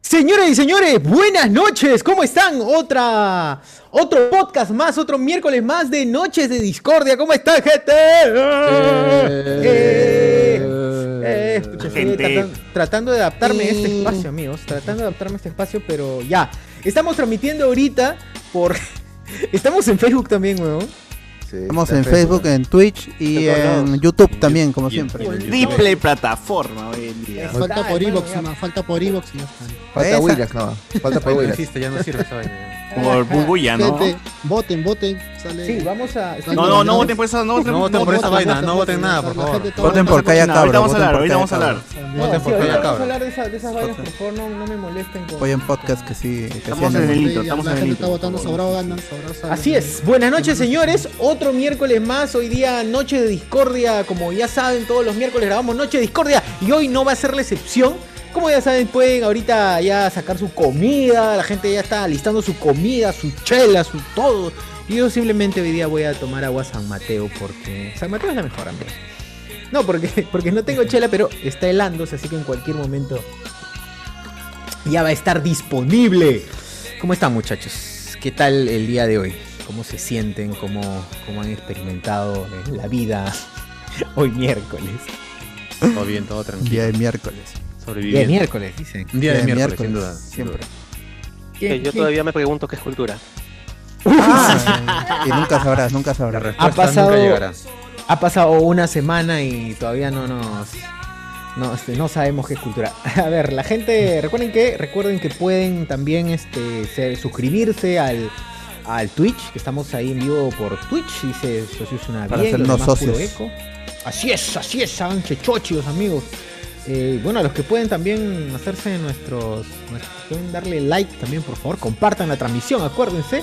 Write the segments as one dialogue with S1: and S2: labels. S1: Señoras y señores, buenas noches, ¿cómo están? Otra, otro podcast más, otro miércoles más de Noches de Discordia, ¿cómo están, gente? Eh, eh, pucha, estoy
S2: Gente.
S1: tratan- tratando de adaptarme a este espacio, amigos, tratando de adaptarme a este espacio, pero ya, estamos transmitiendo ahorita por... Estamos en Facebook también, weón.
S3: Estamos en Facebook, en Twitch y en YouTube también, como siempre.
S4: Triple plataforma hoy en día.
S1: Falta
S5: Falta por
S1: hermano,
S5: Evox,
S1: ya.
S5: falta por Evox. ¿no?
S6: Falta
S3: Esa.
S6: Willax, nada. Falta para Willax.
S7: ya no sirve esa vaina.
S4: Por Bubuya, ¿no?
S5: Gente, voten, voten. Sale.
S1: Sí, vamos a...
S4: No, no, no voten por esa, no voten
S7: No voten por esa
S5: voten,
S7: vaina,
S5: voten,
S7: no voten
S5: voten,
S7: nada,
S5: voten,
S7: por favor.
S5: gente, todos
S4: Voten
S5: voten.
S4: por
S3: Calla
S4: Cabra. Ahorita
S3: Cabra,
S4: vamos a hablar, ahorita vamos a hablar.
S3: voten por Calla
S1: No,
S7: Voten
S1: sí,
S7: por
S1: ahorita
S7: Calla
S1: vamos a
S7: Cabra.
S1: hablar de, esa- de esas vainas, por favor, no, no me molesten con...
S3: Hoy en podcast que sí. Que sí
S4: Estamos en el
S3: andamos.
S4: hito, estamos
S5: la
S4: en el
S5: gente
S4: hito.
S5: está votando, sobrado ganan, sobrado salen.
S1: Así es, buenas noches señores, otro miércoles más, hoy día Noche de Discordia, como ya saben todos los miércoles grabamos Noche de Discordia y hoy no va a ser la excepción, como ya saben pueden ahorita ya sacar su comida, la gente ya está listando su comida, su chela, su todo, y yo simplemente hoy día voy a tomar agua San Mateo porque San Mateo es la mejor amigo. No, porque, porque no tengo chela, pero está helándose, así que en cualquier momento ya va a estar disponible. ¿Cómo están muchachos? ¿Qué tal el día de hoy? ¿Cómo se sienten? ¿Cómo, cómo han experimentado eh, la vida hoy miércoles?
S7: Todo bien, todo tranquilo.
S3: Día de miércoles.
S1: Día de
S7: Sobreviviendo.
S1: miércoles, dicen.
S7: Un día de miércoles, sin duda.
S3: Siempre.
S8: Que yo todavía me pregunto qué es cultura.
S3: Ah, y nunca sabrás, nunca
S7: La
S3: sabrás.
S7: respuesta
S1: Ha pasado-
S7: nunca llegará.
S1: Ha pasado una semana y todavía no nos... No, este, no sabemos qué es cultura. A ver, la gente, recuerden que, recuerden que pueden también este, se- suscribirse al, al Twitch, que estamos ahí en vivo por Twitch, dice Socios una
S3: Para
S1: bien,
S3: hacernos
S1: los demás puro
S3: socios.
S1: eco. Así es, así es, hagan chochios, amigos. Eh, bueno, a los que pueden también hacerse nuestros, nuestros- Pueden darle like también, por favor. Compartan la transmisión, acuérdense.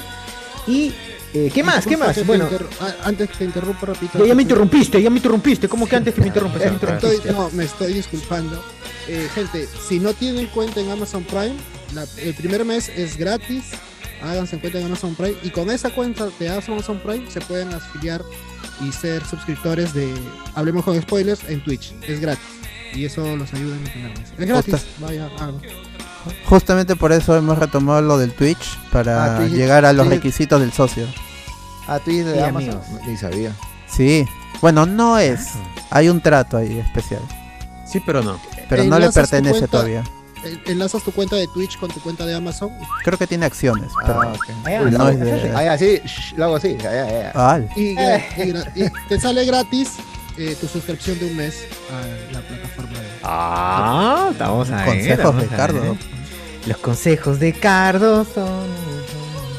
S1: Y. eh, ¿Qué más? ¿Qué
S5: Disculpa que
S1: más?
S5: te
S1: Bueno,
S5: interru- ah, antes que te interrumpa rapidito.
S1: ya, ya me interrumpiste, ya me interrumpiste. ¿Cómo que antes que me interrumpas? Ya me
S5: Estoy-
S1: interrumpiste.
S5: no, me estoy disculpando. Eh, gente, si no tienen cuenta en Amazon Prime, la- el primer mes es gratis. Háganse cuenta en Amazon Prime. Y con esa cuenta de Amazon Prime se pueden afiliar y ser suscriptores de Hablemos con Spoilers en Twitch. Es gratis. Y eso los ayuda en el primer mes. Es gratis.
S3: Ostras.
S5: Vaya, háganlo.
S3: Justamente por eso hemos retomado lo del Twitch para
S6: Ah, Twitch.
S3: llegar a los
S6: Twitch.
S3: requisitos del socio.
S6: Ah, tú dices de
S1: Sí,
S6: Amazon.
S1: amigos.
S6: Ni sabía.
S3: Sí. Bueno, no es. Hay un trato ahí especial.
S7: Sí, pero no.
S3: Pero no le
S5: Enlazas tu
S3: pertenece
S5: cuenta.
S3: todavía.
S5: En- Enlazas tu cuenta de Twitch con tu cuenta de Amazon.
S3: Creo que tiene acciones.
S6: Ah,
S3: Pero...
S6: ok.
S1: Ah,
S6: Uy,
S3: no
S6: la-
S3: es de-
S6: Ah, ya, sí. shh, Lo hago así. Ya, ya, ya.
S3: Ah,
S1: Eh.
S5: Y, gra- y gra- y te sale gratis eh, tu suscripción de un mes a la plataforma de.
S1: Ah, estamos a ver,
S3: consejos
S1: vamos
S3: de
S1: a ver.
S3: Cardo.
S1: Los consejos de Cardo son.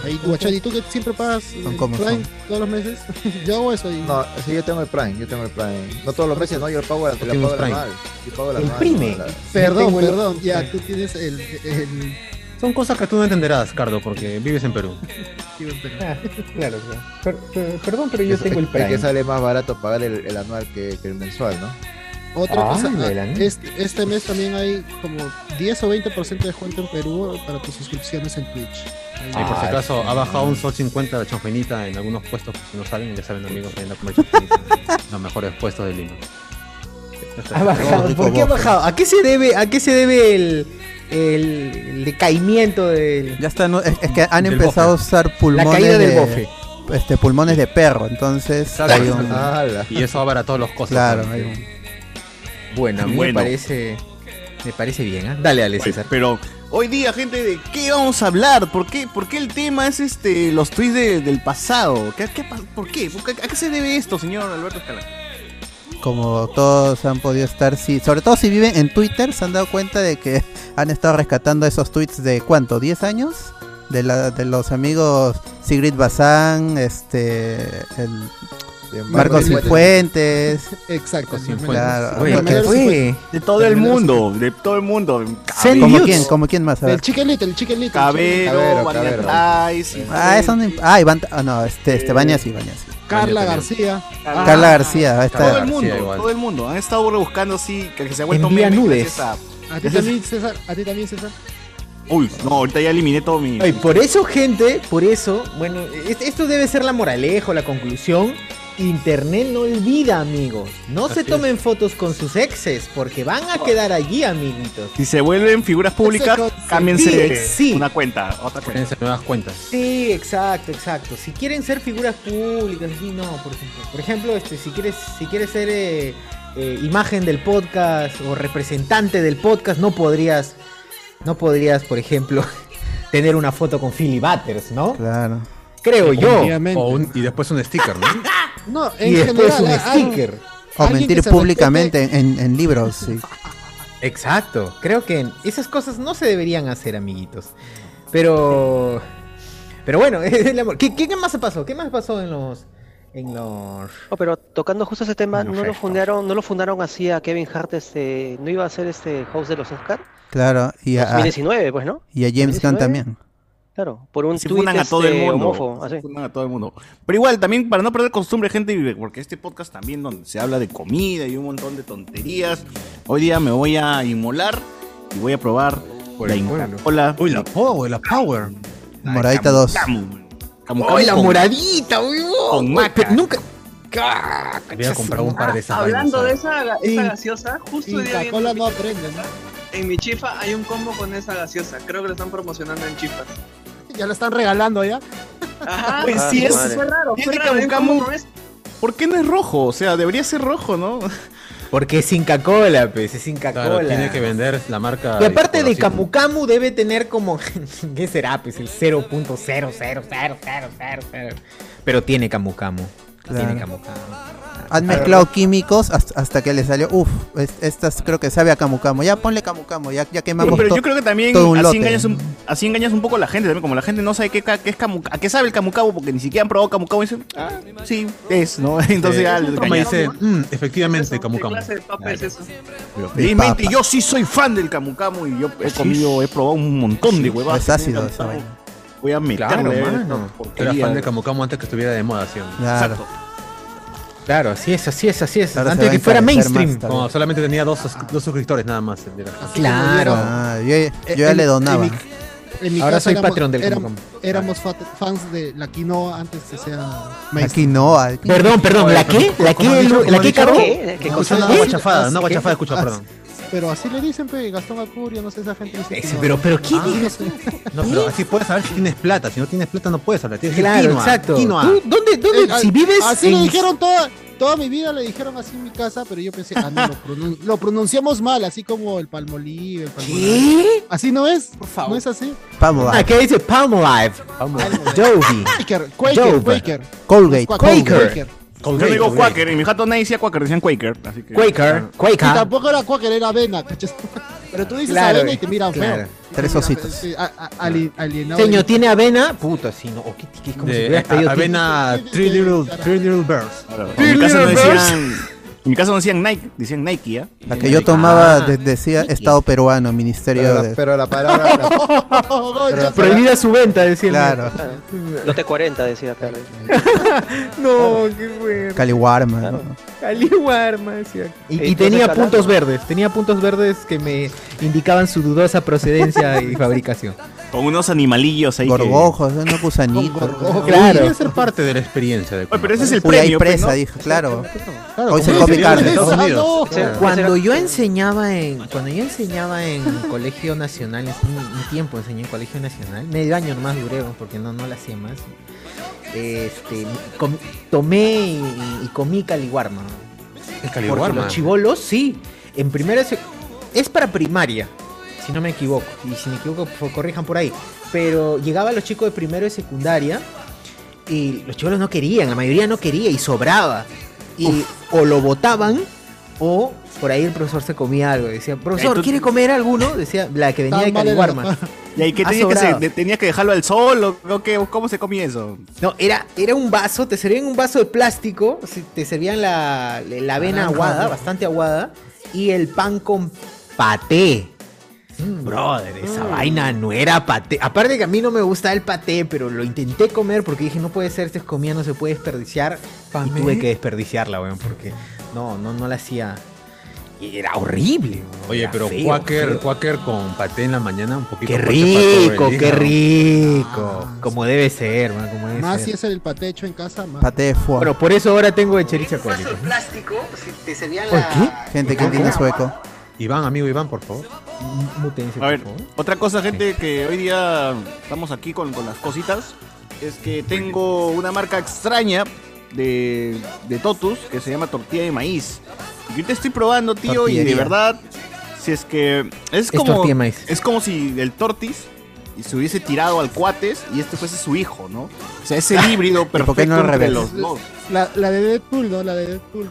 S5: Ahí, Guachani, ¿tú que siempre pagas eh,
S3: Son como
S5: Prime
S3: son.
S5: todos los meses? yo hago eso y...
S6: No, sí, yo tengo el Prime, yo tengo el Prime. No todos los meses, no, yo lo pago la, la pago la anual. Yo pago la
S1: El
S6: anual,
S1: Prime.
S6: la-
S1: Yo
S5: Perdón,
S1: tengo el-
S5: perdón, ya, tú tienes el... el...
S7: Son cosas que tú no entenderás, Cardo, porque vives en Perú.
S1: Ah, claro, claro. Per- per- perdón, pero yo
S6: Es-
S1: tengo el
S6: es
S1: Prime.
S6: que sale más barato pagar el, el anual que, que el mensual, ¿no?
S5: Otra
S1: Ah,
S5: cosa,
S1: Noelan.
S5: ah, este, este mes también hay como 10 o 20% de descuento en Perú para tus suscripciones en Twitch. Ahí-
S7: Y por si
S1: Ah,
S7: acaso, ha bajado un sol 50 la chanfainita en algunos puestos, pues, si no saben, ya saben amigos, vayan a comer chanfainita en los mejores puestos de Lima. Este,
S1: Ha bajado.
S3: rico
S1: ¿Por qué ha
S3: bofe.
S1: bajado? ¿A qué se debe, a qué se debe el, el, el decaimiento del.
S3: Ya están, es, es que han
S7: Del
S3: empezado
S7: bofe.
S3: a usar
S1: La
S3: pulmones
S1: caída del
S3: de-
S1: bofe.
S3: este, pulmones de perro, entonces
S7: Claro.
S3: hay un-
S6: Ah, la.
S7: Y eso abarató los costos.
S3: claro,
S7: ¿no?
S3: hay un-
S1: Bueno, a mí
S4: Bueno.
S1: me parece. Me parece bien, ¿ah? Dale, dale, César.
S4: Pero hoy día, gente, ¿de qué vamos a hablar? ¿Por qué, por qué el tema es este los tweets de- del pasado? ¿Qué, qué, pa- por qué? ¿Por qué? ¿A qué se debe esto, señor Alberto Escalante?
S3: como todos han podido estar, sí, sobre todo si viven en Twitter, se han dado cuenta de que han estado rescatando esos tweets de cuánto, 10 años de, la, de los amigos Sigrid Bazán, este el
S6: Bien,
S3: Marco
S6: Marco
S3: Cifuentes,
S5: Exacto.
S7: Marcos Cienfuegos.
S3: Claro.
S1: Oye, ¿qué
S5: Primero
S1: fue?
S4: De todo el mundo, de todo el mundo.
S1: Zen
S3: como
S1: News.
S3: quién, como quién más, a ver.
S5: El Chicken Little, el Chicken Little.
S4: Cabero,
S6: Cabero,
S4: Variantais,
S3: Ah, eso no imp- ah, Iván, ah, no, este, Estebañas y Bañas.
S5: Carla
S7: Baño
S5: García.
S4: Ah,
S3: Carla García, ahí
S4: Todo el
S3: está.
S7: García
S4: mundo,
S7: igual.
S4: todo el mundo. Han estado rebuscando así, que que se ha vuelto
S1: Envía
S4: meme
S1: nudes.
S4: gracias a-
S5: A ti también, César. A ti también, César.
S4: Uy, no, ahorita ya eliminé todo mi...
S1: Ay, por eso, gente, por eso, bueno, es- esto debe ser la moraleja o la conclusión Internet no olvida, amigos. No se
S7: Así
S1: tomen fotos con sus exes, porque van a quedar allí, amiguitos.
S9: Si se vuelven figuras públicas, cámbiense
S1: Sí, sí.
S9: una cuenta, otra cuenta.
S7: Créense nuevas cuentas.
S1: Sí, exacto, exacto. Si quieren ser figuras públicas, sí, no, por ejemplo. Por ejemplo, este, si quieres, si quieres ser eh, eh, imagen del podcast o representante del podcast, no podrías, no podrías, por ejemplo, tener una foto con Philly Butters, ¿no?
S3: Claro.
S1: Creo yo.
S5: Obviamente.
S7: O un- y después un sticker, ¿no?
S5: No, en
S1: Y después un
S5: general, ah,
S1: sticker.
S3: O
S5: Alguien
S3: mentir
S5: que se
S3: públicamente en, en libros. sí.
S1: Exacto. Creo que esas cosas no se deberían hacer, amiguitos. Pero. Pero bueno, el amor. ¿Qué, qué, qué más pasó? ¿Qué más pasó en los. en los.
S8: No, pero tocando justo ese tema,
S7: No,
S8: ¿no lo
S7: gesto.
S8: fundaron, no lo fundaron así a Kevin Hart, este, no iba a ser este host de los Oscar?
S3: Claro. Y a,
S8: 2019, pues, ¿no?
S3: y a James Gunn
S8: 2019.
S3: también.
S8: Claro, por un
S9: Se
S8: tuit
S9: funan a todo el
S8: este,
S9: mundo.
S8: homófobo,
S9: se
S8: así.
S9: funan a todo el mundo. Pero igual, también para no perder costumbre, gente, y porque este podcast también donde se habla de comida y un montón de tonterías. Hoy día me voy a inmolar y voy a probar
S7: Por
S9: la
S7: el pueblo.
S9: Incola.
S7: Uy, la power, la power.
S3: Moradita 2.
S1: ¡Ay, la moradita, uy, wow!
S9: con
S1: Uy,
S9: maca.
S1: pero Nunca. ¡Ah!
S7: Voy a comprar un par de esas
S10: Ah, Hablando de
S7: vainas,
S10: esa, ga- esa
S5: Y-
S10: gaseosa, justo hoy día
S5: Inca
S10: vi
S5: Cola
S10: en,
S5: no aprende, ¿no?
S10: en mi chifa hay un combo con esa gaseosa. Creo que lo están promocionando en chifas.
S5: Ya lo están regalando ya.
S10: Ajá,
S9: Pues ¿eh?
S10: ah,
S9: sí,
S10: su
S9: es-
S10: madre. fue raro.
S9: tiene
S10: Fue
S9: que
S10: raro, hay un
S9: buscamos-
S10: combo con esa.
S9: ¿Por qué no es rojo? O sea, debería ser rojo, ¿no?
S1: Porque es Inca Cola, pues, es Inca
S7: Claro,
S1: Cola.
S7: tiene que vender la marca.
S1: y aparte de
S7: conocida.
S1: Camu Camu debe tener como. ¿Qué será? Pues el 0.00000. Pero tiene Camu Camu. Tiene
S3: Claro.
S1: Camu Camu.
S3: Han mezclado químicos hasta, hasta que le salió. Uf, es- estas creo que sabe a camucamo. Ya ponle camucamo, ya, ya quemamos
S9: pero
S3: to-
S9: yo creo que también
S3: todo un
S9: así
S3: lote.
S9: engañas, un, así engañas un poco a la gente también, como la gente no sabe qué, ca- qué es camu- a qué sabe el camucabo porque ni siquiera han probado camucabo y dicen, ah, sí, es, ¿no? Entonces
S7: Eh,
S9: ya les
S7: como
S9: engañas.
S7: dice, "Mm, efectivamente,
S10: Eso,
S7: Camu
S10: ¿qué
S7: Camu.
S10: clase de papa es eso?
S9: Felizmente
S3: papa.
S9: yo sí soy fan del camucamo y yo he comido, he probado un montón de huevadas.
S3: Es ácido esa
S9: Camu Camu.
S3: vaina.
S9: Voy a
S7: Claro,
S9: meterle
S7: mano.
S9: porquería.
S7: Era fan de Camu Camu antes que estuviera de moda, ¿sí?
S3: Claro.
S9: Exacto.
S1: Claro, así es, así es, así es.
S3: Ahora se
S1: Antes
S3: va
S1: de
S3: a
S1: que fuera
S3: encarecer más
S1: mainstream.
S3: tarde.
S7: Como solamente tenía dos, sus- dos suscriptores nada más. mira.
S1: Claro.
S3: Ah, yo yo ya
S5: en-
S3: le donaba.
S5: en En mi
S1: Ahora
S5: casa
S1: soy
S5: éramos-
S1: Patreon del
S5: éram-
S1: Camucamo.
S5: Éramos fa- fans de la quinoa antes que sea
S3: Aquí no. aquí-
S1: Perdón, perdón, ¿la qué? ¿La
S7: ¿Cómo
S1: qué,
S7: has dicho?
S1: Lu-
S7: ¿Cómo
S1: ¿La
S7: has
S1: qué,
S7: dicho?
S1: Carlos?
S8: ¿Qué? ¿Qué
S5: No,
S8: cosa?
S7: Escucha, una
S5: ¿Eh?
S1: Ah,
S7: guachafada, una guachafada, Ah,
S9: Ah,
S7: escucha,
S5: As-
S7: perdón.
S5: Pero así le dicen, pe, Gastón Acurio, no sé, esa gente dice
S1: Ese,
S5: quinoa.
S1: Pero, pero, ¿qué
S5: Ah, no sé.
S7: No, pero así puedes saber si tienes plata. Si no tienes plata, no puedes hablar. Tienes que decir
S1: Claro,
S7: quinoa,
S1: exacto.
S7: quinoa.
S1: ¿Tú, ¿Dónde,
S5: Eh,
S1: dónde,
S5: a-
S1: si vives
S5: Así le
S1: en-
S5: dijeron toda, toda mi vida, le dijeron así en mi casa, pero yo pensé, ah, no, lo, pronun- lo pronunciamos mal, así como el palmolive, el palmolive.
S1: ¿Qué?
S5: Así no es,
S1: Por favor.
S5: no es así.
S3: Vamos,
S1: Ah,
S3: va.
S1: ¿qué dice Palmolive?
S7: Vamos.
S1: Jovi.
S9: Ah,
S5: Quaker, Quaker,
S1: Dover.
S5: Quaker.
S3: Colgate.
S5: Quaker,
S1: Quaker.
S5: Quaker.
S9: Yo digo Quaker, en mi jato nadie decía Quaker, decían Quaker. Así que,
S1: Quaker,
S5: Y
S1: Quaker.
S5: tampoco era Quaker, era avena, ¿cachas? Pero tú dices
S1: Claro,
S5: avena y te miran
S1: claro.
S5: feo.
S3: Tres
S5: Te miran
S3: ositos.
S5: feo, sí, a- a- ali- alienado.
S1: Señor, ¿tiene avena? Puta, sí, no. o qué- qué- como si
S7: De
S1: hubieras pedido
S7: a- avena
S5: tinta.
S7: Three Little, Three Little Birds.
S9: Ahora, en mi casa no decían... En mi casa no decían Nike, decían Nike, ¿ah?
S3: La que yo tomaba de- decía Estado peruano, Ministerio
S6: Pero la,
S3: de...
S6: pero la palabra. la- pero la palabra-
S1: Prohibida su venta, decía. el
S3: Claro,
S8: Lote 40, decía Carlos.
S1: man. No, qué bueno. Este,
S3: Caliwarma. ¿no?
S1: Caliwarma, decía. Y, y
S8: Entonces,
S1: tenía
S8: hablando-
S1: puntos verdes. Tenía puntos verdes que me indicaban su dudosa procedencia y fabricación.
S9: Con unos animalillos ahí. que-
S3: Gorgojos, unos gusanitos.
S5: gorgojos.
S1: Claro.
S7: Debe ser parte de la experiencia. De
S9: Oye, pero ese es el
S3: Uy, ahí
S9: premio. pe,
S3: presa,
S9: ¿no?
S3: dije, claro.
S5: Claro,
S3: Hoy
S5: como
S3: se
S5: dice,
S3: come carne.
S5: ¿qué es eso?
S7: Estados
S5: Ah,
S7: Unidos.
S5: no.
S8: Ese- ese
S1: Cuando
S8: era-
S1: yo enseñaba en cuando yo enseñaba en colegio nacional, es un, un tiempo enseñé en colegio nacional, medio año nomás duré bueno, porque no no la hacía más. Este, com- tomé y, y comí caliguarma.
S7: El
S1: Porque
S7: Caliwarma.
S1: los chivolos sí, en primera sec- es para primaria, si no me equivoco y si me equivoco pues, corrijan por ahí, pero llegaba los chicos de primero de secundaria y los chivolos no querían, la mayoría no quería y sobraba. Y o lo botaban o por ahí el profesor se comía algo. Decía, profesor,
S9: tú-
S1: ¿quiere comer alguno? Decía la que venía
S5: Tan
S1: de
S5: mal era
S1: Caliwarma.
S5: la-
S9: ¿Y ahí qué
S1: Ha
S9: tenías que hacer?
S1: sobrado.
S9: ¿De- ¿Tenías que dejarlo al sol? ¿O o qué? ¿Cómo se comía eso?
S1: No, era, era un vaso, te servían un vaso de plástico, si- te servían la, la avena aguada, bastante aguada, y el pan con paté. Brother, esa vaina no era paté. Aparte que a mí no me gusta el paté, pero lo intenté comer porque dije, no puede ser, esta es comida, no se puede desperdiciar. Y tuve que desperdiciarla, weón, porque no, no, no la hacía. Y era horrible. weón.
S7: Oye,
S1: Era
S7: pero
S1: feo,
S7: Quaker,
S1: feo.
S7: Quaker con paté en la mañana, un poquito.
S1: Qué
S7: fuerte para
S1: rico,
S7: todo el
S1: qué
S7: hígado.
S1: rico.
S5: Ah,
S1: Como debe ser, weón, como debe
S5: Más
S1: ser.
S5: si es el paté hecho en casa, más.
S3: Paté de fuego.
S1: Bueno, por eso ahora tengo hecheriza crónica.
S11: plástico, si te servía
S1: ¿Por qué?
S3: Gente que entiende sueco.
S7: Iván, amigo Iván, por favor.
S1: Mútense,
S9: A ver,
S1: por favor.
S9: otra cosa, gente, que hoy día estamos aquí con, con las cositas, es que tengo una marca extraña de, de Totus que se llama tortilla de maíz. Yo te estoy probando, tío, y de
S3: Tortillería.
S9: verdad, si es que es
S1: Es
S9: como,
S1: tortilla de maíz.
S9: es como si el tortis se hubiese tirado al cuates y este fuese su hijo, ¿no? O sea, es el híbrido
S3: por qué
S9: perfecto
S3: no al
S9: entre
S3: revés?
S9: los dos.
S5: La, la de Deadpool, ¿no? La de Deadpool.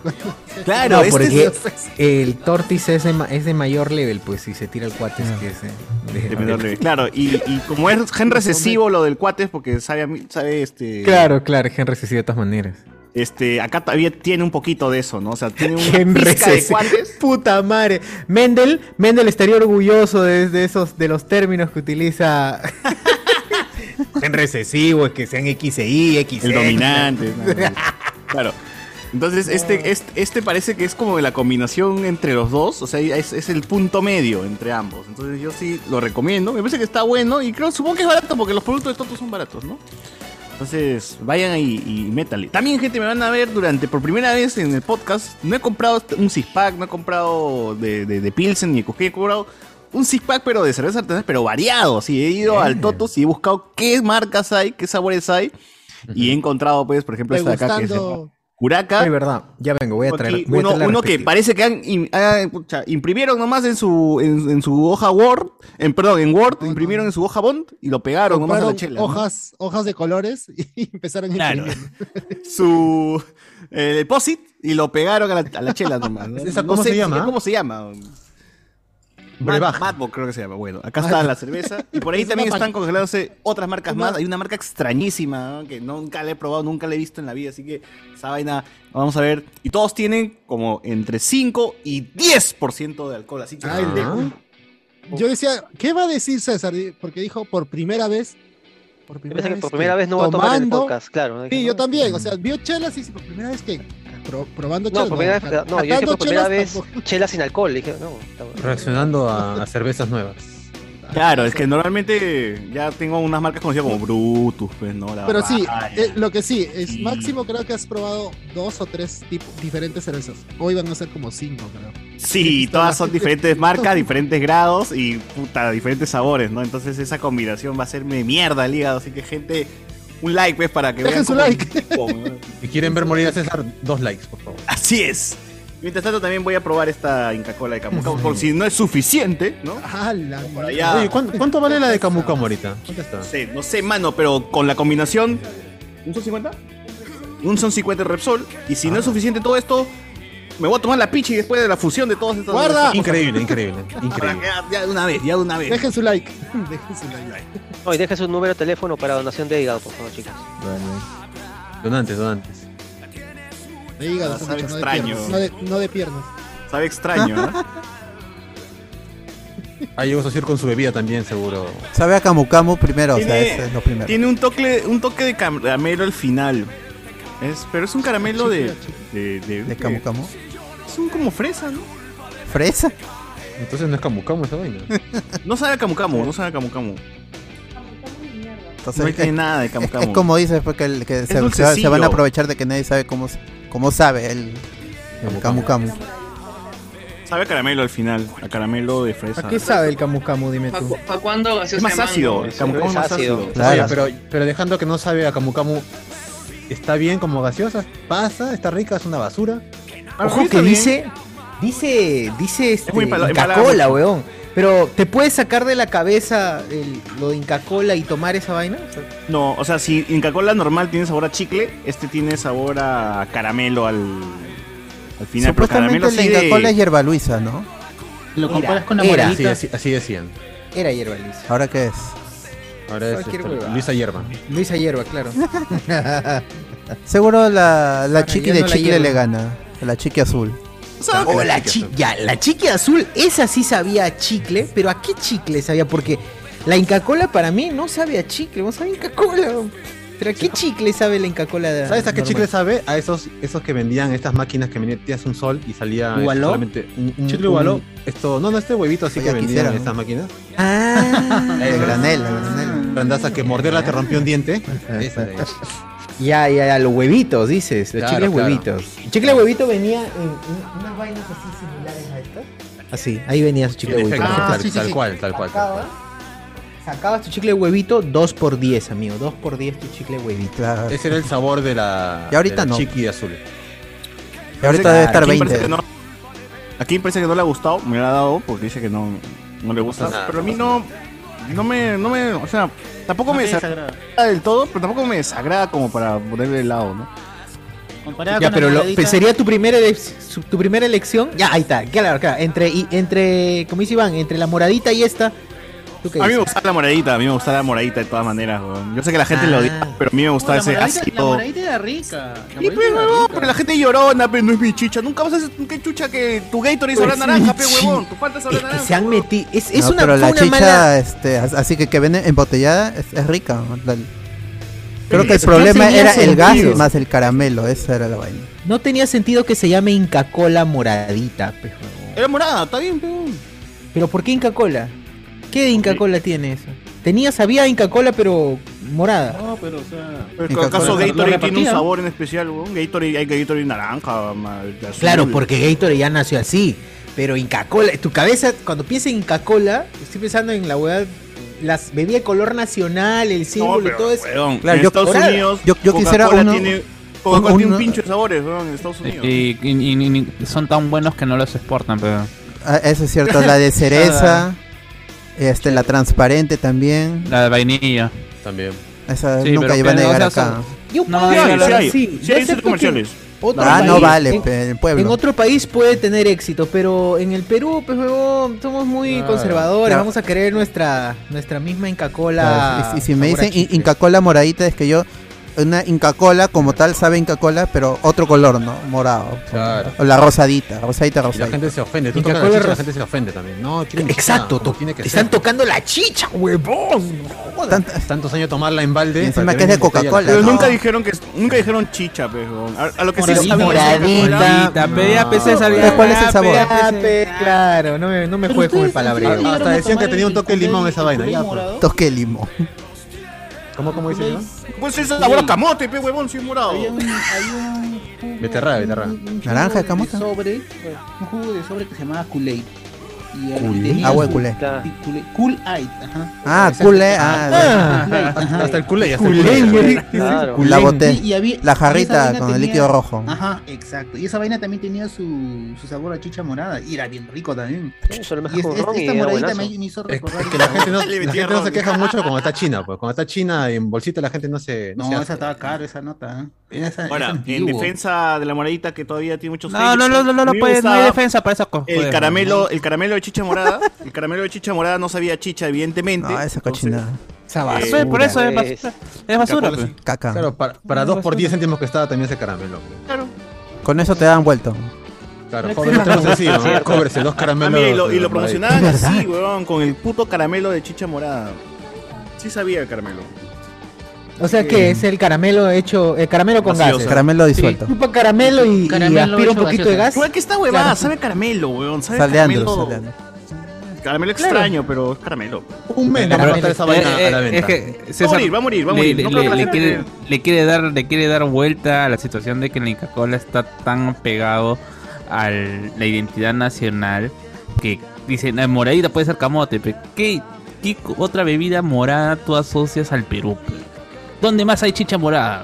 S9: Claro,
S1: No,
S9: este
S1: porque
S9: es-
S1: el tortis es de, ma- es de mayor level, pues si se tira el cuate es que es de, de-
S9: Ah. De menor nivel, Claro, y, y como es gen recesivo lo del cuates, porque sabe, a mí- sabe este.
S1: Claro, claro, gen recesivo de todas maneras.
S9: Este, acá todavía tiene un poquito de eso, ¿no? O sea, tiene
S1: Gen
S9: un pizca de
S1: recesivo.
S9: cuates.
S1: Puta madre. Mendel, Mendel estaría orgulloso de, de esos, de los términos que utiliza. gen recesivo, es que sean X e Y, X.
S9: El dominante. ¿no? claro. Entonces, este, este, este parece que es como la combinación entre los dos, o sea, es, es el punto medio entre ambos. Entonces, yo sí lo recomiendo, me parece que está bueno y creo, supongo que es barato porque los productos de Toto son baratos, ¿no? Entonces, vayan ahí y métale. También, gente, me van a ver durante, por primera vez en el podcast, no he comprado este, un six pack, no he comprado de, de, de Pilsen ni de Cusqueña, he comprado un six pack, pero de cerveza artesanal, pero variado. Sí, he ido al Totos y he buscado qué marcas hay, qué sabores hay. Y he encontrado, pues, por ejemplo, esta de acá que es de
S5: Degustando.
S9: Curaca.
S1: Es verdad, ya vengo, voy a traer.
S9: Aquí
S1: voy a
S9: uno
S1: traer la
S9: uno que
S1: respectiva.
S9: parece que han, im- ah, pucha, imprimieron nomás en su, en, en su hoja Word, en, perdón, en Word,
S5: No, no.
S9: imprimieron en su hoja Bond y lo pegaron nomás a la
S5: Compraron
S9: chela. ¿no?
S5: hojas, hojas de colores y empezaron a
S9: Claro.
S5: imprimir.
S9: Su eh, deposit y lo pegaron a la, a la chela nomás. ¿no?
S7: ¿Esa
S9: No
S7: cómo
S9: sé
S7: se llama?
S9: ¿Cómo se llama?
S7: Brebaje.
S9: Mad- Madbox creo que se llama. Bueno, acá está la cerveza. Y por ahí
S5: Es
S9: también
S5: una
S9: están
S5: pa-
S9: congelándose otras marcas
S5: una-
S9: más. Hay una marca extrañísima ¿no? que nunca la he probado, nunca la he visto en la vida. Así que esa vaina, vamos a ver. Y todos tienen como entre 5 y 10% de alcohol. Así que
S7: Ah.
S5: Ay,
S9: gente,
S5: de- Yo decía, ¿qué va a decir César? Porque dijo por primera vez. Por
S8: Yo
S5: primera
S8: pensé que
S5: vez
S8: por
S5: que
S8: primera vez no va a tomar en el
S5: tomando-
S8: podcast, claro. ¿no? Dije,
S5: Sí,
S8: no,
S5: yo también. O sea, vio chelas y dice, por primera vez que. pro- probando
S8: No,
S5: chelas.
S8: por primera vez, no, yo dije por
S5: catando
S8: primera
S5: chelas
S8: vez
S5: tampoco.
S8: chela sin alcohol. Le dije, no, está bueno.
S7: Reaccionando a, a cervezas nuevas.
S9: Claro, es que normalmente ya tengo unas marcas conocidas como Brutus, pues, ¿no? La
S5: Pero sí,
S9: Bavaria.
S5: eh, lo que sí, es
S9: Sí.
S5: máximo creo que has probado dos o tres tip- diferentes cervezas. Hoy van a ser como cinco, creo.
S9: Sí, todas son diferentes marcas, diferentes grados y puta, diferentes sabores, ¿no? Entonces esa combinación va a serme mierda el hígado, así que gente, un like pues para que
S5: Dejen
S9: vean
S5: su
S9: cómo-
S5: like.
S9: cómo-
S7: Si quieren ver morir a César, dos likes, por favor.
S9: Así es. Mientras tanto también voy a probar esta Inca Cola de Camucamo, por si no es suficiente, ¿no?
S5: ¡Ah, la
S9: Por
S5: mierda!
S9: allá.
S7: Oye, ¿cuán- ¿cuánto, vale la de Camu Camu ahorita? ¿Cuánto está?
S9: No sé, no sé, mano, pero con la combinación. ¿Un son 50? Un son 50 Repsol. Y si no
S3: Ah.
S9: es suficiente todo esto, me voy a tomar la pichi después de la fusión de todas estas.
S5: ¡Guarda!
S7: Increíble, increíble,
S9: Para
S7: increíble.
S9: que- ya de una vez, ya de una vez.
S5: Dejen su like. Dejen su like.
S8: No, y deje su número de teléfono para donación de hígado, por favor, chicos.
S7: Donantes, donantes.
S5: De hígado,
S9: Ah,
S5: son
S9: sabe
S5: mucho,
S9: extraño.
S5: no de piernas. No de, no de piernas.
S9: Sabe extraño, ¿no?
S7: Ah, llegó Sosir con su bebida también, seguro.
S3: Sabe a Camu Camu primero, o sea,
S9: Tiene-
S3: ese es lo primero.
S9: Tiene un toque, un toque de caramelo al final. Es, pero es un caramelo de. De, de-
S3: De Camu Camu.
S9: Es un como fresa, ¿no?
S3: ¿Fresa?
S7: Entonces no es Camu Camu esa vaina.
S9: No sabe a camu camu, no sabe a camu camu.
S3: Entonces,
S9: No
S3: es-
S9: tiene nada de camu
S3: es,
S9: camu.
S3: es como dice, pues, que, el- que se- se, va- se
S9: dulcecillo.
S3: van a aprovechar de que nadie sabe cómo, s- cómo sabe el el Camu Camu.
S9: Sabe a caramelo al final, a caramelo de fresa.
S1: ¿A qué sabe el camu camu, dime
S10: ¿Para
S1: tú?
S10: cuándo gaseosa
S9: Es más
S10: de mango?
S9: ácido, el camu camu es más
S8: ácido.
S9: ácido.
S7: Oye,
S3: Claro.
S7: pero, pero dejando que no sabe a Camu Camu, ¿está bien como gaseosa? ¿Pasa? ¿Está rica? ¿Es una basura?
S1: Ojo que dice, dice, dice este,
S9: muy empala-
S1: Inca
S9: empalagoso.
S1: Cola, weón. Pero, ¿te puedes sacar de la cabeza el- lo de Inca Cola y tomar esa vaina? O sea,
S9: No, o sea, si Inca Cola normal tiene sabor a chicle, este tiene sabor a caramelo al, al final. Pero
S3: Supuestamente
S9: caramelo
S3: el de
S9: sí
S3: Inca Cola es
S9: de...
S3: hierba Luisa, ¿no?
S12: Lo
S1: Mira,
S12: comparas con la
S1: era.
S7: Sí,
S12: moradita.
S7: así, así decían.
S1: Era hierba, Luisa.
S3: ¿Ahora qué es?
S7: Ahora es
S1: Cualquier
S7: este,
S1: huevada.
S7: Luisa Hierba.
S1: Luisa hierba, claro.
S3: Seguro la, la
S1: Ah,
S3: chiqui
S1: ya
S3: de
S1: no la
S3: chicle
S1: hierba.
S3: le gana. La chiqui azul.
S1: O la chiquilla, la chique azul, esa sí sabía a chicle, pero ¿a qué chicle sabía? Porque la Inca Cola para mí no sabe a chicle, no sabe a Inca Cola. ¿Pero a qué chicle sabe la Inca Cola? de-
S7: ¿Sabes a qué
S1: normal?
S7: chicle sabe? A esos, esos que vendían estas máquinas que metías un sol y salía eh,
S1: ¿Ubaló?
S7: solamente un, un-
S1: ¿Chicle
S7: un-
S1: Ubaló?
S7: Esto, no, no, este huevito así
S3: Oye,
S7: que vendían
S3: quisiera,
S7: estas máquinas.
S1: Ah,
S3: El granel, el granel.
S7: Grandaza que morderla te rompió un diente. Esa era ella.
S13: Ya, ya, ya, los huevitos, dices. Los
S7: Claro,
S13: chicles
S7: claro.
S13: huevitos.
S1: chicle huevito venía en un- unas vainas así similares a estas. Así, ahí venía su chicle
S7: En
S1: huevito.
S7: efecto,
S14: Ah,
S7: tal,
S14: sí, sí,
S7: tal
S14: sí.
S7: cual, tal cual. tal
S1: Sacabas, sacabas tu chicle huevito 2x10, amigo. 2x10 tu chicle huevito.
S3: Claro.
S7: cual. Ese era el sabor de la,
S3: Y ahorita
S7: de la
S3: no.
S7: chiqui azul.
S3: Y ahorita debe estar
S9: Aquí parece
S3: 20.
S9: que no- Aquí parece que no le ha gustado, me lo ha dado porque dice que no, no le gusta.
S7: Nada,
S9: pero a
S7: no
S9: mí no, no me, no me, o sea, tampoco me desagrada del todo, pero tampoco me desagrada como para ponerle helado, ¿no?
S5: Comparado
S1: Ya,
S5: con
S1: pero
S5: la
S1: lo-
S5: moradita,
S1: sería tu primera, ele- su- tu primera elección. Ya, ahí está. Claro, claro. Entre, y, entre, como dice Iván, entre la moradita y esta. ¿tú qué
S9: A mí me
S1: dices?
S9: gusta la moradita, a mí me gusta la moradita de todas maneras, weón. Yo sé que la gente
S1: Ah.
S9: lo odia, pero a mí me gusta
S5: la
S9: ese
S5: moradita- La
S9: ácido.
S5: moradita era rica. La
S9: Y
S5: moradita
S9: pues,
S5: era
S9: huevón,
S5: rica.
S9: pero la gente llorona, pero no es mi chicha. Nunca vas a hacer qué chucha que tu Gatorade sabrá
S1: Pues,
S9: naranja, pe
S1: sí.
S9: huevón. Tu falta sabrá
S1: Es que
S9: naranja.
S1: se han
S9: huevón.
S1: metido. Es, es
S3: No,
S1: una,
S3: pero
S1: fue
S3: la
S1: una
S3: chicha,
S1: mala.
S3: este, as- así que que vende embotellada es, es rica. ¿no? La- creo que el
S1: eso no
S3: problema
S1: tenía
S3: era el gas
S1: sentido.
S3: más el caramelo, esa era la vaina.
S1: No tenía sentido que se llame Inca Cola moradita. pe, huevón.
S9: Era morada, está bien, pero.
S1: Pero ¿por qué Inca Cola? ¿Qué de Inca
S9: Ok.
S1: Cola tiene eso? Tenía, sabía Inca Cola, pero morada.
S5: No, pero o sea.
S9: ¿Acaso
S5: Lo
S9: Gatorade tiene un
S5: repartían.
S9: sabor en especial, huevón? Gatorade, hay Gatorade naranja, ma- azul.
S1: Claro, porque Gatorade ya nació así. Pero Inca Cola, tu cabeza, cuando piensa en Inca Cola, estoy pensando en la hueá, las bebía de color nacional, el
S9: No,
S1: símbolo y
S9: pero,
S1: todo eso.
S9: huevón,
S3: Claro,
S9: en
S3: yo-
S9: Estados
S1: ahora,
S9: Unidos,
S3: yo- yo quisiera
S9: Coca-Cola
S3: uno-
S9: tiene, Coca-Cola tiene
S3: uno-
S9: un pinche de sabores, huevón, en Estados Unidos.
S15: Y, y- y- y son tan buenos que no los exportan, pero.
S3: Ah, eso es cierto, la de cereza, este, la transparente también.
S15: La de vainilla.
S7: También.
S3: Esa
S15: Sí,
S3: nunca
S15: pero
S3: iba a
S15: que no,
S3: negar
S15: o sea,
S3: acá.
S1: Yo
S15: No,
S1: puedo
S9: Sí
S15: no,
S9: hay,
S1: hablar
S9: sí hay,
S1: así.
S9: sí
S1: Yo
S9: hay en
S1: acepto
S9: sus comerciales.
S1: que otro
S3: Ah, no
S1: país-
S3: vale,
S1: en-
S3: pe, el
S1: En
S3: pueblo.
S1: otro país puede tener éxito, pero en el Perú, pues huevón, somos muy
S9: Ah.
S7: Claro.
S1: conservadores,
S3: Claro.
S1: vamos a querer nuestra nuestra misma Inca
S3: Claro,
S1: Cola.
S3: y, y si me
S1: sabor a
S3: dicen in-
S1: chicle.
S3: Inca Cola moradita es que yo una Inca Cola como tal sabe Inca Cola, pero otro color, ¿no? Morado.
S7: Claro.
S3: O la rosadita, rosadita,
S7: Y la
S3: rosadita.
S7: gente se ofende. Tú
S1: Inca
S7: tocas la
S1: Cola
S7: chicha, la
S1: rosa.
S7: gente se ofende también. No, tiene
S1: Exacto,
S7: como
S1: to-
S7: tiene que
S1: están
S7: ser.
S1: tocando la chicha, huevón. Joder.
S3: Tanto-
S7: Tantos años tomarla en balde.
S3: Y encima
S7: para
S3: que es de
S7: tener botella
S3: Coca-Cola,
S9: Pero
S3: No.
S9: nunca dijeron que nunca dijeron chicha, pues, huevón. A, a lo que sí
S1: Moradita,
S9: sabía
S1: moradita.
S5: Moradita,
S3: Ah,
S5: pedía PC,
S3: Pero
S5: sabía.
S3: ¿cuál es el
S5: Ah,
S3: sabor?
S5: pe-
S1: Ah, pe- claro, no me, no me
S5: Pero
S1: juegues con el
S5: ustedes
S1: palabreo.
S5: llegaron a
S7: Hasta decían que
S5: tomar
S7: tenía un
S5: el
S7: toque de limón
S5: Kool-Aid
S7: esa vaina, ya,
S5: morado.
S3: Toque limón.
S7: ¿Cómo, cómo dice yo?
S9: Pues es sabor a camote, pe, huevón, soy morado.
S5: Había un, había un
S7: Beterraga, beterraga.
S5: un- un jugo
S3: Naranja,
S5: de
S3: camote.
S5: sobre, un jugo de sobre que se llamaba Kool-Aid. Y ahí
S7: Kool-Aid.
S5: tenía
S3: Agua de
S5: su-
S3: Ah, culé.
S8: Claro.
S5: Kool-Aid. Kool-Aid, ajá.
S3: Ah,
S7: Ese-
S3: culé. Ah,
S1: Ah,
S5: Kool-Aid, ajá.
S7: Hasta el culé ya
S8: Claro.
S3: la boté.
S5: Y había-
S3: La
S5: esa
S3: jarrita
S5: vaina
S3: con el
S5: tenía-
S3: líquido rojo.
S5: Ajá, exacto. Y esa vaina también tenía su, su sabor a chicha morada. Y era bien rico también.
S8: Eso lo
S5: Y
S8: mezclas
S5: es-
S8: con
S5: es-
S8: ron y
S5: esta
S8: era
S5: moradita
S8: buenazo.
S5: me, me hizo
S7: Es
S5: recordar.
S7: es que la gente no,
S9: Le
S7: la
S9: metía
S7: gente no se
S9: ron.
S7: queja mucho cuando está china, pues. Cuando está china en bolsita la gente no se.
S5: No,
S7: se hace.
S5: esa estaba caro, esa nota. ¿eh? Esa,
S9: Ahora,
S5: esa
S9: en
S5: antiguo.
S9: defensa de la moradita que todavía tiene muchos
S15: No,
S9: sellos,
S15: no, no, no, no,
S9: me
S15: puede- no hay
S9: gustaba
S15: defensa para esas cosas.
S9: El caramelo, el caramelo de chicha morada, el caramelo de chicha morada no sabía chicha, evidentemente.
S3: No, esa
S9: Entonces,
S3: cochinada.
S1: esa
S9: Eh,
S1: basura.
S15: Pues, por eso es
S8: Pues.
S15: basura. Es basura,
S9: Coca-Cola,
S15: pues.
S9: sí.
S3: Caca.
S7: Claro, para, para 2 por 10 céntimos que estaba también ese caramelo. pues.
S3: Con eso te dan vuelto.
S7: Claro, joven, no tenemos sencillo, ¿no? Cóbrese dos
S9: Ah,
S7: caramelos.
S9: mira, y lo, y lo
S7: por ahí.
S9: promocionaban así, weón, con el puto caramelo de chicha morada. Sí sabía el caramelo.
S1: O sea que es el caramelo hecho, el caramelo con
S9: Gaseosa.
S1: gas.
S9: Sí.
S3: Caramelo disuelto.
S1: Chupa caramelo y, y
S5: Caramelo
S1: aspira un
S5: hecho
S1: poquito de gas.
S9: Igual que esta huevada,
S1: Claro.
S9: sabe a caramelo, weón. Sabe a
S3: Saldeándolo,
S9: caramelo.
S3: saldeándolo.
S9: Caramelo extraño, pero es caramelo.
S7: Un mes no va a estar esa vaina
S15: Eh,
S7: a la
S15: eh,
S7: venta.
S15: Es que
S9: Va a
S15: César
S9: morir, va a morir, va a
S15: le,
S9: morir.
S15: le-
S9: No creo que la
S15: le
S9: gente-
S15: quiere, le quiere dar, le quiere dar vuelta a la situación de que el Inca Cola está tan pegado a la identidad nacional que dice, "No, moradita puede ser camote, pero ¿qué, qué otra bebida morada tú asocias al Perú? pe? ¿Dónde más hay chicha morada?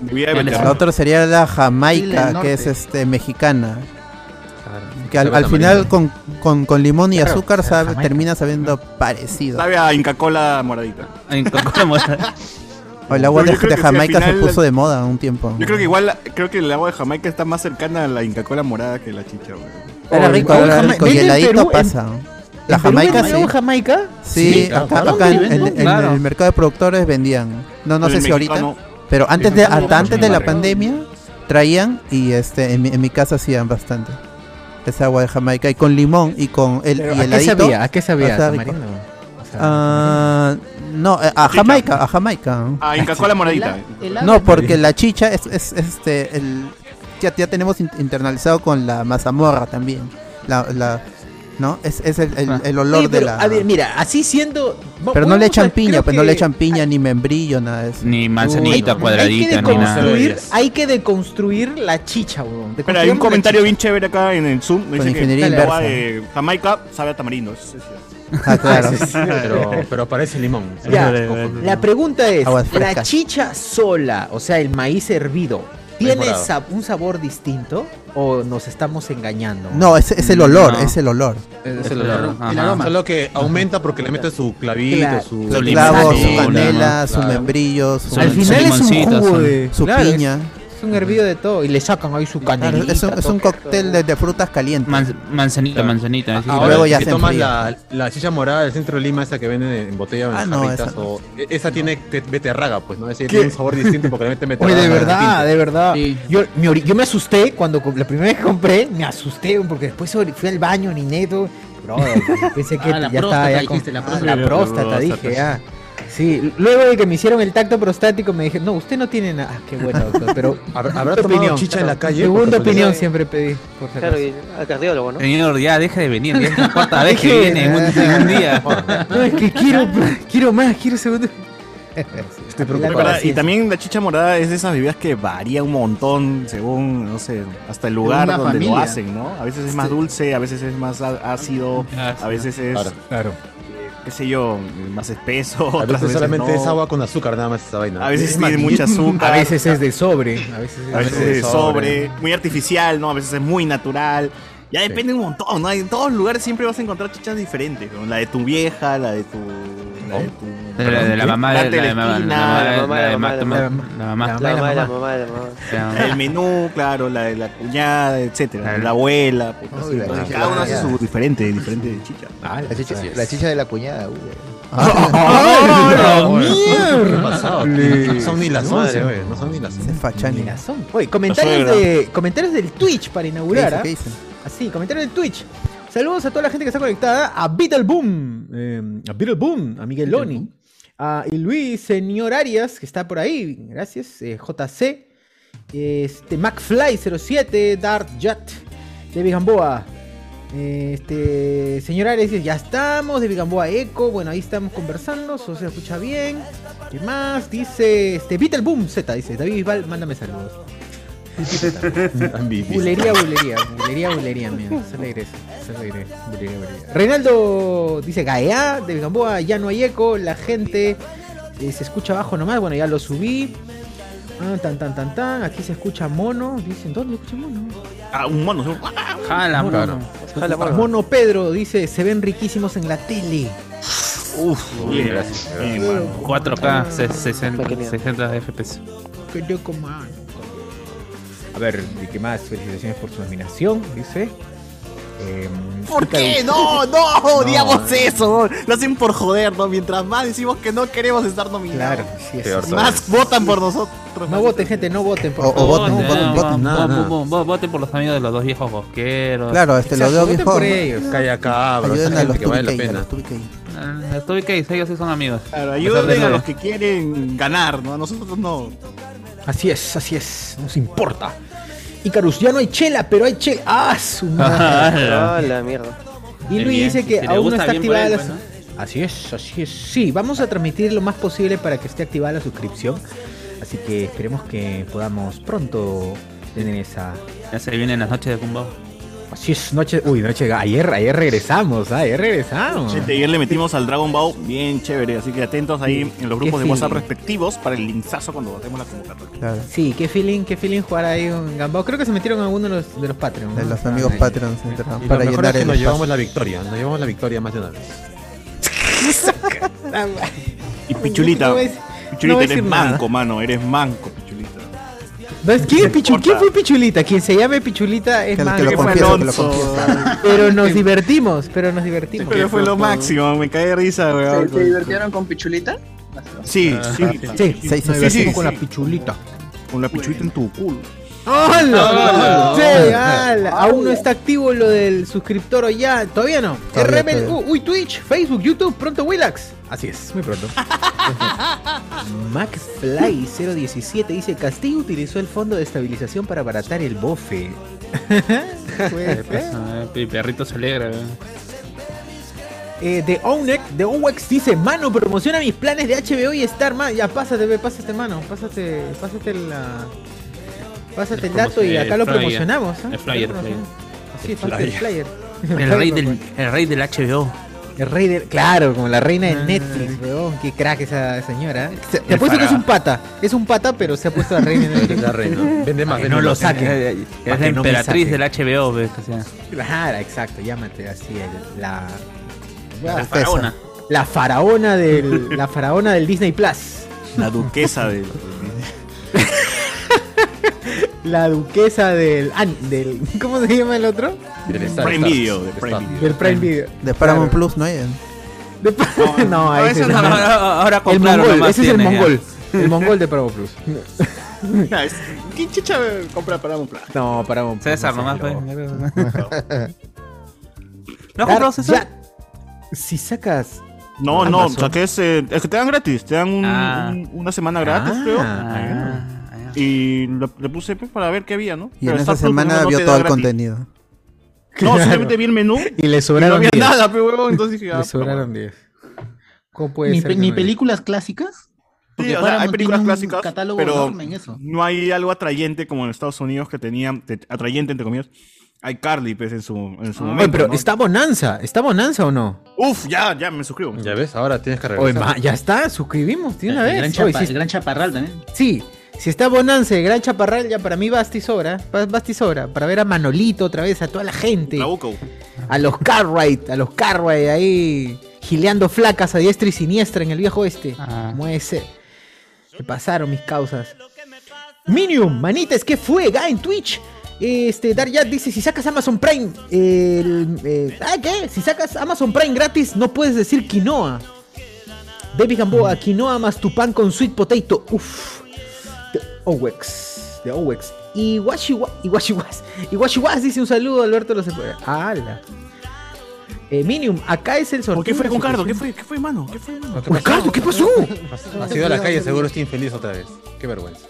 S9: Bebida de
S15: Ya les-
S9: beterraga.
S3: La otra sería la
S5: Chile del
S3: jamaica,
S5: norte.
S3: que es este mexicana. Que al,
S7: Sabe
S3: al
S7: tamarindo.
S3: final con, con, con limón y azúcar
S1: la
S3: sabe,
S1: jamaica.
S3: termina sabiendo parecido.
S9: Sabe a Inca Cola moradita.
S1: Ah,
S15: En Coca-Cola morada.
S3: O el agua
S9: Pero
S3: de,
S9: yo creo
S3: de
S9: que si al
S3: Jamaica se
S9: final-
S3: puso de moda un tiempo.
S9: Yo creo que igual, creo que el agua de Jamaica está más cercana a la Inca Cola morada que la chicha, weón.
S3: Era rico,
S1: Oh,
S3: era
S1: Jama-
S3: rico. Y
S1: ¿vende en Perú?
S3: heladito
S1: ¿En-
S3: pasa.
S1: ¿En
S3: La
S1: Perú
S3: Jamaica
S1: venden
S3: sí.
S1: agua Jamaica?
S3: Sí,
S7: Sí, claro,
S3: acá,
S7: claro.
S3: acá en, en-
S5: Venden,
S3: en
S15: claro.
S3: el mercado de productores vendían. No, no
S9: El
S3: sé si ahorita.
S9: mexicano,
S3: Pero antes de,
S7: Sí, sí,
S3: hasta
S7: sí,
S3: antes
S7: sí,
S3: de la
S7: sí.
S3: pandemia traían y este en mi, en mi casa hacían bastante. Esa agua de Jamaica y con limón y con el y
S1: ¿A qué
S3: heladito.
S1: sabía? ¿A qué sabía?
S3: Está rico.
S1: Tamarindo. O sea,
S3: Ah, No, eh, a Jamaica, a Jamaica.
S9: Ah, Inca Kola moradita. El ave-
S3: No, porque la chicha es, es- este el ya, ya tenemos in- internalizado con la mazamorra también. La, la ¿no? Es, es el, el- el olor
S1: Oye,
S3: de
S1: Ah. pero,
S3: la
S1: A ver, mira, así siendo. va-
S3: Pero no le
S1: vamos a-
S3: echan piña,
S1: creo
S3: pues no
S1: que
S3: le echan piña ni membrillo, nada de eso.
S15: Ni manzanita
S3: Uy,
S15: cuadradita, ni nada.
S1: deconstruir- hay que deconstruir la chicha, weón.
S9: Pero hay un comentario bien chévere acá en el Zoom. Dice que
S3: ingeniería
S9: el agua
S3: inversa.
S9: de Eh, Jamaica sabe a tamarindo. eso sí es cierto.
S3: Ah, claro.
S7: pero, pero parece limón.
S1: Ya,
S7: No le- no-
S1: la pregunta es,
S7: Aguas
S1: ¿la
S7: frescas.
S1: chicha sola, o sea, el maíz hervido, tiene
S3: morado.
S1: sab- un sabor distinto o nos estamos engañando?
S3: No, es,
S1: Mm,
S3: es el olor, es el olor.
S7: Es el olor. Solo que aumenta porque le mete su clavito,
S1: Claro.
S7: su,
S3: Su clavo, su
S7: limoncito,
S3: canela,
S7: ¿no?
S3: su
S7: Claro.
S3: membrillo, su
S1: Al final es un jugo de...
S3: su
S1: claro, es-
S3: piña.
S1: Es un hervido de todo y le sacan ahí su
S3: Claro,
S1: canelita.
S3: es un, es un cóctel de, de frutas calientes.
S15: manzanita, manzanita.
S3: y luego ya
S7: si
S3: se
S7: tomas
S3: enfría.
S7: la, la chicha morada del centro de Lima, esa que venden en botella o en
S3: Ah, no,
S7: jarritas,
S3: esa no.
S7: o- e- esa tiene te- beterraga, pues, ¿no? Esa tiene un sabor distinto porque le meten
S1: Oye,
S7: beterraga.
S1: de verdad,
S7: distinto.
S1: de verdad. Yo, me ori- yo me asusté cuando com- la primera vez que compré, me asusté porque después sobre- fui al baño, ni neto. Bro, pensé que
S16: Ah, la
S1: ya estaba
S16: próstata
S1: ya
S16: dijiste, la
S1: Ah,
S16: próstata.
S1: la próstata, dije, ya. Sí, luego de que me hicieron el tacto prostático me dije, no, usted no tiene nada. Ah, qué bueno, doctor, pero
S7: ¿Habrá habrá tomado chicha en la calle?
S1: Segunda
S7: Porque-
S1: opinión siempre pedí, por si
S8: Claro,
S1: acaso.
S8: y al cardiólogo, ¿no?
S15: Señor, ya deja de venir. ya Es la cuarta vez que
S1: Deje-
S15: viene en un, en un día.
S1: No, es que quiero, quiero más, quiero segundo. Estoy
S9: Ahora, y también la chicha morada es de esas bebidas que varía un montón según, no sé, hasta el lugar
S16: Según la
S9: donde lo
S16: familia.
S9: hacen, ¿no? A veces es más
S16: Sí.
S9: dulce, a veces es más á- ácido,
S1: Ah,
S9: a veces es,
S7: Claro, claro.
S9: eh, qué sé yo, más espeso.
S7: A
S9: otras
S7: veces solamente
S9: no.
S7: es agua con azúcar, nada más esa vaina.
S9: A veces
S7: Es
S9: tiene
S7: maní.
S9: mucha azúcar.
S1: A veces es de sobre, a veces es
S9: A veces
S7: Sobre,
S9: es sobre, muy artificial, ¿no? A veces es muy natural. Ya depende un montón, ¿no? En todos lugares siempre vas a encontrar chichas diferentes. ¿no? La de tu vieja, la de tu... La de, tu,
S15: De la, de la mamá de la, mamá, la mamá, la mamá, la mamá, la mamá,
S8: La mamá de la mamá de la mamá.
S9: El menú, claro, la de la cuñada, etcétera, la, abuela. pues, así,
S6: la
S9: ¿no?
S6: chicha de
S9: cada uno
S6: la
S9: hace su
S6: cuñada.
S9: diferente, diferente chicha.
S6: La chicha, la chicha de la cuñada, güey.
S7: No son ni las
S1: Madre.
S7: 11, oye, no son ni las 11.
S3: Fachani.
S1: Oye, comentarios,
S7: suegra.
S1: de, comentarios del Twitch para inaugurar.
S3: ¿Qué
S1: ¿ah?
S3: dicen?
S1: Así, comentarios del Twitch. Saludos a toda la gente que está conectada. A Beetle Boom, eh, a Beetle Boom, a Migueloni, a y Luis Señor Arias, que está por ahí. Gracias. eh, JC, este, McFly07, Dark Jet, David Gamboa. eh, Este, señor Arias dice, ya estamos, David Gamboa Eco, bueno, ahí estamos conversando, eso se escucha bien. ¿Qué más? Dice, este, Beetle Boom Z, dice, David Bisbal, mándame saludos. Bulería, bulería, bulería, bulería, mía. Se le regresa, se le regresa, bulería, bulería. Reinaldo dice Gaea, de Gamboa, ya no hay eco, la gente eh, se escucha abajo nomás, bueno, ya lo subí. Ah, tan, tan, tan, tan, aquí se escucha mono, dicen, ¿dónde escucha mono?
S9: Ah, un mono. ¿no?
S15: Jala,
S1: Mono.
S15: Ah, mano.
S1: Mono. Mono Pedro dice, se ven riquísimos en la tele.
S9: Uf,
S15: Uy,
S9: bien,
S15: gracias.
S9: bien, mano.
S15: 4K, se- 60, 60 FPS.
S1: Qué loco, man.
S5: ah,
S1: A ver, ¿y qué más? Felicitaciones por su nominación, dice. Em,
S9: ¿Por qué? No, no, odiamos eso. Lo hacen por joder, ¿no? Mientras más decimos que no queremos estar nominados.
S1: Claro, sí, es
S7: Peor
S1: así.
S7: todavía.
S9: Más votan por nosotros.
S1: No voten, gente, no Oh, voten. Por favor.
S15: No, no,
S7: nada,
S15: no,
S7: nada.
S15: no, no, Voten por los amigos de los dos viejos bosqueros.
S3: Claro, este lo
S1: Exacto,
S3: veo
S1: voten
S3: viejo.
S1: por ellos.
S7: Calla cabros, esa
S3: Ayuden a los
S7: gente que vale la
S3: tubiqueños, a
S7: pena.
S3: los tubiqueños.
S15: Eh, Estoy que ellos sí son amigos.
S9: Claro,
S15: pesar de
S9: ayuden a
S15: todo.
S9: los que quieren ganar, ¿no? A nosotros no.
S1: Así es, así es, nos importa. Icarus, ya no hay chela, pero hay chela. ¡Ah, su madre!
S8: Ah, la mierda.
S1: y Luis
S15: Bien,
S1: dice
S15: si
S1: que
S15: le
S1: aún no
S15: gusta,
S1: está
S15: bien por
S1: activada
S15: él,
S1: la.
S15: pues,
S1: Así es, así es. Sí, vamos a transmitir lo más posible para que esté activada la suscripción. Así que esperemos que podamos pronto tener esa.
S15: Ya se vienen las noches de Kumbao.
S1: Así es, noche. Uy, noche. Ayer, ayer regresamos, ¿ah? ayer regresamos.
S9: Gente, ayer le metimos al Dragon Ball bien chévere, así que atentos ahí en los grupos de
S1: feeling.
S9: WhatsApp respectivos para el linkazo cuando votemos la convocatoria.
S3: Claro,
S1: Sí, qué feeling, qué feeling jugar ahí un Gambao. Creo que se metieron algunos de los, de los Patreons.
S3: de
S1: ¿no?
S3: los amigos
S1: Ah,
S3: Patreons entre-
S7: Y
S3: para
S7: lo mejor
S3: llenar
S7: es que
S3: el
S7: nos llevamos
S3: espacio.
S7: la victoria, nos llevamos la victoria más de una vez.
S1: Ah,
S9: Y Pichulita,
S1: No voy a decir-
S9: Pichulita,
S1: no voy a
S9: eres
S1: decir nada.
S9: manco, mano, eres manco, Pichulita.
S1: ¿Ves? ¿Quién, es Pichu-
S9: importa.
S1: ¿Quién fue Pichulita? Quien se llame Pichulita es
S3: Que,
S1: malo.
S3: que lo
S9: fue
S3: confieso, que lo
S9: Alonso.
S3: confieso.
S1: Pero nos divertimos, pero nos divertimos.
S9: Pero fue lo máximo, me cae de risa,
S17: ¿Se,
S9: weón. pues.
S17: se divirtieron con Pichulita?
S9: Sí, sí,
S1: Ah, Sí,
S3: Sí, sí,
S1: nos
S3: sí,
S1: divertimos
S9: sí,
S1: con
S9: sí.
S1: la pichulita.
S9: Con la pichulita en tu culo.
S1: ¡Hala!
S3: Ah, ¡Hala!
S1: Sí, ¡Hala! Aún no está activo lo del suscriptor o ya. Todavía no.
S3: Todavía,
S1: RML,
S3: todavía.
S1: uh, uy, Twitch, Facebook, YouTube, pronto Willax. Así es, muy pronto. McFly017 dice: Castillo utilizó el fondo de estabilización para abaratar el bofe.
S9: Pues,
S15: Eh,
S1: Puede
S15: pues,
S1: ser.
S9: ¿eh?
S15: Mi perrito se alegra. weón.
S1: Eh, The Onex, The Onex dice, mano, promociona mis planes de HBO y Star, man. Ya, pásate, ve, pásate, mano, pásate, pásate la... Pásate el dato y
S15: Eh,
S1: acá lo
S15: flyer.
S1: promocionamos. ¿ah?
S15: El flyer,
S1: Lo
S15: flyer.
S1: promocionamos. Así es,
S15: El
S1: pásate el flyer.
S15: El rey del, el rey del HBO.
S1: El rey del... Claro, como la reina
S15: Ah.
S1: de Netflix, weón. Qué crack esa señora. ¿eh? Se- Te
S15: El
S1: apuesto que es
S15: Farah.
S1: un pata. Es un pata, pero se ha puesto la reina de Netflix.
S7: La reina. Vende más,
S1: Para que
S7: vende
S1: no lo
S7: más.
S1: saque.
S15: Es la emperatriz del HBO, weón, o sea.
S1: Claro, exacto, llámate así el- la...
S15: La faraona.
S1: La faraona del, la faraona del Disney Plus.
S9: La duquesa de.
S1: La duquesa del, an- del. ¿Cómo se llama el otro?
S9: Del Star, Prime Star, Video, del del Prime Star. Video.
S1: Del Prime Video.
S3: De Paramount Plus, ¿no hay?
S1: De pa- no, ahí
S9: ese
S1: sí
S9: no,
S1: no.
S9: ahora- ahora
S1: El
S9: compraron
S1: mongol,
S9: nomás
S1: ese es el
S9: tienes, ya.
S1: mongol. El mongol de Paramount Plus.
S9: Ya, es- ¿Qué chicha eh, compra para un plan?
S1: No, Paramount Plus.
S15: César
S1: no
S15: nomás,
S1: seas
S15: pues.
S1: loco.
S15: ¿No has comprado César?
S1: Si sacas.
S9: No, no,
S1: Amazon.
S9: saqué ese. Es que te dan gratis, te dan un-
S15: Ah.
S9: un- una semana gratis,
S1: Ah,
S9: creo.
S1: ah,
S9: Y lo- le puse pues, para ver qué había, ¿no?
S3: Y en
S9: Star
S3: esa
S9: Plus, por
S3: semana
S9: ejemplo, no
S3: vio
S9: te
S3: todo
S9: da
S3: el
S9: gratis.
S3: contenido.
S9: No, simplemente vi el menú.
S1: Y le
S9: Y no
S1: sobraron
S9: había
S1: 10.
S9: nada, pero huevón. Entonces dije, ah,
S1: Le sobraron 10. ¿Cómo puede
S18: Ni,
S1: ser?
S18: pe-
S1: que
S18: ni
S1: no haya?
S18: películas clásicas.
S9: Sí,
S18: Porque
S9: o sea, hay
S18: Paramount
S9: películas
S18: tiene un
S9: clásicas,
S18: catálogo
S9: pero
S18: enorme en eso.
S9: no hay algo atrayente como en Estados Unidos que tenía, te- atrayente entre comillas, hay Carly pues, en su, en su
S1: Oye,
S9: momento.
S1: pero
S9: ¿no?
S1: ¿está Bonanza? ¿Está Bonanza o no?
S9: Uf, ya, ya me suscribo.
S7: Ya ves, ahora tienes que
S1: Oye,
S7: regresar.
S1: ma, ya está, suscribimos de
S18: El
S1: una
S18: gran,
S1: vez. Oye,
S18: Chapa-
S1: si-
S18: el gran chaparral también.
S1: Sí, si está Bonanza de Gran Chaparral, ya para mí basta y sobra. ba- basta y sobra. Para ver a Manolito otra vez, a toda la gente.
S9: Trabuco.
S1: A los Cartwright, a los Cartwright ahí gileando flacas a diestra y siniestra en el viejo este. Como debe ser. Me pasaron mis causas. Minium, manitas, ¿qué fue? Ga en Twitch. Este, Daryat dice, si sacas Amazon Prime, el, eh, ah, ¿qué? Si sacas Amazon Prime gratis, no puedes decir quinoa. Baby
S9: Mm.
S1: Gamboa, quinoa más tu pan con sweet potato. Uf. De Owex. De Owex. Y Washiwas. Y Washiwas. Y Washiwas dice un saludo, Alberto Los ¡Hala! Eh, Minium, acá es el sorteo.
S9: ¿Por qué fue
S1: de
S9: con Cardo? ¿Qué
S1: suscripción.
S9: fue? ¿Qué fue, mano? ¿Qué fue, mano?
S7: No te preocupes.
S1: Ricardo, ¿qué pasó?
S7: Ha sido a la calle, seguro está infeliz otra vez. Qué vergüenza.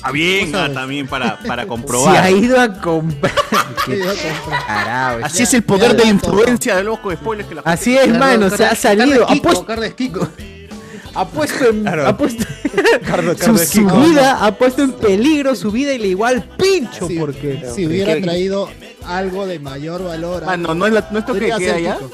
S9: Ah, bien, ah, también para, para comprobar.
S1: Se ha ido a comprar.
S5: Sí,
S1: Qué
S5: ya compré.
S1: tarado,
S9: Así es el poder
S5: Ya,
S9: de
S5: ya,
S9: influencia de loco de spoilers que la gente-
S1: Así es, mano, se ha salido. Ha puesto,
S18: Carles Kiko.
S1: ha puesto en,
S7: Claro.
S1: ha puesto
S7: Cardo,
S1: su,
S7: Cardo,
S1: su
S7: Kiko.
S1: vida, ha puesto en peligro su vida y le igual pincho
S5: Si-
S1: porque
S5: Si hubiera
S9: que-
S5: traído algo de mayor valor.
S9: Mano, Ah, no es, la, no es toque de queda
S5: podría ser
S9: ya.
S5: Kiko.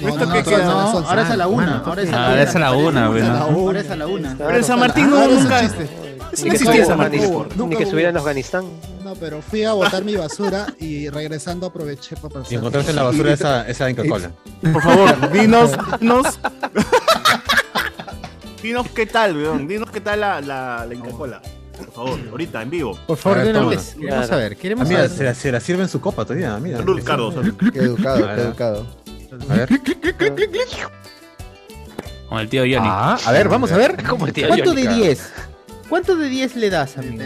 S9: No es
S18: No,
S9: toque de
S18: no,
S9: queda.
S18: no,
S5: son-
S18: ahora es a la
S1: son-
S18: una.
S1: mano,
S18: Ahora es a
S15: Ah,
S18: la
S15: es a la una, weón.
S18: Ahora es a la una.
S9: Pero en San Martín no
S5: Ah,
S9: hubo
S5: ese
S9: nunca.
S5: chiste.
S9: Eso
S5: Ni
S9: no
S5: que
S9: existía en San
S5: hubo,
S9: Martín.
S5: hubo,
S8: Ni
S5: nunca
S8: que
S5: hubo.
S8: estuviera en Afganistán.
S5: No, pero fui a botar mi basura y regresando aproveché para pasar.
S7: Y encontraste en la basura esa, esa Inca Cola.
S9: Por favor, dinos, dinos. dinos qué tal, weón. Dinos qué tal la, la, la Inca Kola. Por favor, ahorita, en vivo.
S1: Por favor,
S7: A ver,
S1: de una
S7: toma.
S1: vez. Queremos saber,
S7: Ah,
S1: queremos
S7: mira,
S1: saber.
S7: se la, se la sirve en su copa todavía, mira.
S9: Salud, Cardo. salud.
S6: Qué educado, qué
S7: Ahora.
S6: educado.
S7: A ver.
S15: Con el tío Johnny.
S7: Ah,
S1: A ver, vamos a ver.
S15: Como el tío
S1: ¿Cuánto
S15: Johnny,
S1: de
S15: cabrón.
S1: 10? ¿Cuánto de 10 le das, amigo?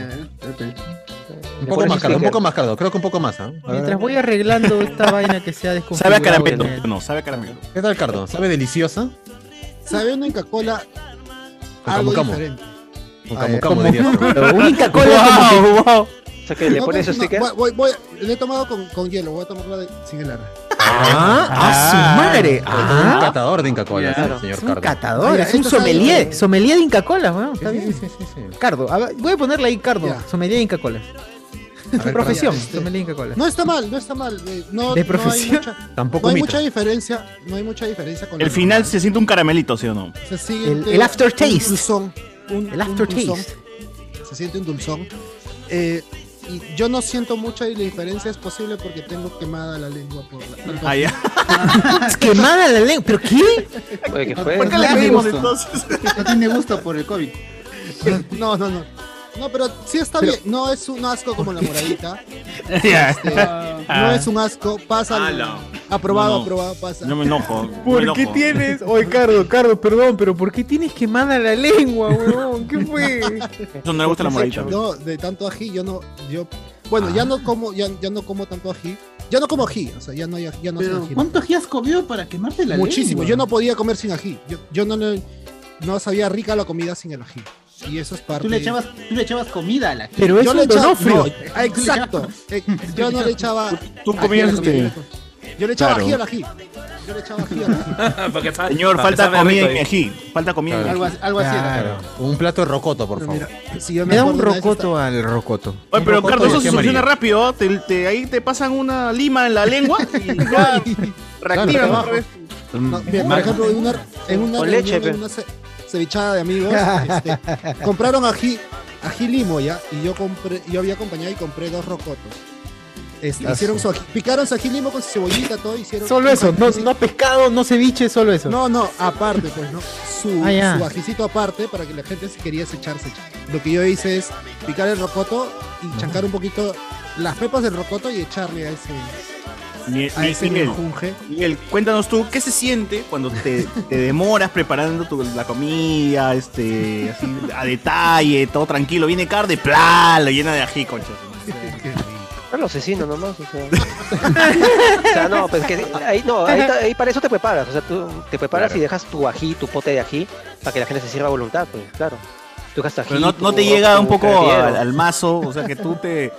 S7: Un poco más, Cardo, un poco más, Cardo. Creo que un poco más, ¿ah? A ver.
S1: Mientras voy arreglando esta vaina que se ha
S9: Sabe
S1: desconfigurado.
S9: a caramelo.
S1: en el-
S9: No, sabe a caramelo.
S7: ¿Qué tal, Cardo? ¿Sabe deliciosa?
S5: ¿Sabe una Inca Cola?
S7: Con
S5: Algo
S7: camu camu.
S5: diferente.
S7: Con
S6: Ah,
S7: camu
S6: ya.
S7: camu, diría.
S1: Pero única cola como que-
S8: O sea que le
S5: No,
S8: pones
S5: no,
S8: esos
S5: no,
S8: stickers.
S5: voy- voy- voy- le he tomado con, con hielo, voy a tomarla de, sin helar.
S1: Ah, a su madre.
S7: Es un
S1: Ah,
S7: catador de Inca Cola,
S18: Claro.
S7: señor
S1: es un
S7: Cardo.
S1: catador,
S5: Mira,
S1: es un
S5: esto es
S1: sommelier.
S5: algo-
S1: Sommelier de Inca Cola, weón.
S7: Sí,
S1: Está
S7: sí,
S1: bien.
S7: sí, sí, sí.
S1: Cardo, a ver, voy a ponerle ahí Cardo.
S5: Ya.
S1: Sommelier de Inca Cola.
S7: A ver,
S1: Profesión,
S5: ya, este.
S1: sommelier de Inca Cola.
S5: No está mal, no está mal. eh, No, no
S1: De
S5: hay
S1: profesión.
S5: mucha, no
S7: Tampoco
S5: hay
S7: mito.
S5: mucha diferencia, no hay mucha diferencia con
S9: El
S5: la
S9: final
S5: normal.
S9: se siente un caramelito, ¿sí o no?
S5: Se siente
S1: el- el aftertaste.
S5: un dulzón, un-
S1: El
S5: un dulzón.
S1: aftertaste.
S5: se siente un dulzón. Eh, y yo no siento mucha y la diferencia es posible porque tengo quemada la lengua por la- tanto-
S9: Ah, ya.
S1: Es quemada la lengua. ¿Pero qué?
S8: Oye, que
S18: ¿Por qué
S8: fue.
S9: ¿Qué le
S18: Ah, me
S9: pedimos
S18: gusta.
S9: entonces?
S18: No tiene gusto por el COVID.
S5: No, no, no. No, pero sí está bien. No es un asco como la moradita.
S15: Ya.
S5: Este, no es un asco. Pasa
S9: Ah,
S5: lo-
S9: no.
S5: Aprobado,
S19: No, no.
S5: aprobado, pasa.
S19: Yo me enojo.
S1: ¿Por
S19: me
S1: qué
S19: enojo.
S1: tienes? Oye, Cardo, Cardo, perdón, pero ¿por qué tienes quemada la lengua, huevón? ¿Qué fue?
S19: Eso no le gusta la moradita.
S5: No, de tanto ají yo no, yo, bueno, ya no como, ya, ya no como tanto ají. Ya no como ají, o sea, ya no hay ají- ya no
S20: Pero,
S5: ají.
S20: ¿cuánto ají has comido para quemarte la
S5: Muchísimo,
S20: lengua?
S5: yo no podía comer sin ají. Yo, yo no, le- no sabía rica la comida sin el ají. Y eso es parte
S20: Tú le echabas, tú le echabas comida a la ají.
S5: Pero es un
S20: echaba-
S5: donofrio.
S20: no, ah,
S5: Exacto. Eh, Yo no le echaba.
S20: Tú
S5: ají
S20: comías, este-
S5: a la comida. Yo le echaba
S9: Claro.
S5: ají al ají. Yo le echaba ají al ají.
S9: Señor,
S7: para que
S9: falta
S7: sabe
S9: comida
S7: rico,
S9: en mi ají. Falta comida en mi
S5: Algo
S9: ají.
S5: así- algo así era,
S7: Claro, Un plato de rocoto, por favor.
S5: si yo
S7: me
S1: me da un
S7: acuerdo una vez
S1: rocoto al rocoto.
S9: Oye, pero
S7: rocoto
S9: Carlos,
S7: y
S9: eso
S7: ají
S9: se soluciona
S7: amarillo.
S9: rápido. ¿ah? Te- te- ahí te pasan una lima en la lengua y ya reactivan
S5: Claro,
S9: otra vez.
S5: No, mira, por ejemplo, en una, en una
S9: Con
S5: reunión,
S9: leche,
S5: en
S9: pe.
S5: una ce- cevichada de amigos, este, compraron ají, ají limo ya, y yo compré, yo había acompañado y compré dos rocotos. Este,
S1: Ah,
S5: hicieron
S1: sí.
S5: su ají- picaron su ají limo con su cebollita, todo hicieron.
S1: Solo eso, no, no pescado, no ceviche, solo eso.
S5: No, no, aparte, pues no. Su,
S1: Ah, ya.
S5: su ajicito aparte para que la gente si quería echarse. Lo que yo hice es picar el rocoto y chancar un poquito las pepas del rocoto y echarle a ese.
S9: Ni-
S5: A
S9: ni-
S5: ese
S9: Miguel,
S5: menjunje.
S9: Miguel, cuéntanos tú, ¿qué se siente cuando te, te demoras preparando tu- la comida, este, así, a detalle, todo tranquilo? Viene carne, ¡plá! Lo llena de ají, conchos.
S8: Era lo asesino nomás, o sea. O sea, no, pues que ahí no, ahí, ta- ahí para eso te preparas, o sea, tú te preparas
S9: Claro.
S8: y dejas tu ají, tu pote de ají, para que la gente se sirva a voluntad, pues, claro. Tú dejas tu ají,
S9: Pero no, no
S8: tu-
S9: te llega
S8: tu
S9: un poco
S8: carabinero.
S9: al, al mazo, o sea, que tú te,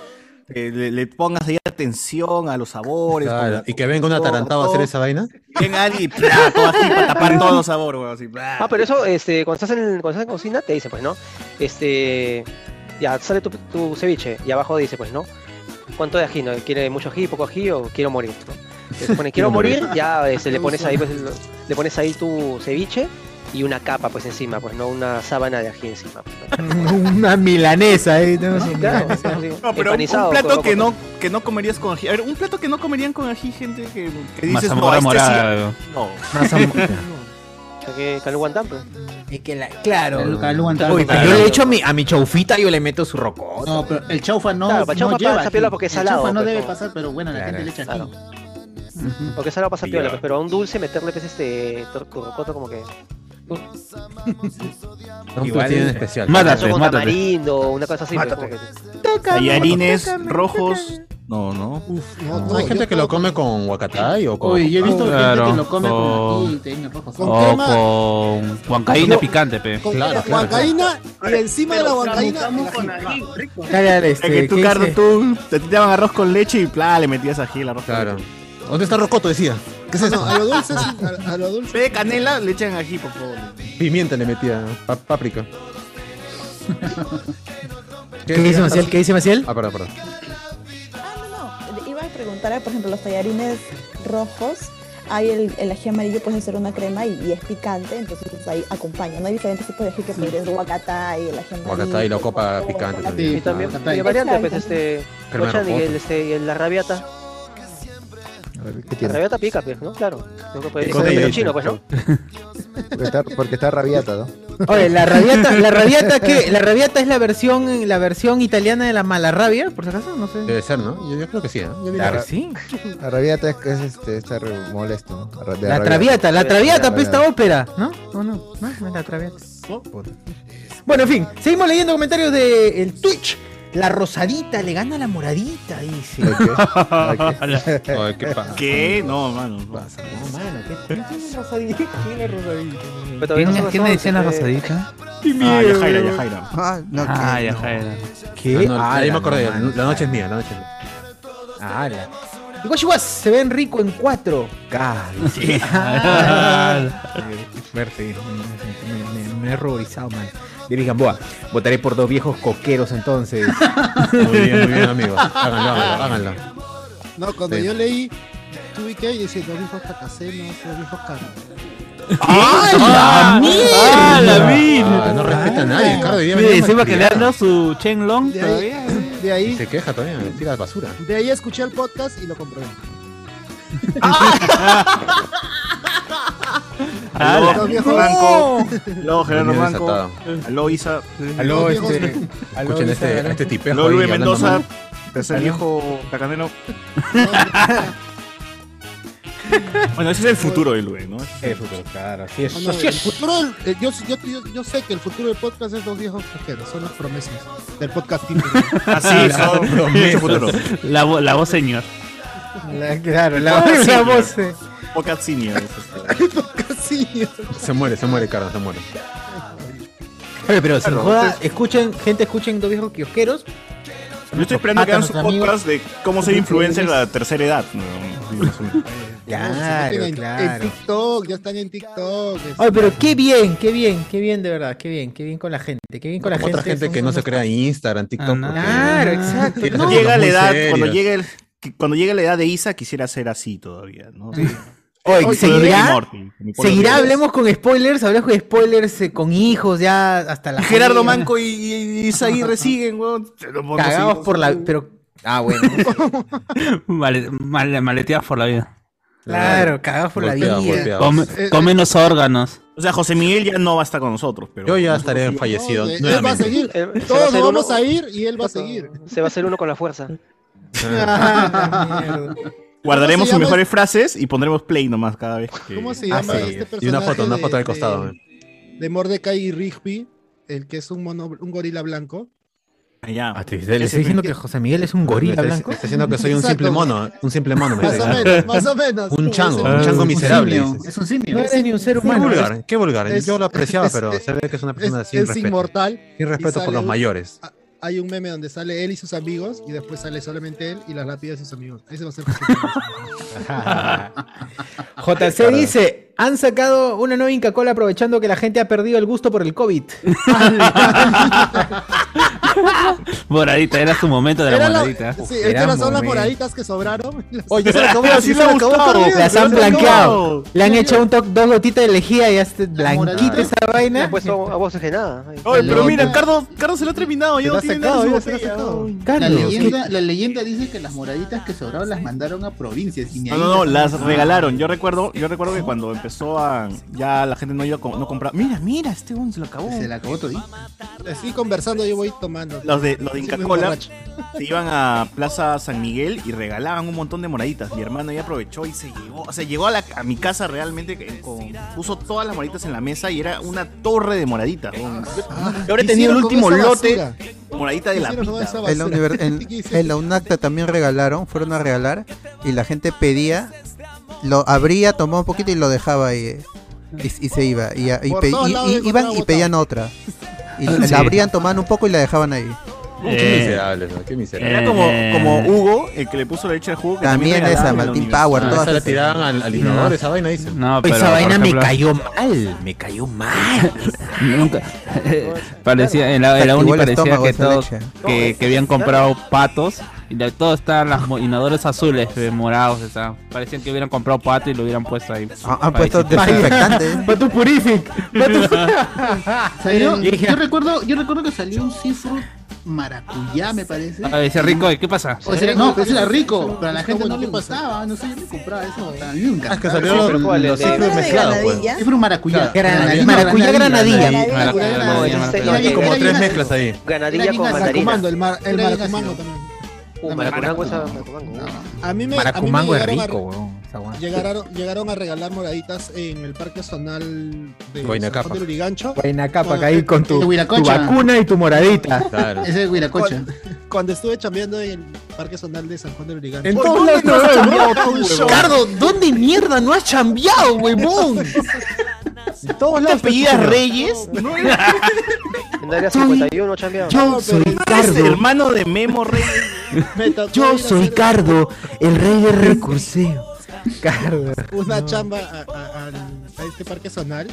S9: te- le, le pongas ahí atención a los sabores.
S7: Claro,
S9: como-
S7: Y que venga un atarantado a hacer esa vaina.
S9: Venga alguien y ¡plá! Todo ají para tapar todos los sabores, weón, así, ¡plá!
S8: Ah, pero eso, este, cuando estás en, cuando estás en cocina, te dicen, pues, ¿no? Este, ya sale tu, tu ceviche y abajo dice, pues, ¿no? ¿Cuánto de ají? ¿No? ¿Quiere mucho ají, poco ají o quiero morir? ¿no? Se pone,
S21: Quiero
S8: quiero
S21: morir.
S8: morir, ya este, le
S21: Qué
S8: pones ahí,
S21: uso.
S8: pues, el- le pones ahí tu ceviche y una capa, pues, encima, pues, ¿no? Una sábana de ají encima. pues, ¿no?
S1: Una milanesa, eh. tenemos una
S8: Claro,
S1: milanesa.
S8: sí,
S9: No, pero un, un
S8: empanizado,
S9: plato
S8: con-
S9: que
S8: con-
S9: no, que no comerías con ají. A ver, un plato que no comerían con ají, gente, que, que dices, no, este
S15: Mazamorra
S9: sí-
S15: morada,
S9: no.
S8: que Calú Guantán, pues.
S22: Es que la,
S20: claro, el calú guantán.
S22: Uy, pero yo le echo a mi, a mi chaufita, yo le meto su rocoto.
S20: No, pero el chaufa no,
S8: Claro, para
S20: no
S8: chaufa
S20: lleva
S8: pasa
S20: ají.
S8: piola porque es
S20: El
S8: salado,
S20: chaufa no
S8: pues,
S20: debe
S8: no.
S20: pasar, pero bueno, la
S8: Claro,
S20: gente le echa ají.
S8: claro. Porque eso lo pasa
S20: Y
S8: piola,
S20: ya.
S8: pues, pero a un dulce meterle pues este torco rocoto como que. Uh.
S7: Igual tienen especial.
S15: Mátate,
S8: Con
S15: mátate.
S8: tamarindo, una cosa así. pues, como que-
S9: Tallarines rojos. No, no.
S7: Hay gente que lo come con huacatay o con.
S20: Oye, yo he visto gente
S15: Claro,
S20: que lo come
S15: con-
S20: con ají, teño rojo.
S15: O con huancaína picante, pe.
S7: Claro,
S5: Huancaína y encima de la huancaína. el ají.
S1: Dale, dale,
S9: Es
S7: este,
S9: que tú, Carlos, tú te tiraban arroz con leche y plá, le metías ají el arroz con leche.
S7: ¿Dónde está Rocoto? Decía. ¿Qué es
S5: No,
S7: eso?
S5: a lo dulce, sí, a, a lo dulce.
S9: Ve canela, le echan ají, por favor.
S7: Pimienta le metía. pa- páprica.
S1: ¿Qué dice Maciel? ¿Qué dice Maciel?
S7: Ah, perdón, perdón.
S17: Iba a preguntar, por ejemplo, los tallarines rojos. Hay el, el ají amarillo, puedes hacer una crema y, y es picante, entonces pues, ahí acompaña. No hay diferentes tipos de ají que podrías, el y el ají amarillo.
S7: Huacatay y la copa picante también.
S8: Y también
S7: Ah,
S8: tiene variante, pues este.
S7: Crema de
S8: Cochan y
S7: rocoto.
S8: el, este, y el- la rabiata. La rabiata pica, pues, ¿no? Claro. Nunca puede-
S6: ¿Qué
S8: Eso
S6: cosa
S8: es
S6: dice?
S8: chino, pues, ¿no?
S6: Porque está, porque está rabiata, ¿no?
S1: Oye, la rabiata, la rabiata qué? La rabiata es la versión, la versión italiana de la mala rabia, por si acaso, no sé.
S7: Debe ser, ¿no? Yo, yo creo que sí, ¿eh? Yo diría
S6: Claro,
S7: que
S1: sí.
S6: La rabiata es, es este, está re- molesto. ¿no? De
S1: La traviata, la Oh, traviata, pues, esta ópera, ¿no? No, no, no, no es la traviata. Bueno, en fin, seguimos leyendo comentarios de el Twitch. La rosadita le gana a la moradita, dice.
S9: Ay, ¿Qué pasa? ¿Qué? No, mano. no.
S1: No, mano, ¿qué qué tiene la rosadita? ¿Qué tiene la rosadita?
S8: Pero todavía no son las
S15: ¿Quién le decía la
S8: 11, pues.
S15: rosadita?
S1: Qué
S9: Ah,
S1: miedo.
S9: Yajaira, Yajaira.
S3: Ah, no,
S15: Ah,
S3: que
S15: ya
S3: no.
S15: Jaira.
S7: Ah,
S1: ¿Qué?
S7: no,
S1: Ah,
S7: ahí
S1: la
S7: me acordé. La,
S1: mano.
S7: noche es mía, la noche es mía.
S1: Ah, la- Y guachiguas, se ven rico en 4K. dice.
S22: Ah.
S1: Qué fuerte. Me, me- me he ruborizado, man.
S22: David Gamboa, votaré por dos viejos coqueros entonces.
S7: Muy bien, muy bien, amigo. Háganlo, háganlo, háganlo.
S5: No, cuando
S22: Sí.
S5: yo leí TVK, yo decía, los viejos tacasenos, los viejos carros.
S15: ¡Ah,
S5: mierda!
S15: ¡Ah, la
S7: Ah,
S15: mierda!
S7: no respeta a nadie, Cardo. hoy día
S15: Sí,
S7: venía
S15: encima que le
S7: malcriado.
S15: han dado su Chen Long
S5: De
S15: todavía.
S5: ahí, de
S7: Y
S5: ahí,
S7: se queja todavía, me tira basura.
S5: de ahí escuché el podcast y lo compré.
S7: Ah.
S9: Aló,
S5: Los viejos-
S9: Franco. Aló, Gerardo
S7: Venía
S9: Manco.
S7: desatado.
S9: Aló, Isa.
S7: Aló, este- aló, Escuchen Isa, este- aló. este tipejo
S9: Aló, Luis
S7: ahí hablando
S9: Mendoza.
S7: mal.
S9: Tercer
S7: Aló.
S9: viejo tacanelo. Bueno, ese es el futuro del Luen, ¿no?
S7: El futuro, claro, así es.
S5: No, no, el futuro, del- eh, yo, yo, yo- yo sé que el futuro del podcast es los viejos coqueros, son las promesas del podcasting.
S15: Así es,
S5: La-
S15: son
S5: mucho
S15: promesas.
S5: futuro.
S15: La, vo- la voz, señor.
S1: claro,
S15: la- la voz,
S9: Pocat Senior.
S7: Se muere, se muere, Carlos, se muere.
S1: Oye, pero sin
S7: Claro,
S1: joda,
S7: ustedes-
S1: escuchen, gente, escuchen dos viejos kiosqueros.
S9: Yo estoy
S7: Ah,
S9: esperando que hagan su
S1: Nuestros amigos.
S9: podcast de cómo ser influencer en la tercera edad. ¿no?
S1: Claro,
S5: en, en
S1: claro.
S5: TikTok, ya están en TikTok. este, eh, es-
S1: Ay, pero qué bien, qué bien, qué bien de verdad, qué bien, qué bien con la gente, qué bien con la
S7: Como
S1: gente.
S7: otra gente
S1: somos
S7: que no se
S1: unos-
S7: crea Instagram, TikTok. porque-
S1: Claro, exacto.
S7: Tiene
S1: No.
S7: cosas
S9: Llega la
S7: muy
S9: edad,
S7: serias.
S9: cuando llegue, el- que- cuando llegue la edad de Isa, quisiera ser así todavía, ¿no?
S1: Oye,
S9: Oye, Ricky
S1: seguirá,
S9: Morty, mi pueblo
S1: seguirá,
S9: Dios.
S1: hablemos con spoilers, hablemos con spoilers eh, con hijos ya hasta la.
S9: Gerardo
S1: juega.
S9: Manco y, y, y Isa Aguirre siguen, weón.
S1: Cagados por la. Pero, ah, bueno.
S15: Vale, mal- maleteados por la vida.
S1: Claro, cagados por la Golpeados, vida. golpeados.
S15: Come,
S1: Eh,
S15: come menos órganos.
S9: O sea, José Miguel ya no va a estar con nosotros, pero.
S15: Yo ya estaré fallecido
S5: Él va a seguir. Todos nos vamos a ir y él va a seguir.
S8: Se va a hacer uno con la fuerza.
S1: Ah,
S9: Guardaremos
S5: ¿Cómo
S9: sus
S5: se llama este-
S9: mejores frases y pondremos play nomás cada vez. Que...
S5: ¿Cómo se llama este personaje?
S7: Y una foto, una
S5: de-
S7: foto
S5: de-
S7: al costado. eh.
S5: De Mordecai y Rigby, el que es un, mono, un gorila blanco.
S9: Allá.
S7: te
S1: Le estoy diciendo que José Miguel es un gorila
S7: Me está-
S1: blanco.
S7: me está diciendo que soy un
S5: Exacto.
S7: simple mono, un simple mono. me
S5: Más
S7: está
S5: o
S7: diciendo.
S5: menos, más o menos.
S7: Un chango,
S5: Es
S7: un chango
S5: un
S7: miserable.
S5: simio,
S7: dices.
S5: es un simio.
S1: No eres ni un ser
S7: Qué
S1: humano.
S7: vulgar, qué vulgar.
S5: es-
S7: Yo lo apreciaba,
S5: es-
S7: pero
S5: es-
S7: se ve que es una persona
S5: es-
S7: sin
S5: es
S7: respeto.
S5: inmortal
S7: Sin
S5: y
S7: respeto
S5: sale
S7: por los
S5: un-
S7: mayores.
S5: Hay un meme donde sale él y sus amigos y después sale solamente él y las lápidas de sus amigos. Ese va a ser.
S1: JC dice, han sacado una nueva Inca Cola aprovechando que la gente ha perdido el gusto por el COVID.
S15: Moradita, era su momento de la
S5: Era la-
S15: moradita.
S5: sí, estas son las moraditas que sobraron.
S1: Oye, se la acabó, se la acabó, las han blanqueado. Le han echado un toque, dos gotitas de lejía y hasta blanquita esa
S8: Le
S1: vaina.
S8: ha puesto a voz oxigenada.
S9: Oye, pero mira,
S8: Carlos
S9: Cardo, Cardo se lo ha terminado, ya no tiene nada en su botella.
S23: La
S9: Carlos,
S23: leyenda, la leyenda dice que las moraditas que sobraron las mandaron a provincias. y ni
S9: No,
S23: ahí Ah,
S9: no, no, las
S23: mandaron.
S9: regalaron. Yo recuerdo, yo recuerdo que cuando empezó a. Ya la gente no iba a com- no comprar. Mira, mira, este un se lo acabó.
S23: Se la acabó todito.
S5: Estoy conversando, yo voy tomando.
S9: Los de, los de
S5: Sí,
S9: Inca
S5: me
S9: Cola
S5: emborracho.
S9: se iban a Plaza San Miguel y regalaban un montón de moraditas. Mi hermano ya aprovechó y se llegó, o sea, llegó a, la- a mi casa realmente que- con- puso todas las moraditas en la mesa y era una torre de moraditas.
S23: Ah,
S9: weón. Yo- Yo habré
S5: ¿qué
S9: tenido el
S5: hicieron con
S9: último
S5: esa
S9: lote
S5: basura?
S9: moradita de
S5: ¿Qué
S9: la
S5: hicieron con
S9: pita.
S5: esa
S9: weón.
S5: basura?
S3: En la, univer- en, en la UNACTA también regalaron, fueron a regalar y la gente pedía, lo abría, tomaba un poquito y lo dejaba ahí eh, y, y se iba. Y, y
S5: Por
S3: pe-
S5: todos
S3: y-
S5: lados
S3: y- iban
S5: encontraba
S3: y pedían otra. Y
S7: Sí.
S3: la abrían, tomaban un poco y la dejaban ahí.
S7: Qué
S15: Eh,
S7: miserable, ¿no? qué miserable.
S9: Era como, como Hugo, el que le puso la leche al jugo. Que
S3: Eh, También
S9: regalaban
S3: esa,
S9: en la
S3: Martín
S9: universidad.
S3: Power,
S7: Ah,
S3: todas
S7: esa la
S3: esas.
S7: tiraban al, al inodoro, esa vaina, dicen.
S15: No, pero,
S1: esa
S15: por
S1: vaina me
S15: ejemplo,
S1: cayó mal, me cayó mal.
S15: Nunca. Eh, parecía, en la, en la
S3: Activó
S15: uni
S3: el
S15: parecía
S3: estómago
S15: que
S3: esa
S15: todos
S3: leche.
S15: que, que habían comprado patos y de todos estaban las mo- inodores azules, eh, morados, estaban. parecían que hubieran comprado pato y lo hubieran puesto ahí.
S3: Ah, han puesto desinfectante.
S1: Patu Purific.
S23: Salió-
S15: Y dije-
S23: yo, recuerdo, yo recuerdo que salió un cifro maracuyá, me parece.
S15: A ver, ese rico, ¿y qué pasa?
S23: O sea, no, pero eso era rico, pero a la gente no le gustaba, no sé, yo me compraba eso. a mí nunca.
S7: Es que salieron los- los
S23: cifros
S7: ciclos mezclados, pues.
S23: Cifro maracuyá.
S1: Granadilla, maracuyá, granadilla.
S7: Maracuyá,
S8: No,
S7: granadilla,
S8: este-
S7: maracuyá.
S8: no,
S7: Hay como
S8: era
S7: tres
S8: bien
S7: mezclas ahí.
S8: Ganadilla con
S5: Maracumando,
S8: mandarina.
S5: el, mar, el
S23: Era
S5: maracumango también.
S8: Uh, maracumango, esa maracumango.
S5: A mí me,
S1: Maracumango
S5: a
S1: es
S5: mí me llegaron a-
S1: rico, weón. esa weón.
S5: Llegaron, llegaron a regalar moraditas en el parque zonal de
S7: Huaynacapac.
S5: San Juan de Lurigancho.
S1: Vaina capa
S5: Cuando-
S1: caí con tu,
S23: el
S1: tu
S23: Huiracocha.
S1: vacuna y tu moradita.
S7: Claro.
S23: Ese es Huiracocha.
S5: Cuando, cuando estuve chambeando en el parque zonal de San Juan de Lurigancho.
S1: En
S5: ¡Oh,
S1: todos
S5: ¿dónde
S1: lados
S5: no
S1: no
S5: has
S1: has
S5: chambeado
S1: chambeado,
S5: tú, huevón?
S1: Ricardo, ¿dónde mierda no has chambeado, huevón? En todos
S9: ¿Te
S1: lados.
S9: apellidas
S1: pues,
S9: Reyes? No,
S8: En área 51, chambeado.
S1: Yo soy
S9: eres
S1: Ricardo.
S9: hermano de Memo Reyes.
S5: Me tocó ir a
S1: Yo soy
S5: hacer
S1: Cardo, el rey del recurseo. Cardo.
S5: Una chamba a, a- al- a este parque zonal.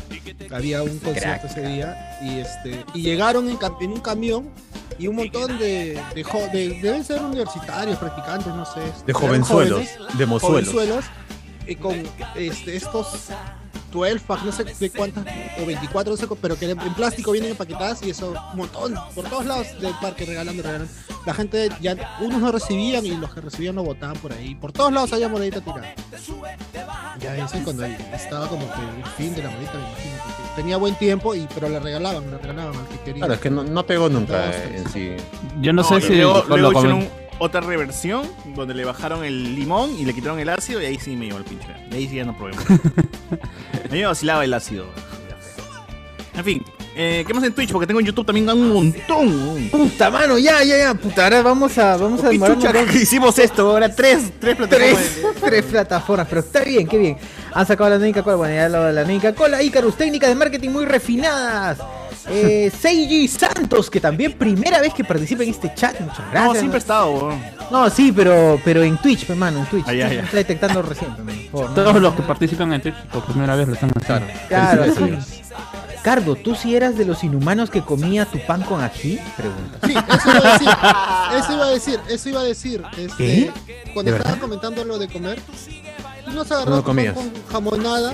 S5: Había un concierto ese día. Y este y llegaron en, cam- en un camión. Y un montón de, de, jo- de- Deben ser universitarios, practicantes, no sé. este,
S7: De
S5: eran
S7: jovenzuelos,
S5: jóvenes,
S7: de mozuelos.
S5: jovenzuelos, Y con este, estos 12 pack, no sé de cuántas, o 24, no sé, cu- pero que en, en plástico vienen empaquetadas y eso, un montón, por todos lados del parque regalando, regalando. La gente ya, unos no recibían y los que recibían no votaban por ahí. Por todos lados había monedita tirada. Ya eso es cuando estaba como que el fin de la monedita, me imagino. porque Tenía buen tiempo, y, pero la regalaban, la regalaban al que quería.
S7: Claro, es que no, no pegó nunca eh, en sí.
S15: Yo no, sé
S9: y
S15: si
S9: luego-
S15: lo
S9: luego
S15: comen-
S9: hicieron
S4: otra reversión donde le bajaron el limón y le quitaron el ácido y ahí sí me llevó el pinche. De ahí sí ya no probé. más. a mí me vacilaba el ácido. En fin, eh, ¿qué más en Twitch? Porque tengo en YouTube también un montón.
S1: Puta mano, ya, ya, ya. Puta, ahora vamos a, vamos a
S4: ¿Qué
S1: demorarnos
S4: chucha
S1: con-
S4: que hicimos esto? Ahora tres, tres plataformas.
S1: Tres, tres plataformas, pero está bien, qué bien. Han sacado la Ninja Cola, bueno, ya lo de la Ninja Cola, Icarus, técnicas de marketing muy refinadas. Eh, Seiji Santos, que también primera vez que participa en este chat, muchas gracias.
S4: No, siempre he estado, weón.
S1: No, sí, pero, pero en Twitch, hermano, en Twitch.
S15: Ah, ya,
S1: Twitch
S15: ya.
S1: me Está detectando recién, pe, mano, por favor, ¿no?
S15: Todos los que participan en Twitch por primera vez lo están haciendo.
S1: Claro,
S15: Felicidades,
S1: sí.
S15: amigos.
S1: Cardo, ¿tú sí eras de los inhumanos que comía tu pan con ají? Pregunta.
S5: Eso iba a decir, eso iba a decir, eso iba a decir. Este,
S1: ¿Qué?
S5: Cuando
S1: ¿De
S5: estaba
S1: verdad?
S5: comentando lo de comer, tú no
S1: No
S5: agarró
S1: lo comías.
S5: con jamonada,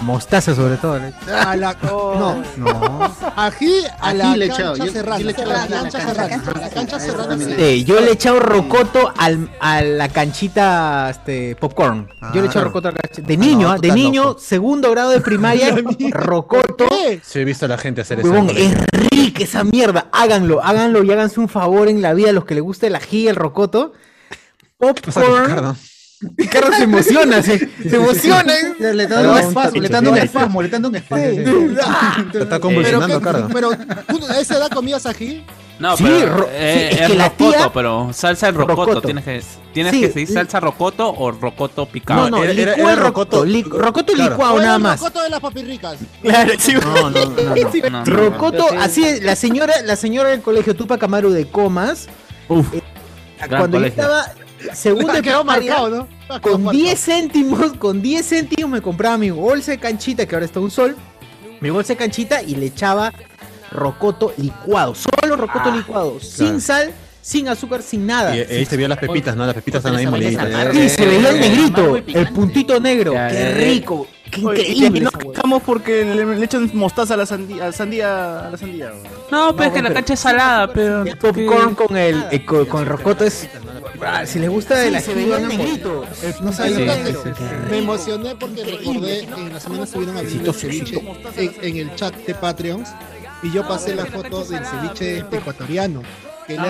S1: Mostaza sobre todo, ¿no?
S5: A la no.
S1: No.
S5: Ají a
S24: Ají
S5: la
S24: le he
S5: cancha
S24: echado, yo- yo
S5: serrana.
S24: le he echado
S5: A
S24: ají
S5: la
S24: a la
S5: cancha
S24: cancha
S5: serrana. A la cancha serrana.
S1: Sí, Eh, yo le he echado rocoto al, a la canchita este, popcorn. Yo le he echado
S7: Ah.
S1: rocoto a la canchita. De niño,
S7: No,
S1: ¿ah?
S7: tú
S1: de
S7: estás
S1: niño, segundo grado de primaria, rocoto.
S7: Sí, he visto a la gente hacer eso. en
S1: Huevón,
S7: colegio.
S1: es rica esa mierda. Háganlo, háganlo y háganse un favor en la vida a los que les gusta el ají, el rocoto. Popcorn. Ricardo se emociona, se, se emociona. ¿eh?
S24: Le está dando un
S1: Pero-
S24: espasmo, le está dando un espasmo, le está dando un espasmo.
S7: Te está convulsionando, Cardo.
S5: Pero tú a esa edad comías ají.
S15: No,
S1: Sí,
S15: pero
S1: ro-
S15: eh,
S1: sí, es
S15: es,
S1: que la
S15: rocoto,
S1: tía-
S15: pero salsa de rocoto.
S1: Rocoto.
S15: Tienes que, tienes
S1: Sí,
S15: que decir
S1: li-
S15: salsa rocoto o rocoto picado.
S1: No, no, licúa el rocoto. li- Rocoto
S15: Claro.
S1: licuado nada más.
S5: Coto de las papirricas.
S4: Claro, sí,
S1: No, no, no, no.
S15: Sí, no, no,
S1: Rocoto,
S15: no.
S1: así es, la señora, la señora del colegio Tupac Amaru de Comas. eh,
S15: gran
S1: cuando yo
S15: colegio.
S1: estaba segundo de
S5: Quedó
S1: primaria,
S5: marcado, ¿no?
S1: Con 10 céntimos, con 10 céntimos me compraba mi bolsa de canchita, que ahora está un sol, mi bolsa de canchita y le echaba rocoto licuado, solo rocoto licuado, sin sal, sin azúcar, sin nada.
S7: Ah, Y eh, ahí se vio las pepitas, ¿no? Las pepitas están ahí Eh, moliditas.
S1: Sí, se veía el negrito, el puntito negro, qué
S7: eh.
S1: rico, qué
S4: Oye, y
S1: increíble.
S4: no
S1: esa hueá.
S4: quejamos porque le, le echan mostaza a la sandía, a la sandía, a la sandía. weón.
S15: No, pero es que la cancha es salada, pero.
S1: El popcorn con el, eh, con, con el rocoto es. Ah, Si les gusta el
S5: Sí,
S1: ají,
S5: se veía
S1: van a
S5: el
S1: morir.
S5: negrito.
S1: El- No
S5: Ahí
S1: saben lo
S5: está,
S1: que
S5: pero
S1: es.
S5: Me emocioné porque recordé en la semana subieron a
S1: Necesito
S5: el ceviche en, en el chat de Patreons y yo pasé la foto del ceviche este ecuatoriano que le
S24: Ah.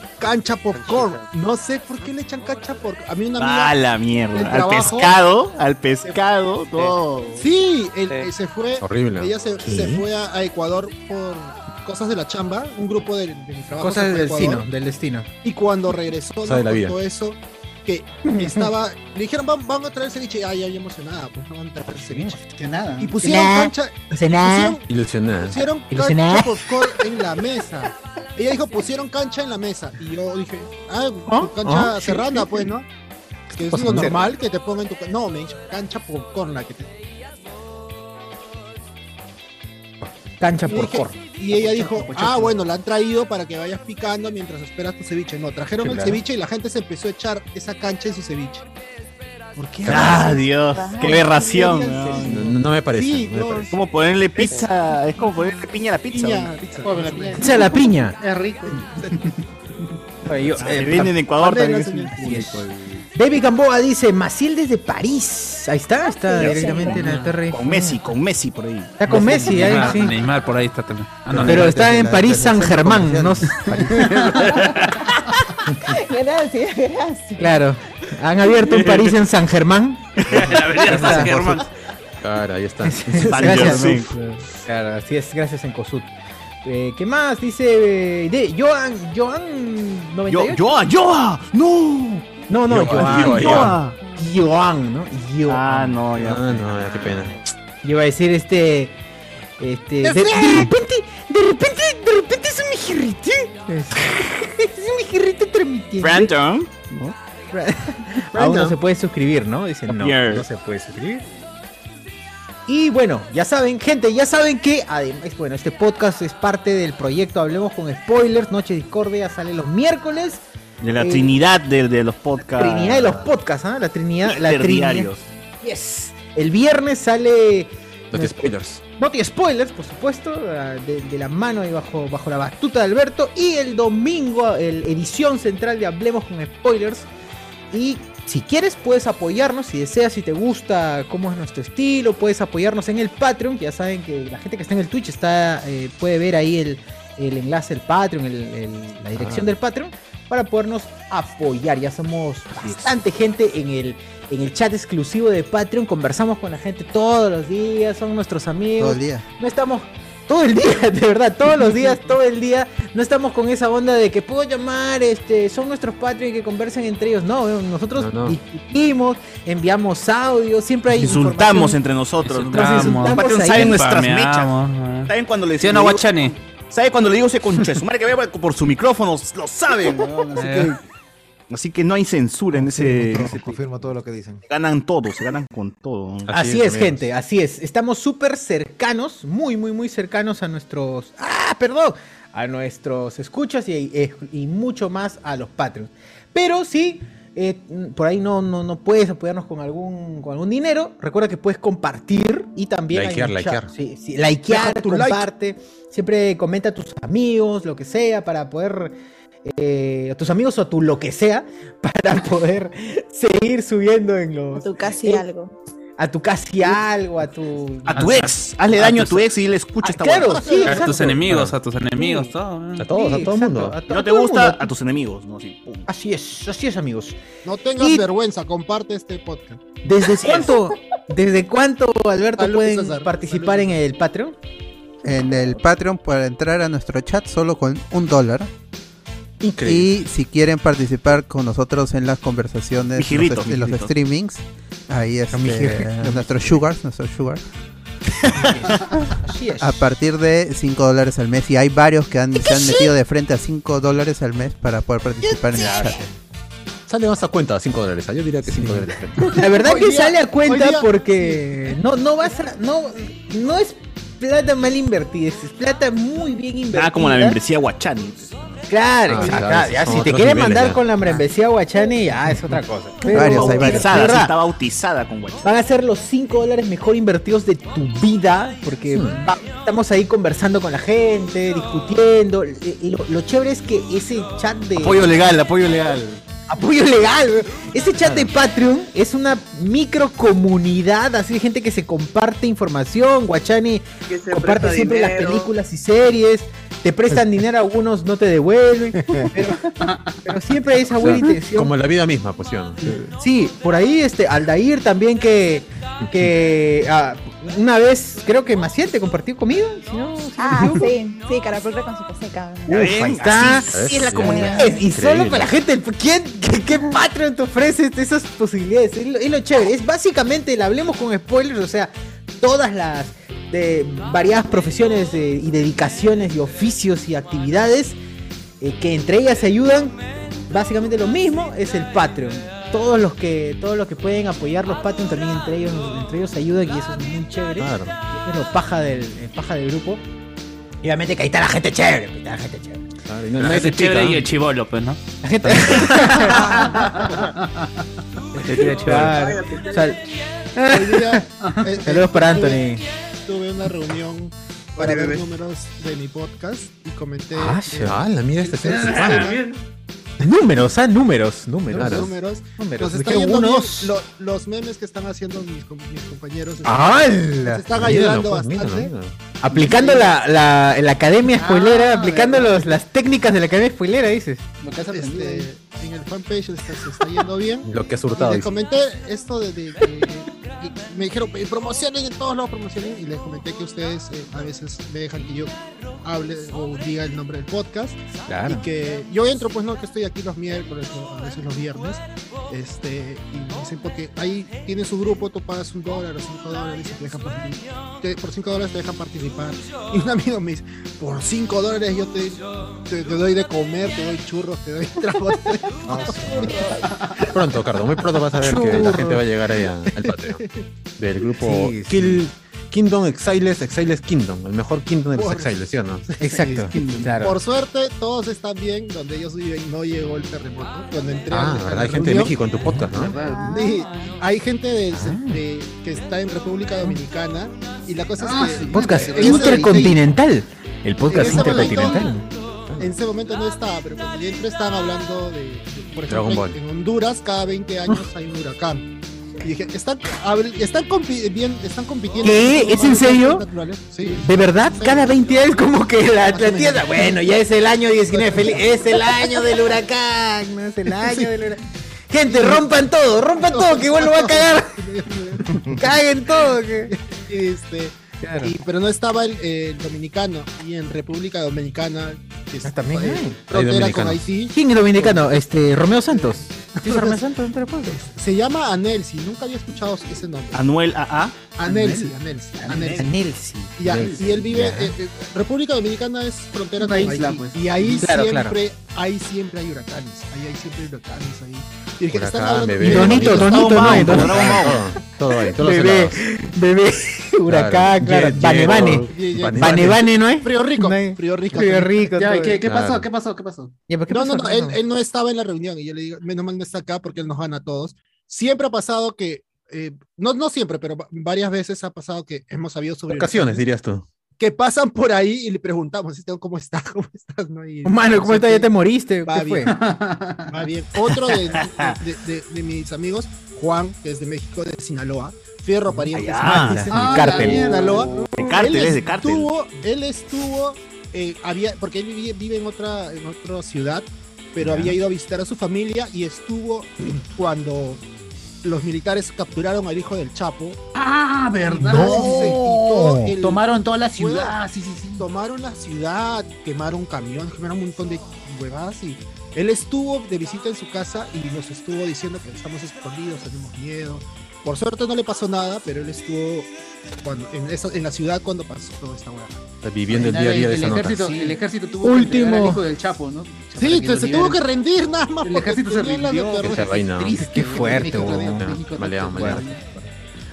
S5: echan cancha popcorn. No sé por qué le echan cancha popcorn. A mí una amiga
S4: A la
S5: del
S4: mierda. Al
S5: trabajo-
S4: pescado, al pescado, todo.
S5: Sí, él, eh, se fue.
S4: Horrible.
S5: Ella se,
S4: ¿Qué?
S5: se fue a, a Ecuador por cosas de la chamba, un grupo de, de mi trabajo. se
S1: Cosas
S5: fue a
S1: del
S5: Ecuador.
S1: destino, del destino.
S5: Y cuando regresó,
S1: Cosa de la
S5: nos
S1: vida.
S5: contó eso, que estaba. Le dijeron, van, van a traer ceviche. Ay, ay, emocionada, pues no van a traer ceviche.
S24: nada.
S5: Y pusieron
S1: Nah.
S5: cancha.
S7: eh,
S1: Emocionada.
S7: Ilusionada.
S5: Pusieron, pusieron
S7: Ilusionada.
S5: cancha popcorn en la mesa. Ella dijo, pusieron cancha en la mesa. Y yo dije, ah, cancha
S7: ¿Ah?
S5: serrana, pues, ¿no? Que es
S7: Cosa
S5: lo
S7: de-
S5: normal que te pongan tu. ca- No, me dijo, cancha popcorn la que te
S1: Cancha
S5: Y dije-
S1: popcorn.
S5: Y ella dijo, ah, bueno, la han traído para que vayas picando mientras esperas tu ceviche. No, trajeron el
S4: Claro.
S5: ceviche y la gente se empezó a echar esa cancha en su ceviche. ¿Por qué?
S4: Ah, Dios, qué aberración.
S5: Sí,
S4: weón.
S7: No, no me parece.
S5: Sí,
S7: no me
S5: no,
S7: parece.
S4: Es como ponerle pizza, es como ponerle piña a la pizza.
S5: Piña,
S4: weón.
S5: pizza.
S1: Echa la piña.
S24: Es rico.
S1: Oye, yo-
S4: Ah, que viene en Ecuador
S1: Mandela,
S4: también. es un público, el-
S1: David Gamboa dice, Maciel desde París. Ahí está, está
S4: Ya,
S1: directamente
S4: con-
S1: en la torre.
S4: Con Messi, con Messi por ahí.
S1: Está con Messi, ahí,
S15: Neymar,
S1: sí.
S15: Neymar por ahí está también. Ah,
S1: Pero
S15: no, Neymar
S1: está
S15: desde
S1: en
S15: la-
S1: París
S15: desde el
S1: San
S15: centro
S1: Germán,
S15: comercial.
S1: no sé.
S17: Gracias, gracias.
S1: Claro. Han abierto un París en San Germán.
S15: Avenida San Germán.
S7: Claro, ahí está.
S1: gracias, Ruf. Claro, así es, gracias en COSUD. Eh, ¿Qué más? Dice eh, de Joan, Joan 98.
S4: Yo- Joan, Joan, no.
S1: No, no,
S7: Joan,
S1: Joan, Joan,
S7: Joan.
S1: Joan, ¿no? Joan.
S4: Ah, no, ya.
S7: Ah, no, ya, qué pena.
S1: Yo iba a decir este, este, de, de repente, de repente, de repente es un mijirrito. Es un mijirrito transmitiendo.
S4: Brandon.
S1: Aún no se puede suscribir, ¿no? Dicen, no,
S4: Pierre.
S1: no se puede suscribir. Y bueno, ya saben, gente, ya saben que además, bueno, este podcast es parte del proyecto Hablemos con Spoilers, Noche Discordia sale los miércoles.
S4: De la
S1: Eh,
S4: trinidad de, de los podcasts.
S1: Trinidad de los podcasts, ¿ah? La Trinidad, la Trinidad.
S4: Interdiarios.
S1: Yes. El viernes sale
S7: No te spoilers.
S1: Noti Spoilers, por supuesto, ah, de, de la mano y bajo, bajo la batuta de Alberto. Y el domingo, el edición central de Hablemos con Spoilers, Y si quieres, puedes apoyarnos. Si deseas, si te gusta cómo es nuestro estilo, puedes apoyarnos en el Patreon. que Ya saben que la gente que está en el Twitch está, eh, puede ver ahí el, el enlace del Patreon, el- el- la dirección
S25: Ah.
S1: del Patreon, para podernos apoyar. Ya somos bastante gente en el, en el chat exclusivo de Patreon. Conversamos con la gente todos los días, son nuestros amigos.
S3: Todo el día.
S1: No estamos todo el día, de verdad, todos los días, todo el día. No estamos con esa onda de que puedo llamar, este, son nuestros Patreon que conversan entre ellos. No, eh, nosotros
S4: No, no.
S1: discutimos, enviamos audio, siempre hay
S4: Insultamos
S1: información.
S4: entre nosotros.
S1: Insultamos.
S4: Los Patreon
S1: Ahí
S4: saben nuestras
S1: spameamos,
S4: mechas. Saben cuando le
S15: ¿Sí o no,
S4: le digo-
S15: Guachani?
S4: Saben cuando le digo ese conche, su madre que vea por su micrófono, lo saben. weón. Así que, así que no hay censura en ese.
S6: Confirmo todo lo que dicen.
S4: Ganan todo, se ganan con todo.
S1: Así, es, gente, así es. Estamos súper cercanos, muy, muy, muy cercanos a nuestros. ¡Ah, perdón! A nuestros escuchas y, eh, y mucho más a los Patreons. Pero sí. eh, por ahí no, no, no puedes apoyarnos con algún, con algún dinero. Recuerda que puedes compartir y también. hay
S7: Likear,
S1: un chat.
S7: likear.
S1: Sí, sí, likear,
S7: Deja tu like.
S1: comparte. Siempre comenta a tus amigos, lo que sea, para poder. eh, a tus amigos o a tu lo que sea, para poder seguir subiendo en los.
S17: Tú casi
S1: en-
S17: algo.
S1: a tu casi algo, a tu.
S4: A tu ex, hazle daño a tu ex y le escucha esta
S1: Ah, claro,
S4: huevada.
S1: sí,
S15: A tus
S9: Ah.
S1: exacto.
S15: enemigos, a tus enemigos, todo. ¿no?
S4: A todos,
S1: Sí,
S4: a todo el
S1: exacto,
S4: mundo.
S1: a
S4: Si
S1: to-
S4: no te
S1: todo el
S4: gusta,
S1: mundo.
S4: a tus enemigos, ¿no? Así, pum.
S1: Así es, así es, amigos.
S5: No tengas
S1: Y-
S5: vergüenza, comparte este podcast.
S1: ¿Desde cuánto, ¿desde cuánto Alberto,
S5: Saludos,
S1: pueden
S5: César.
S1: participar en el Patreon?
S3: en el Patreon para entrar a nuestro chat solo con un dólar.
S1: Increíble.
S3: Y si quieren participar con nosotros en las conversaciones,
S4: Mi girrito,
S3: los-
S4: mi
S3: en los
S4: girrito.
S3: streamings, ahí este, es
S4: mi girrito.
S3: nuestro sugar, nuestro sugar.
S1: Así es.
S3: A partir de 5 dólares al mes. Y hay varios que han, se han metido de frente a 5 dólares al mes para poder participar en el chat.
S7: Sale más a cuenta, 5 dólares. Ah, Yo diría que 5 dólares.
S1: La verdad
S7: Hoy
S1: que
S7: día-
S1: sale a cuenta
S7: hoy día-
S1: porque no, no vas a. No, no es plata mal invertida, es plata muy bien invertida.
S4: Nada Ah, como la membresía Guachani.
S1: Claro,
S4: Ah,
S1: exacto.
S4: claro,
S1: Ya,
S4: son
S1: si te
S4: otros
S1: quieren
S4: niveles,
S1: mandar
S4: ya.
S1: con la membresía Guachani, ya es otra cosa. Pero-
S3: Varios, hay varios.
S4: Bautizada, sí,
S1: ¿verdad?
S4: está bautizada con Guachani.
S1: Van a ser los 5 dólares mejor invertidos de tu vida, porque va- estamos ahí conversando con la gente, discutiendo. y- y lo, lo chévere es que ese chat de.
S4: Apoyo legal, apoyo legal.
S1: Apoyo legal. güey. Ese chat de Patreon es una micro comunidad, así de gente que se comparte información. Guachani
S2: Que se
S1: comparte
S2: presta
S1: siempre las
S2: dinero.
S1: películas y series. Te prestan dinero, algunos no te devuelven. Pero, pero siempre hay esa buena intención.
S7: Como la vida misma, pues, ¿no?
S1: Sí, por ahí este Aldair también que, que ah, una vez creo que Maciel te compartió conmigo. si no- si no me
S17: Ah,
S1: equivoco.
S17: sí, sí, carapulcra con su caseca.
S1: Uf, ahí está.
S17: Así es la comunidad.
S1: Es- Y solo
S17: Increíble.
S1: para la gente. ¿Quién, qué, qué Patreon te ofrece esas posibilidades? Es lo, es lo chévere. Es básicamente el hablemos con spoilers, o sea, todas las de, variadas profesiones eh, y dedicaciones y oficios y actividades eh, que entre ellas se ayudan. Básicamente lo mismo es el Patreon. Todos los que, todos los que pueden apoyar los Patreon también entre ellos, entre ellos se ayudan y eso es muy chévere.
S7: Claro.
S1: Es lo paja del, eh, paja del grupo. Y obviamente que ahí está la gente chévere, ahí está la gente chévere.
S7: Claro,
S15: La gente Ah, chévere y el chivolo, pues, ¿no?
S1: La gente. Claro. O sea,
S5: Hoy día, eh,
S1: Saludos
S5: eh,
S1: para
S5: tuve-
S1: Anthony.
S5: Tuve una reunión para ver números de mi podcast y comenté.
S7: Ah,
S5: eh,
S7: chaval, mira este
S5: este
S7: señor.
S5: tema,
S1: Números, ah, números, números.
S5: los números.
S1: Números.
S5: Nos
S1: Me
S5: está
S1: dijeron
S5: yendo bien
S1: unos.
S5: lo- los memes que están haciendo mis, com- mis compañeros.
S1: ¡Hala!
S5: Se están
S1: Míralo,
S5: ayudando
S1: pues,
S5: bastante. Ah,
S1: Aplicando la, la, la academia spoilera, aplicando los- las técnicas de la academia spoilera, dices.
S5: Este, en el fanpage está- se está yendo bien.
S7: Lo que has hurtado,
S5: Y Les
S7: dice.
S5: comenté esto de. de- de- y me dijeron, "Y promocionen en todos lados, promocionen. Y les comenté que ustedes eh, a veces me dejan que yo hable o diga el nombre del podcast.
S7: Claro.
S5: Y que yo entro, pues no, que estoy aquí los miércoles o a veces los viernes. Este, y me dicen, porque ahí tienes un grupo, tú pagas un dólar o cinco dólares y te dejan participar. Te- por cinco dólares te dejan participar. Y un amigo me dice, por cinco dólares yo te, te, te doy de comer, te doy churros, te doy trago. te doy-".
S7: Pronto, Cardo, muy pronto vas a ver que la gente va a llegar ahí a- al Patreon. Del grupo
S1: Sí, sí.
S7: Kill- Kingdom Exiles, Exiles Kingdom. El mejor Kingdom de los
S5: Por-
S7: Exiles, ¿sí o no?
S1: Exacto.
S7: Claro.
S5: Por suerte, todos están bien. Donde ellos viven no llegó el terremoto. Cuando entré
S7: Ah,
S5: a la
S7: ¿verdad? Hay gente de
S5: reunión,
S7: México en tu podcast, ¿no? Ah.
S5: Sí,
S1: Ah.
S5: hay gente del- de- que está en República Dominicana y la cosa es que
S7: Ah,
S1: Podcast
S5: en ese-
S1: intercontinental. El
S5: podcast en ese intercontinental. en en ese momento no estaba, pero cuando yo entré estaban hablando de, de- por
S7: Dragon
S5: ejemplo,
S7: Ball.
S5: en Honduras cada 20 años hay un huracán. Y dije, están, habl- están, compi- bien, están compitiendo.
S1: ¿Qué?
S5: con
S1: ¿Es en
S5: varios
S1: serio?
S5: fenómenos naturales. Sí.
S1: ¿De verdad?
S5: Sí.
S1: Cada 20 años como que la, la
S5: menos.
S1: tierra... Bueno, ya es el año 19, feliz- es el año del huracán, no es el año
S5: Sí.
S1: del huracán. Gente, rompan todo, rompan todo, que igual lo va a cagar. Caguen todo. que-
S5: Este, y- pero no estaba el, el dominicano. Y en República Dominicana, que
S1: Ah,
S5: es- eh, frontera con Haití,
S1: ¿Quién es dominicano? Este, Romeo Santos.
S5: se llama Anelsi. Nunca había escuchado ese nombre.
S9: Anuel AA.
S5: Anelsi, Anelsi, Anelsi.
S1: Anelsi.
S5: Y, a-
S1: Anelsi,
S5: y él vive,
S1: ya.
S5: eh, eh, República Dominicana es frontera
S3: Una
S5: con
S3: isla,
S5: Haití,
S3: pues.
S5: Y ahí
S1: Claro, claro.
S5: siempre, ahí siempre hay huracanes. Ahí hay siempre huracanes ahí. Y dije,
S7: Huracán,
S5: están hablando-
S7: bebé.
S5: y
S1: Donito,
S5: Donito
S1: Donito,
S5: estaba
S1: no,
S5: mal,
S1: Donito.
S5: estaba mal.
S7: Todo ahí, todos los
S1: Bebé,
S7: helados.
S1: bebé, huracán, claro.
S7: Jet,
S1: Banebane.
S7: jet, jet.
S1: Banebane, ¿no es?
S5: Frío rico, frío rico.
S1: Frío rico.
S3: Ya,
S1: todo.
S3: ¿qué, qué
S1: Claro.
S3: pasó? ¿Qué pasó? ¿Qué pasó?
S1: Ya, pero ¿qué
S5: No,
S1: pasó?
S5: no, no, él, él no estaba en la reunión y yo le digo, menos mal no está acá porque él nos gana a todos. Siempre ha pasado que, eh, no, no siempre, pero va- varias veces ha pasado que hemos sabido sobre
S7: Ocasiones, dirías tú.
S5: que pasan por ahí y le preguntamos, este, ¿cómo está? ¿Cómo estás? ¿No? Y-
S1: Mano, ¿cómo estás? ¿Ya te moriste?
S5: Va
S1: ¿Qué fue?
S5: bien. Va bien. Otro de, de- de- de mis amigos, Juan, que es de México, de Sinaloa. Fierro
S1: Mm,
S5: pariente.
S9: Ah,
S5: es-
S9: de
S5: Ah, la
S9: cártel.
S5: mierda, Sinaloa.
S9: De cártel,
S5: Él
S9: es de cártel.
S5: Estuvo, él estuvo, eh, había, porque él vivía- vive en otra, en otra ciudad,
S7: Ya.
S5: pero había ido a visitar a su familia y estuvo cuando los militares capturaron al hijo del Chapo.
S3: Ah, ¿verdad?
S5: Se quitó el-
S3: Tomaron toda la
S5: Fue-
S3: ciudad. Sí, sí, sí.
S5: tomaron la ciudad, quemaron camiones, quemaron un montón de huevadas y él estuvo de visita en su casa y nos estuvo diciendo que estamos escondidos, tenemos miedo. Por suerte no le pasó nada, pero él estuvo cuando, en, esa- en la ciudad cuando pasó toda esta hueá.
S7: Viviendo el día a día de
S3: el
S7: esa nota.
S3: ejército,
S5: Sí.
S3: el ejército tuvo que
S5: Último.
S3: entregar al hijo del Chapo, ¿no?
S5: Sí, se, se tuvo que rendir nada más.
S3: El
S5: porque
S3: ejército se
S5: tenía la
S3: rindió.
S5: doctora-
S7: Esa vaina.
S3: Triste.
S7: Qué
S3: fuerte,
S7: weón. Maleado, maleado.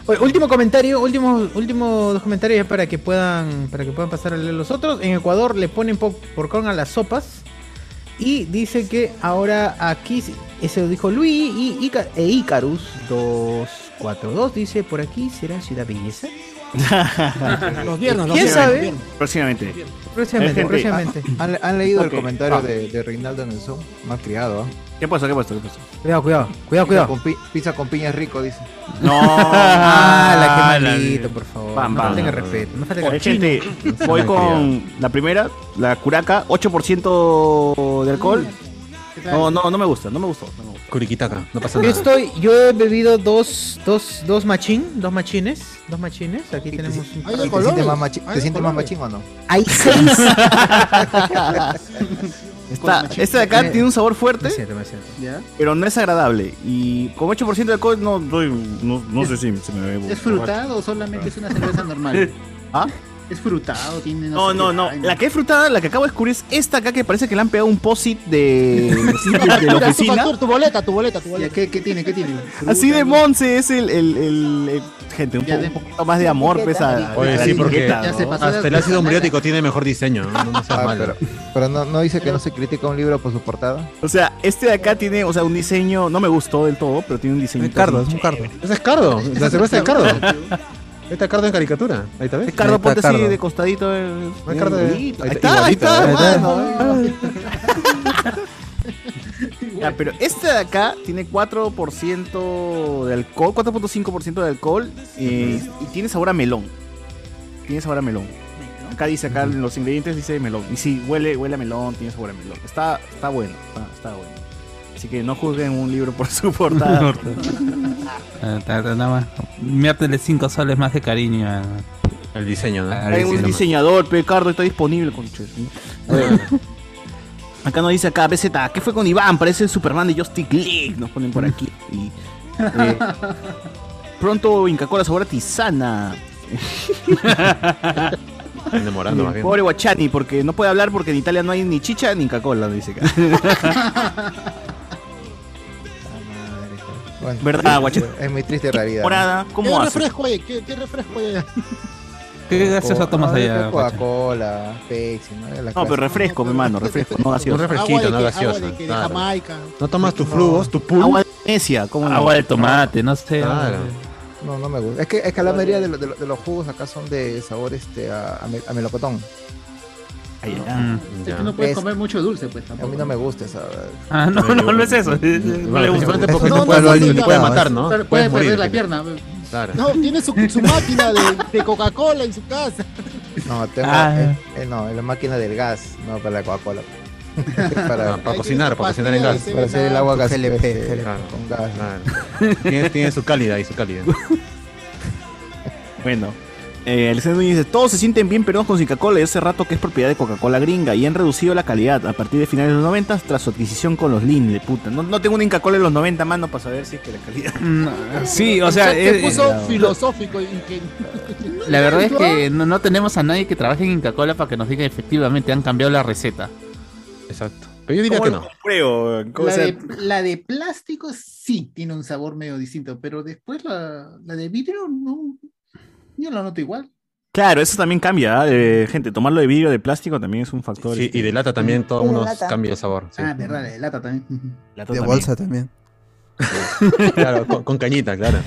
S1: Oye, último comentario, último, último dos comentarios ya para que puedan, para que puedan pasar a leer los otros. En Ecuador le ponen pop- popcorn a las sopas y dice que ahora aquí se- eso dijo Luis y Ica- e Icarus 242 dice por aquí será ciudad belleza.
S5: Los viernes, los
S1: ¿Quién
S5: viernes,
S1: sabe?
S5: los viernes.
S9: Próximamente.
S1: Próximamente,
S9: Gente.
S1: próximamente.
S6: ¿Han, han leído
S9: Ok,
S6: el comentario
S9: va.
S6: de, de Reinaldo en el Zoom? Mal criado, ¿ah?
S9: ¿Qué pasó? ¿Qué pasó? ¿Qué pasó?
S1: Cuidado, cuidado, cuidado,
S6: Pizza
S1: cuidado.
S6: con, pi- pizza con piña es rico, dice.
S9: No.
S1: Ah, la que
S9: la
S1: maldito,
S9: de-
S1: por favor.
S9: Bam,
S1: no
S9: bam.
S1: falten el respeto, no falten el
S9: Oye,
S1: respeto.
S9: gente, este, voy con la primera, la curaca, 8% de alcohol.
S5: Ah,
S9: No, no, no me gusta, no me gustó. no me gustó.
S7: Curiquitaca, no pasa
S1: Yo
S7: nada.
S1: estoy, yo he bebido dos, dos, dos machín, dos machines, dos machines. Aquí tenemos un
S5: Hay
S1: par.
S5: de
S6: ¿Te
S5: colores,
S6: sientes más, machi-
S5: hay
S6: ¿te
S5: de
S6: sientes más
S5: colores.
S6: machín o no?
S1: Hay seis.
S9: Esta, esta de acá tiene un sabor fuerte,
S1: Me siento, me siento.
S3: ¿Ya?
S9: pero no es agradable. Y con 8% de alcohol, no, doy- no, no sé si se me ve. borracho.
S3: ¿Es frutado o solamente es una cerveza normal?
S9: ¿Ah?
S3: ¿Es frutado? Tiene
S9: No,
S3: sé
S9: no,
S3: qué
S9: no.
S3: vaina.
S9: La que es frutada, la que acabo de descubrir es esta acá que parece que le han pegado un posit de, de la
S5: Mira, tu
S9: oficina.
S5: factor, tu boleta, tu boleta, tu
S3: Ya,
S5: boleta.
S3: ¿Qué, qué tiene? ¿Qué tiene?
S9: Así
S3: Fruta,
S9: de
S3: ¿no?
S9: Monse es el, el, el- el- gente, un, po- un poquito más de amor, pues a,
S7: Oye,
S9: a la
S7: sí, porque
S9: etiqueta,
S3: ya se
S9: ¿no?
S3: pasó.
S7: Hasta el ácido muriático tiene mejor diseño. No, no seas
S6: Ah, pero
S7: malo.
S6: pero no, no dice que no se critica un libro por su portada.
S9: O sea, este de acá tiene, o sea, un diseño, no me gustó del todo, pero tiene un diseño.
S6: Cardo, es un cardo.
S7: Ese es Cardo, la cerveza de Cardo. Esta Cardo en caricatura, ahí está, ¿ves?
S9: Ricardo, ponte así
S6: Cardo.
S9: de costadito. el-
S7: No hay Cardo de-
S9: Ahí
S7: ahí
S9: está, ahí
S7: igualito,
S9: está,
S7: ahí está.
S9: hermano. Ya, pero este de acá tiene 4% de alcohol, 4.5% de alcohol eh, y tiene sabor a melón. Tiene sabor a melón. Acá dice, acá en los ingredientes dice melón. Y sí, huele, huele a melón, tiene sabor a melón. Está, está bueno, está, está bueno. Así que no juzguen un libro por su portada.
S15: Ah, ta- ta- Nada más. Miértele 5 soles más de cariño. a-
S7: El diseño, ¿no?
S15: a-
S9: Hay un
S15: al-
S9: diseñador, Pecardo, está disponible con Bueno. Acá nos dice acá, BZ, ¿qué fue con Iván? Parece el Superman de Justice League. Nos ponen por aquí. Y, eh, pronto Inca Cola sabor a tisana.
S7: Enamorando más bien.
S9: Pobre Guachani, porque no puede hablar porque en Italia no hay ni chicha ni Inca Cola, dice acá.
S6: Bueno,
S9: ¿Verdad, guachito?
S6: Es muy triste realidad.
S9: Morada,
S5: ¿Qué
S9: ¿cómo hace?
S5: refresco hay? ¿Qué, qué refresco hay?
S15: ¿Qué gaseosa tomas allá? guacha?
S6: Coca-Cola, Pepsi, ¿no? La
S9: No, pero
S6: clásica.
S9: refresco, mi mano, refresco, no
S7: Un
S9: gaseoso.
S7: refresquito,
S5: agua
S7: no
S5: de, que- agua
S7: gaseosa.
S5: de, que- de
S7: claro.
S5: Jamaica.
S7: No tomas tus flujos, tu pool.
S9: Agua de Venecia, ¿cómo no?
S15: Agua de tomate, no sé.
S7: Claro.
S6: No, no me gusta. Es que, es que la mayoría de, lo- de lo- de los jugos acá son de sabor este, a, a me- a melocotón.
S1: Es que no puedes comer mucho dulce, pues
S6: A mí no me gusta esa.
S15: Ah, no, no, no es eso. No le gusta.
S7: Justamente porque te puede, te puede matar, ¿no?
S1: Puede,
S7: Puedes morir,
S1: perder la
S7: te-
S1: pierna.
S7: Claro.
S5: No, tiene su, su máquina de, de Coca-Cola en su casa.
S6: No, tengo,
S5: Ah.
S6: eh, eh, no, es la máquina del gas, no para la Coca-Cola. para,
S7: para cocinar, para cocinar en gas.
S6: Para hacer el agua gas. este,
S7: Claro,
S6: con gas.
S7: claro. Tiene, tiene su cálida y su cálida.
S9: Bueno. Eh, Alexander Núñez dice, todos se sienten bien peruanos con Coca-Cola y hace rato que es propiedad de Coca-Cola gringa y han reducido la calidad a partir de finales de los 90 tras su adquisición con los Lin, de puta. No, no tengo una Inca-Cola en los 90, mano, para saber si es que la calidad...
S15: Mm, Sí, o sea,
S5: se
S15: eh,
S5: puso
S15: eh,
S5: filosófico. y que-
S15: la verdad es que no, no tenemos a nadie que trabaje en Inca-Cola para que nos diga efectivamente han cambiado la receta.
S7: Exacto. Pero yo diría
S15: ¿Cómo
S7: que
S15: lo
S7: no.
S9: Pruebo,
S1: La de, la de plástico sí tiene un sabor medio distinto, pero después la, la de vidrio no. Yo la noto igual.
S9: Claro, eso también cambia, ¿ah? Eh, gente. Tomarlo de vidrio o de plástico también es un factor. este.
S7: Sí, y de lata también todos
S1: Y de
S7: unos
S1: lata.
S7: cambios de sabor. sí.
S1: Ah, verdad, la de lata también.
S9: Lata
S3: De
S9: también.
S3: bolsa también.
S7: Claro, con, con cañita, claro.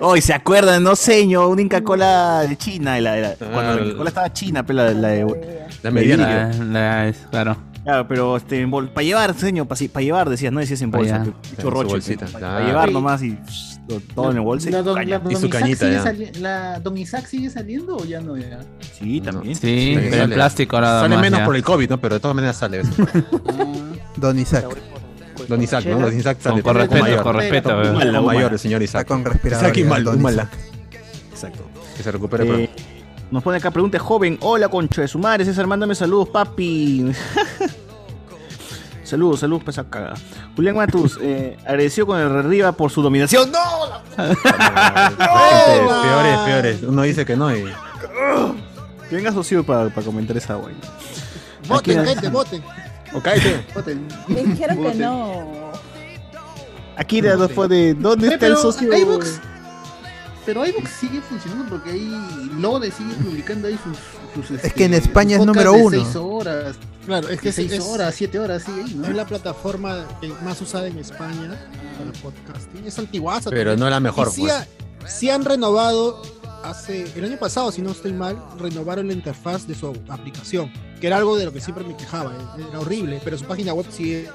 S9: Hoy se acuerdan, no señor, una Inca Cola de China, de la, de la- cuando la
S7: Ah, el-
S9: Inca Cola estaba china, pero la, la
S1: Ah,
S9: de
S7: La mediana.
S9: de vidrio.
S15: Ah, claro.
S9: Claro, pero este, para llevar, señor, para llevar, decías, no decías en
S15: Pa'
S9: bolsa, pues,
S15: llevar.
S7: Claro,
S9: chorroche,
S7: su bolsita, Ah.
S9: para
S7: claro.
S9: llevar
S1: Sí.
S9: nomás y pss, lo- todo en el bolso y,
S1: La,
S9: su
S1: don,
S9: caña.
S1: la, don Isaac sigue sali- ¿La Don Isaac sigue saliendo o ya no? Ya?
S9: Sí, también.
S15: Sí,
S7: Sale-
S15: pero el plástico ahora
S7: Sale
S15: más
S7: menos
S15: ya.
S7: por el COVID, ¿no? Pero de todas maneras sale.
S3: Don Isaac.
S7: Don Isaac, ¿no? Don Isaac sale.
S15: Con- con eh. respeto,
S7: mayor.
S15: con respeto,
S7: Un
S15: weón.
S7: mal- un mayor, el señor
S3: Está
S7: Isaac.
S3: con respirador.
S7: Isaac y
S3: ya,
S7: mal,
S3: Don
S7: un mal.
S3: Isaac.
S9: Exacto.
S7: Que se recupere
S9: Eh,
S7: pronto.
S9: Nos pone acá pregunta joven. Hola, concho de su madre. César, mándame saludos, papi. saludos, saludos, pesa caga. Julián Matus, eh, agradecido con el Riva por su dominación. ¡No! La-
S7: Gente, Peores, peores. Uno dice que no y.
S9: Que venga socio para, para comentar esa vaina.
S5: Voten,
S9: Aquí-
S5: gente, voten.
S7: O cállate.
S1: Voten.
S26: Me dijeron que
S5: Voten.
S26: no.
S9: Akira nos pone, ¿dónde
S1: Oye,
S9: está el
S1: pero
S9: socio?
S1: iVoox- pero iBooks sigue funcionando porque ahí Lode sigue publicando ahí sus. sus, este,
S3: que en España es
S1: podcasts
S3: número
S1: de
S3: uno.
S1: seis horas.
S5: Claro, es que
S1: de seis
S5: es-
S1: horas, siete horas, sigue ahí, ¿no?
S5: Es la plataforma que más usada en España para podcasting. Es antiguaza.
S7: Pero
S5: también.
S7: no la mejor,
S5: Y Sí,
S7: pues.
S5: ha- sí han renovado hace el año pasado, si no estoy mal, renovaron la interfaz de su aplicación, que era algo de lo que siempre me quejaba. eh, Era horrible, pero su página web sigue.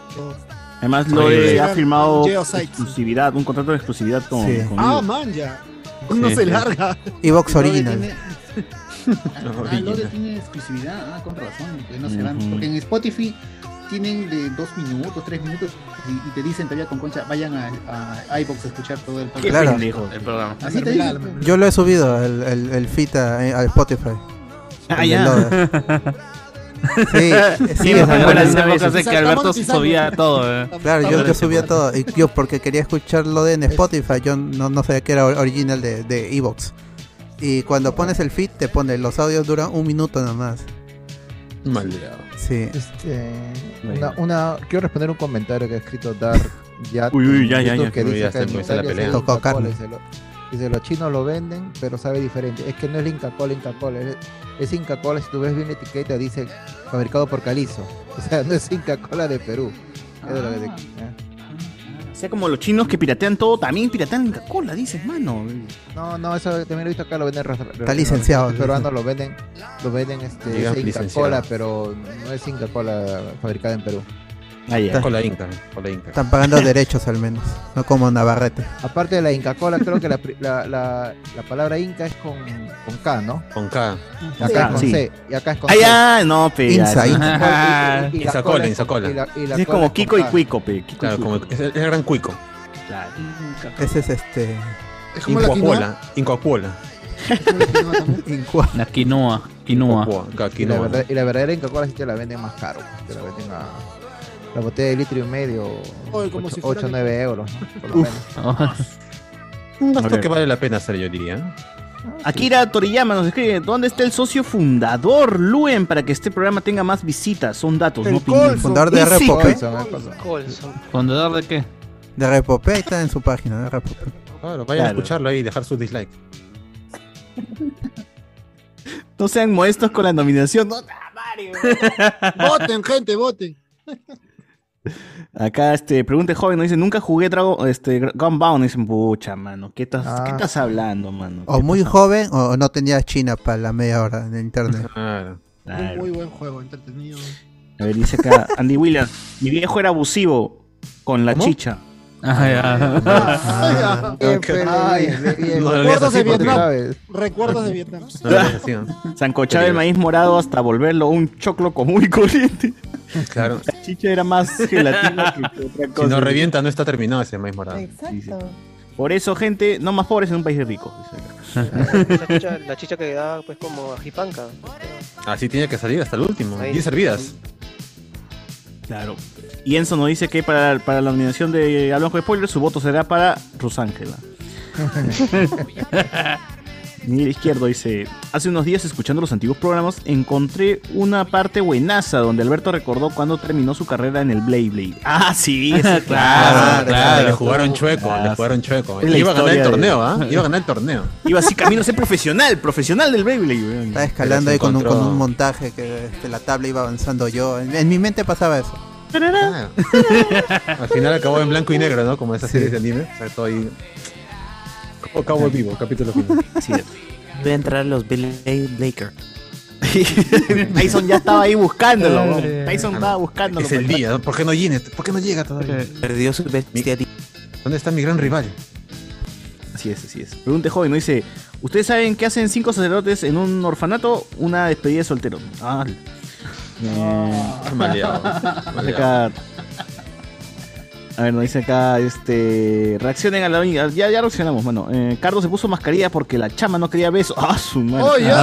S9: Además, lo he- ha firmado
S5: Geosites.
S9: exclusividad, un contrato de exclusividad con.
S3: Sí.
S9: con
S5: Ah,
S9: Evox.
S5: man, ya. No se larga.
S3: Evox
S1: Lode
S3: Original.
S1: tiene- Ah, Lode tiene exclusividad, ah, con razón, que no se van.
S3: Ujú.
S1: Porque en Spotify tienen de dos minutos, tres minutos, y, y te dicen todavía con concha, vayan a, a iVoox a escuchar todo el
S3: Qué Claro.
S9: pendejo.
S15: El programa.
S1: Así te dicen.
S3: Eh, Yo lo he subido, el, el, el fit a, eh, a Spotify.
S9: Ah,
S3: El de
S9: ya.
S3: Loda. Sí,
S15: Sí,
S3: sí, es
S15: me acuerdo
S3: verdad.
S15: de esa época de que Alberto subía todo. eh.
S3: Claro, yo,
S15: Ahora
S3: yo
S15: sí,
S3: subía
S15: pues.
S3: todo. Y yo, porque quería escucharlo de en Spotify, yo no, no sabía que era or- original de, de Evox. Y cuando pones el feed, te pone los audios duran un minuto nomás.
S7: Maldito.
S3: Sí.
S6: Este,
S3: Bueno.
S6: una, una- Ah, quiero responder un comentario que ha escrito Dark Yat.
S9: Uy, uy, ya,
S6: en
S9: ya,
S6: YouTube
S9: ya.
S6: Que
S9: Uy,
S6: dice
S9: ya
S6: acá
S9: se
S6: en
S9: comenzó la
S6: Italia
S9: pelea.
S6: es
S9: Tocó
S6: Inca Cola,
S9: carne.
S6: Dice, lo- dice, los chinos lo venden, pero sabe diferente. Es que no es la Inca Cola, Inca Cola. Es, es Inca Cola, si tú ves bien la etiqueta, dice fabricado por Calizo. O sea, no es Inca Cola de Perú. Es de lo que te- ¿eh?
S9: O sea, como los chinos que piratean todo, también piratean Coca-Cola, dices, mano.
S6: No, no, eso también lo he visto acá, lo venden rastro-
S3: Está licenciado,
S6: Los peruanos lo venden, lo venden este,
S7: Diga
S6: dice Inca
S7: licenciado.
S6: Cola, pero no es Inca Cola fabricada en Perú.
S9: Está-
S7: Con la Inca. Con la Inca.
S3: Están pagando derechos al menos, no como Navarrete.
S6: Aparte de la Inca Cola, creo que la, pri- la, la, la palabra Inca es con, con K, ¿no?
S7: Con K.
S6: Y acá es con
S9: sí.
S6: C. Y acá es con
S9: Ah,
S6: C.
S9: ya, no, pe. ya,
S3: Insa,
S9: sí.
S3: Insa.
S9: Ah,
S6: Y- y- y la
S7: Insacola,
S6: cola es con-
S7: Insacola.
S6: y la- y la
S9: Sí, es
S6: cola
S9: como
S6: es con
S9: Kiko y
S6: K.
S9: Cuico, pe. Kiko y
S7: Claro,
S9: Cuico.
S7: como es el, es el gran cuico.
S9: Claro.
S3: Ese es este.
S5: Es como la quinoa.
S7: Incoapuola. Incoapuola.
S3: Incua.
S15: La quinoa, quinoa.
S7: Incoapuola,
S6: Y la,
S7: quinoa.
S6: verdad, y la verdadera Inca Cola sí te la venden más caro. Te la venden a la botella de litro y medio.
S5: Oye, como si
S6: 8
S5: fuera
S6: o
S5: que-
S6: 9 euros. ¿no? Por lo menos.
S1: Ah,
S7: Un gasto
S9: Ok.
S7: que vale la pena hacer, yo diría.
S9: Akira Toriyama nos escribe, ¿dónde está el socio fundador, Luen, para que este programa tenga más visitas? Son datos, no opiniones.
S3: Fundador de
S9: Y sí,
S3: Repop.
S9: pe.
S15: ¿Fundador de qué?
S3: De Repop, ahí está en su página, de Repop.
S7: Claro, vayan a
S9: Claro.
S7: escucharlo ahí y dejar su dislike.
S9: No sean modestos con la nominación. No,
S1: pues.
S5: Voten, gente, voten.
S9: Acá este pregunta el joven, nos dice, nunca jugué Dragon este Gra- Gunbound, dicen, pucha, mano, ¿qué estás,
S6: Ah.
S9: ¿qué
S5: Oh.
S9: estás hablando, mano?
S3: O muy joven o no tenía China para la media hora en internet.
S7: Claro.
S5: Un muy buen juego, entretenido.
S9: A ver, dice acá Andy Williams. Mi viejo era abusivo con la chicha.
S1: Ah,
S9: Ah,
S5: Ah,
S9: Ay,
S5: ok.
S9: ay, ay. No lo leas
S5: Recuerdos
S9: así
S5: de
S9: porque-
S5: Vietnam. Recuerdos de Vietnam.
S9: Sancochaba el maíz morado hasta volverlo un choclo común y corriente.
S7: Claro.
S9: La chicha era más gelatina que otra cosa.
S7: Si no revienta, no está terminado ese maíz morado.
S27: Exacto.
S9: Por eso, gente, no más pobres en un país rico.
S8: La chicha, la chicha que da pues como ajipanca.
S7: Así tiene que salir hasta el último.
S8: Ahí.
S7: 10 hervidas.
S9: Claro. Y Enzo nos dice que para, para la nominación de Alonso de Spoiler su voto será para Rusángela. Miguel Izquierdo dice, hace unos días escuchando los antiguos programas encontré una parte buenaza donde Alberto recordó cuando terminó su carrera en el Blade Blade. Ah, sí, eso, claro,
S7: Claro, claro, le jugaron chueco, le jugaron chueco.
S9: Es la
S7: Iba a ganar el
S9: historia de-
S7: torneo, ¿ah? Iba a ganar el torneo.
S9: Iba así camino a ser profesional, profesional del Blade Blade. weón.
S3: Estaba escalando ahí con un, con un montaje que este, la tabla iba avanzando yo. En, en mi mente pasaba eso.
S7: Al final acabó en blanco y negro, ¿no? Como esa serie de anime. O sea, todo ahí. Como Cowboy vivo, capítulo final.
S20: Voy a entrar a los Blade Blaker.
S9: Tyson ya estaba ahí buscándolo. weón. Tyson
S7: Ah,
S9: estaba buscándolo.
S7: Es el día, ¿no? ¿por qué no llega? ¿Por qué no llega
S1: Eh,
S7: todavía?
S9: Perdió su
S7: ¿Dónde está mi gran rival?
S9: Así es, así es. Pregunte joven, ¿no? Dice, ¿ustedes saben qué hacen cinco sacerdotes en un orfanato? Una despedida de soltero. Ah,
S7: qué maleado,
S9: Dice
S7: maleado.
S9: acá- A ver, nos dice acá, este. Reaccionen a la. Ya, ya reaccionamos, mano. Eh, Carlos se puso mascarilla porque la chama no quería beso. ¡Ah, su madre!
S5: ¡Oh, ya!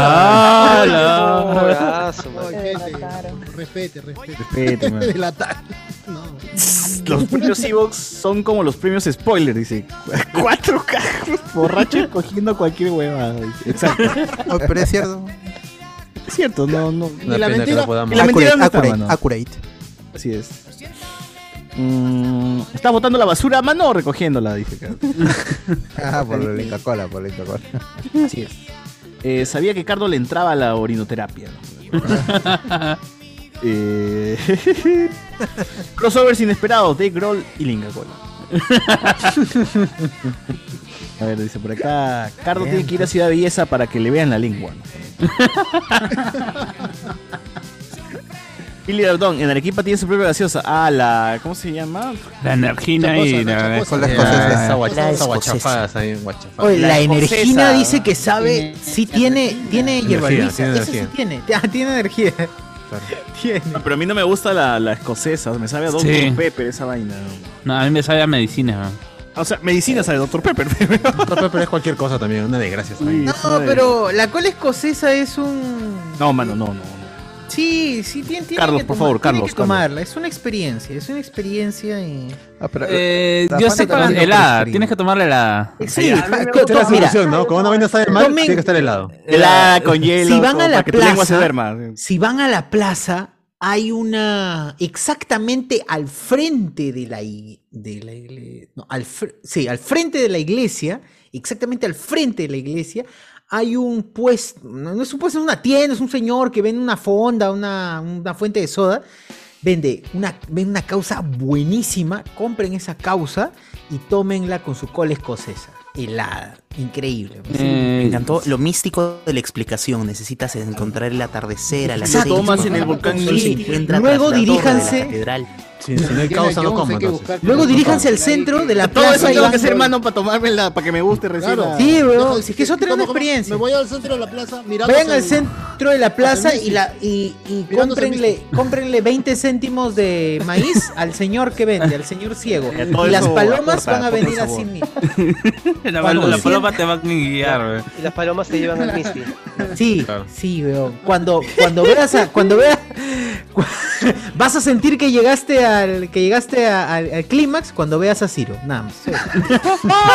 S9: ¡Ah, la-
S5: Ah, gente, Respete, respete.
S9: Respete, man.
S5: De la ta- No.
S9: Los premios Evox son como los premios spoiler, dice. Cuatro cajos borrachos cogiendo cualquier huevada. dice. Exacto.
S3: No, pero es cierto.
S9: Es cierto, no, no. Y
S3: Una
S9: la
S3: pena que
S9: mentira,
S3: no podamos.
S9: y la mentira
S3: Accurate,
S9: no está,
S3: accurate,
S9: mano.
S3: accurate.
S9: Así es. Mm, ¿Estás botando la basura a mano o recogiéndola? Dice acá.
S6: Ah, por la Inca Cola, por la Inca Cola.
S9: Así es. Eh, sabía que Cardo le entraba a la orinoterapia. ¿no? eh... Crossovers inesperados de Groll y Linga Cola.
S3: Eh,
S9: a ver, dice por acá. Cardo tiene que ir a Ciudad Belleza para que le vean la lengua. ¿no? Billy Dardón, en Arequipa tiene su propia gaseosa. Ah, la. ¿Cómo se llama?
S15: La energía y la.
S7: Son las cosas de esa guacha- esas guachafadas ahí, guachafadas.
S1: Oye, la,
S7: escocesa.
S1: energina dice que sabe si tiene, tiene
S7: Energía,
S1: hierba
S7: tiene
S1: Eso sí
S7: energía.
S1: tiene. Ah, tiene energía.
S9: Ah, pero a mí no me gusta la, la escocesa. Me sabe a Dr.
S15: Sí.
S9: Pepper esa vaina.
S15: No, a mí me sabe a medicina. man.
S9: O sea, medicina sabe Dr. Pepper.
S7: Dr. Pepper es cualquier cosa también, una desgracia. también.
S1: No, pero la cola escocesa es un.
S9: No, mano, no, no.
S1: Sí, sí, tiene, tiene
S9: Carlos,
S1: que
S9: por
S1: tomar-
S9: favor,
S1: tiene
S9: Carlos,
S1: que
S9: Carlos.
S1: tomarla. Es una experiencia, es una experiencia y.
S15: Eh,
S1: La
S15: yo
S1: fan
S15: sé
S1: de
S15: que
S1: Carlos
S15: helada,
S1: Corcoran.
S15: tienes que tomar la helada.
S1: Sí,
S15: Ya.
S1: fa- co-
S7: Esta es la
S1: mira,
S7: solución, ¿no? Como una vaina sabe mal,
S1: tomen-
S7: tiene que estar helado.
S9: Helada con hielo,
S1: Si van
S9: como
S1: a la
S9: para que tu lengua se
S1: plaza,
S9: duerma.
S1: si van a la plaza, hay una exactamente al frente de la, i- de la igle- no, al fr- sí, al frente de la iglesia, exactamente al frente de la iglesia hay un puesto, no no es un puesto, es una tienda, es un señor que vende una fonda, una, una fuente de soda, vende una, vende una causa buenísima, compren esa causa y tómenla con su cola escocesa, helada, increíble.
S20: Me encantó lo místico de la explicación. Necesitas encontrar el atardecer a las
S1: Exacto.
S20: seis,
S1: Tomas
S20: cuando
S1: en el volcán
S20: sol
S1: Inca.
S20: se encuentra
S1: Luego
S20: tras la torre de la
S1: diríjanse-
S20: catedral.
S7: si no hay causa, no como, entonces.
S1: Luego diríjanse al centro de la
S9: Todo
S1: plaza.
S9: eso
S1: y
S9: tengo
S1: van
S9: que hacer,
S1: por-
S9: mano, para tomarme la, para que me guste recién.
S1: Claro.
S9: la-
S1: Sí, weón, es que es otra experiencia.
S5: Me voy al centro de la plaza mirando.
S1: Vayan al
S5: su-
S1: centro de la plaza
S5: Hacia
S1: y,
S5: el
S1: la, y, y
S5: Mirándose el
S1: cómprenle, cómprenle 20 céntimos de maíz al señor que vende, al señor ciego.
S15: Eh, todo
S1: Y las
S15: eso
S1: palomas
S15: aporta,
S1: van a
S15: aporta
S1: venir
S15: sabor.
S1: así. mi-
S15: La,
S1: Cuando
S15: la
S1: sienta-
S15: paloma te va a guiar, man.
S8: Y las palomas te llevan al Misty.
S1: Sí, sí, weón. Cuando, cuando veas a- cuando veas cu- vas a sentir que llegaste al que llegaste a- al, al clímax cuando veas a Ciro, nada más.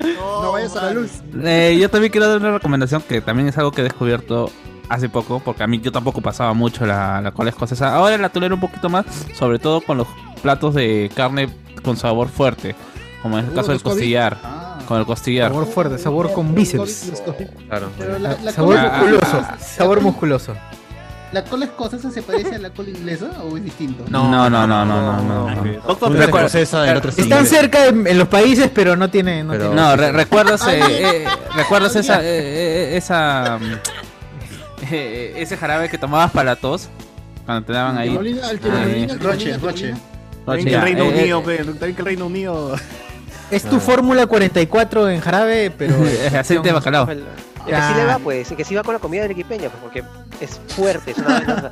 S5: No vayas a la luz.
S15: Eh, yo también quiero dar una recomendación que también es algo que he descubierto hace poco, porque a mí yo tampoco pasaba mucho la, la cola escocesa. Ahora la tolero un poquito más, sobre todo con los platos de carne con sabor fuerte, como es el
S1: Uh,
S15: caso del
S1: los Kobe.
S15: costillar. Con el costillar.
S1: Sabor fuerte, sabor con bíceps.
S7: Claro.
S1: sabor
S15: cola-
S1: musculoso,
S15: Ah,
S1: sabor musculoso.
S28: ¿La cola escocesa se parece a la cola inglesa o es distinto?
S15: No, no, no, no, no, no. no.
S7: Doctor, Una recuerda- escocesa, el otro es
S1: Están cerca en, en los países, pero no tienen. No, Ah, tienen-
S15: eh,
S1: Ah,
S15: No, re- recuerdas, eh, eh, recuerdas esa, eh, eh, esa, mm, eh, ese jarabe que tomabas para la tos, cuando te daban ahí.
S5: Tirolina, el
S15: Ah,
S5: tirolina,
S15: ya.
S5: el Roche, tirolina, Roche.
S4: También que
S15: Ya,
S4: el Reino
S15: eh,
S4: Unido, pe, también que el Reino Unido.
S1: Es tu fórmula 44 en jarabe, pero. eh,
S15: Aceite de bacalao.
S8: Que sí le va, pues, y que sí va con la comida del equipeño, pues, porque es fuerte. Es una vaina, o sea,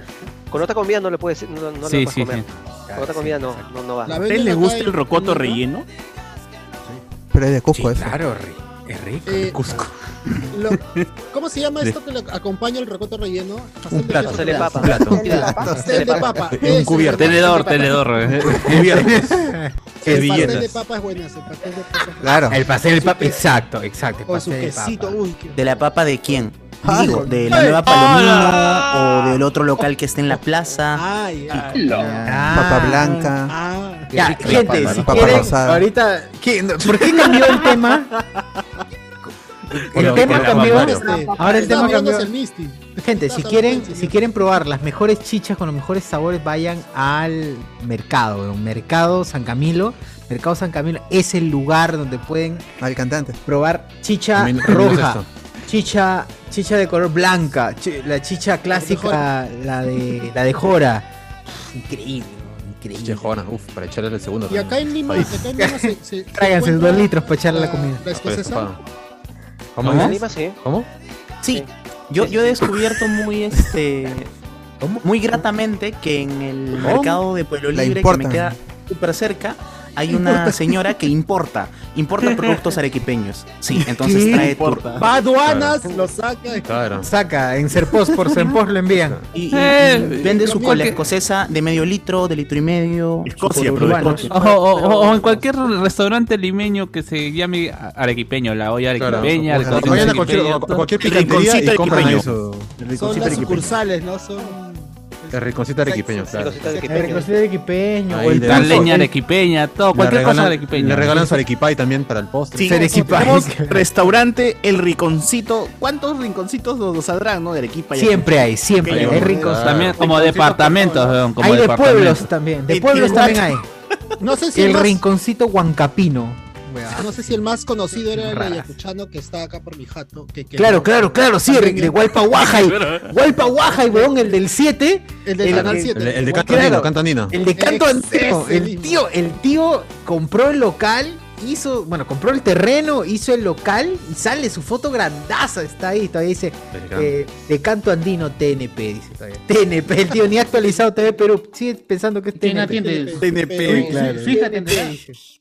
S8: con otra comida no le puedes, no, no
S4: Sí,
S8: lo puedes
S4: sí,
S8: comer.
S4: sí.
S8: Con otra comida no, no, no va.
S4: ¿A ustedes les gusta el rocoto relleno?
S3: Pero es de Cusco eso.
S25: Claro, ri- es rico.
S5: Eh,
S25: el Cusco.
S5: Lo- ¿Cómo se llama esto que le acompaña el rocoto relleno? Pastel de
S25: plato.
S5: queso
S25: Pastel de
S5: con
S25: papa.
S5: salsa.
S25: Un
S5: Pastel de
S25: plato.
S5: papa.
S25: Pastel de
S5: Pastel de
S25: papa.
S5: papa.
S25: Un
S5: Ese,
S25: cubierto.
S5: pastel de
S15: Tenedor,
S5: papa.
S15: tenedor, eh.
S25: Cubierto. Es
S5: El pastel de
S25: billetes.
S5: papa es bueno, ese pastel de papa.
S25: Claro. El pastel de
S5: Su
S25: papa,
S5: que-
S25: exacto, exacto. El
S5: Con su
S25: pastel de papa.
S5: quesito, uy, qué
S9: ¿De la papa de quién?
S5: Ah,
S9: Digo,
S5: con-
S9: de la
S5: ¡Ey!
S9: nueva palomina o del otro local que esté en la plaza.
S5: Ay,
S9: Papa blanca.
S1: Ya,
S9: Ah, Qué rico la
S1: gente,
S9: papa,
S1: si
S9: ¿no? Papa
S1: quieren,
S9: rosada.
S1: ahorita, ¿qué- no, ¿por qué cambió el tema?
S9: Por
S1: El
S9: lo-
S1: tema
S9: por lo
S1: cambió. este.
S9: contrario.
S1: Ahora el
S5: Estaba
S1: tema
S5: mirando
S1: cambió.
S5: hacia el Misty.
S1: Gente, si quieren, si quieren probar las mejores chichas con los mejores sabores, vayan al mercado, weón. Mercado San Camilo. Mercado San Camilo es el lugar donde pueden
S3: al cantante
S1: probar chicha
S3: También- también es
S1: roja,
S3: esto.
S1: chicha, chicha de color blanca, chi- la chicha clásica, la de eh, la de Jora. Increíble, increíble.
S7: Chejona, uff, para echarle el segundo.
S5: Y acá en Lima,
S7: País.
S5: acá en Lima se, se- se
S1: Tráiganse
S5: encuentra
S1: dos litros para echarle la comida.
S5: La escocesa.
S7: Ah, pues, ¿Cómo? Ah,
S9: ¿Cómo?
S7: dices? ¿Cómo?
S9: Sí, yo, yo he descubierto muy este muy gratamente que en el
S3: ¿Cómo?
S9: mercado de Pueblo
S3: La
S9: Libre, que me
S3: importan.
S9: queda súper cerca, hay
S3: La
S9: una
S3: importan.
S9: señora que importa, importa productos arequipeños. Sí, entonces
S1: ¿Qué?
S9: trae tur-
S1: Importa. Va a aduanas, lo saca. Saca, en Serpos, por Serpos lo envían.
S9: Y, y-
S1: Eh,
S9: y vende su cola escocesa de medio litro, de litro y medio.
S4: Escocia,
S9: su
S4: pero de
S9: urbano.
S4: Escocia.
S1: Oh,
S15: O, o- o- o en cualquier restaurante limeño que se llame a- arequipeño, la olla
S7: Claro,
S15: arequipeña,
S7: o- o-
S15: el
S7: vayan a
S15: arequipeño,
S7: cualquier- a
S15: todo.
S7: cualquier picantería y compran eso.
S5: Son las sucursales, ¿no? Son.
S7: El rinconcito arequipeño, claro.
S1: El cocido arequipeño,
S7: Ahí
S1: o el ¿eh?
S7: le-
S1: tazo.
S15: La leña arequipeña, todo,
S7: Le
S15: cualquier cosa
S7: regalan-
S15: arequipeña.
S7: Le regalan su arequipay también para el postre.
S9: Sí, tenemos restaurante El Rinconcito. ¿Cuántos rinconcitos nos nos saldrán, no? De Arequipa. y
S1: Siempre hay,
S9: Arequipa?
S1: siempre
S9: Que
S1: hay,
S9: yo-
S1: hay rinconcitos.
S15: También como departamentos, weón, como
S1: hay de
S15: departamentos.
S1: pueblos también, de
S9: Y
S1: pueblos
S9: tiene
S1: también hay.
S5: No sé si
S1: el
S5: más-
S1: rinconcito huancapino.
S5: No sé si el más conocido era el ayacuchano que está acá por mi jato. Que, que-
S1: Claro, claro, claro, sí, de, de Hualpa Huajay. Hualpa Huajay, weón, el del 7.
S5: El del canal
S1: que-
S5: 7.
S7: El- el de Canto
S1: Claro,
S7: Andino, Canto Andino.
S1: El de Canto Andino.
S5: Ese
S1: El tío, el tío compró el local, hizo, bueno, compró el terreno, hizo el local y sale su foto grandaza, está ahí, todavía dice
S7: Grande.
S1: eh, de Canto Andino TNP, dice todavía. TNP, el tío ni ha actualizado TV Perú, sigue pensando que es
S24: ¿Quién
S1: TNP.
S24: atiende?
S1: TNP,
S24: Fí-
S1: claro.
S24: Fíjate,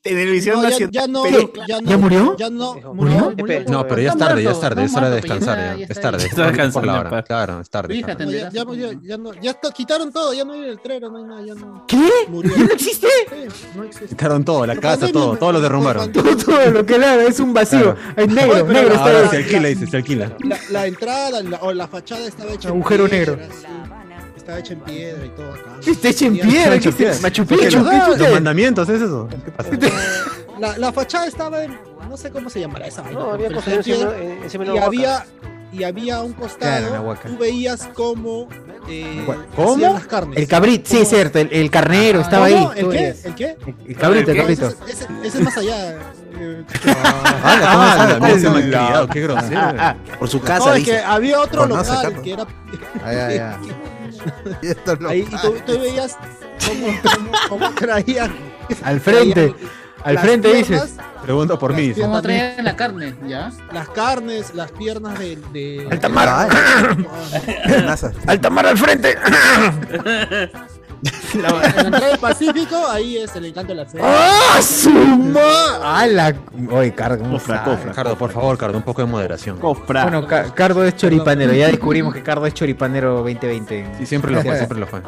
S9: Televisión
S5: No, ya,
S9: Nacional.
S5: ya no,
S1: Perú.
S5: ya no.
S1: ¿Ya murió?
S5: Ya no.
S1: ¿Murió?
S7: No, pero ya es
S24: Está
S7: tarde, ya es
S24: muerto,
S7: tarde, es
S24: está muerto,
S7: hora de
S24: pues,
S7: descansar
S24: ya-
S7: ya.
S24: ya
S7: Es
S24: está
S7: tarde,
S24: ahí.
S7: es tarde por la
S15: descansando,
S7: hora. Claro, es tarde. es
S24: Fíjate,
S7: tarde.
S5: No, ya, ya murió, ya no. Ya esto- quitaron todo, ya no hay el trero, no hay nada, ya no.
S1: ¿Qué?
S5: Murió.
S1: ¿Ya no existe?
S5: Sí, no existe.
S7: Quitaron todo, la casa, todo, todo lo derrumbaron.
S1: Todo, todo lo que nada, es un vacío. Es negro,
S5: Oye, pero
S1: negro,
S5: la-
S1: está
S7: Ahora se
S1: bien.
S7: alquila, dice, se alquila.
S5: La, la entrada la- o la fachada estaba hecha
S1: Agujero
S5: en piedra,
S1: negro.
S5: sí. Estaba hecha en piedra y todo acá.
S1: Está hecho en
S5: Ya-
S1: Este, piedra, ¿qué
S7: Machu
S1: es
S7: Picchu.
S1: esto? Machu
S7: ¿Qué-
S1: Picchu, ¿qué es
S7: Los
S1: usted?
S7: mandamientos, ¿es eso? ¿Qué pasa?
S5: La, la fachada estaba en. No sé cómo se llamará esa vaina.
S8: No, había
S5: pero
S8: cosas
S5: estaba en
S8: encima-
S5: piedra,
S8: en- encima de
S5: y
S8: una
S5: había Y había un
S1: Claro,
S5: costado.
S1: una huaca.
S5: tú veías cómo. eh,
S1: Gua-
S5: hacían
S1: ¿Cómo?
S5: las carnes.
S1: El cabrit, sí,
S5: Cómo-
S1: es cierto, el, el carnero estaba ahí.
S5: ¿Cómo? ¿El
S1: tú
S5: qué?
S1: eres.
S5: ¿El qué?
S1: El cabrito, el
S15: ¿Qué?
S1: cabrito.
S5: Ese, ese- ese es más allá. eh,
S7: Ah, ¿cómo
S1: Ah,
S7: se habla?
S1: la
S7: Mira ese
S1: cosa.
S7: malcriado, qué grosero.
S9: Por su
S5: no,
S9: casa,
S5: es que
S9: dice.
S5: había otro
S3: Conoce,
S5: local
S3: Carlos.
S5: que era.
S3: Ay, ay, ay. Y esto es lo-
S5: Ahí, y tú, tú veías cómo, cómo, cómo traían.
S1: Al frente, al
S5: las
S1: frente dices.
S5: piernas,
S7: Pregunto por mí. dice.
S24: ¿Cómo traen la carne? ¿Ya?
S5: Las carnes, las piernas de. de
S1: Altamar,
S3: Amenaza.
S1: Altamar al frente.
S5: En la entrada del Pacífico, ahí es el encanto de la fe.
S1: ¡Ah, su ma- ¡A la! Oye, Cardo, ¿cómo
S7: Cofra,
S1: sabe?
S7: cofra. Cardo, por favor, Cardo, un poco de moderación.
S29: Cofra.
S1: Bueno, Ca- Cardo es choripanero, ya descubrimos que Cardo es choripanero 2020.
S7: Sí, siempre lo fue, siempre lo fue.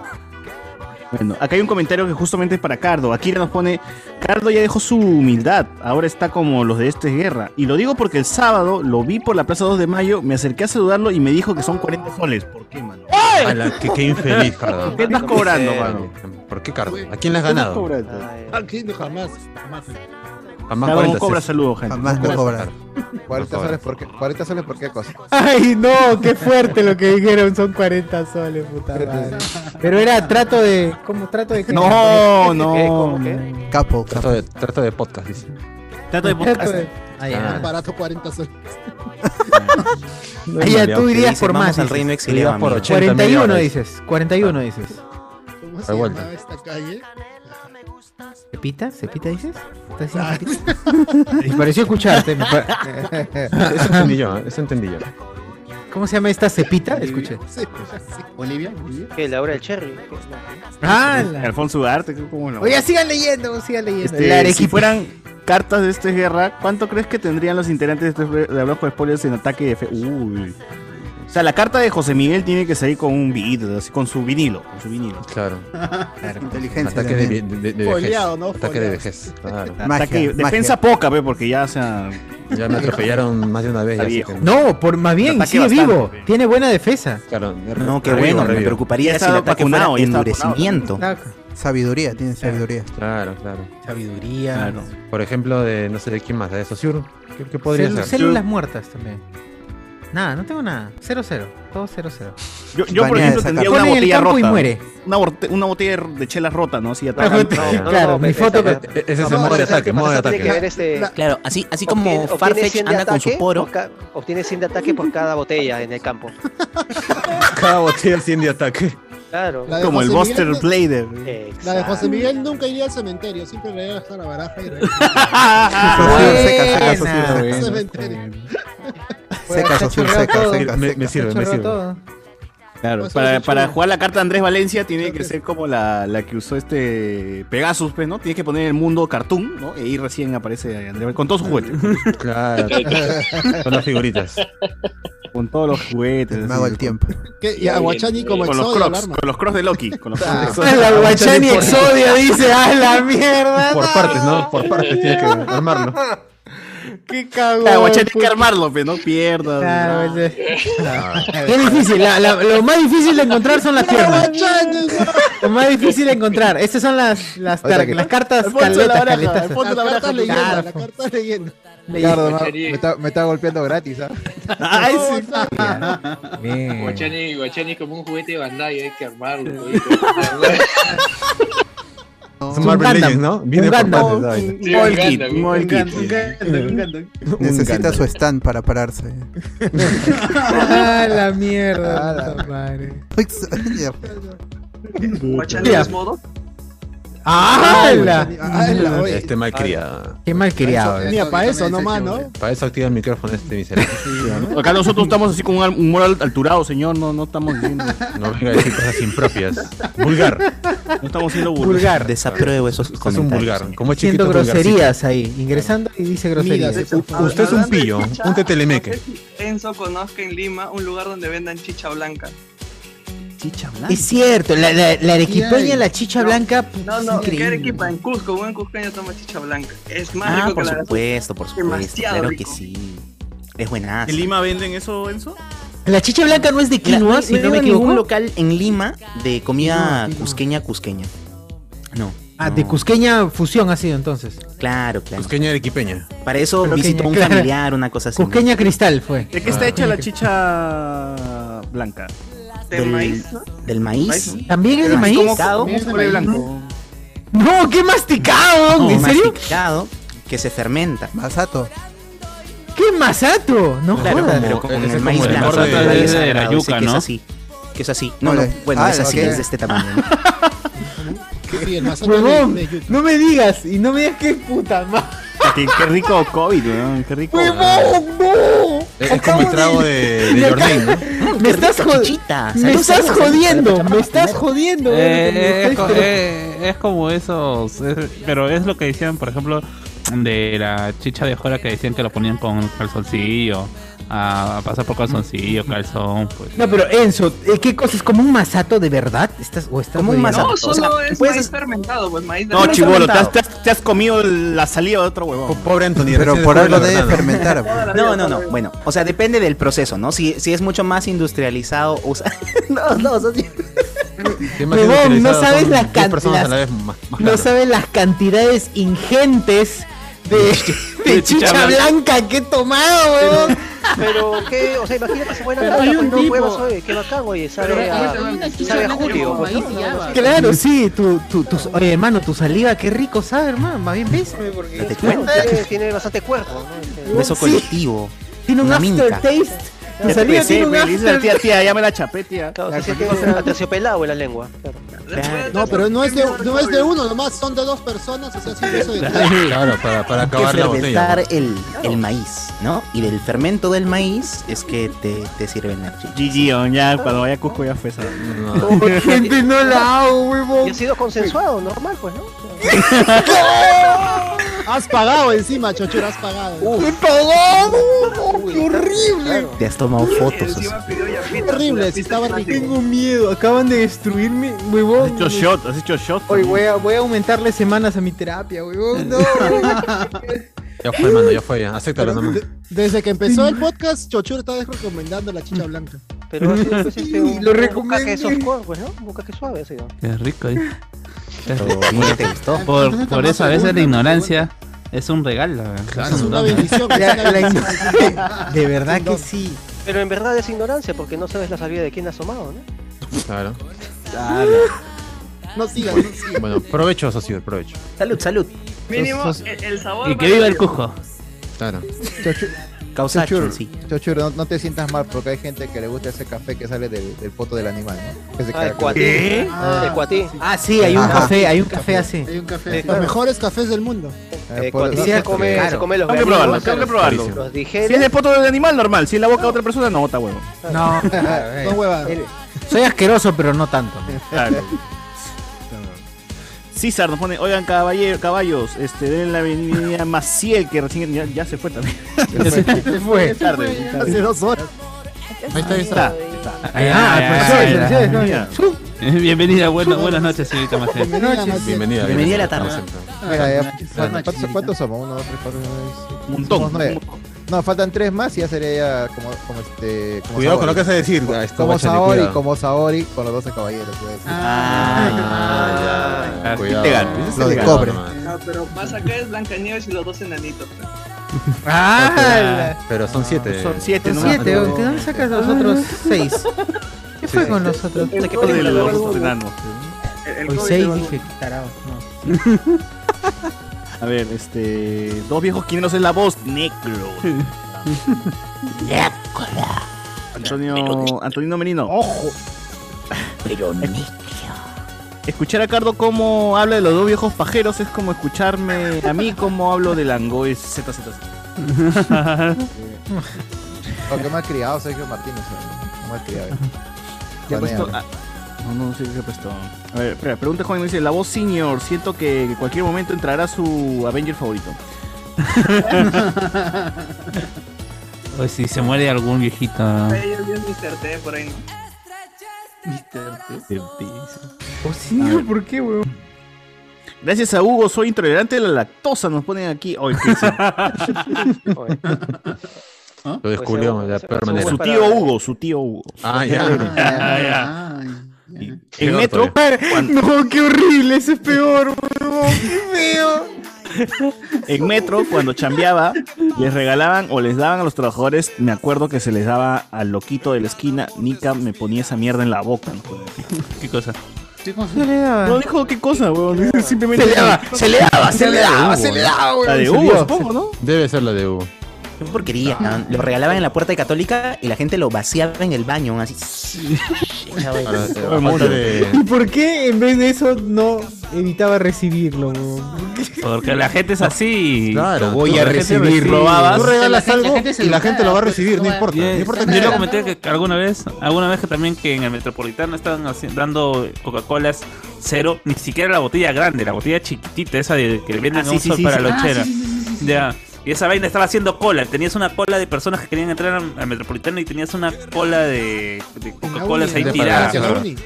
S29: Bueno, acá hay un comentario que justamente es para Cardo. Akira nos pone, Cardo ya dejó su humildad, ahora está como los de esta guerra. Y lo digo porque el sábado lo vi por la Plaza 2 de Mayo, me acerqué a saludarlo y me dijo que son 40 soles. ¿Por qué, mano?
S7: A la- qué, qué infeliz, Cardo.
S29: ¿Qué estás cobrando, mano?
S7: ¿Por qué, Cardo? ¿A quién le has ganado?
S5: Aquí no, Ah, jamás, jamás.
S7: Jamás
S29: Cardo no
S7: 40
S29: cobra
S7: sí.
S29: saludos, gente.
S3: Jamás no cobrar.
S6: 40 soles por qué, 40 soles por qué cosa.
S1: Ay, no, qué fuerte lo que dijeron, son 40 soles, puta madre. Pero era trato de. ¿Cómo trato de qué?
S29: No, no.
S3: Capo,
S7: Trato
S3: capo.
S7: de, trato de podcast, dice.
S30: Trato de podcast.
S5: Ah,
S30: ya.
S5: Barato 40 soles.
S1: Ahí ya tú irías por más.
S20: al
S1: dices.
S20: reino exiliado,
S1: Irías por
S20: amigo.
S1: 80 41
S20: millones.
S1: dices. 41 dices.
S5: ¿Cómo
S1: Da
S5: se
S1: vuelta.
S5: llamaba esta calle?
S1: ¿Cepita? ¿Cepita dices? ¿Estás diciendo cepita? Me pareció escucharte. me pa-
S7: Eso entendí yo, eso entendí yo.
S1: ¿Cómo se llama esta cepita? Escuché.
S31: Bolivia, Bolivia.
S8: ¿Qué? ¿La obra del Cherry?
S1: Ah, la-
S9: Alfonso Ugarte, ¿cómo lo
S1: Oye, sigan leyendo, sigan leyendo.
S9: Este,
S1: La Arequipa.
S9: si fueran cartas de esta guerra, ¿cuánto crees que tendrían los integrantes de este- de Abajo de Spoilers en ataque de fe? Uy. O sea, la carta de José Miguel tiene que salir con un vinilo, así, con su vinilo, con su vinilo.
S7: Claro.
S9: Inteligencia.
S7: Ataque de, de, de- de vejez.
S9: Foliado, ¿no?
S7: Ataque de vejez. Claro.
S9: Ataque- defensa poca, pe, porque ya, o sea,
S7: Ya me atropellaron más de una vez.
S9: Está
S7: así
S9: viejo.
S7: que-
S1: No, por más bien,
S7: Ataque
S1: sigue
S7: bastante,
S1: vivo. Tiene buena defensa.
S7: Claro.
S20: No, qué
S7: Revivo,
S20: bueno, me
S7: revivo.
S1: Ya
S20: preocuparía si el
S1: estaba
S20: ataque
S1: vacunado,
S20: fuera
S1: ya estaba
S20: endurecimiento.
S3: Sabiduría, tiene sabiduría.
S7: Claro, claro.
S1: Sabiduría.
S7: Claro. Por ejemplo, de no sé de quién más, de Sosur. ¿Qué, qué podría
S1: Célu-
S7: ser?
S1: Células muertas también. Nada, no tengo nada. 0-0. Todo 0-0.
S9: yo, yo, por ejemplo
S1: Bañada de sacar.
S9: tendría
S1: Pone
S9: una
S1: en el
S9: botella
S1: campo
S9: rota.
S1: y muere.
S9: Una, borte- una botella de chelas rota, ¿no? Así atrás.
S1: claro, mi foto.
S7: Ese es el modo de ataque, modo de ataque.
S1: este-
S20: Claro, así, así
S8: Obtiene-
S20: como
S8: obtiene
S20: Farfetch
S8: 100 de
S20: anda con su
S8: ataque
S20: poro.
S8: por ca- Obtiene 100 de ataque por cada botella en el campo.
S7: Cada botella 100 de ataque.
S8: Claro.
S5: La de Como el José Miguel- Buster
S9: Blader.
S1: Eh.
S5: La de José Miguel nunca iría al cementerio, siempre le iba a dejar la baraja y
S3: Buena.
S5: Al cementerio.
S3: Seca, Sosur, seca, seca.
S9: Me-
S3: seca.
S9: me sirve, me sirve. Claro,
S3: Pues
S9: para,
S3: eso es
S9: para
S3: chulo.
S9: jugar la carta de Andrés Valencia tiene que ser como la, la que usó este Pegasus, pues, ¿no? Tienes que poner el mundo cartoon, ¿no? Y ahí recién aparece Andrés Valencia, con todos sus juguetes.
S7: Claro. Con las figuritas.
S9: Con todos los juguetes.
S3: mago del tiempo.
S5: ¿Qué? Y a Guachani como
S9: con los
S5: Exodia,
S9: crocs,
S5: alarma.
S9: con los crocs de Loki. Con los crocs de Exodia.
S5: La
S1: Guachani Exodia dice, ¡ah, la mierda!
S7: Por partes, ¿no? Por partes tiene que armarlo.
S1: ¡Qué cagón!
S9: Claro, Guachani hay que armarlo, pero no pierdas.
S1: Claro,
S9: ¿no? Ah.
S1: Es difícil, la- la- lo más difícil de encontrar son las piernas. Lo más difícil de encontrar. Estas son las, las, tar-
S6: Otra que-
S1: las cartas
S6: Alfonso la
S1: caletas,
S6: baraja,
S1: caletas.
S6: Alfonso
S5: la baraja,
S1: Claro,
S5: la carta leyenda.
S6: Ricardo, ma- me, está, me está golpeando gratis, ¿ah?
S5: Ay, sí.
S32: Guachani, Guachani es como un juguete de Bandai, hay que armarlo.
S7: Es un Marvel Legends, ¿no? Viene
S3: Un
S7: por
S3: Gundam.
S7: partes, ¿sabes?
S32: Sí, un Gundam, un Gundam, un
S3: Necesita su stand para pararse.
S1: ¡Ah, la mierda! puta madre.
S10: Guachani
S1: Ya.
S10: es modo.
S7: Ah.
S1: ¡Hala!
S5: ¡Hala, oye!
S7: Este mal criado. eh.
S1: Qué eh. mal criado.
S5: Ni a para eso nomás, ¿no?
S7: Para eso activa el micrófono este miserable.
S9: Acá nosotros estamos así con un al- humor al- alturado, señor. No, no estamos diciendo.
S7: No venga a decir cosas impropias. Vulgar.
S9: No estamos siendo burros.
S1: Vulgar.
S20: Desapruebo esos
S7: Es un vulgar. Como es chiquito
S1: Haciendo
S7: vulgarcito.
S1: groserías ahí, ingresando y dice groserías.
S7: U- Usted es un pillo, un tetelemeque.
S10: Enzo conozca en Lima un lugar donde vendan chicha blanca.
S20: Chicha blanca.
S1: Es cierto, la, la, la arequipeña,
S10: Ay.
S1: la chicha
S10: No,
S1: blanca. pu-
S10: No,
S1: es
S10: no, en
S1: increíble.
S10: Arequipa, en Cusco, un cusqueño toma chicha blanca. Es más
S20: Ah,
S10: rico
S20: por
S10: que la
S20: supuesto, por supuesto.
S10: Demasiado
S20: Claro
S10: rico.
S20: que sí. Es buenazo.
S9: ¿En Lima venden eso, Enzo?
S1: La chicha blanca no es de
S20: Mira,
S1: quinoa, si no me
S20: veo ningún
S1: equivoco.
S20: local en Lima de comida
S1: Quinoa, quinoa.
S20: cusqueña cusqueña. No.
S1: Ah, de cusqueña fusión ha sido entonces.
S20: Claro, claro.
S7: Cusqueña arequipeña.
S20: Para eso
S1: Pero
S20: visito
S1: queña,
S20: un
S1: claro.
S20: familiar, una cosa así.
S1: Cusqueña cristal fue.
S9: ¿De qué está hecha la chicha blanca?
S10: ¿De maíz, no?
S20: Del maíz.
S1: ¿También es de
S20: Pero así
S1: maíz?
S20: como- como
S1: ¿También es de
S20: puré
S1: maíz,
S20: blanco.
S1: No, qué masticado,
S20: No,
S1: ¿en serio?
S20: masticado que se fermenta.
S3: Masato.
S1: ¿Qué masato? No
S20: Claro,
S1: jodas.
S20: pero con
S7: ese es
S20: el
S7: como
S20: maíz
S7: el
S20: blanco.
S7: borde
S20: el
S7: de-
S20: maíz
S7: de la
S20: sagrado, ese
S7: yuca,
S20: que es
S7: ¿no?
S20: así. Que es así. No, no,
S3: Ole.
S20: bueno,
S3: Ah,
S20: es así,
S3: ok.
S20: es de este tamaño. ¿no?
S5: Sí, el masato
S1: Huevón,
S5: de- de yuca.
S1: no me digas, y no me digas que es puta madre.
S9: Qué, qué rico COVID, weón. Qué rico.
S1: ¡Huevón, no!
S7: Es, es como el trago de, de Jordan, ¿no?
S1: Me estás, jod-
S20: chichita.
S1: me estás jodiendo, me estás jodiendo.
S15: Eh,
S1: weón, me
S15: eh,
S1: estás-
S15: es, co- eh, es como esos. es- pero es lo que decían, por ejemplo, de la chicha de jora que decían que lo ponían con calzoncillo. A, a pasar por calzoncillo, calzón. Pues.
S1: No, pero Enzo, eh, ¿qué cosa? ¿Es como un masato de verdad? ¿Estás, o estás
S20: Como un masato.
S1: jodiendo?
S10: No,
S20: O sea,
S10: solo es
S20: puedes-
S10: maíz fermentado, pues maíz de
S9: No, chivolo, te has,
S20: fermentado.
S9: te has- te has comido la salida de otro huevón.
S7: Pobre Anthony.
S3: Pero
S7: recién
S3: por
S7: descubre
S3: algo
S7: la
S3: debe
S7: verdad, ¿no?
S3: fermentar. pues.
S20: No, no, no. Bueno, o sea, depende del proceso, ¿no? Si, si es mucho más industrializado, usa. no, no, o sea, sí.
S7: Qué más
S1: Huevón, no
S7: interesado
S1: sabes
S7: son
S1: las
S7: diez personas a
S1: cantidades.
S7: la vez más- más
S1: No
S7: caras.
S1: saben las cantidades ingentes de, de
S15: chicha
S1: chicha
S15: blanca.
S1: blanca que he tomado, weón.
S8: Pero qué, o sea, imagínate esa buena
S1: Pero
S8: cara,
S1: hay
S8: pues,
S1: un
S8: no,
S1: tipo-
S8: huevas, oye, qué bacán, oye, sabe
S1: Pero
S8: a,
S1: hay una chicha
S8: sabe a
S1: blanca
S8: Julio.
S1: como
S8: pues,
S1: maíz
S8: ¿no?
S1: y
S8: Una cosa
S1: Claro, sí, tu, tu, tus- oye, hermano, tu saliva, qué rico sabe, hermano. Más bien bésame porque.
S8: así. Tiene- Tiene bastante cuerpo. ¿no?
S20: Beso
S1: Sí.
S20: colectivo.
S1: Tiene un
S20: Una minca.
S1: aftertaste. Tu
S20: Ya te
S1: saliva
S20: besé,
S1: tiene un
S20: me dice la
S1: aftertaste.
S20: tía, tía,
S9: ya me la chapetea.
S8: Claro, o sea, sí tiene aterciopelado en la lengua. claro.
S5: No, pero no es, de, no es de uno nomás, son de dos personas, o sea, sí, eso de
S7: Claro, para, para
S20: Hay que
S7: acabar la botella.
S20: fermentar
S7: ¿no?
S20: el, el maíz, ¿no? Y del fermento del maíz es que te, te sirven las chichas.
S9: GG, ya cuando vaya a Cusco ya fue esa.
S1: Gente, no la hago, huevón.
S8: Y ha sido consensuado, normal, pues, ¿no?
S5: Has pagado encima, chochura, has pagado.
S1: ¡Qué pagado! ¡Qué horrible!
S20: Te has tomado fotos. así.
S5: Qué horrible, si estaba rico.
S1: Tengo miedo, acaban de destruirme, huevón.
S9: Has hecho shot, has hecho shot.
S1: Hoy voy a, voy a aumentarle semanas a mi terapia, huevón. No.
S7: Ya fue, mano, ya fue, ya. Acéptalo nomás.
S5: Desde que empezó el podcast, Chochura está recomendando la chicha blanca.
S8: Pero ha sido, pues, este, un,
S5: Lo
S8: un
S5: recomiendo.
S8: bucaque softcore, pues, ¿no? Un bucaque suave ha sido.
S15: Qué rico, ¿eh? Qué
S20: Pero,
S15: rico.
S20: ¿cómo te gustó?
S15: Por, por eso a veces la ignorancia es un regalo.
S5: es una
S15: don.
S5: bendición. es
S15: Ya,
S5: una
S15: la-
S5: bendición.
S15: De verdad que
S1: sí.
S8: Pero en verdad es ignorancia, porque no sabes la salida de quién ha asomado, ¿no?
S7: Claro.
S5: No sigas, no sigas.
S7: Bueno, provecho, socio, provecho.
S20: Salud, salud.
S10: Mínimo,
S6: Sos-
S10: el, el sabor.
S6: Y que viva el
S15: Cujo.
S7: Claro.
S20: Causacho,
S6: Chochur,
S20: sí.
S6: Chochur, no, no te sientas mal porque hay gente que le gusta ese café que sale del, del poto del animal, ¿no? Que se
S8: Ah, el
S6: caga.
S8: cuatí.
S6: ¿Qué?
S8: El cuatí.
S1: Ah, sí, hay un
S6: Ajá.
S1: café, hay un café así.
S5: Hay un café.
S8: Sí,
S5: así.
S8: claro.
S5: Los mejores cafés del mundo.
S6: Eh,
S8: Cuando
S6: por-
S8: se come,
S6: claro.
S8: se come los
S9: Tengo
S8: garitos,
S9: que probarlo, tengo que
S8: los-
S9: probarlo.
S8: Los
S9: Si
S8: digeres.
S9: es de poto de animal, normal. Si es la boca de otra persona, no bota huevo.
S1: No,
S5: No huevas.
S1: soy asqueroso, pero no tanto.
S9: Claro. César nos pone, oigan caballero, caballos, este, den la bienvenida a Maciel, que recién ya, ya se fue también. Ya se
S1: fue.
S9: Tarde,
S5: Hace dos horas.
S7: Ahí está, ahí está.
S15: Ay,
S9: Ah,
S15: ay, ay,
S9: felicidades,
S15: ay,
S9: felicidades,
S15: ay.
S9: ya.
S15: Bienvenida, buenas, buenas noches, señorita Marcel.
S5: Buenas noches.
S7: Bienvenida.
S20: Bienvenida a la
S7: como
S20: tarde.
S7: siempre.
S6: Mira, ya-
S7: Buenas
S6: ¿cuántos-
S7: noches,
S6: ¿cuántos, cuántos somos? Uno, dos, tres, cuatro, cinco, seis, siete,
S7: Montón.
S6: somos nueve. No, faltan tres más y ya sería ya como, como este. Como
S7: Cuidado con
S6: Saori.
S7: lo que vas a decir,
S6: Co-
S7: esto,
S6: Como
S7: guachani,
S6: Saori,
S7: cuidado.
S6: como Saori, con los 12 caballeros. voy a decir.
S7: Ah,
S15: ya.
S7: cuidado.
S15: Elegante, ese es
S6: Lo de
S15: elegante.
S6: cobre.
S10: No, pero más acá es Blancanieves y los dos enanitos.
S1: Ah,
S7: Pero son siete.
S9: Son siete, Ah,
S1: los siete, ¿de dónde sacas los otros seis? ¿Qué fue con los otros?
S9: ¿Qué pasa de los enanos?
S1: Hoy seis, dije, tarado.
S9: A ver, este. Dos viejos quineros es la voz, negro. Antonio. Antonino Merino. Ojo.
S20: Pero
S9: Escuchar a Cardo cómo habla de los dos viejos pajeros es como escucharme a mí cómo hablo de Langoy ZZ. Eh,
S6: Porque me ha criado Sergio Martínez. ¿no? Me ha criado.
S9: ¿Qué ha puesto?
S6: Baneame.
S9: Ah, no, no sé qué ha puesto. A ver, espera, pregunta Juan, dice, la voz senior, siento que en cualquier momento entrará su Avenger favorito.
S15: O si se muere algún viejito.
S9: Ah.
S10: Ahí yo vi un Mr. T por ahí, ¿no?
S15: O sí, ¿por qué, weón?
S9: Gracias a Hugo, soy intolerante a la lactosa, nos ponen aquí. Ay, qué sí.
S7: Lo
S9: Pues
S7: descubrió de la peor manera.
S9: Su tío Hugo, su tío Hugo.
S7: Ah, ya.
S9: Ah, ya. En
S7: Peor
S9: metro,
S7: eh.
S9: cuando-
S1: No, qué horrible, ese es peor, huevón, qué feo.
S9: en metro, cuando chambeaba, les regalaban o les daban a los trabajadores, me acuerdo que se les daba al loquito de la esquina, Nica me ponía esa mierda en la boca. ¿no?
S15: ¿Qué cosa?
S9: No dijo qué cosa, weón. Simplemente.
S15: Se le daba, se le daba, se le
S7: daba,
S9: Hugo, ¿no?
S7: se le daba, weón.
S9: La de
S7: Se
S9: Hugo,
S7: vio.
S9: supongo, ¿no?
S7: Debe ser la de Hugo.
S20: Qué porquería. ¿no? Lo regalaban en la puerta de Católica y la gente lo vaciaba en el baño, así. Echaba el-
S7: Para- para falta de-
S1: ¿Y por qué en vez de eso no evitaba recibirlo? huevón?
S15: Porque la gente es así.
S7: Claro,
S15: Lo
S7: tú-
S15: a
S7: la gente
S15: recibir.
S7: recibe.
S15: Robabas.
S7: Tú regalas
S15: La gente-
S7: algo
S15: la gente es
S7: y la gente lo va a recibir, no
S15: Yo
S7: importa. No importa que
S15: lo comenté que que alguna vez, alguna vez que también que en el Metropolitano estaban haci- dando Coca-Colas cero, ni siquiera la botella grande, la botella chiquitita, esa de que le venden
S9: Ah,
S15: a
S9: sí,
S15: un
S9: sí,
S15: sol
S9: sí,
S15: para
S9: sí.
S15: la
S9: Ah,
S15: lonchera.
S9: sí,
S15: Ya. Y esa vaina estaba haciendo cola. Tenías una cola de personas que querían entrar al al Metropolitano y tenías una cola de, de Coca-Colas ahí
S7: De
S15: tirada.
S7: Palacio,
S15: ¿no? Ah,
S7: ¿no?
S1: Antes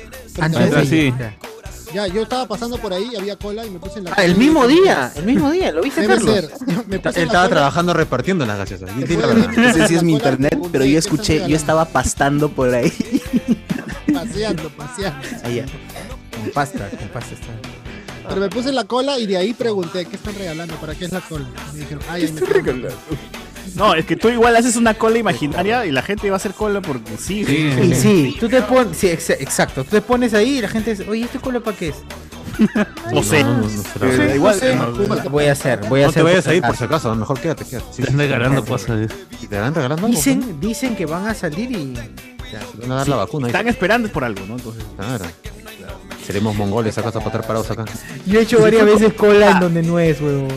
S15: Entonces,
S1: de-
S15: sí.
S5: Ya, yo estaba pasando por ahí, había cola y me puse en la.
S1: Ah, el mismo día, el mismo día, ¿lo viste,
S5: Debe
S1: Carlos?
S5: ser. Yo me puse
S7: Él
S5: en la
S7: estaba
S5: cola.
S7: trabajando repartiendo las gaseosas. Dile la verdad.
S20: No sé si es mi internet, pero yo escuché, yo estaba pastando por ahí.
S5: Paseando, paseando.
S20: Allá.
S6: Con pasta, con pasta está.
S5: Pero me puse en la cola y de ahí pregunté, ¿qué están regalando? ¿Para qué es la cola? Me dijeron, ay, ay, me trajeron".
S9: No, es que tú igual haces una cola imaginaria y la gente va a hacer cola porque sí.
S1: Y sí, tú te pones. Sí, ex- exacto. Tú te pones ahí y la gente dice, oye, ¿este cola para qué es?
S9: No sé.
S1: No, no, no,
S9: Pero
S1: no,
S9: igual,
S1: sé.
S9: no, no, no.
S1: Voy a hacer, voy a
S7: No
S1: hacer.
S7: te vayas a ir por si acaso, mejor quédate, quédate. Sí, sí,
S15: Te están regalando
S7: sí.
S15: cosas.
S7: pues, ¿Y te van regalando algo?
S1: Dicen, dicen que van a salir y.
S7: Van a dar la vacuna.
S9: Están esperando por algo, ¿no? Entonces,
S7: Claro. Seremos mongoles acaso para estar parados acá.
S1: Yo he hecho varias veces cola en donde no es, huevón.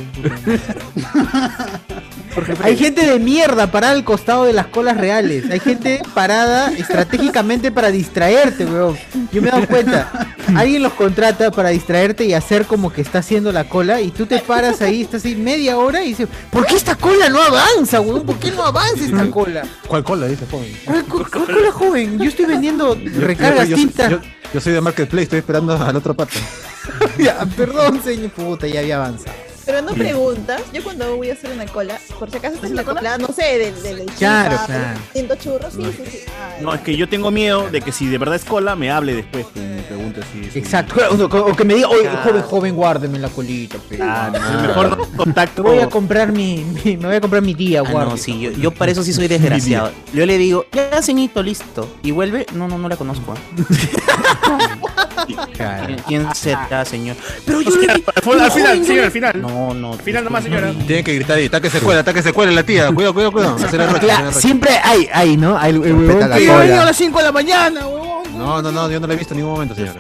S1: Hay gente de mierda parada al costado de las colas reales. Hay gente parada estratégicamente para distraerte, weón. Yo me he dado cuenta. Alguien los contrata para distraerte y hacer como que está haciendo la cola y tú te paras ahí, estás ahí media hora y dices, ¿por qué esta cola no avanza, weón? ¿Por qué no avanza
S7: Mm.
S1: esta cola?
S7: ¿Cuál cola dices, joven?
S1: ¿Cuál, cu- cuál cola joven? Yo estoy vendiendo
S7: Yo-
S1: recargas
S7: yo- yo-
S1: tinta.
S7: Yo, yo soy de Marketplace, estoy esperando al otro pato.
S1: Ya, perdón, señor. Puta, ya había avanzado.
S17: Pero no preguntas, yo cuando voy a hacer una cola, por si acaso estás en la cola, no sé, del del del
S9: Claro,
S17: chifa,
S9: claro.
S17: Siento churros, sí, sí, sí. Ay,
S9: No, es que yo tengo miedo de que si de verdad es cola, me hable después. que Me pregunte si es.
S1: Exacto, o, o que me diga, oye, joven, joven, guárdeme la colita. pe".
S9: Ah, no, mejor no contacto.
S1: Me voy a comprar mi, mi- me voy a comprar mi tía,
S20: Ah,
S1: guarda.
S20: no, sí, yo, yo para eso sí soy desgraciado. Yo le digo, ya, ceñito, listo. Y vuelve, no, no, no la conozco. ah. ¿Quién- ¿Quién será, señor? Pero yo le
S9: Al final, al final,
S20: Joven,
S9: sí,
S20: yo-
S9: al final.
S20: No, no. Al
S9: final nomás, señora.
S7: Tienen que gritar ahí, ataque se cuela, ataque se cuela la tía. Cuidado, cuidado, cuidado. Hacer el roche, hacer el roche.
S1: siempre hay, hay, ¿no? Hay el huevón
S7: Respeta la
S1: que-
S7: cola.
S1: Yo he venido a las-
S33: 5 de la mañana, huevón.
S7: No, no, no, yo no la he visto en ningún momento, señora.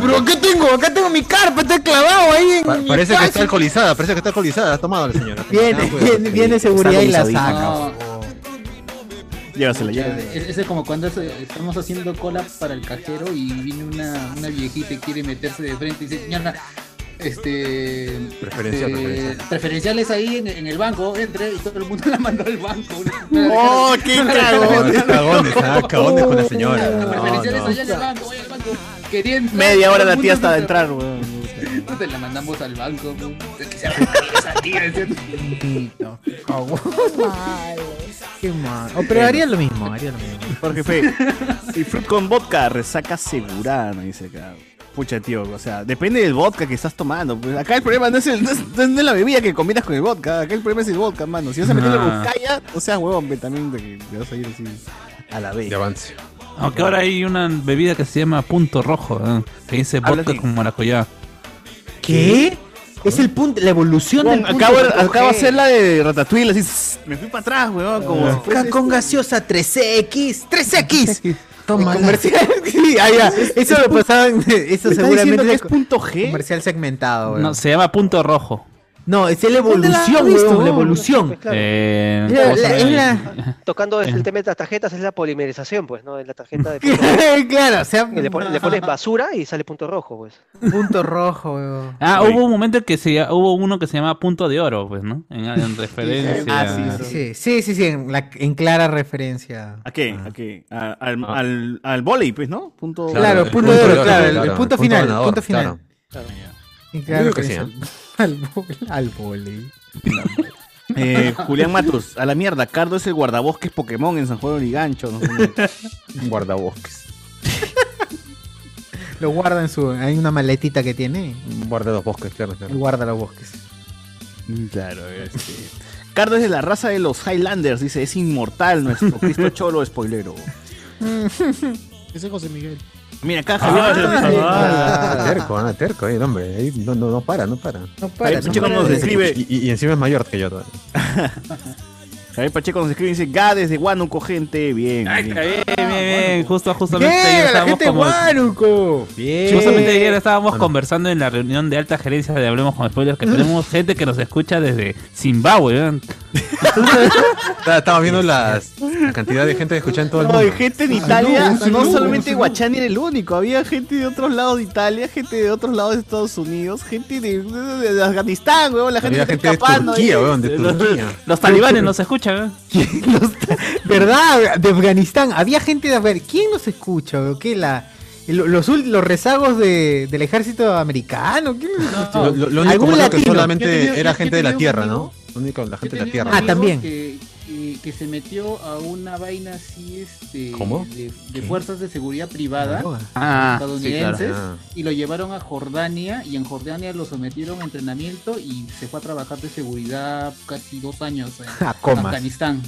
S1: Pero acá tengo, acá tengo mi carpa, está clavado ahí en
S7: Pa-
S1: mi
S7: parece que
S1: espacio.
S7: está alcoholizada, parece que está alcoholizada. Ha tomado la señora.
S1: Viene,
S7: Tengan cuidado.
S1: viene, viene seguridad y la
S7: Está
S1: saca.
S5: No,
S9: Llévasela,
S5: ya,
S9: llévasela.
S5: es, es como cuando se- estamos haciendo cola para el cajero y viene una, una viejita y quiere meterse de frente y dice, señora, este...
S7: Preferencial,
S5: este,
S7: preferencial.
S5: Preferenciales ahí en, en el banco, entre y todo el mundo la mandó al banco.
S7: ¡Oh, qué cagón! ¡Qué cagones! ¡Ah, cagones con la señora! No,
S5: Preferenciales allá
S7: no.
S5: en el banco, voy al banco. Quería entrar,
S9: Media hora
S5: todo el
S9: la
S5: mundo
S9: tía
S5: se
S9: hasta de
S5: cerró.
S9: entrar, weón.
S5: Te la mandamos al banco. pu. Es que se arruinó esa tía, es cierto.
S1: Qué mal. O, Oh, pero haría lo mismo, haría lo mismo.
S9: Jorge Fe. Y fruit con vodka, resaca segura, no dice acá. Pucha, tío, o sea, depende del vodka que estás tomando. pues. acá el problema no es, el- no es- no es la bebida que combinas con el vodka. Acá el problema es el vodka, mano. Si vas a meterle
S15: Ah.
S9: con calla, o sea, huevón, ve, también de que te vas a ir así a la vez.
S7: De avance.
S15: Aunque ahora hay una bebida que se llama punto rojo, ¿eh? que dice
S9: Habla
S15: vodka
S9: de-
S15: con maracuyá.
S1: ¿Qué? Es el punto, la evolución del punto.
S9: Acabo, acabo de hacer la de Ratatouille, así. sss, Me fui para atrás, huevón, como si fuese-
S1: Acá Ah. con gaseosa 3X, 3X.
S34: Toma.
S1: El Comercial. Sí, ah, ya. Eso lo pasaban. Eso
S9: Me está diciendo
S1: seguramente
S9: que
S1: le-
S9: es punto G.
S1: Comercial segmentado, weón.
S15: No, se llama punto rojo.
S1: No, es la
S15: ¿Dónde la has
S1: evolución,
S15: visto,
S1: weón,
S15: weón?
S1: la evolución.
S15: Eh,
S1: La- la-
S15: cosa-
S1: es la-
S8: Tocando
S15: Eh.
S8: el tema de las tarjetas es la polimerización, pues, ¿no? De la tarjeta de
S1: claro, o sea,
S8: Y le, pones, le pones basura y sale punto rojo, pues.
S1: punto rojo, weón.
S15: Ah, hubo un momento que se hubo uno que se llamaba punto de oro, pues, ¿no? En, en referencia.
S1: Ah, sí, sí, sí, sí, sí, en, la- en clara referencia.
S9: ¿A qué? ¿A qué? A- al, al, al volei, pues, ¿no? Punto...
S1: Ah. Claro, Claro, el punto punto de oro, de oro, claro, el- el claro, punto el punto final, el ganador, punto final. claro. En clara
S9: Yo creo que sí,
S1: referencia Al, vole- al volei.
S9: Eh, Julián Matus, a la mierda, Cardo es el guardabosques Pokémon en San Juan de Origancho. ¿no?
S7: guardabosques.
S1: Lo guarda en su. Hay una maletita que tiene.
S7: Guarda los bosques, claro, claro.
S1: y Guarda los bosques.
S9: Claro, este. Cardo es de la raza de los Highlanders, dice, es inmortal nuestro Cristo Cholo spoilero.
S35: Ese es José Miguel.
S9: Mira, acá
S7: Ah,
S9: Javier-
S7: ah, terco, ah, terco, eh, hombre, ahí no, no, no para, no para. No
S9: para, Ahí, no
S7: ah,
S9: chico, para. nos describe.
S7: Y, y- y encima es mayor que yo todavía. ah,
S9: Javier Pacheco nos escribe y dice, Gades de Huánuco, gente, bien. bien.
S15: Bien, bien,
S7: Ah,
S15: bien. Justo, justamente ayer estábamos como-
S1: este Huánuco!
S15: Justamente ayer estábamos conversando en la reunión de alta gerencia de Hablemos con Spoilers que tenemos gente que nos escucha desde Zimbabue. ¿verdad?
S7: Está- Estaba viendo las, la cantidad de gente que escucha en todo el
S9: No,
S7: mundo.
S9: hay gente en Italia,
S7: Saludos,
S9: no
S7: saludos,
S9: solamente
S7: saludos.
S9: Guachani era el único, había gente de otros lados de Italia, gente de otros lados de Estados Unidos, gente de, de- de Afganistán, weón, la gente
S7: Había
S9: que
S7: gente
S9: está
S7: de
S9: escapando. ¿eh?
S7: Turquía,
S9: ahí.
S7: weón, de
S9: Los-
S7: Turquía.
S15: Los talibanes nos escuchan.
S1: ¿Verdad? De Afganistán. Había gente de Afganistán. ¿Quién los escucha? weón? ¿Qué la.? lo- Los, ul- los rezagos de, del ejército americano. ¿Quién los escucha?
S7: Lo, lo- lo único
S1: ¿Algún
S7: bueno que
S1: latino?
S7: solamente
S5: Yo tenía-
S7: era
S5: yo
S7: gente de la
S5: tenía un
S7: tierra,
S5: amigo-
S1: Ah,
S7: ¿no? Lo único, la gente de la
S5: Tenía un
S7: tierra.
S5: amigo Que, y
S10: que, que se metió a una vaina así este,
S9: ¿Cómo?
S10: de, de
S9: ¿Qué?
S10: fuerzas de seguridad privada
S9: Ah, ah,
S10: estadounidenses
S9: sí, claro. Ah.
S10: y lo llevaron a Jordania y en Jordania lo sometieron a entrenamiento y se fue a trabajar de seguridad casi dos años en
S36: A comas.
S10: Afganistán.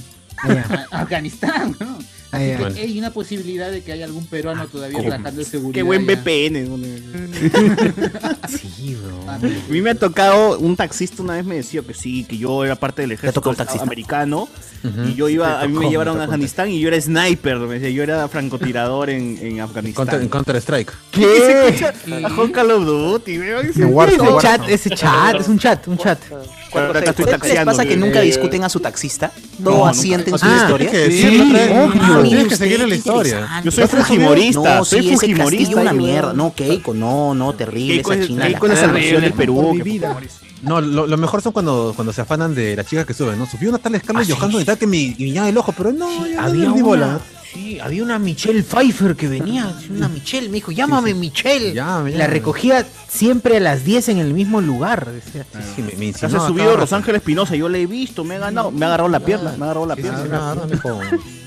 S36: Ya.
S10: A- Afganistán, ¿no?
S36: Ah,
S10: Así
S36: ya.
S10: que hay una posibilidad de que haya algún
S5: Ah.
S10: peruano todavía
S9: comas.
S10: trabajando de seguridad.
S9: Qué buen
S10: ya.
S9: VPN.
S10: Sí, bro.
S9: A mí me ha tocado, un taxista una vez me decía que sí, que yo era parte del ejército americano. Y yo iba,
S7: Te
S9: a mí me
S7: tocó,
S9: llevaron
S7: me
S9: a
S7: tocó.
S9: Afganistán y yo era sniper, me decía, yo era francotirador en, en Afganistán.
S7: Counter- en Counter Strike.
S9: ¿Qué? Se escucha a Juan Call of Duty, weón.
S1: Ese chat, ese chat, es un chat, un chat.
S9: Ahora acá estoy
S20: ¿Ustedes les
S9: taxiando,
S20: pasa que
S9: weón.
S20: nunca
S9: Eh,
S20: discuten a su taxista? ¿Todo
S9: No,
S20: asienten
S9: nunca.
S20: su
S9: Ah,
S20: historia?
S9: tienes que decirlo,
S20: Sí,
S9: trae-
S20: obvio. Ah,
S9: tienes que
S20: Usted,
S9: seguir la
S20: qué
S9: historia.
S20: interesante.
S9: Yo soy fujimorista,
S20: No,
S9: soy
S20: sí, ese
S9: fujimorista,
S20: Castillo una
S9: weón.
S20: mierda. No, Keiko, no, no, terrible
S9: Keiko
S20: esa
S9: es-
S20: china.
S9: Keiko es la
S5: Ah,
S9: salvación del Perú,
S20: Por mi
S9: que-
S20: vida.
S7: No, lo, lo mejor son cuando, cuando se afanan de las chicas que suben, ¿no? Subió una tal Scarlett Johansson y tal que me guiñaba el ojo, pero no, yo no
S1: había
S7: le di
S1: una-
S7: bola.
S1: Sí, había una Michelle Pfeiffer que venía, una Michelle, me dijo, llámame Michelle. La recogía siempre a las 10 en el mismo lugar. decía.
S9: Se ha subido Rosángel Espinosa, yo le he visto, me ha ganado, me ha agarrado la pierna, me ha agarrado la pierna.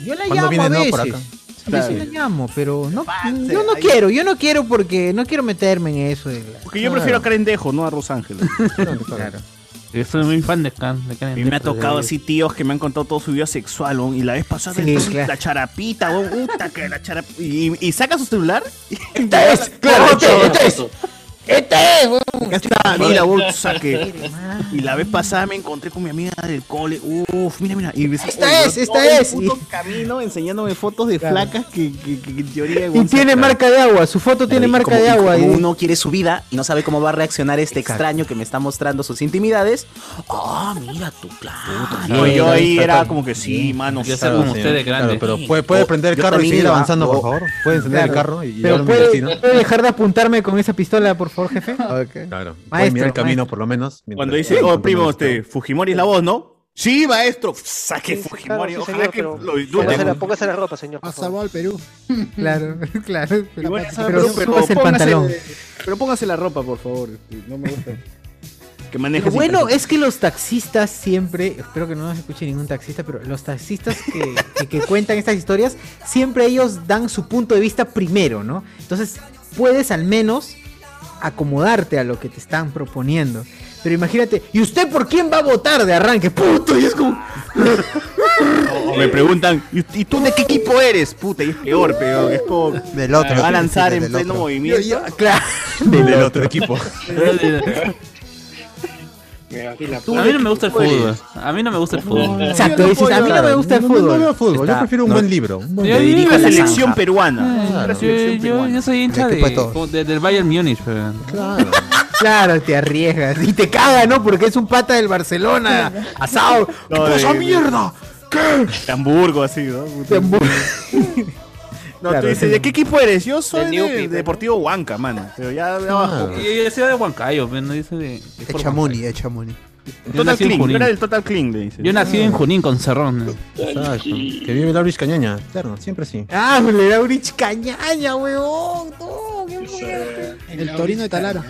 S1: Yo la
S9: ¿Cuándo
S1: llamo
S9: viene
S1: a
S9: Neo
S1: veces.
S9: por acá?
S1: A veces
S9: Claro.
S1: la llamo, pero no, yo no quiero, yo no quiero porque no quiero meterme en eso. de la-
S9: Porque yo prefiero a Karen Dejo, no a Rosángel.
S15: Claro. Yo soy muy fan de Can. De Can
S9: Y me ha tocado así tíos que me han contado todo su vida sexual, weón, y la vez pasada
S15: Sí,
S9: entonces,
S15: claro.
S9: la charapita, weón, puta que la charapita. Y, y saca su celular.
S15: Esta es, claro, esta es, esta es.
S9: esta este es, weón. Esta, mira, weón, saqué. Y la vez pasada me encontré con mi amiga del cole. Uf, mira, mira. Y
S1: Esta es, esta es.
S9: Un camino enseñándome fotos de flacas que, que- que en teoría.
S1: Y tiene marca de agua, su foto tiene
S20: Y
S1: marca
S20: como-
S1: de
S20: y
S1: agua.
S20: como
S1: y-
S20: uno quiere su vida y no sabe cómo va a reaccionar este extraño que me está mostrando sus intimidades. Ah, mira tú, claro.
S9: No, yo ahí era como que sí, mano.
S20: Yo
S9: sí,
S20: como
S9: señor.
S20: ustedes grandes.
S7: Pero puede, puede prender el
S9: Yo
S7: carro y
S9: también
S7: seguir
S9: iba,
S7: avanzando,
S9: yo-
S7: por favor. Puede encender el
S1: Claro.
S7: carro y, y
S1: Pero
S7: hablar con mi
S1: puede,
S7: vecino.
S1: puede dejar de apuntarme con esa pistola, por favor, jefe.
S7: Claro. puede
S1: Maestro,
S7: mirar el camino,
S1: maestro.
S7: por lo menos. mientras-
S9: Cuando dice, oh, primo, este, Fujimori es la voz, ¿no? Sí, maestro. Saque Fujimori.
S8: sí,
S9: Ojalá
S8: señor,
S9: que
S8: pero-
S9: lo
S8: Póngase la-
S9: indulten.
S8: Póngase la ropa, señor. por favor.
S5: Salvo al Perú.
S36: Claro, claro. Pero,
S9: Igual es
S36: pero
S9: Perú, pero
S36: subas el
S9: póngase-
S36: pantalón.
S9: Pero póngase la ropa, por favor. este, No me gusta. Que maneje
S1: Lo
S9: sin
S1: bueno
S9: calzón.
S1: es que los taxistas siempre, espero que no nos escuche ningún taxista, pero los taxistas que, que- que cuentan estas historias, siempre ellos dan su punto de vista primero, ¿no? Entonces puedes al menos acomodarte a lo que te están proponiendo. Pero imagínate, ¿y usted por quién va a votar de arranque? Puto, y es como...
S9: O me preguntan, ¿y, y tú de qué equipo eres? Puta, y es peor, peor. Es como.
S3: Del otro,
S9: me va a lanzar
S3: sí,
S9: en
S3: del
S9: pleno
S3: otro.
S9: movimiento.
S1: claro.
S9: Del otro equipo.
S15: A mí no me gusta el fútbol. A mí no me gusta el fútbol.
S1: Exacto,
S15: Yo no
S1: dices,
S15: puedo
S1: a mí no
S15: llorar.
S1: me gusta el
S15: No, no,
S1: fútbol.
S15: no veo
S7: fútbol, yo prefiero un buen libro, un buen-
S15: Yo
S7: Te
S15: digo
S7: dirijo
S15: la
S7: a la
S15: selección
S7: zanja.
S9: peruana.
S7: Claro.
S15: Yo, yo, yo soy hincha
S7: El
S15: de,
S7: equipo de todos.
S15: como de- del Bayern Múnich. pero-
S1: Claro, te arriesgas y te caga, ¿no? Porque es un pata del Barcelona, asado.
S9: No, de-
S1: ¿Qué pasa,
S9: de-
S1: mierda? ¿Qué?
S9: De Hamburgo, así, ¿no? Puta. No,
S15: Claro,
S9: tú dices,
S15: sí.
S9: ¿de qué equipo eres? Yo soy
S15: De
S9: de,
S15: New People.
S9: Deportivo Huanca, mano. Pero ya
S15: Ah,
S9: de abajo.
S15: Y y yo soy de Huancayo, pero no dice de.
S3: Echamuni, Echamuni.
S15: Yo
S9: Total
S15: nací en
S9: Clean, yo
S15: Junín.
S9: era del Total Clean, le dice.
S15: Yo nací en Junín con Cerrón.
S7: Exacto. Que vive la Luis Cañaña. Claro, siempre sí.
S1: Ah, le da Urich Cañaña, weón. No, qué fuerte.
S5: El Torino de Talara.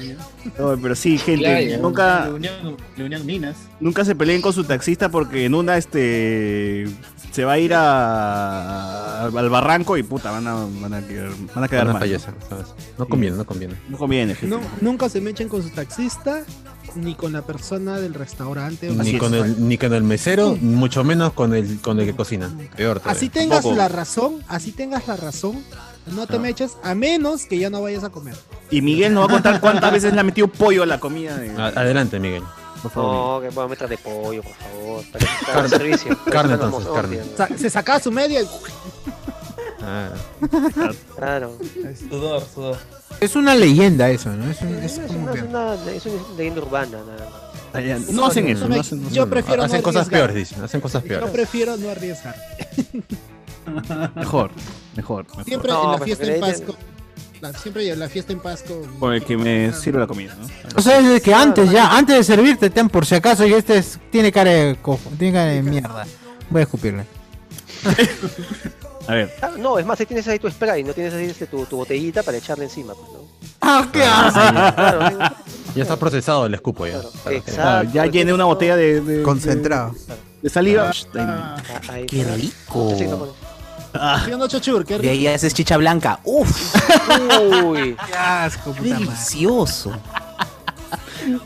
S9: No, pero sí, gente, nunca,
S10: Reunión, reunión Minas.
S9: nunca se peleen con su taxista porque en una este se va a ir a, al- al barranco y puta, van a, van a quedar, van a quedar
S7: Van a
S9: mal.
S7: fallecer, ¿sabes? No conviene, no conviene.
S9: No conviene, gente.
S5: No, nunca se mechen con su taxista ni con la persona del restaurante. o
S7: Ni
S5: del
S7: con,
S5: restaurante.
S7: el, ni con el mesero, mucho menos con el, con el que cocina. Peor todavía.
S5: Así tengas la razón, así tengas la razón, no te
S7: Ah.
S5: meches a menos que ya no vayas a comer.
S9: Y Miguel nos va a contar cuántas veces le ha metido pollo a la comida. de-
S7: A- Adelante, Miguel. Ah, Por favor.
S8: No, que puedo meter de pollo, por favor. Para que sea
S7: Carne.
S8: un Oh, servicio.
S7: Carne,
S8: Para que sea
S7: entonces,
S8: una
S7: carne.
S8: opción.
S5: Sa- se sacaba su media y
S7: Ah.
S8: Claro.
S15: Sudor, sudor.
S1: Es una leyenda eso, ¿no? Es un-
S8: Es una, es una- es una leyenda urbana, nada más.
S7: Ah,
S9: Allá- No hacen eso. No hacen, no
S5: Yo
S9: hacen-
S5: prefiero
S7: Hacen
S5: no
S7: cosas
S5: arriesgar.
S7: peores, dicen. Hacen cosas
S5: yo
S7: peores.
S5: prefiero no arriesgar.
S9: Mejor, mejor. mejor.
S5: Siempre
S8: No,
S5: en la
S8: pues,
S5: fiesta en
S8: porque
S5: Pasco. la- siempre en la fiesta en Pasco.
S9: Por el que me sirve la comida, ¿no?
S1: O sea, es de que antes ya, antes de servirte, ten por si acaso, y este es- tiene cara de cojo, tiene cara de mierda. Voy a escupirle.
S9: A ver.
S8: Ah, no, es más, ahí tienes ahí tu spray, no tienes ahí este, tu, tu botellita para echarle encima, pues, ¿no?
S1: ¡Ah, qué
S7: Ya está procesado el escupo ya.
S8: Exacto.
S9: Claro, ya Ah, llené una botella de, de-
S3: Concentrado.
S8: de-
S9: de saliva.
S20: Ah, Qué rico.
S9: Sí, no puedo.
S20: Ah,
S5: Haciendo chochur, qué
S20: de ahí
S5: rico.
S20: haces chicha blanca. Uf.
S9: Uy.
S20: Qué asco, Delicioso.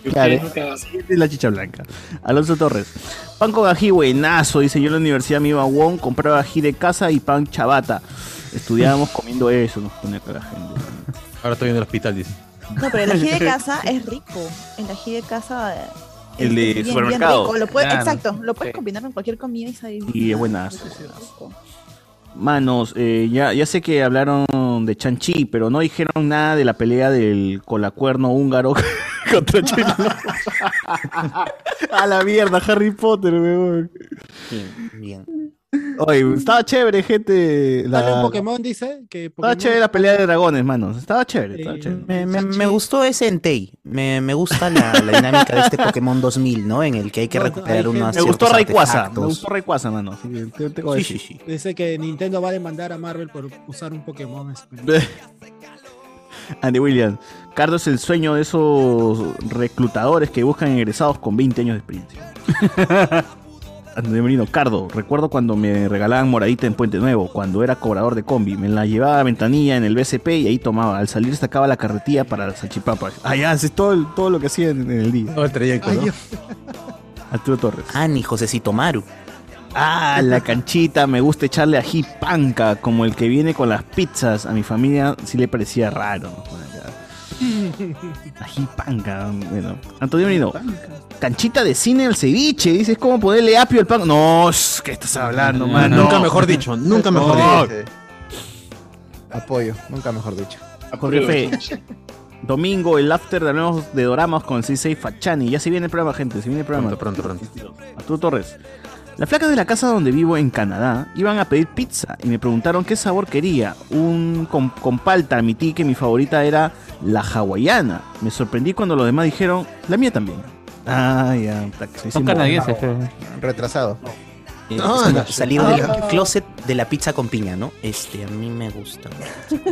S9: Claro. Es la chicha blanca. Alonso Torres. Pan con ají buenazo, dice yo en la universidad me iba a Wong, compraba ají de casa y pan chabata. Estudiábamos comiendo eso, nos pone acá la gente.
S7: Ahora estoy en el hospital, dice.
S17: No, pero el ají de casa es rico. El ají de casa. eh,
S9: El de
S17: bien- bien
S9: supermercado.
S17: rico. Lo puede-
S9: Claro.
S17: Exacto, lo puedes combinar con cualquier comida y sabe
S9: Y es buenazo. Manos, eh, ya, ya sé que hablaron de Chanchi, pero no dijeron nada de la pelea del colacuerno húngaro contra Chelo. a la mierda, Harry Potter, weón.
S20: Bien, bien.
S9: Oye, estaba chévere, gente.
S5: Sale un
S9: La...
S5: Pokémon, dice
S20: Ah,
S5: que
S9: Estaba
S5: Pokémon-
S9: chévere la pelea de dragones, manos. Estaba chévere, estaba chévere.
S20: Me, me- me gustó ese Entei. Me, me gusta la, la dinámica de este Pokémon 2000, ¿no? En el que hay que recuperar unos.
S9: Me gustó
S20: ciertos
S9: Rayquaza, me
S20: artefactos.
S9: gustó Rayquaza, mano. Sí, te- te- te-
S20: Sí, sí, sí.
S5: Dice que Nintendo va a demandar a Marvel por usar un Pokémon.
S9: Andy Williams. Cardo es el sueño de esos reclutadores que buscan egresados con 20 años de experiencia. André Merino, Cardo, recuerdo cuando me regalaban moradita en Puente Nuevo, cuando era cobrador de combi. Me la llevaba a ventanilla en el BCP y ahí tomaba. Al salir sacaba la carretilla para las salchipapas. Ah, ya, es todo, el- todo lo que hacía en, en el día. Todo el trayecto, ¿no? Arturo Torres.
S20: Ani, Ah, Josecito Maru.
S9: Ah, la canchita, me gusta echarle ají panca, como el que viene con las pizzas. A mi familia sí le parecía raro. Bueno, ya. Ají panca, bueno. Antonio Merino. Canchita de cine al ceviche, dices cómo ponerle apio al pan. No, shh, ¿qué estás hablando, man?
S7: Nunca
S9: No.
S7: mejor dicho, nunca mejor
S9: No.
S7: dicho.
S6: Apoyo, nunca mejor dicho.
S9: Jorge Fe. Domingo, el after de nuevos de Doramas con Sensei Fachani. Ya se viene el programa, gente. Se viene el programa. Pronto, pronto, pronto. Arturo Torres. Las flacas de la casa donde vivo en Canadá iban a pedir pizza y me preguntaron qué sabor quería. Un con, con palta admití que mi favorita era la hawaiana. Me sorprendí cuando los demás dijeron la mía también. Ah, ya. puta, que soy
S37: Son
S9: sin-
S37: canadienses, fe.
S6: Retrasado.
S20: Eh,
S9: No,
S20: es como
S9: no,
S20: salir
S9: no.
S20: del closet de la pizza con piña, ¿no? Este, a mí me gusta.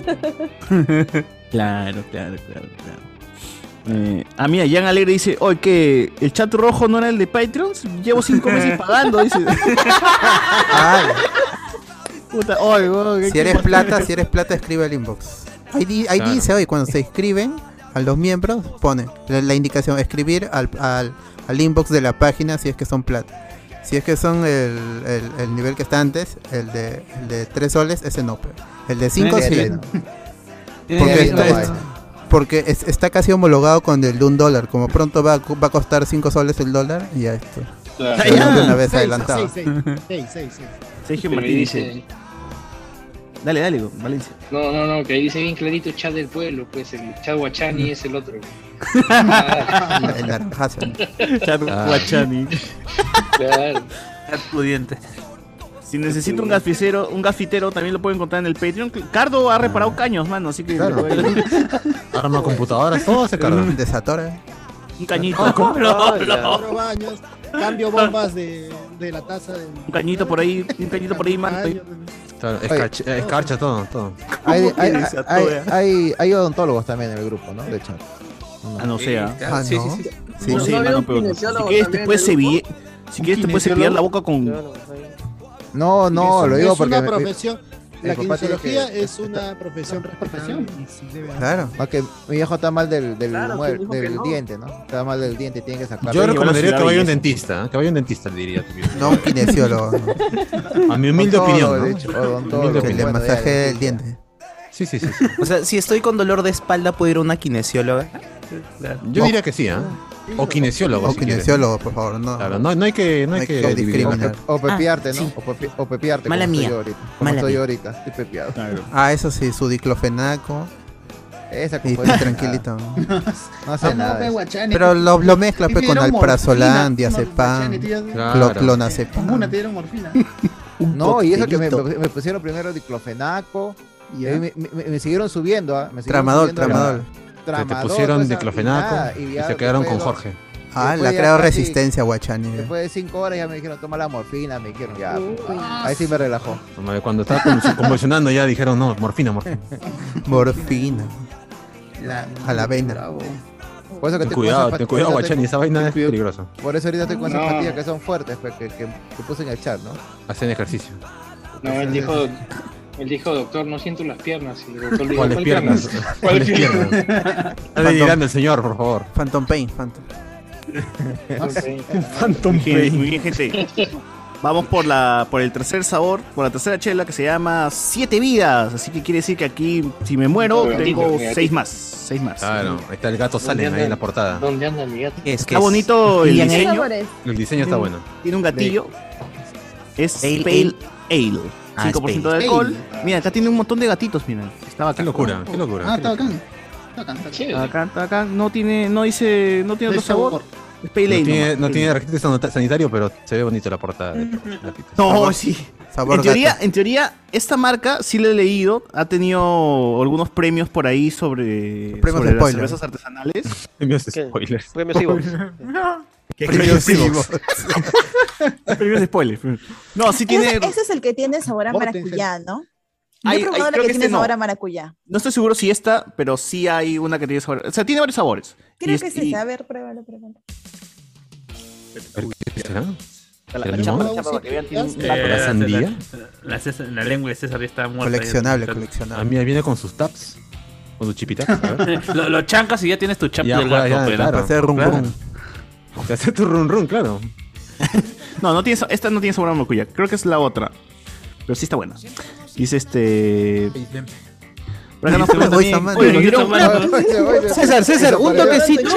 S9: Claro, claro, claro, claro. Eh, ah, mira, Jan Alegre dice, oye, que el chat rojo no era el de Patreons, llevo cinco meses pagando, dice. Puta, oye, weón, qué-
S3: Si eres plata, si eres plata, escribe al inbox. Ahí, di- ahí
S9: Claro.
S3: dice hoy, cuando se inscriben a los miembros, pone la, la indicación, escribir al, al, al inbox de la página si es que son plata. Si es que son el, el- el nivel que está antes, el de, el de 3 soles, ese no. pero El de 5
S6: Tiene que
S3: sí.
S6: haber, ¿no? Tiene que
S3: Porque,
S6: haber una
S3: está,
S6: vaina.
S3: porque es- está casi homologado con el de un dólar. Como pronto va, a cu- va a costar 5 soles el dólar, y ya esto.
S5: Claro. Ah,
S3: De una vez
S5: Seis,
S3: adelantado.
S5: seis, seis, seis, seis, seis.
S9: Sergio
S10: Pero ahí
S9: Martínez.
S10: dice-
S9: Dale, dale, weón, Valencia.
S10: No, no, no, que ahí dice bien clarito chat del pueblo, pues el chat guachani es el otro.
S3: El naranjazo.
S9: Chat Guachani.
S10: Claro.
S9: pudiente. Si necesito un gasficero, un gafitero también lo pueden encontrar en el Patreon. Cardo ha
S3: Ah.
S9: reparado caños, mano, así que
S7: Claro. Arma computadoras, todo se carga.
S3: Mm, Desatora.
S9: un cañito.
S5: Abro baños, cambio bombas de, de la taza de...
S9: Un cañito por ahí, un cañito por ahí, mano.
S7: Claro, escarcha, escarcha todo, todo.
S6: Hay, hay,
S7: que se
S6: hay-
S7: atora?
S6: hay- hay odontólogos también en el grupo, ¿no? De hecho.
S9: Ah, no sea.
S6: Ah,
S9: Sí,
S6: ¿no?
S9: sí, sí.
S6: Sí,
S9: No,
S6: sí.
S9: no había un
S6: pero-
S9: kinesiólogo Si quieres, te puedes
S6: también,
S9: sevi- Si quieres, te puedes
S6: kinesiólogo?
S9: cepillar la boca con.
S6: No, no, lo digo
S5: es
S6: porque...
S5: una
S6: me-
S5: profesión.
S6: mi
S5: La
S6: papá tiene que-
S5: kinesiología es una profesión profesión.
S6: Claro. Porque mi viejo está mal del, del,
S5: Claro,
S6: muer-
S5: te dijo que
S6: del
S5: no.
S6: diente, ¿no? Está mal del diente, tiene que sacarlo.
S7: Yo recomendaría que vaya a un dentista, ¿eh? que vaya a un dentista, le diría.
S3: No un kinesiólogo.
S7: A mi humilde
S3: Odontólogo,
S7: opinión. ¿no?
S3: de hecho, odontólogo.
S7: Humilde
S3: Que le
S7: opinión.
S3: masaje el diente.
S7: Sí, sí, sí.
S20: O sea, si estoy con dolor de espalda, ¿puedo ir a una kinesióloga?
S7: Yo diría que sí, ¿ah? O kinesiólogo.
S3: O
S7: si quieres.
S3: kinesiólogo, por favor. No,
S7: Claro, no, no hay que, no hay que,
S3: discriminar.
S6: O, pe- o pepearte,
S9: Ah,
S6: ¿no? O, pepe- o pepearte.
S3: Mala
S6: como
S3: mía.
S6: Estoy ahorita, como
S3: Mala
S6: estoy
S3: mía.
S6: ahorita, estoy pepeado.
S3: Ah, eso sí, su diclofenaco.
S6: Esa
S3: Y
S6: compadre.
S3: tranquilito.
S7: Ah.
S6: No hace nada. de eso.
S3: Pero lo, lo mezcla pe, con
S38: dieron
S3: alprazolam,
S38: morfina,
S3: diazepam,
S38: Guachani, tío.
S3: clo- clonazepam.
S38: Una te dieron morfina.
S5: Ah,
S6: No, y eso que me,
S38: coctelito.
S6: me pusieron primero diclofenaco. Y ahí me, me- me siguieron subiendo. ¿ah? Me siguieron
S3: Tramadol,
S6: subiendo la-
S3: tramadol.
S7: Te
S6: Tramadol,
S7: pusieron
S6: esa-
S7: diclofenaco
S6: nada,
S7: y,
S6: ya
S7: se quedaron con
S6: después-
S7: Jorge.
S3: Ah,
S6: después
S3: le ha
S6: ya
S3: creado
S6: casi-
S3: resistencia, Guachani.
S6: Después de cinco horas ya me dijeron, toma la morfina, me dijeron, ya. pues, Ahí sí me relajó.
S7: Como eh, Cuando estaba convul- convulsionando ya dijeron, no, morfina, morfina.
S3: Morfina. A la vena.
S6: Por eso que
S7: Ten
S6: te
S7: cuidado, ten cuidado, Guachani, esa vaina es peligrosa.
S6: Por eso ahorita estoy con esas
S10: No.
S6: pastillas que son fuertes, pues, que, que, que puse en el chat, ¿no?
S7: Hacen ejercicio.
S9: Pues
S10: No, él dijo, él dijo, doctor, no siento las piernas. Y el doctor le dijo,
S7: ¿Cuáles
S10: "¿Cuál
S7: piernas? ¿Cuáles piernas? Está delirando el señor, por favor.
S3: Phantom Pain, Phantom.
S7: Phantom
S9: Bien,
S7: Pain.
S9: Muy bien, gente. Vamos por la por el tercer sabor, por la tercera chela que se llama Siete Vidas. Así que quiere decir que aquí, si me muero,
S7: Negativo,
S9: tengo
S7: negativo.
S9: seis más. Seis más.
S7: Claro, ahí está el gato Salem ahí en la portada.
S10: ¿Dónde anda mi gato?
S9: Es que Está es- bonito el
S10: Y en
S9: diseño.
S10: ella-
S7: El diseño está bueno.
S9: Tiene un gatillo. Es
S7: Pale
S9: Pale, Ale.
S7: Ah,
S9: 5% de
S7: es
S9: alcohol.
S7: pale.
S9: Mira, acá tiene un montón de gatitos, mira. Está bacán.
S7: Qué locura, qué locura.
S9: Ah, está
S5: bacán.
S9: Está bacán, Acá, está acá. No tiene, no dice, no tiene otro
S5: No hay
S9: sabor.
S5: sabor.
S9: Es Pale Ale.
S7: no tiene,
S9: nomás.
S7: no tiene registro sanita- sanitario, pero se ve bonito la portada. de-
S9: No,
S7: Sabor-
S9: sí.
S7: sabor
S9: en, teoría,
S7: gato.
S9: en teoría, esta marca, sí la he leído, ha tenido algunos premios por ahí sobre,
S7: premios
S9: sobre las
S7: spoiler.
S9: cervezas artesanales.
S7: Premios spoilers.
S9: Premios Evox. ¿Qué
S7: Premios
S9: premios Evox?
S7: Evox.
S9: premios spoilers. No, sí tiene...
S17: Ese, ese es el que tiene sabor a
S9: Boten,
S17: maracuyá, ¿no? Yo
S9: Ay,
S17: he probado
S9: ay,
S17: la
S9: creo
S17: que,
S9: que
S17: tiene
S9: este no.
S17: sabor a maracuyá.
S9: No estoy seguro si esta, pero sí hay una que tiene sabor. O sea, tiene varios sabores.
S17: Creo
S9: Y-
S17: que
S9: y-
S17: sí. A ver, pruébalo, pruébalo.
S7: ¿Qué será?
S9: La,
S7: ¿El
S9: chapa,
S7: limón?
S9: la chapa, para que vean, tiene un-
S15: Eh,
S7: ¿La sandía?
S15: La, la César- la lengua de César ya está muerta.
S7: Coleccionable,
S15: Ya-
S7: coleccionable. Ah, mira, viene con sus taps. Con sus chipitas. a ver.
S15: lo, lo chancas y ya tienes tu chap
S7: Ya,
S15: del
S7: juega,
S15: gato.
S7: ya,
S15: pero-
S7: claro. Para hacer rum
S15: Claro.
S7: rum. Te hace tu run run, claro.
S9: No, no tiene, sa- esta no tiene sabor a maracuyá. Creo que es la otra. Pero sí está buena. Dice este... Por acá nos preguntan
S6: Voy
S9: también-
S6: llamando.
S9: Oye, nos dieron-
S1: César, César, un toquecito.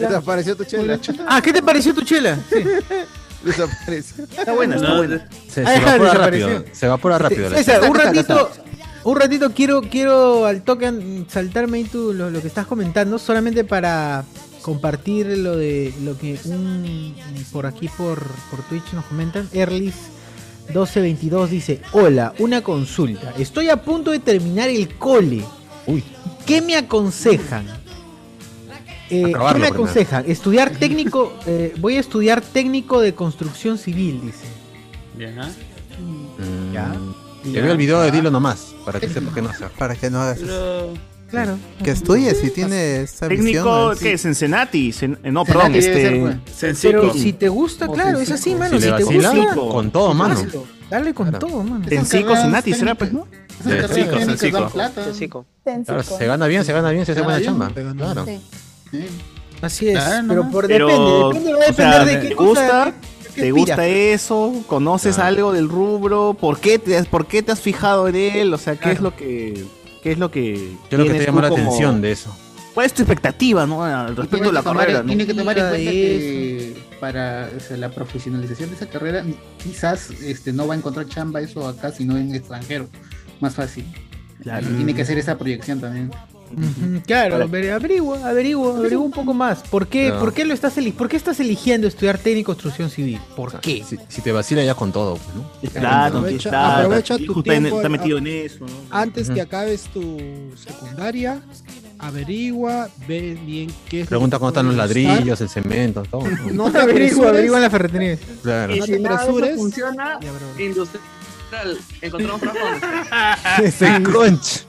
S6: Desapareció tu chela.
S1: Ah, ¿qué te pareció tu chela?
S6: Desapareció.
S9: Está buena, está buena.
S7: Se,
S1: Ah,
S7: se
S1: déjalo,
S7: evapora
S1: desapareció.
S7: rápido. Se evapora rápido. la
S1: César,
S7: chipa.
S1: un ratito, un ratito quiero, quiero al toque mm, saltarme ahí tú lo, lo que estás comentando, solamente para compartir lo de lo que un por aquí por, por Twitch nos comentan. Erlis 1222 dice, hola, una consulta. Estoy a punto de terminar el cole. ¿Qué me aconsejan? Eh, ¿Qué
S7: Acabarlo
S1: me
S7: primero.
S1: aconsejan? Estudiar técnico, eh, voy a estudiar técnico de construcción civil, dice.
S15: Ya.
S7: Mm,
S1: Ya.
S7: Te veo el video de Dilo nomás, para que sepa que no hacer.
S3: Para que no hagas
S15: eso.
S1: Claro.
S3: Que estudie si tiene esa
S9: Técnico,
S3: visión.
S9: oh, ¿qué es? Ensenati. Sen- eh, no, perdón,
S3: Senati Ah, debe
S9: este.
S3: ser, pues.
S1: Pero si te gusta, claro, es así, mano.
S9: Si
S1: Si,
S9: le
S1: te
S9: vacila,
S1: gusta,
S9: con todo, mano.
S1: hazlo. Dale con todo, mano.
S9: Tensico, Senati, será pues, ¿no?
S1: carreras Sensico, técnicas Sensico. dan plata.
S8: Sensico.
S7: Claro, se gana bien, se gana bien, se hace
S1: Se
S7: buena
S1: gana
S7: chamba.
S1: bien, te
S7: Claro.
S1: Así es.
S5: Ah,
S7: Claro,
S1: pero
S7: nomás.
S1: por
S9: Pero,
S1: depende, depende, va a
S9: o sea,
S1: depender de qué
S9: ¿te gusta?
S1: cosa- qué-
S9: ¿Te
S1: qué aspiras.
S9: gusta eso? ¿Conoces algo del rubro? ¿Por qué, te, ¿Por qué te has fijado en él? O sea, ¿qué es lo que. ¿Qué es lo que.
S7: Yo lo que te
S9: tienes
S7: llamó
S9: tú
S7: la
S9: como-
S7: atención de eso.
S9: ¿Cuál es tu expectativa, no? Al
S5: Tiene
S9: respecto
S5: que
S9: de la
S5: tomar-
S9: carrera, ¿no?
S5: Tiene que tomar en
S1: Mira
S5: cuenta que para o sea, la profesionalización de esa carrera, quizás este, no va a encontrar chamba eso acá, sino en extranjero. Más fácil. Y Tiene que hacer esa proyección también.
S1: Ujú, Claro, aver- averigua, averigua, averigua un poco más. ¿Por qué,
S7: Claro.
S1: ¿por qué lo estás eli- ¿Por qué estás eligiendo estudiar técnico de construcción civil? ¿Por qué?
S7: Si, si te vacila ya con todo, pues, ¿no?
S9: Claro,
S39: Aprovecha-
S9: está,
S39: aprovecha
S9: está-
S39: tu
S9: está en-
S39: tiempo,
S9: está
S39: ah,
S9: metido en eso, ¿no?
S39: Antes
S7: Ujú.
S39: que acabes tu secundaria, averigua, ve bien qué es.
S7: Pregunta
S39: cómo
S7: cómo están los ladrillos, el cemento, todo.
S39: No te
S1: Averigua,
S39: apresures.
S1: averigua en la ferretería.
S7: Claro.
S40: Y si nada de eso
S39: apresures.
S40: funciona, industrial. Encontramos trabajo.
S7: Ese crunch.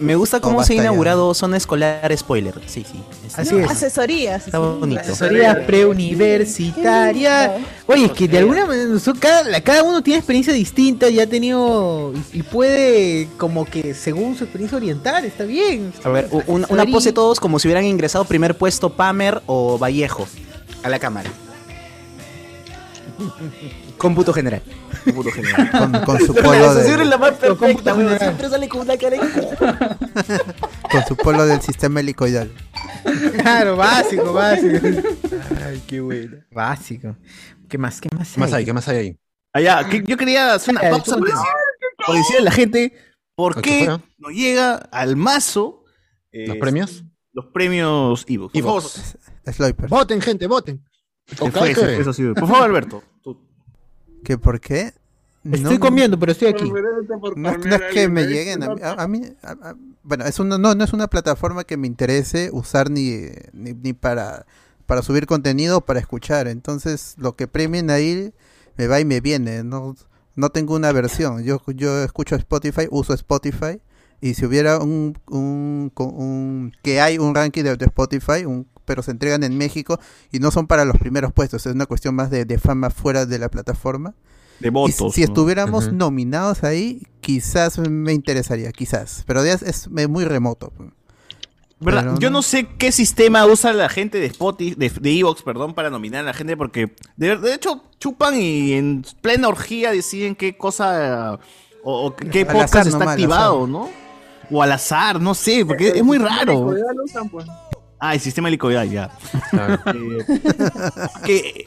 S20: Me gusta cómo
S3: basta
S20: se ha
S3: ya.
S20: inaugurado Zona Escolar Spoiler. Sí, sí. Está-
S1: Así es.
S17: Asesorías.
S20: Está bonito.
S1: Asesoría preuniversitaria. Oye, es que de alguna manera nosotros cada, la- cada uno tiene experiencia distinta y ha tenido y, y puede como que según su experiencia orientar, está bien.
S20: A ver, u- una, una pose todos como si hubieran ingresado primer puesto Pamer o Vallejo a la cámara. Cómputo general.
S9: Cómputo general.
S3: Con, con su polo
S20: Esa siempre es
S3: de,
S20: la más perfecta, güey. Siempre sale con una cara
S3: con su polo del sistema helicoidal.
S1: Claro, básico, básico. Ay, qué bueno. Básico. ¿Qué más? ¿Qué más?
S7: ¿Qué más hay? ¿Qué más hay ahí?
S1: Ah,
S9: Allá, que- yo quería hacer una
S5: Ah,
S1: Ay,
S9: pausa
S1: ¿cómo
S9: por
S1: te-
S9: decir- por decirle a la gente por
S7: ¿Qué
S9: qué
S7: fuera?
S9: nos llega al mazo eh,
S7: ¿Los premios?
S9: Los premios Ivo. Por favor,
S3: Sliper.
S39: Voten, gente, voten.
S9: se fue, se fue, eso sí. Por favor, Alberto.
S3: ¿Que por qué?
S1: Estoy comiendo, pero estoy aquí.
S3: No, no es que me lleguen a mí. a- a mí- a- a- bueno, es una, no, no es una plataforma que me interese usar ni, ni, ni para, para subir contenido o para escuchar. Entonces, lo que premien ahí me va y me viene. No, no tengo una versión. Yo, yo escucho Spotify, uso Spotify. Y si hubiera un, un, co- un- que hay un ranking de, de Spotify, un- pero se entregan en México y no son para los primeros puestos, es una cuestión más de, de fama fuera de la plataforma.
S9: De
S3: Y
S9: votos,
S3: si
S9: ¿no?
S3: estuviéramos
S9: Ujú.
S3: nominados ahí, quizás me interesaría, quizás. Pero es, es muy remoto. pues.
S9: ¿Verdad?
S3: Pero
S9: Yo no sé qué sistema usa la gente de Spotify, de, de Evox, perdón, para nominar a la gente, porque de, de hecho chupan y en plena orgía deciden qué cosa eh, o, o qué
S3: Al
S9: podcast
S3: azar
S9: está
S3: nomás, al
S9: activado,
S3: azar.
S9: ¿no? O al azar, no sé, porque es muy raro. Ah, el sistema helicoidal, ya. Eh, que,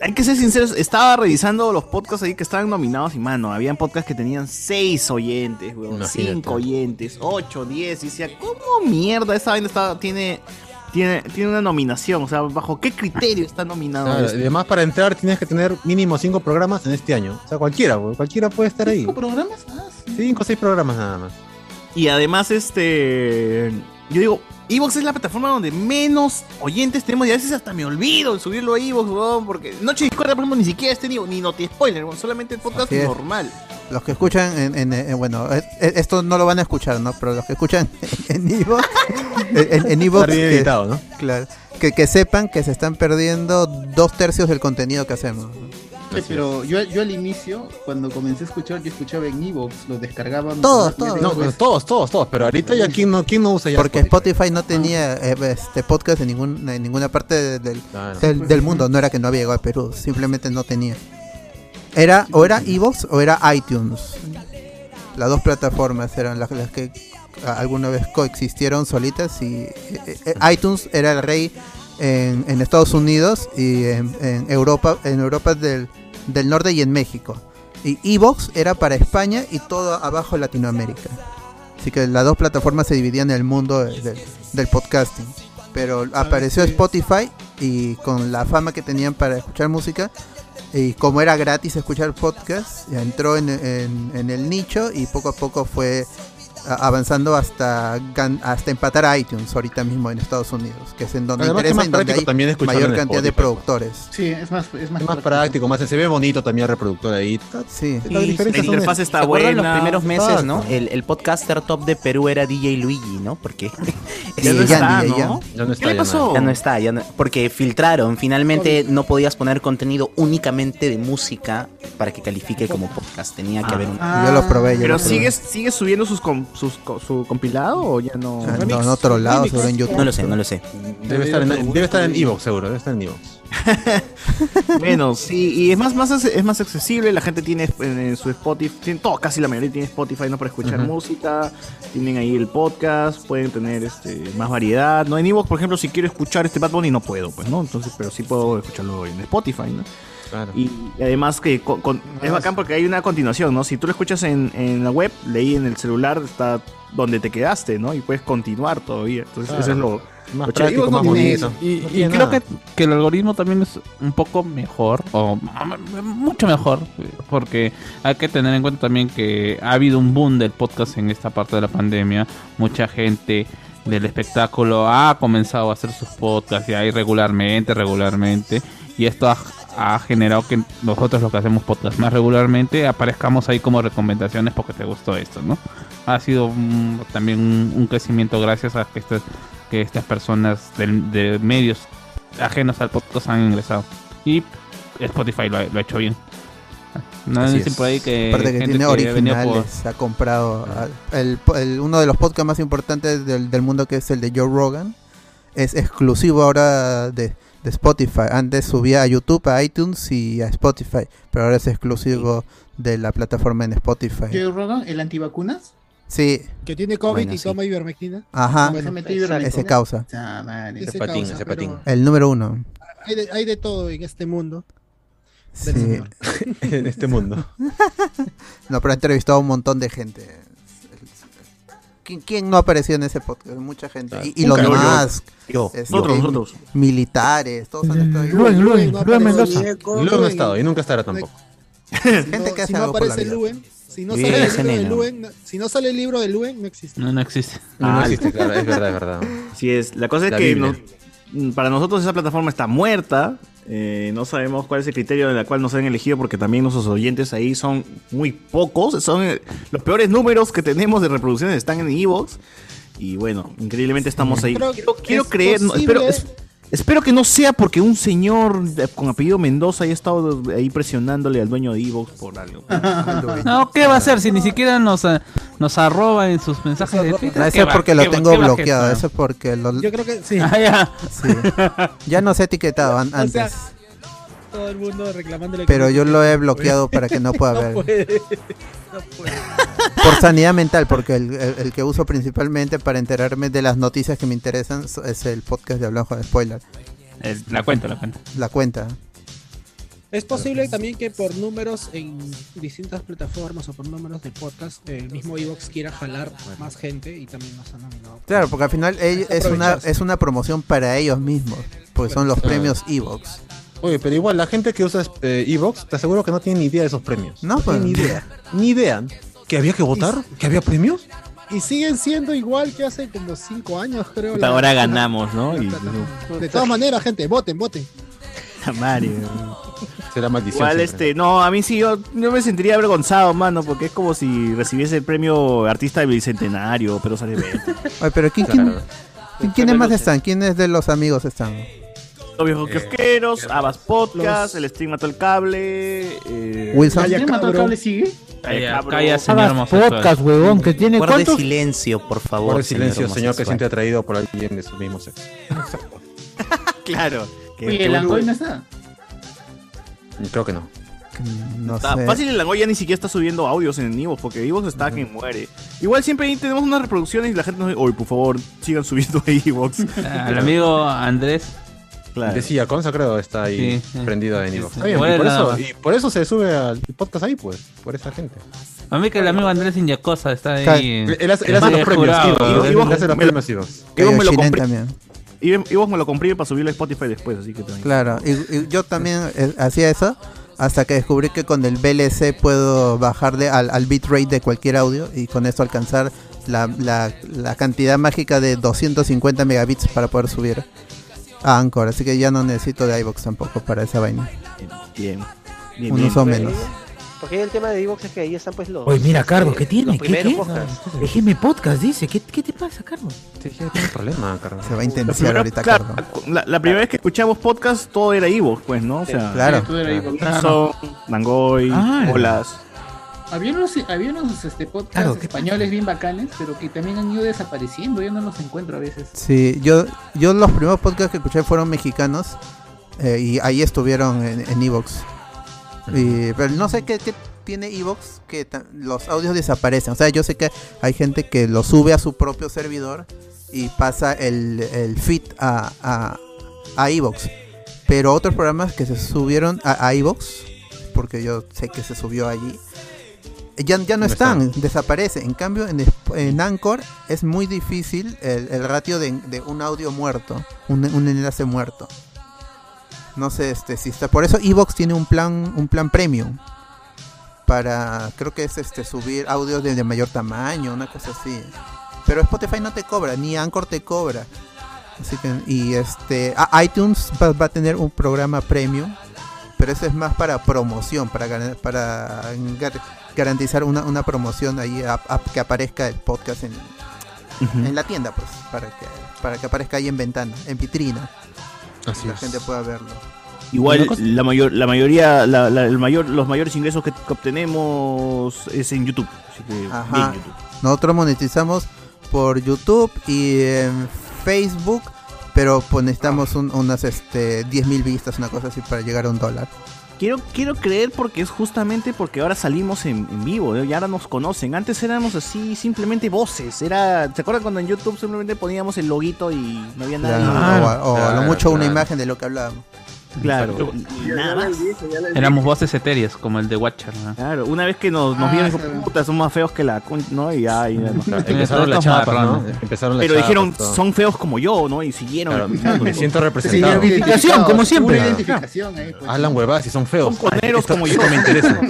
S9: hay que ser sinceros, estaba revisando los podcasts ahí que estaban nominados y, mano, habían podcasts que tenían seis oyentes, weón,
S7: Imagínate.
S9: cinco oyentes, ocho, diez, y decía, ¿cómo mierda esta vaina está- tiene, tiene, tiene una nominación? O sea, ¿bajo qué criterio está nominado? este
S7: Claro,
S9: esto?
S7: y además, para entrar tienes que tener mínimo cinco programas en este año. O sea, cualquiera, güey, cualquiera puede estar ahí. ¿Cinco
S1: programas?
S7: Cinco o seis programas nada más.
S9: Y además, este. Yo digo, Evox es la plataforma donde menos oyentes tenemos. Y a veces hasta me olvido de subirlo a Evox, weón. Porque Noche Discordia, por ejemplo, ni siquiera este ni, ni Noti Spoiler, weón, solamente el podcast
S3: Así es.
S9: normal.
S3: Los que escuchan en, en- en- bueno, es- es- esto no lo van a escuchar, ¿no? Pero los que escuchan en Ivo, en, en Evox,
S7: Está bien
S3: que-
S7: editado, ¿no?
S3: Claro. Que, que sepan que se están perdiendo dos tercios del contenido que hacemos.
S1: Oye, Pero yo, yo al inicio, cuando comencé a escuchar, yo escuchaba en Evox, lo descargaba.
S3: Todos,
S1: me- me-
S3: todos.
S1: después-
S7: todos, todos, todos. Pero ahorita ya quién no, quién no usa ya. Ah.
S3: Porque Spotify no tenía eh, este podcast en, ningún, en ninguna parte de- del, del, del mundo. No era que no había llegado a Perú, simplemente no tenía. Era o era Evox o era iTunes. Las dos plataformas eran las, las que a- alguna vez coexistieron solitas y eh, eh, iTunes era el rey en, en Estados Unidos y en, en Europa, en Europa del, del norte y en México. Y Evox era para España y todo abajo Latinoamérica. Así que las dos plataformas se dividían en el mundo de- del- del podcasting. Pero apareció Spotify y con la fama que tenían para escuchar música y como era gratis escuchar podcast, entró en, en- en el nicho y poco a poco fue a- avanzando hasta gan- hasta empatar a iTunes ahorita mismo en Estados Unidos, que es en donde
S7: Además, que es
S3: interesa
S7: más
S3: y donde
S7: práctico
S3: hay
S7: también escucharlo
S3: mayor
S7: en
S3: cantidad de
S7: Spotify, pues.
S3: productores.
S1: Sí, es más, es más,
S7: Es más práctico, más se ve bonito también el reproductor ahí.
S3: Sí.
S7: La diferencia son-
S20: ¿Se acuerdan los primeros meses,
S7: Exacto.
S20: ¿no? El, el podcaster top de Perú era DJ Luigi, ¿no? Porque
S3: Ya no está, ¿no?
S7: Ya no está, ¿Qué le ya pasó? no.
S20: Ya no está, ya no- porque filtraron. Finalmente no podías poner contenido únicamente de música para que califique como podcast. Tenía que haber un.
S3: Yo lo probé, yo
S9: Pero
S3: lo probé.
S9: sigues, sigues subiendo sus, com- sus co- su compilado o ya no.
S3: Ah, no, en otro lado, seguro en YouTube.
S20: No lo sé, no lo sé.
S7: Debe estar en, debe estar en Evox, seguro, debe estar en Evox.
S9: Menos, sí, y es más, más es más accesible, la gente tiene en, en su Spotify, tiene, todo, casi la mayoría tiene Spotify no para escuchar
S7: Ujú.
S9: música, tienen ahí el podcast, pueden tener este más variedad, ¿no? En Evox, por ejemplo, si quiero escuchar este Bad Bunny no puedo, pues, ¿no? Entonces, pero sí puedo escucharlo en Spotify, ¿no? Y, y además que con- con- es bacán porque hay una continuación, ¿no? Si tú lo escuchas en, en la web, leí en el celular, está donde te quedaste, ¿no? Y puedes continuar todavía. Entonces,
S7: Claro.
S9: eso es lo...
S7: Más
S9: lo chévere.
S7: práctico, más
S9: no tiene-
S7: bonito.
S9: y-
S7: No
S9: y
S15: Y
S7: tiene
S15: creo
S7: nada.
S15: que, que el algoritmo también es un poco mejor, o m- m- mucho mejor, porque hay que tener en cuenta también que ha habido un boom del podcast en esta parte de la pandemia. Mucha gente del espectáculo ha comenzado a hacer sus podcasts ya ahí regularmente, regularmente. Y esto ha, ha generado que nosotros los que hacemos podcast más regularmente aparezcamos ahí como recomendaciones porque te gustó esto, ¿no? Ha sido mm, también un, un crecimiento gracias a que estas, que estas personas del- de medios ajenos al podcast han ingresado. Y Spotify lo ha, lo ha hecho bien. No
S3: Así
S15: dicen
S3: es.
S15: por ahí que.
S3: Aparte que
S15: gente
S3: tiene
S15: que venía por- Ah.
S3: originales, ha comprado a- el, po- el- uno de los podcasts más importantes del, del mundo que es el de Joe Rogan. Es exclusivo ahora de, de Spotify. Antes subía a YouTube, a iTunes y a Spotify, pero ahora es exclusivo de la plataforma en Spotify.
S1: Joe Rogan, el antivacunas.
S3: Sí.
S5: Que tiene COVID
S3: Bueno,
S5: y
S3: sí.
S5: toma ivermectina.
S3: Ajá.
S5: Bueno,
S3: Ese causa.
S1: Ah, madre.
S5: Ese patín, causa, ese patín. pero-
S3: El número uno.
S5: Hay de, hay de todo en este mundo.
S3: Sí.
S5: Señor.
S7: en este mundo.
S3: No, pero ha entrevistado a un montón de gente. ¿Quién, quién no apareció en ese podcast? Mucha gente. Y, y
S7: Un
S3: los
S7: carajo.
S3: más.
S7: Yo, yo. Nosotros, nosotros.
S3: Militares, todos
S15: Mm,
S3: han estado ahí.
S7: Luen, Luen,
S5: no Luen aparece Mendoza. Diego,
S7: Luego no ha
S5: Luen.
S7: estado y nunca estará tampoco.
S3: Gente
S5: No,
S3: que hace
S5: si no
S3: algo por la
S5: aparece
S3: vida.
S5: Luen, si no
S7: Bien,
S5: sale el
S7: ese
S5: libro de
S7: neno.
S5: Luen, no- si no sale el libro de Luen, no existe.
S15: No, no existe.
S7: No existe, Ah, claro, es verdad, es verdad.
S9: Sí Ah, es. La cosa es
S7: La
S9: que mm,
S7: Biblia.
S9: no- para nosotros esa plataforma está muerta. Eh, no sabemos cuál es el criterio de la cual nos han elegido porque también nuestros oyentes ahí son muy pocos. Son eh, los peores números que tenemos de reproducciones están en Evox. Y bueno, increíblemente estamos ahí.
S5: Creo que
S9: quiero quiero
S5: es
S9: creer, no,
S5: posible-
S9: espero, es- espero que no sea porque un señor de- con apellido Mendoza haya estado ahí presionándole al dueño de Evox por algo.
S15: No, ¿qué va a hacer si ni siquiera nos, eh, nos arroba en sus mensajes de
S3: No,
S15: Twitter? ¿Qué
S3: eso es
S15: va-
S3: porque
S15: qué
S3: lo
S15: va-
S3: tengo
S15: qué va a
S3: bloqueado,
S15: gestionar?
S3: eso es porque lo...
S15: Yo creo que sí. Ah,
S3: ya.
S15: ya.
S3: Ya nos he etiquetado an-
S5: O
S3: antes,
S5: sea, todo el mundo reclamándole.
S3: pero
S5: que-
S3: yo lo he bloqueado para que no pueda
S5: No
S3: ver.
S5: puede, no puede.
S3: Por sanidad mental, porque el, el- el que uso principalmente para enterarme de las noticias que me interesan so- es el podcast de Hablando de Spoiler.
S15: Es- la cuenta, la cuenta.
S3: La cuenta.
S5: Es posible también que por números en distintas plataformas o por números de podcast, el mismo Evox quiera jalar más gente y también nos han nominado.
S3: Claro, porque al final ellos- es una,
S5: Aprovecharse.
S3: es una promoción para ellos mismos, pues son los
S7: Claro.
S3: premios Evox.
S7: Oye, pero igual la gente que usa eh, Evox, te aseguro que no tiene ni idea de esos premios.
S3: No, pues,
S7: tiene ni idea. Ni idea. ¿Que había que votar? ¿Que había premios?
S5: Y siguen siendo igual que hace como 5 años,
S20: Pues
S5: creo. la-
S41: Ahora ganamos, ¿no? Y,
S5: De todas maneras, gente, voten, voten.
S41: Mario.
S7: Será maldición.
S9: Igual
S7: siempre.
S9: este, no, a mí sí yo, yo me sentiría avergonzado, mano, porque es como si recibiese el premio artista del bicentenario, pero sale bien.
S3: Ay, pero ¿quién, quién, quién- quiénes más están? ¿Quiénes de los amigos están?
S9: Los
S1: Eh,
S9: viejos kiosqueros, Abas Podcast, el stream mató el cable, eh,
S3: Wilson.
S1: ¿Quién mató el cable sigue?
S9: Calla, cabro.
S15: calla, señor
S9: Abas
S15: homosexual.
S9: Podcast,
S42: huevón, que tiene
S20: Guarde
S42: cuántos-
S20: silencio, por favor.
S7: Por el silencio,
S20: señor
S7: señor que
S20: homosexual.
S7: siente atraído por alguien de su mismo sexo.
S9: Claro. que-
S1: Oye,
S9: que
S1: el Angoy
S9: bueno.
S1: no está.
S7: Creo que no.
S3: No
S9: Está
S3: sé.
S9: fácil el Langoy ya ni siquiera está subiendo audios en Evox, porque Evox está que muere. Igual siempre ahí tenemos unas reproducciones y la gente nos dice, oye, por favor, sigan subiendo a Evox.
S15: Al amigo Andrés.
S7: Decía, Consa creo está ahí
S15: Sí, sí.
S7: prendido de Evox.
S15: sí.
S7: Está bien,
S15: Bueno,
S7: y, por
S15: nada
S7: eso,
S15: más.
S7: y por eso se sube al podcast ahí, pues. Por esa gente.
S15: A mí que el amigo Andrés Inyacosa está
S7: Claro,
S15: ahí.
S7: él- él hace- él hace los
S15: Es
S7: premios,
S15: jurado,
S7: sí,
S15: ¿no?
S7: y- y vos- Él hace los me lo- premios, sí, vos.
S9: Evox me lo
S3: Shinen
S9: compré-
S3: Eh, también.
S9: Evox Evox me lo compré para subirlo a Spotify después, así que también.
S3: Claro, y, y yo también eh, hacía eso hasta que descubrí que con el VLC puedo bajarle al, al bitrate de cualquier audio y con eso alcanzar la, la- la cantidad mágica de 250 megabits para poder subir a Anchor. Así que ya no necesito de iVox tampoco para esa vaina.
S9: Bien.
S3: Bien, Unos bien. o menos.
S8: Porque el tema de Evox es que ahí están pues los.
S43: Oye, mira, Carlos,
S8: Carlos,
S43: ¿qué tiene?
S8: Los
S43: ¿Qué,
S8: primeros
S43: qué?
S1: Ah,
S8: podcasts.
S43: Déjeme podcast, dice. ¿Qué, qué te pasa, Carlos?
S7: problema, Carlos.
S3: Se va a
S9: La
S3: intensiar
S9: primera,
S3: ahorita,
S9: claro,
S3: Carlos.
S9: la, la primera vez que escuchamos podcast todo era Evox, pues, ¿no? O
S3: Sí,
S9: sea,
S3: claro. Sí,
S1: todo era iVoox.
S9: Wilson, Langoy,
S1: Ah.
S9: Olas.
S1: Había unos, había unos este, podcasts
S3: Claro, ¿qué
S1: españoles bien bacanes, pero que también han ido desapareciendo. Yo no los encuentro a veces.
S3: Sí, yo, yo los primeros podcasts que escuché fueron mexicanos eh, y ahí estuvieron en, en Evox. Y- pero no sé qué, qué tiene Evox que ta- los audios desaparecen. O sea, yo sé que hay gente que lo sube a su propio servidor y pasa el, el feed a, a, a Evox. Pero otros programas que se subieron a, a Evox, porque yo sé que se subió allí, ya, ya no,
S7: No
S3: están, desaparece. En cambio, en, Sp- en Anchor es muy difícil el, el ratio de, de un audio muerto, un, un enlace muerto. No sé este, si está. Por eso Evox tiene un plan, un plan premium. Para, creo que es este subir audios de, de mayor tamaño, una cosa así. Pero Spotify no te cobra, ni Anchor te cobra. Así que, y este, a- iTunes va, va a tener un programa premium, pero eso es más para promoción, para, ganar- para gar- garantizar una, una promoción ahí a- a- que aparezca el podcast en,
S9: Ujú.
S3: en la tienda, pues, para que, para que aparezca ahí en ventana, en vitrina.
S7: Así
S3: la
S7: es.
S3: gente pueda verlo.
S9: Igual
S3: Una cosa-
S9: la mayor, la mayoría, la- la- el mayor, los mayores ingresos que, que obtenemos es en YouTube. Así que
S3: Ajá.
S9: bien YouTube.
S3: Nosotros monetizamos por YouTube y en Facebook, pero pues, necesitamos un- unas este, 10.000 vistas, una cosa así, para llegar a un dólar.
S9: Quiero, quiero creer porque es justamente porque ahora salimos en, en vivo, ¿eh? y ahora nos conocen. Antes éramos así, simplemente voces. Era, ¿se acuerdan cuando en YouTube simplemente poníamos el loguito y no había nada?
S3: Claro, o a- o a lo mucho una imagen de lo que hablábamos.
S9: Claro.
S44: Ya
S9: Nada
S44: la
S9: más.
S44: dije, ya la dije.
S15: Éramos voces etéreas, como el de Watcher. ¿no?
S9: Claro, una vez que nos, nos
S15: Ah,
S9: vieron, dijo,
S15: claro.
S9: puta, son más feos que la... cun-", ¿no? Y ya, y ya no.
S7: Claro, empezaron la
S9: Estos
S7: chapa,
S9: marranos.
S7: ¿no? Empezaron la
S9: Pero
S7: chapa,
S9: dijeron,
S7: todo.
S9: son feos como yo, ¿no? Y siguieron.
S7: Claro,
S9: escuchando.
S7: me siento representado.
S9: Sí, identificados,
S7: como siempre.
S1: Una identificación ahí, pues.
S7: Hablan huevadas y son feos.
S9: Son
S7: Ay,
S9: coneros
S7: esto,
S9: como yo.
S7: esto me interesa.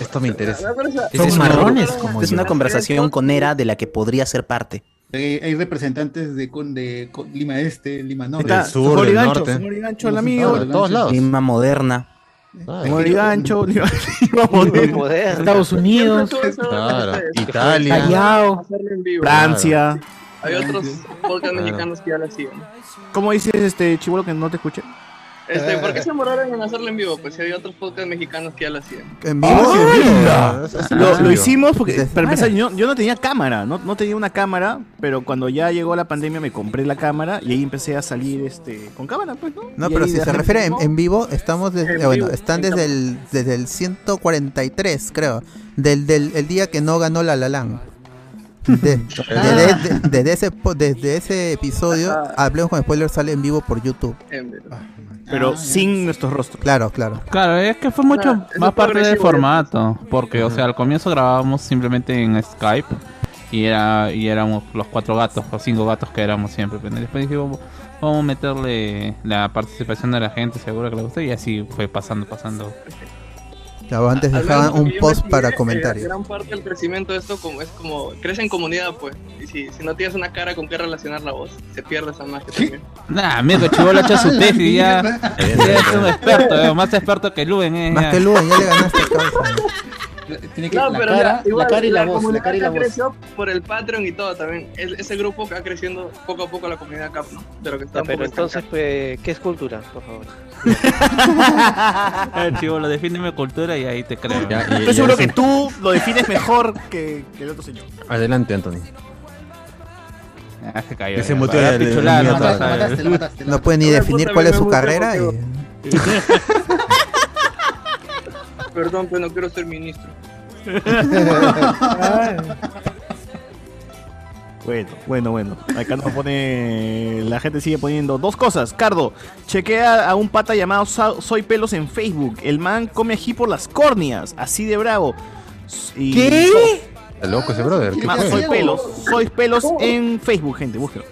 S7: Esto me interesa.
S20: Esta es
S7: Son
S20: una-
S7: marrones
S20: esta
S7: como
S20: es
S7: yo.
S20: una conversación con Era de la que podría ser parte.
S5: eh, Hay, hay representantes de, con- de con- Lima Este, Lima Norte.
S9: Está
S5: Sur,
S9: Zamora y
S5: del
S9: Gancho,
S5: norte.
S9: Zamora y Gancho, el
S5: Los-
S9: amigo.
S5: de todos lados.
S9: Lima moderna. Zamora y Gancho, Lima Lima moderna.
S1: Estados Unidos.
S9: Claro,
S1: Italia.
S9: Callao.
S10: Hacerlo en vivo.
S9: Francia.
S10: Hay otros podcasts
S9: Claro.
S10: mexicanos que ya lo
S9: Ah.
S10: hacían.
S9: ¿Cómo dices este chivolo que no te escuché?
S10: Este, ¿Por
S9: Ah.
S10: qué se demoraron en hacerlo en vivo? Pues si había otros podcasts mexicanos que ya lo hacían.
S3: En
S9: vivo, sí, en vivo.
S45: ¡Hala!
S9: Lo, lo hicimos porque,
S45: Desde-
S9: para empezar, yo, yo no tenía cámara, no, no tenía una cámara, pero cuando ya llegó la pandemia me compré la cámara y ahí empecé a salir este con cámara, pues, ¿no?
S3: No,
S9: Y
S3: pero
S9: ahí
S3: si
S9: la
S3: se
S9: gente-
S3: refiere en, en vivo, estamos desde,
S9: En
S3: bueno,
S9: vivo,
S3: están
S9: en
S3: desde
S9: vivo.
S3: el, desde el 143, creo, del, del el día que no ganó la La Land. De- desde, de- desde ese, po- desde ese episodio, Hablemos con Spoilers sale en Ah, vivo por YouTube.
S9: Pero sin nuestros rostros.
S3: Claro, claro.
S15: Claro,
S10: ¿eh?
S15: es que fue mucho
S9: Claro, eso
S15: más
S9: fue
S15: parte del
S9: agresivo,
S15: formato, porque, o sea, al comienzo grabábamos simplemente en Skype y era y éramos los cuatro gatos o cinco gatos que éramos siempre. pero Después dijimos, vamos a meterle la participación de la gente, seguro que le gusta, y así fue pasando, pasando.
S3: Claro, antes
S10: Al menos
S3: dejaban
S10: lo que
S3: un
S10: yo
S3: post
S10: investigué,
S3: para
S10: eh,
S3: comentarios.
S10: Gran parte del crecimiento de esto como, es como crece en comunidad, pues. Y si, si no tienes una cara con qué relacionar la voz, se pierde esa magia también.
S15: Nah, mierda, chivolo ha hecho su tesis y ya,
S10: mierda.
S15: ya es un experto, eh, más experto que Luben. Eh,
S3: Más
S15: ya.
S3: que Luven, ya le ganaste.
S5: Tiene que
S10: No,
S5: la,
S10: pero
S5: cara,
S10: mira, igual,
S5: la cara y la, voz. La
S10: comunidad
S5: cara y la
S10: que
S5: voz.
S10: creció por el Patreon y todo también. Es- ese grupo que va creciendo poco a poco la comunidad Cap, ¿no? Pero que está
S8: Ya,
S10: un poco
S8: Ah, pero entonces,
S10: estancada.
S8: pues, ¿qué es cultura, por favor?
S15: A ver, chivolo, defíndeme cultura y ahí te creo.
S9: Estoy seguro que tú lo defines mejor que, que el otro señor.
S7: Adelante, Anthony.
S15: Ah, se cayó.
S7: Que se
S15: ya.
S7: muteó
S15: Para
S7: el- el
S15: pichular,
S7: niño
S15: no
S7: atrás.
S15: pasa nada.
S7: Mataste, lo mataste,
S3: No puede ni
S10: Oye,
S3: definir
S10: puta,
S3: cuál
S10: me
S3: es su
S10: gusta
S3: carrera.
S10: porque-
S3: y-
S10: Perdón, pero no quiero ser ministro.
S9: Bueno, bueno, bueno. Acá nos pone. La gente sigue poniendo dos cosas. Cardo, chequea a un pata llamado Sa- Soy Pelos en Facebook. El man come ají por las córneas, así de bravo. S- y-
S7: ¿Qué? Está loco ese brother. ¿Qué
S9: Man,
S7: fue?
S9: Ah, soy Pelos, soy Pelos en Facebook, gente, búsquelo.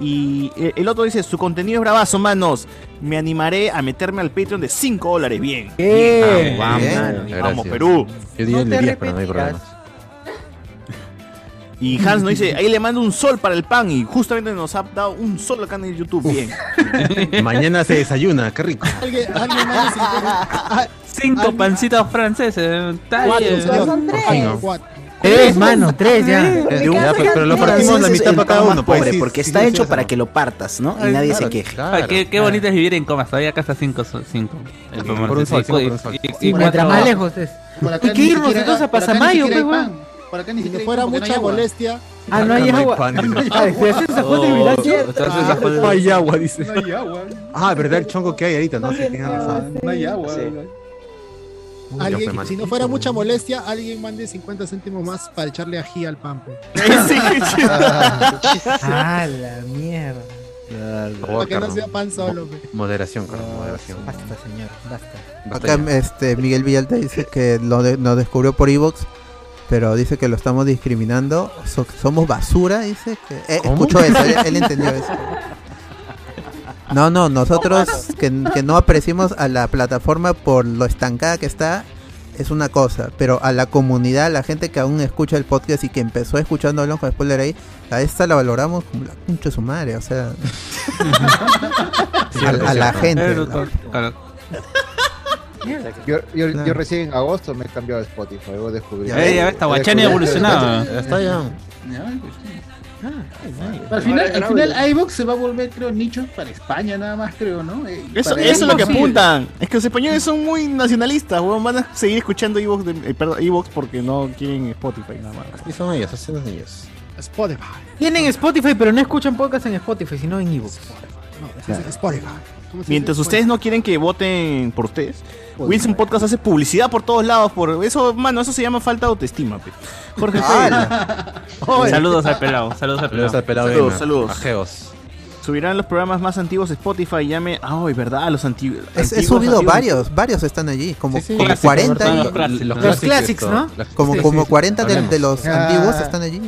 S9: Y eh, el otro dice: Su contenido es bravazo, manos. Me animaré a meterme al Patreon de 5 dólares. Bien.
S7: Bien,
S9: Vamos,
S7: bien,
S9: vamos,
S7: Ah, gracias.
S9: vamos, Perú.
S7: Yo diría el 10, pero no hay problema.
S9: Y Hans nos dice, ahí le mando un sol para el pan y justamente nos ha dado un sol acá en el YouTube. Bien.
S7: Mañana se desayuna, qué rico.
S5: Alguien, alguien manda
S15: Cinco pancitos franceses. tal,
S5: Cuatro,
S15: eh.
S5: señor. Son
S7: tres.
S15: Ay, no.
S20: Eh,
S1: Tres, mano, tres ya.
S7: De un- Ya, pues, pero lo partimos
S9: Ese
S7: la
S9: es
S7: mitad
S9: el
S7: para cada
S9: pan más
S7: uno, pues,
S9: pobre,
S7: sí,
S9: porque
S7: sí,
S9: está
S7: sí,
S9: hecho
S7: sí,
S9: para
S7: sí.
S9: que lo partas, ¿no? Y
S7: Ay,
S9: nadie
S7: claro,
S9: se queje.
S7: claro.
S15: Ah, qué qué bonito es vivir en comas. Todavía acá está cinco. so- cinco. El promedio
S7: Por un
S15: es
S7: sol,
S15: cinco
S7: sí,
S15: y-
S7: por un sol.
S15: y- y
S7: Sí,
S15: cuatro-
S1: Mientras más lejos es.
S5: Por acá
S1: Hay que
S5: ni
S1: irnos
S5: siquiera-
S1: entonces a
S5: por acá ni
S1: Pasamayo,
S5: siquiera hay
S1: pues,
S5: pan. Por acá ni
S46: Si
S5: siquiera hay
S46: fuera
S5: pan, porque no
S46: mucha
S5: hay agua.
S46: molestia.
S1: Ah, no hay
S7: Acá no hay
S1: agua.
S7: pan, dice.
S1: Ah, si haces esa foto de
S7: Oh,
S1: Vilacho.
S7: entonces esa
S1: Ah,
S7: foto- No hay agua, dice.
S5: No hay agua.
S7: Ah, verdad, el chongo que hay ahorita, no sé, tienes razón.
S5: No hay agua.
S7: Uy, ya fue,
S46: Alguien,
S7: mano.
S46: si no fuera mucha molestia, alguien mande 50 céntimos más para echarle ají al pan.
S5: pues.
S46: pe.
S1: Ah, la mierda.
S7: Por
S46: Para
S7: favor,
S46: que no
S7: Carlos.
S46: sea pan solo. pe.
S7: Moderación, Carlos, moderación.
S1: Basta, señor, basta.
S7: Basta
S3: Acá
S7: ya.
S3: este, Miguel Villalta dice que lo, de- lo descubrió por Evox, pero dice que lo estamos discriminando. So- somos basura, dice. Que, eh,
S7: ¿Cómo?
S3: escuchó eso, él, él entendió eso. No, no, nosotros que, que no apreciamos a la plataforma por lo estancada que está es una cosa, pero a la comunidad, a la gente que aún escucha el podcast y que empezó escuchando Hablamos con Spoiler ahí, a esta la valoramos como la concha de su madre, o sea, a,
S7: Cierto,
S3: a la
S7: cierto.
S3: gente.
S15: Pero,
S3: la-
S15: claro.
S6: Yo, yo,
S3: Claro.
S6: yo recién en agosto me he cambiado a Spotify, voy a descubrir.
S15: Ya, ya ves, Tahuachani
S6: Descubrí-
S15: evolucionaba.
S6: Ya
S7: está ya.
S1: pues, Ah,
S5: Al final, al final iVoox se va a volver, creo, nicho para España nada más, creo, ¿no? Eh,
S9: Eso,
S5: para-
S9: eso es lo que
S5: Sí.
S9: apuntan. Es que los españoles son muy nacionalistas, weón. Van a seguir escuchando Evox porque no quieren Spotify nada más.
S7: Y son ellos, así son ellos.
S46: Spotify.
S1: Tienen Spotify, pero no escuchan podcast en Spotify, sino en ebooks.
S46: Claro. Spotify. ¿Cómo se
S9: Mientras
S46: dice?
S9: ustedes no quieren que voten por ustedes, Wilson Podcast hace publicidad por todos lados. Por eso, mano, eso se llama falta de autoestima, pe. Jorge Oye.
S15: Saludos al pelado. Saludos al pelado.
S7: Saludos al pelado
S9: Saludos,
S7: Emma,
S9: saludos.
S7: a Geos.
S9: Subirán los programas más antiguos de Spotify. Llame. Ah, es verdad, los antiguos.
S3: Es- he
S9: antiguos,
S3: subido
S9: antiguos.
S3: varios, varios están allí, como,
S9: Sí, sí.
S3: como
S9: Clásicos,
S3: 40.
S9: ¿verdad? Los Los clásicos, clásicos, ¿no? los-
S3: Como,
S9: sí,
S3: como
S9: sí, sí.
S3: 40 de, de
S9: Hablemos.
S3: los
S9: Ah.
S3: antiguos están allí.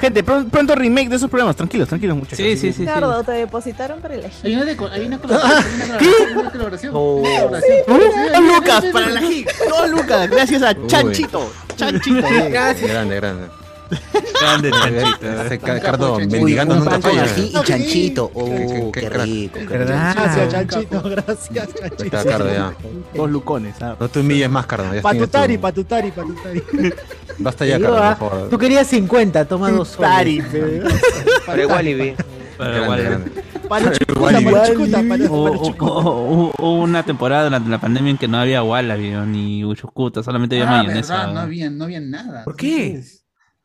S9: Gente, pron- pronto remake de esos programas. Tranquilos, tranquilos, muchachos.
S17: Ricardo, te depositaron para el ají.
S5: Hay una, deco- hay una colaboración. hay una colaboración, hay una colaboración.
S9: Oh,
S5: Una colaboración.
S9: Sí, Dos lucas
S5: sí, sí,
S9: para Oh,
S5: sí.
S9: la
S5: Ah,
S9: GIC. Dos lucas, gracias a Chanchito. Chanchito.
S7: Grande, grande. Grande chanchito. Ese ca- Cardo, mendigando
S20: un
S7: en un
S20: pan con
S7: tapayo.
S20: ají y chanchito. Oh, qué
S7: crack.
S20: rico. qué
S7: ¿Verdad?
S20: rico.
S7: Gracias,
S5: Chanchito, gracias,
S7: Ahí Está Cardo ya.
S9: Dos lucones. ah.
S7: No te humilles más, Cardo. Ya tienes
S5: Patutari, patutari, patutari.
S7: tu- Basta
S25: Te
S7: ya,
S25: digo,
S7: Cardo,
S25: ah,
S7: por favor.
S25: Tú querías 50, toma dos
S5: Patutari,
S25: soles.
S5: pe.
S8: Pero igual y ve.
S15: Pero igual,
S5: Paluchucuta, paluchucuta,
S15: O- o-
S5: paluchucuta.
S15: o- o- Hubo una temporada durante la pandemia en que no había Wallaby o ni Uchucuta, solamente había
S24: Ah,
S15: mayonesa.
S24: verdad, no había, no había nada. ¿Por
S47: qué?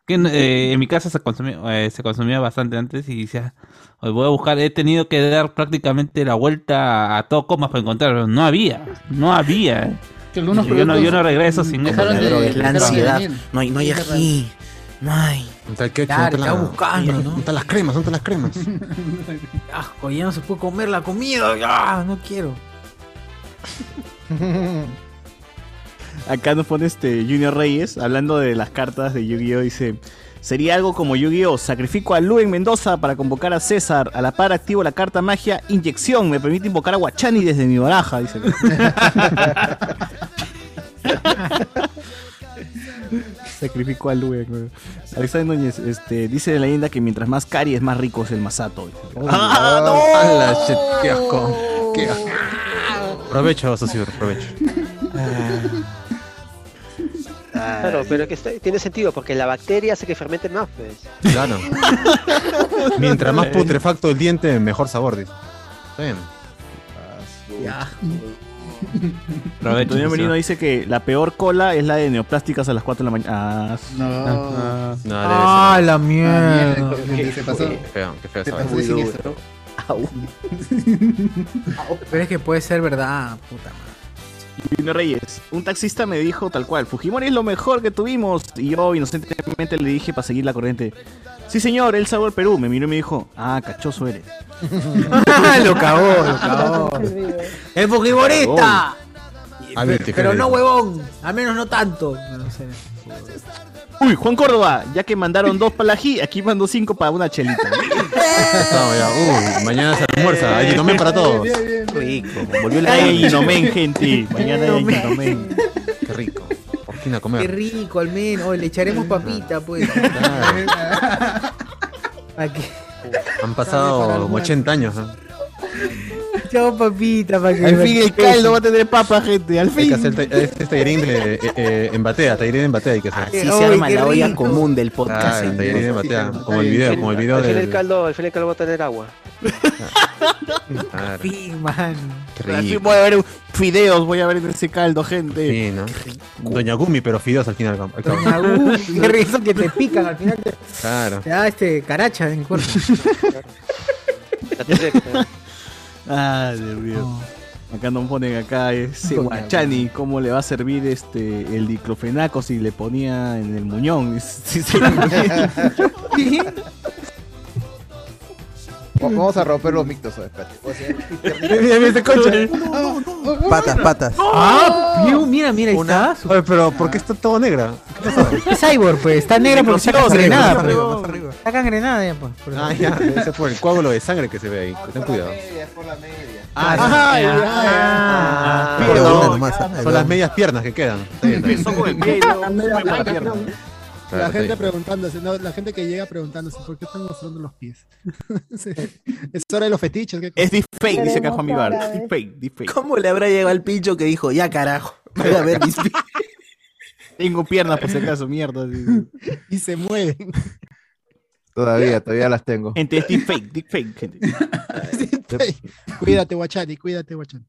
S15: Que en, eh, en mi casa se consumía, eh, se consumía bastante antes y decía, "Hoy voy a buscar, he tenido que dar prácticamente la vuelta a, todo comas para encontrarlo. No había, no había.
S24: Que algunos
S15: Dije, yo, no, yo no
S24: productos
S15: regreso sin eso.
S24: dejaron de-
S15: Drogas.
S24: La ansiedad. No hay- no hay
S20: ají.
S47: No hay.
S7: Entonces, ¿qué?
S47: Claro,
S7: ¿Dónde
S47: estaba
S7: la-
S47: buscando,
S7: dónde-
S47: ¿no?
S7: dónde están las cremas? ¿Dónde están las cremas?
S47: Asco, ya no se puede comer la comida. Ah, no quiero.
S9: Acá nos pone este Junior Reyes, hablando de las cartas de Yu-Gi-Oh! Dice: Sería algo como Yu-Gi-Oh! Sacrifico a Lu en Mendoza para convocar a César. A la par activo la carta magia Inyección. Me permite invocar a Guachani desde mi baraja. Dice. Sacrifico a Lu. weón. Alexander Núñez este, dice de la leyenda que mientras más cari es más rico es el masato.
S7: ¡Ah, no! ¡Hala, shit! ¡Qué asco! ¡Qué asco! Provecho, Sosur, provecho. Ah.
S8: Claro, pero que está- tiene sentido porque la bacteria hace que fermente más. Pues.
S7: Claro. Mientras más putrefacto el diente, mejor sabor, dice. Está bien.
S24: Ya.
S15: Aprovecho,
S9: Antonio
S15: sí,
S9: Merino
S15: sí.
S9: dice que la peor cola es la de neoplásticas a las 4 de la mañana. Ah, su-
S24: No.
S7: No,
S9: debe
S47: Ah,
S9: ser.
S47: la mierda.
S24: Gente, se pasó.
S7: Qué feo, qué feo
S24: Se
S7: saber.
S24: pasó de siniestro.
S47: Pero es que puede ser verdad, puta madre.
S9: Junior Reyes, un taxista me dijo tal cual, Fujimori es lo mejor que tuvimos. Y yo inocentemente le dije para seguir la corriente, sí señor, el sabor Perú. Me miró y me dijo, ah, cachoso eres.
S47: lo cagó, lo cagó. ¡Es Fujimorista! Pero, pero no huevón, al menos no tanto. No sé.
S9: Uy, Juan Córdoba, ya que mandaron dos para la G, aquí mando cinco para una chelita.
S7: Estamos ya. Uy, mañana se almuerza. Hay nomen para todos.
S9: Rico. Volvió la Inomen, gente. Mañana hay Inomen.
S7: Qué rico. Por fin a
S47: Qué
S7: comer.
S47: rico, al menos. Oye, le echaremos papita, pues. ¿Para qué?
S7: Han pasado como 80 años. ¿no?
S47: Echamos papita para que.
S9: Al fin el caldo va a tener papa, gente. Al
S7: Hay que
S9: fin.
S7: hacer ta- este tallarín de eh, eh, en batea, tallarín en batea hay que hacer.
S20: Así se arma la olla común del podcast.
S7: Ah, el tallarín en batea, como el
S8: Al
S7: video,
S8: fin-
S7: como el video
S8: al fin el
S7: del...
S8: caldo, al fin el caldo va a tener agua.
S7: Claro,
S47: Fin, man.
S7: qué
S9: Al fin
S7: rico.
S9: voy a ver fideos, voy a ver en ese caldo, gente.
S7: Sí, ¿no? Doña Gumi, pero fideos al final. al cabo.
S47: Uh, qué rico que te pican al final. Te,
S7: Claro.
S47: te da este caracha en cuerpo.
S9: Ah, Dios mío. Acá nos ponen acá ese guachani, cómo le va a servir este el diclofenaco si le ponía en el muñón. Sí, sí.
S6: Vamos a romper los mictos. espérate.
S7: Mira, mira ese coche.
S3: Patas, patas.
S25: Ah, piu, mira, mira, ahí está. su-
S7: Oye, pero ¿por qué está todo negra?
S25: Es cyborg, pues. Está negra porque está
S7: Más arriba,
S25: cangrenada.
S7: más
S25: pues.
S7: arriba, más arriba.
S25: Está cangrenada ya, pues. por
S7: Ah,
S25: eso.
S7: ya, debe ser por el coágulo de sangre que se ve ahí. Ten cuidado.
S6: Ah, ya.
S7: Ah,
S6: Pero
S7: no,
S6: una nomás, ahí
S7: son
S6: va.
S7: las medias piernas que quedan. Está bien, está bien.
S9: con el pelo, fue para la pierna.
S5: La
S7: Claro, está
S5: gente
S7: bien.
S5: preguntándose, no, la gente que llega preguntándose, ¿por qué están mostrando los pies? Sí. es hora de los fetiches. ¿qué cosa?
S9: Es deepfake, dice acá Juan Vivar. Es Deepfake, deepfake.
S20: ¿Cómo le habrá llegado al pincho que dijo, ya carajo, voy a ver mis pies?
S9: Tengo piernas por si acaso, mierda. sí, sí.
S5: Y se mueven.
S6: Todavía, todavía las tengo.
S9: Gente, es deepfake, deepfake, gente.
S5: cuídate, Guachani, cuídate, Guachani.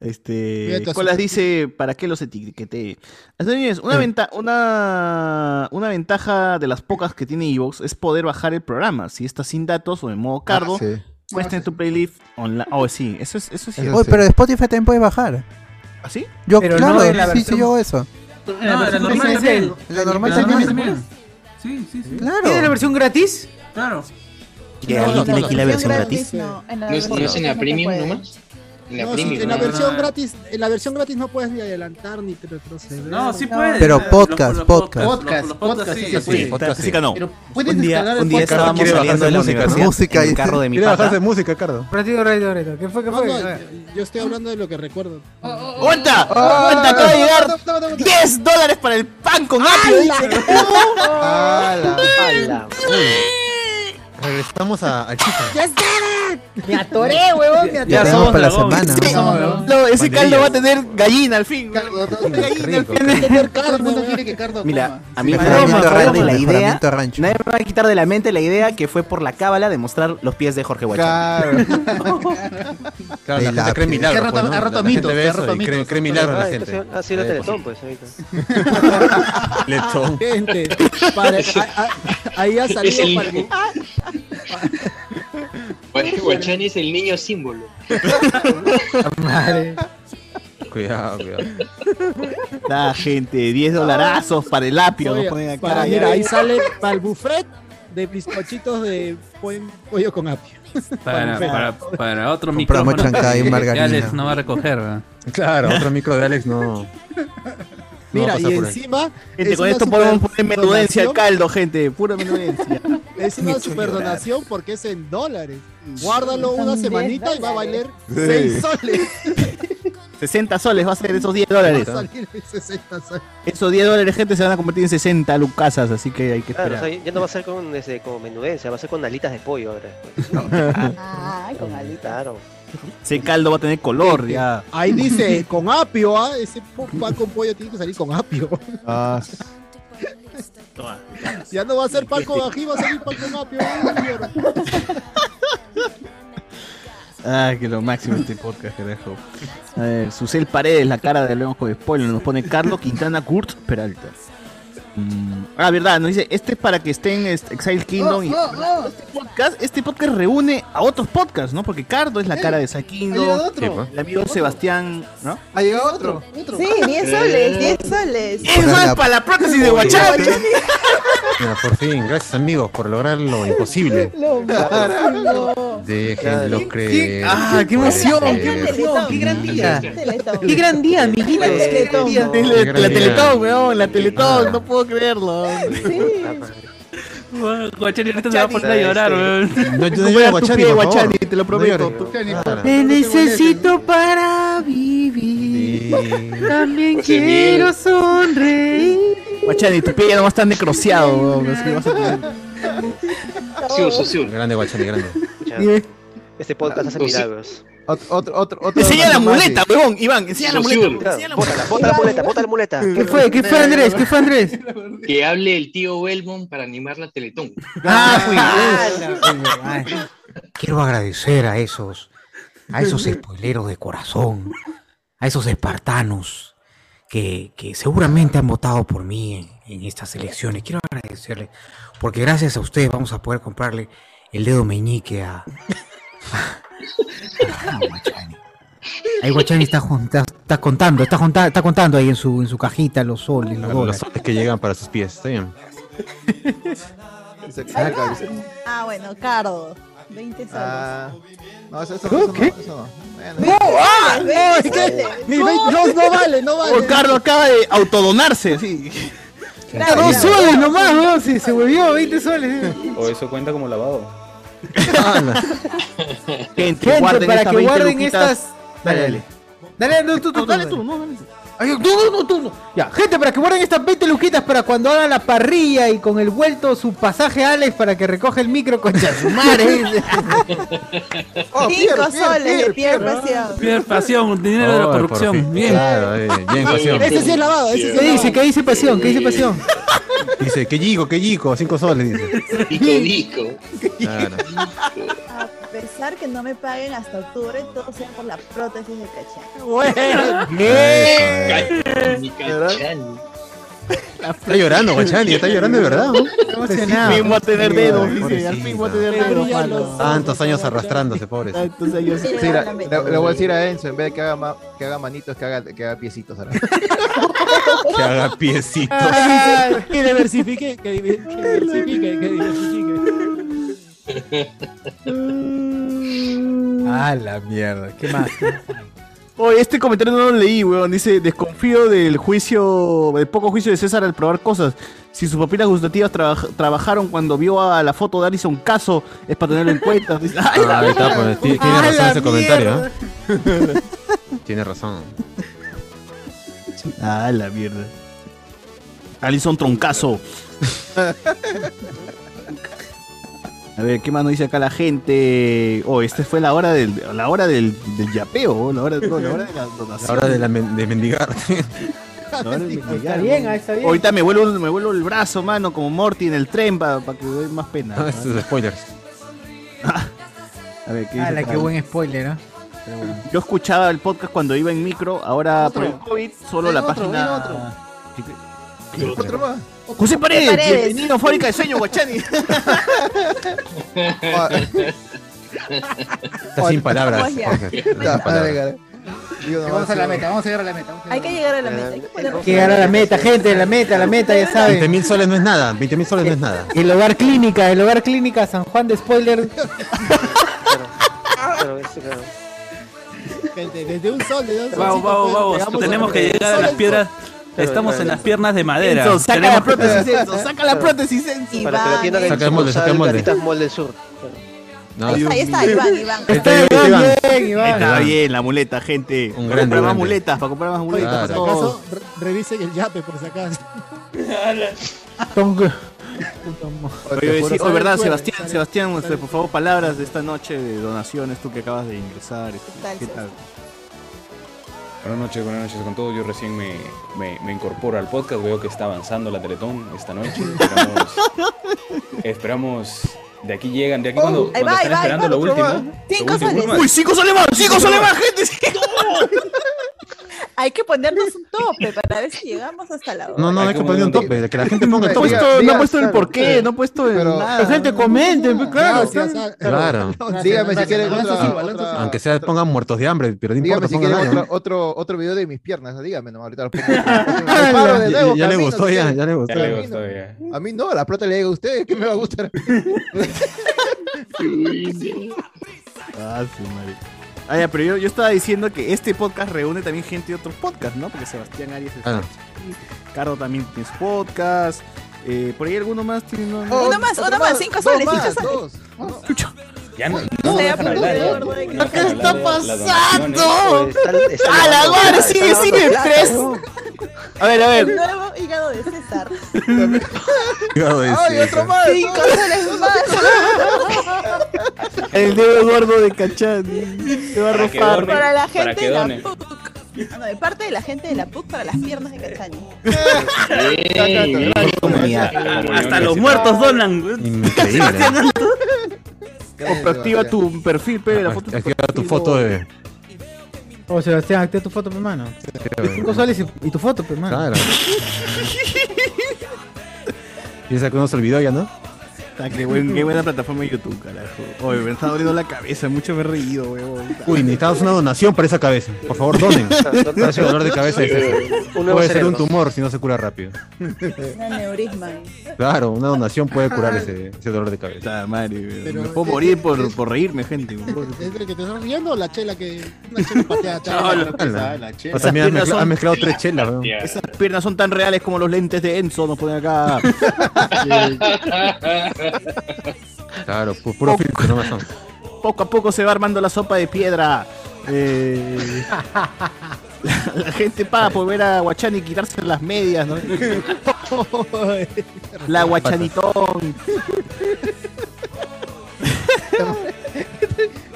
S9: Este,
S5: Cuídate,
S9: Colas
S5: azúcar.
S9: dice, ¿para qué los etiqueté? Antonio Núñez, una, venta- una, una ventaja de las pocas que tiene Evox es poder bajar el programa. Si está sin datos o en modo cargo,
S6: sí.
S5: Ah,
S9: muestra en tu playlist online. Oh, sí, eso es, eso es cierto.
S3: Oye, pero de Spotify también puedes bajar.
S9: ¿Ah, sí?
S3: Yo,
S9: Pero
S3: claro,
S9: no
S3: sí,
S9: en la
S3: sí,
S9: versión-
S3: yo hago eso.
S1: Ah,
S9: No,
S3: la
S9: normal
S3: también. La normal también.
S47: Sí, sí, sí.
S3: Claro.
S47: ¿Tiene la versión gratis? Claro.
S20: Que alguien tiene aquí la versión gratis.
S10: ¿No es, no es en la premium nomás? En la
S5: No,
S10: premium.
S5: sí, en la
S10: No,
S5: versión
S10: no, no.
S5: gratis, en la versión gratis no puedes ni adelantar ni te retroceder.
S15: No, sí puedes.
S3: Pero podcast, podcast.
S20: Podcast, podcast, sí, se puede.
S3: podcast sí.
S20: Pero puedes
S9: Un día,
S20: descargar
S9: un día
S20: el podcast.
S9: estábamos
S3: Quiere bajarse
S9: saliendo de la
S3: música,
S9: universidad
S3: música
S9: en
S3: y-
S9: el carro de mi
S7: Quiere
S9: pata.
S7: bajarse música, Cardo.
S48: Ratito, ratito, ratito. ¿Qué fue? ¿Qué
S5: No,
S48: fue?
S5: no,
S48: A ver.
S5: yo estoy hablando de lo que recuerdo. Ah,
S9: ¡Aguanta! ¡Aguanta! Acaba de llegar 10 dólares para el pan con apio. dice.
S20: ¡Oh!
S7: Regresamos a, al chifa.
S1: ¡Ya está! Me atoré, huevón, me atoré.
S7: Ya somos para la semana.
S9: Sí.
S7: ¿no?
S9: No, ese caldo va a tener gallina al fin.
S7: Gallina al fin.
S20: Todo el mundo quiere que Cardo
S9: Mira, a mí
S3: Sí,
S9: me
S3: mejoramiento
S9: acaba de
S3: rancho,
S9: la idea.
S3: mejoramiento
S9: Nadie me va a quitar de la mente la idea que fue por la cábala de mostrar los pies de Jorge Huachani.
S7: Claro, la
S9: De la
S7: gente cree
S9: piel.
S7: milagros.
S9: Ha roto-
S7: pues, ¿no?
S9: ha roto
S7: La gente
S9: mitos,
S7: ve
S9: ha
S7: eso
S9: roto
S7: y cree-
S9: mitos.
S7: Cree milagros la
S8: Ah,
S7: gente.
S5: este
S8: entonces Ha sido la Teletón, pues, ahorita.
S7: Letón.
S5: Gente, para- a- a- ahí ha
S10: Es
S5: salido
S10: el-
S5: para que-
S10: Guach- Pues, Guachani es el niño símbolo.
S7: Cuidado, cuidado.
S9: Da, gente, 10 dolarazos para el apio. nos ponen acá,
S5: para-
S9: ya,
S5: mira,
S9: ya.
S5: ahí sale para el buffet de bizcochitos de buen pollo con apio.
S15: Para, para, para otro
S3: Compramos
S15: micrófono
S3: chancay,
S15: que
S3: margarina.
S15: Alex no va a recoger. ¿verdad?
S7: Claro, otro micro de Alex no.
S5: Mira,
S7: pasa
S5: y
S7: por ahí.
S5: encima.
S9: Gente,
S5: es
S9: con
S5: una
S9: esto podemos
S5: super
S9: poner menudencia al
S5: donación.
S9: caldo, gente. Pura menudencia.
S5: Es una
S9: Mucho
S5: superdonación porque es en dólares. Guárdalo
S1: Son
S5: una
S1: 10
S5: semanita y va a valer
S9: Sí.
S5: 6 soles.
S9: 60 soles va a ser esos 10
S20: Ah,
S9: dólares.
S5: Va a salir de 60 soles.
S9: Esos 10 dólares, gente, se van a convertir en 60 lucasas, así que hay que
S8: Claro, o sea,
S9: esperar.
S8: ya no va a ser con, este, con menudencia, va a ser con alitas de pollo ahora. pues.
S17: Ay, con alitas.
S8: Claro.
S9: Ese caldo va a tener color, ya.
S5: Ahí dice, con apio, ¿ah? ese po- pan con pollo tiene que salir con apio.
S20: Ah,
S5: Ya no va a ser pan con ají, va a salir pan con apio. Ay, mierda.
S9: Ah, que lo máximo este podcast, carajo. A ver, Susel Paredes, la cara de León con spoiler, nos pone Carlos Quintana Kurt Peralta. Mm, Ah, verdad, nos dice, este es para que estén este, Exile Kingdom y podcast, este podcast reúne a otros podcasts, ¿no? Porque Cardo es la cara de Exile Kingdom,
S20: llegado otro. Sí, pues.
S9: el amigo Sebastián, ¿no?
S20: Ha llegado otro.
S17: Sí, 10 soles, 10 soles.
S9: ¡Es más para la prótesis de Guachani!
S7: Mira, por fin, gracias amigos por lograr lo imposible. Déjenlo creer.
S9: ah,
S7: que
S9: qué
S7: puede
S9: emoción,
S7: ser.
S9: qué
S17: emoción, qué gran
S9: día.
S17: Qué gran día, amiguitos. Qué gran día.
S9: Es La, la Teletón, weón, la Teletón, no puedo creerlo.
S15: Guachani ahorita se va a poner a llorar, weón.
S7: No, yo no
S9: Voy a
S7: lloro,
S9: tu
S7: Guachani,
S9: pie,
S7: por favor.
S9: Guachani, te lo
S7: No
S9: prometo.
S7: llores.
S1: Te necesito para vivir. También quiero sonreír.
S9: Guachani, tu pie ya no va a estar necrociado, weón. así que vas a tener-
S7: Grande Guachani, grande.
S8: Este podcast
S6: Ah,
S8: hace milagros.
S6: Otro, otro, otro. otro
S9: Enseña la
S6: dato más,
S9: muleta,
S6: sí.
S9: weón, Iván, enseña la muleta. enseña la muleta.
S8: Bota la muleta, bota la muleta.
S48: ¿Qué fue? ¿Qué fue, Andrés? ¿Qué fue, Andrés?
S10: Que hable el tío Belmont para animar la Teletón.
S48: Ah,
S10: Ah,
S1: Quiero agradecer a esos, a esos spoileros de corazón, a esos espartanos que, que seguramente han votado por mí en, en estas elecciones. Quiero agradecerles, porque gracias a ustedes vamos a poder comprarle el dedo meñique a, a Guachani. Ahí Guachani está, jun- está, está contando, está, junta- está contando ahí en su, en su cajita los soles, los
S7: Los
S1: dólares.
S7: soles que llegan para sus pies, está bien.
S17: Ah, bueno, Cardo. 20 soles.
S6: Ah, no, eso, eso, eso no, eso no. Bueno,
S5: ¡Ah! No, es que mi 22 no vale, no vale.
S9: Oh, Carlos acaba de autodonarse, sí.
S48: Ah, Dos soles nomás, weón. Se, se huevió, 20
S1: eh.
S48: soles.
S49: O eso cuenta como lavado.
S9: Gente,
S48: Gente,
S9: guarden
S48: para
S9: estas
S48: que
S9: 20
S48: guarden
S9: luquitas.
S48: estas.
S9: Dale, dale.
S48: Dale, no, tú, tú, tú, dale. Ay, no, no, no, tú, no. Ya, gente, para que guarden estas 20 luquitas para cuando hagan la parrilla y con el vuelto su pasaje a Alex para que recoja el micro con Chasumare. Oh,
S17: 5 soles de Pierre Pasión.
S15: Pierre Pasión, dinero de la
S7: Oh, por
S15: corrupción.
S7: fin.
S15: Bien.
S7: Claro, eh, bien, pasión.
S5: Ese sí es lavado, ese sí
S48: ¿Qué
S5: es
S48: dice?
S5: lavado.
S48: ¿Qué dice pasión? ¿Qué dice pasión?
S7: Dice, que yico, que yico, cinco soles, dice.
S10: Pico disco.
S7: Claro.
S17: A pesar que no me paguen hasta octubre, todo sea por la prótesis de cachán.
S7: ¿Qué? Está llorando, Guachani, está llorando de verdad. ¿no?
S9: Al fin voy a tener dedos, dice. Al fin voy a tener dedos.
S7: Tantos años arrastrándose, pobre.
S9: Entonces yo sí.
S6: Sí, la- le, le voy a decir a Enzo, en vez de que haga, ma- que haga manitos, que haga, que haga piecitos ahora.
S7: Que haga piecitos.
S5: Que diversifique, que divi- que diversifique, que diversifique.
S7: Ah, la mierda. ¿Qué más?
S9: Oye, este comentario no lo leí, weón. Dice, desconfío del juicio, del poco juicio de César al probar cosas. Si sus papilas gustativas trabaj- trabajaron cuando vio a la foto de Alison Caso, es para tenerlo en cuenta. Dice, ¡ay, la
S7: Ah, ahí está,
S9: mierda!
S7: pues, ti- tiene
S9: ¡Ah,
S7: razón
S9: la
S7: ese comentario, ¿eh?
S9: mierda!
S7: Tiene razón.
S9: Ah, la mierda. Alison Troncazo. A ver, ¿qué más nos dice acá la gente? Oh, esta fue la hora del, la hora del, del yapeo, la hora, no, la hora de la donación.
S7: La hora de, la men- de mendigar.
S9: La hora de mendigar,
S25: bien,
S9: ¿no?
S25: ah, está bien.
S9: Ahorita me vuelvo, me vuelvo el brazo, mano, como Morty en el tren para que dé más pena.
S7: No, estos son spoilers.
S9: A ver, ¿qué
S25: Ah,
S9: dice
S25: la
S9: acá?
S25: que buen spoiler, ¿ah?
S9: Yo escuchaba el podcast cuando iba en micro, ahora por el COVID solo
S25: Ven
S9: la
S25: otro,
S9: página.
S25: ven
S9: ¿Qué-
S25: Otro
S9: otro?
S25: más.
S9: José Paredes,
S25: José Paredes.
S9: bienvenido a Fábrica de Sueños, Guachani.
S7: Está sin palabras.
S17: Vamos ya.
S7: Jorge. Está sin
S17: Ya,
S7: palabras.
S24: Vamos a la meta, vamos a llegar a la meta. vamos a
S17: Hay que llegar a la meta. Hay que poner-
S25: Que gana la meta, gente, la meta, la meta, ya saben.
S7: 20 mil soles no es nada. 20 mil soles no es nada.
S25: El hogar clínica, el hogar clínica San Juan de Spoiler.
S8: Claro, eso, claro.
S5: Gente, desde un sol, de dos
S15: Vamos,
S5: solcitos,
S15: vamos,
S5: pues,
S15: vamos.
S5: llegamos
S15: Tenemos
S5: a-
S15: que llegar a
S5: Sol,
S15: las
S5: sol.
S15: piedras.
S5: Claro,
S15: Estamos
S5: claro.
S15: en las piernas de madera.
S5: Enzo, saca
S15: Tenemos
S5: la prótesis,
S15: que-
S5: Enzo, saca la prótesis, Enzo.
S8: Para que lo entiendan en
S15: Saca el molde, saca el molde.
S8: Gatitas Mall del Sur.
S7: No,
S17: Ahí está, ahí está, Iván, Iván.
S9: Está
S7: Este-
S9: bien, la muleta, gente.
S7: Un
S9: para
S7: grande,
S9: comprar más
S7: grande.
S9: muletas, para comprar más
S5: Oye,
S9: muletas. para
S5: por si acaso,
S9: todos.
S5: re- revisen el yape, por si acaso.
S9: Oye, oye, sí,
S5: Sale
S9: oye, verdad,
S5: el jueves,
S9: Sebastián,
S5: sale-
S9: Sebastián,
S5: sale-
S9: este, por favor, palabras de esta noche de donaciones, tú que acabas de ingresar. este,
S17: tal,
S9: ¿Qué tal?
S48: Buenas noches, buenas noches con todos. Yo recién me, me- me incorporo al podcast. Veo que está avanzando la Teletón esta noche. Esperamos. esperamos- de aquí llegan, de aquí cuando,
S17: Ahí
S48: cuando
S17: va, ahí
S48: están
S17: va, ahí va,
S48: esperando lo
S17: otro
S48: último.
S17: más. Cinco
S48: lo último,
S17: soles.
S48: hermano.
S17: Uy, cinco soles más, cinco soles más,
S9: gente.
S17: Hay que ponernos un tope para ver si llegamos hasta la hora.
S7: No, no, hay que poner un tope. de Que la gente ponga el tope.
S9: no ha puesto
S6: el
S25: La gente comente, pues, claro.
S6: Gracias,
S25: están-
S7: Claro.
S6: Dígame si quieren
S7: Ah,
S25: Balanza
S6: otra-
S25: sí,
S6: otra-
S7: Aunque sea pongan muertos de hambre, pero no
S6: Dígame
S7: importa,
S6: si
S7: pongan
S6: quieren
S7: algo.
S6: otro, otro, otro video de mis piernas, dígame nomás, ahorita lo pongo. Me paro de
S7: Ya-
S6: nuevo,
S7: ya le
S6: camino,
S7: gustó,
S6: si
S7: ya,
S6: quieren.
S7: ya le gustó.
S6: A mí
S7: Ya le
S6: no.
S48: gustó, ya.
S6: A mí no, la plata le llega a ustedes, que me va a gustar.
S9: Ah, su madre. Ah, ya, pero yo, yo estaba diciendo que este podcast reúne también gente de otros podcasts, ¿no? Porque Sebastián Arias es
S7: Ah.
S9: Cardo también tiene su podcast. eh, por ahí alguno más tiene. No, no.
S17: Uno más, uno más, cinco
S6: Oh, dos
S17: soles,
S6: más,
S17: cinco soles.
S48: Ya no,
S17: No,
S48: no
S17: no,
S48: dejan
S17: no,
S48: hablar,
S17: no,
S48: ya.
S17: no,
S48: No
S17: no,
S48: dejan
S17: ¿qué
S48: hablar
S17: está
S48: de las donaciones.
S9: ¡A la madre! ¡Sigue, sigue! ¡Tres! A ver, a
S17: El
S9: ver.
S17: nuevo hígado de César.
S6: ¡Ay, otro más!
S17: Cinco soles más.
S9: El dedo gordo de Cachán. Se va a
S48: Para que
S9: rozar.
S48: donen,
S17: Para
S48: para
S17: la gente
S48: que
S17: de la
S48: donen.
S17: PUC. Ah, no, de parte de la gente de la PUC para las piernas de Cachaño.
S15: Hasta los muertos donan.
S7: Increíble.
S9: O activa tu perfil, pe, la foto. de
S7: Aquí va tu foto de.
S25: O Oh, Sebastián, activa tu foto, mi hermano. Cinco soles y, y tu foto, mi hermano.
S7: Claro. Piensa que uno se olvidó ya, ¿no?
S9: Ah, qué, buen- qué buena plataforma de YouTube, carajo. Oye, me está doliendo la cabeza, mucho me he reído, weón.
S7: Uy, necesitamos una donación para esa cabeza. Por favor, donen. Para ese dolor de cabeza de César.
S17: Un nuevo
S7: Puede ser un
S17: cerebro.
S7: tumor si Eh, no se cura rápido.
S17: Un aneurisma.
S7: Claro, una donación puede curar ese, ese dolor de cabeza.
S9: Pero- me puedo morir por, por reírme, gente. me puedo-
S5: ¿Es el que te estás riendo o la chela que. Una chela pateada.
S9: Hola.
S7: O sea,
S9: Esas
S7: me has
S9: piernas
S7: mezclado,
S9: son-
S7: has mezclado tres chelas, weón.
S9: Esas piernas son tan reales como los lentes de Enzo, nos ponen acá.
S7: Claro, pu- puro filtro, no más son.
S9: poco a poco se va armando la sopa de piedra. Eh, la, la gente paga por ver a Guachani quitarse las medias, ¿no? la Guachanitón.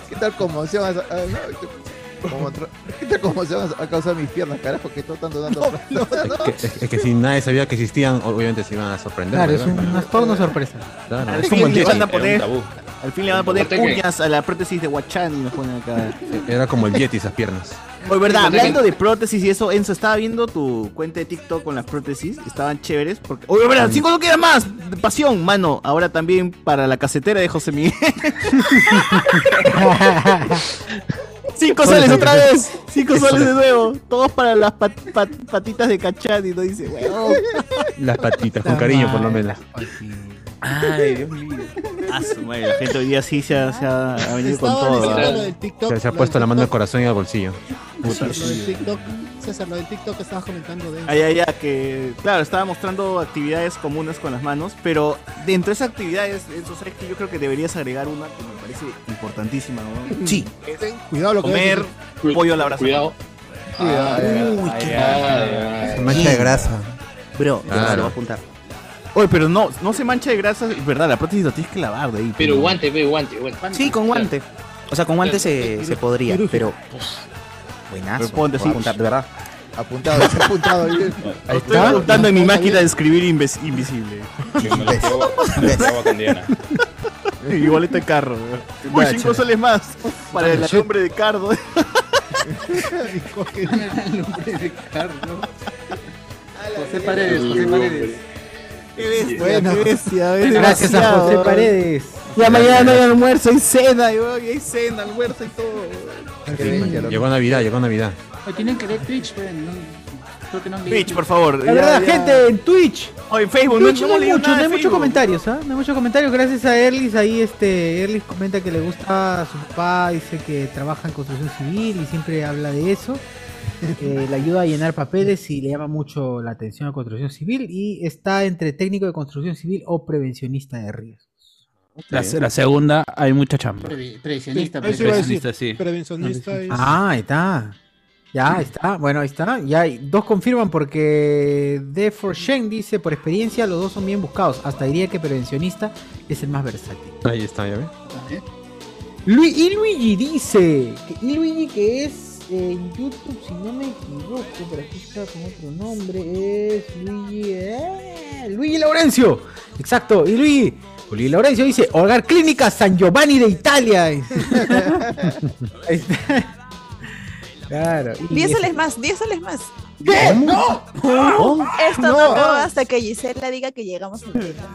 S6: ¿Qué tal conmoción? has- ah, no, como tra- ¿Qué tal conmoción has- ha causado mis piernas, carajo? Que todo están donando plata.
S7: Es que, es que- es que si nadie sabía que existían, obviamente se iban a sorprender.
S25: Claro, es
S7: ¿verdad?
S25: un, hasta una sorpresa.
S7: Claro,
S9: Al
S7: es como
S9: fin
S7: el
S9: le van a
S7: Yeti.
S9: poner,
S7: Era, un
S9: al fin le van a poner
S7: Noté que-
S9: uñas a la prótesis de Guachani, nos ponen acá.
S7: tabú. Era como el Yeti esas piernas.
S9: Oye, verdad,
S7: Noté que-
S9: hablando de prótesis y eso, Enzo, estaba viendo tu cuenta de TikTok con las prótesis, estaban chéveres. Porque... Oye, verdad,
S7: Mm.
S9: cinco no queda más. Pasión, mano. Ahora también para la casetera de José Miguel. Cinco soles otra vez. Cinco
S7: Eso
S9: soles
S7: le-
S9: de nuevo. Todos para las pat- pat- patitas de Cachani, no dice, weón.
S7: Las patitas, con cariño por lo menos.
S9: Ay, Dios mío. Ah, su madre, la gente hoy día sí se ha, se ha- ha venido con
S5: Estaba
S9: todo.
S5: diciendo
S9: ¿ah?
S5: lo del TikTok,
S7: Se, se ha
S5: lo
S7: puesto
S5: del
S7: la mano al corazón y al bolsillo.
S5: Puta, lo del TikTok, César, lo del TikTok que estabas comentando de
S9: Ay, ay, ay, que claro, estaba mostrando actividades comunes con las manos, pero dentro de esas actividades, eso sabes que yo creo que deberías agregar una que me parece importantísima, ¿no?
S5: Sí.
S9: Es
S5: Cuidado lo que
S9: comer
S5: ves.
S9: pollo a la brasa.
S5: Cuidado.
S9: Ah,
S5: Uy,
S9: ay,
S5: qué-
S9: ay,
S3: Se
S9: ay.
S3: mancha de grasa.
S9: Bro,
S3: Claro.
S9: lo voy a apuntar. Oye, pero no, no se mancha de grasa, es verdad, la prótesis la tienes que lavar de ahí.
S10: Pero
S9: pero-
S10: guante, pero guante, guante.
S20: Sí, con guante. O sea, con guante se, se podría, pero.
S48: Pues,
S20: Buenazo.
S9: Responde, sí.
S20: Voy a apuntar, de verdad.
S6: Apuntado, está apuntado. bien.
S9: Lo Estoy apuntando en mi máquina de escribir inves- invisible. Igualito de carro. weón. Uy,
S50: Guacha.
S9: cinco soles más para el nombre de Cardo.
S51: El hombre de Cardo. José Paredes, José Paredes.
S9: Qué bestia,
S51: Bueno.
S9: qué bestia, es
S51: Gracias a
S9: demasiado,
S51: José
S9: weón.
S51: Paredes.
S9: Ya mañana hay almuerzo y cena, y weón, y hay cena, almuerzo y todo. weón.
S7: Llegó Navidad, llegó Navidad.
S51: Oye, Tienen que ver Twitch, pero no- creo que no han
S9: Twitch,
S51: leído.
S9: por favor.
S51: La verdad, gente,
S1: en Twitch.
S9: O en Facebook,
S1: Twitch
S9: no,
S1: no,
S9: hemos
S1: hay
S9: leído
S1: mucho,
S9: nada de
S1: no hay muchos
S9: Facebook.
S1: comentarios, ¿ah? No hay muchos comentarios. Gracias a Erlis, ahí este, Erlis comenta que le gusta su papá, dice que trabaja en construcción civil y siempre habla de eso. Eh, le ayuda a llenar papeles y le llama mucho la atención a construcción civil y está entre técnico de construcción civil o prevencionista de riesgos.
S15: La, la segunda, hay mucha chamba.
S51: Previsionista,
S1: Eso iba a decir.
S15: Previsionista, sí.
S5: Prevencionista es-
S1: Ah, ahí está. Ya ahí está. Bueno, ahí está. Ya hay- dos confirman porque de For Shen dice, por experiencia los dos son bien buscados. Hasta diría que prevencionista es el más versátil.
S7: Ahí está, ya ves.
S1: Lui- y Luigi dice, que, y Luigi que es eh, en YouTube, si no me equivoco, pero aquí está con otro nombre, es Luigi... eh, Luigi Laurencio. Exacto. Y Luigi, Luigi Laurencio dice, Hogar Clínica San Giovanni de Italia. Ahí está. claro. y
S17: 10
S1: es-
S17: soles más, 10 soles más.
S1: ¿Qué? ¡No!
S17: Esto no,
S1: No.
S17: acaba hasta que Gisela diga que llegamos al tema.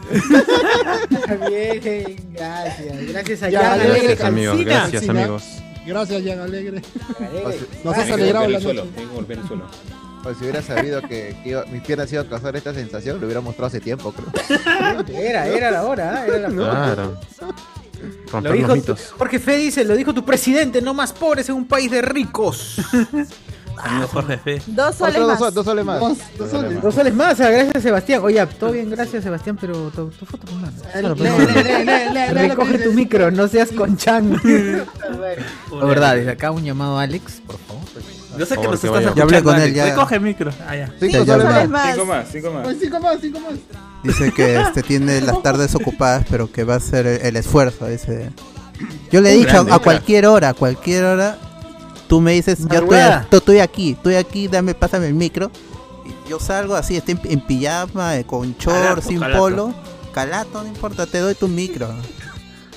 S1: Bien, gracias. Gracias a
S5: Ya,
S1: Jan
S5: gracias,
S1: Alegre
S7: amigos,
S1: Calcina.
S7: gracias,
S1: Calcina.
S7: amigos.
S5: Gracias, Jan Alegre. Nos
S52: Tiene
S5: has
S52: que
S5: alegrado
S52: golpear
S5: la
S52: el suelo,
S5: noche.
S52: tiene que golpear el suelo.
S6: Pues si hubiera sabido que, que iba- mis piernas iban a causar esta sensación, lo hubiera mostrado hace tiempo, creo.
S1: Era, era la hora, ¿eh? era la
S7: Claro.
S1: Lo
S7: Romper los
S1: dijo tu-
S7: mitos.
S1: Jorge Fe dice, lo dijo tu presidente, no más pobres en un país de ricos.
S15: Amigo Jorge Fe.
S17: Dos soles
S6: Otro
S17: más.
S6: dos sol- dos soles más.
S1: Dos,
S6: dos
S1: soles. Dos soles más, ah, gracias Sebastián. Oye, todo bien, gracias Sebastián, pero tu, tu foto con mano. Recoge tu micro, no seas conchan. La verdad, desde acá un llamado a Alex, por favor.
S15: Yo sé
S1: Por
S15: que nos
S1: favor, que vaya.
S15: estás escuchando.
S1: Ya hablé con él, ya.
S15: Recoge el micro. Ah, ya.
S1: Cinco Ya, ya soles hablé. más.
S52: Cinco más, cinco más.
S51: Pues cinco más, cinco más.
S3: Dice que este tiene las tardes ocupadas, pero que va a hacer el, el esfuerzo. Dice. Yo le he
S6: Un
S3: dicho
S6: grande,
S3: a
S6: un crack.
S3: cualquier hora, a cualquier hora, tú me dices, yo estoy,
S6: Madrugada.
S3: a- to- estoy aquí, estoy aquí, dame, pásame el micro. Y yo salgo así, estoy en, en pijama, eh, con short,
S6: Calato,
S3: sin
S6: calato.
S3: polo. Calato, no importa, te doy tu micro.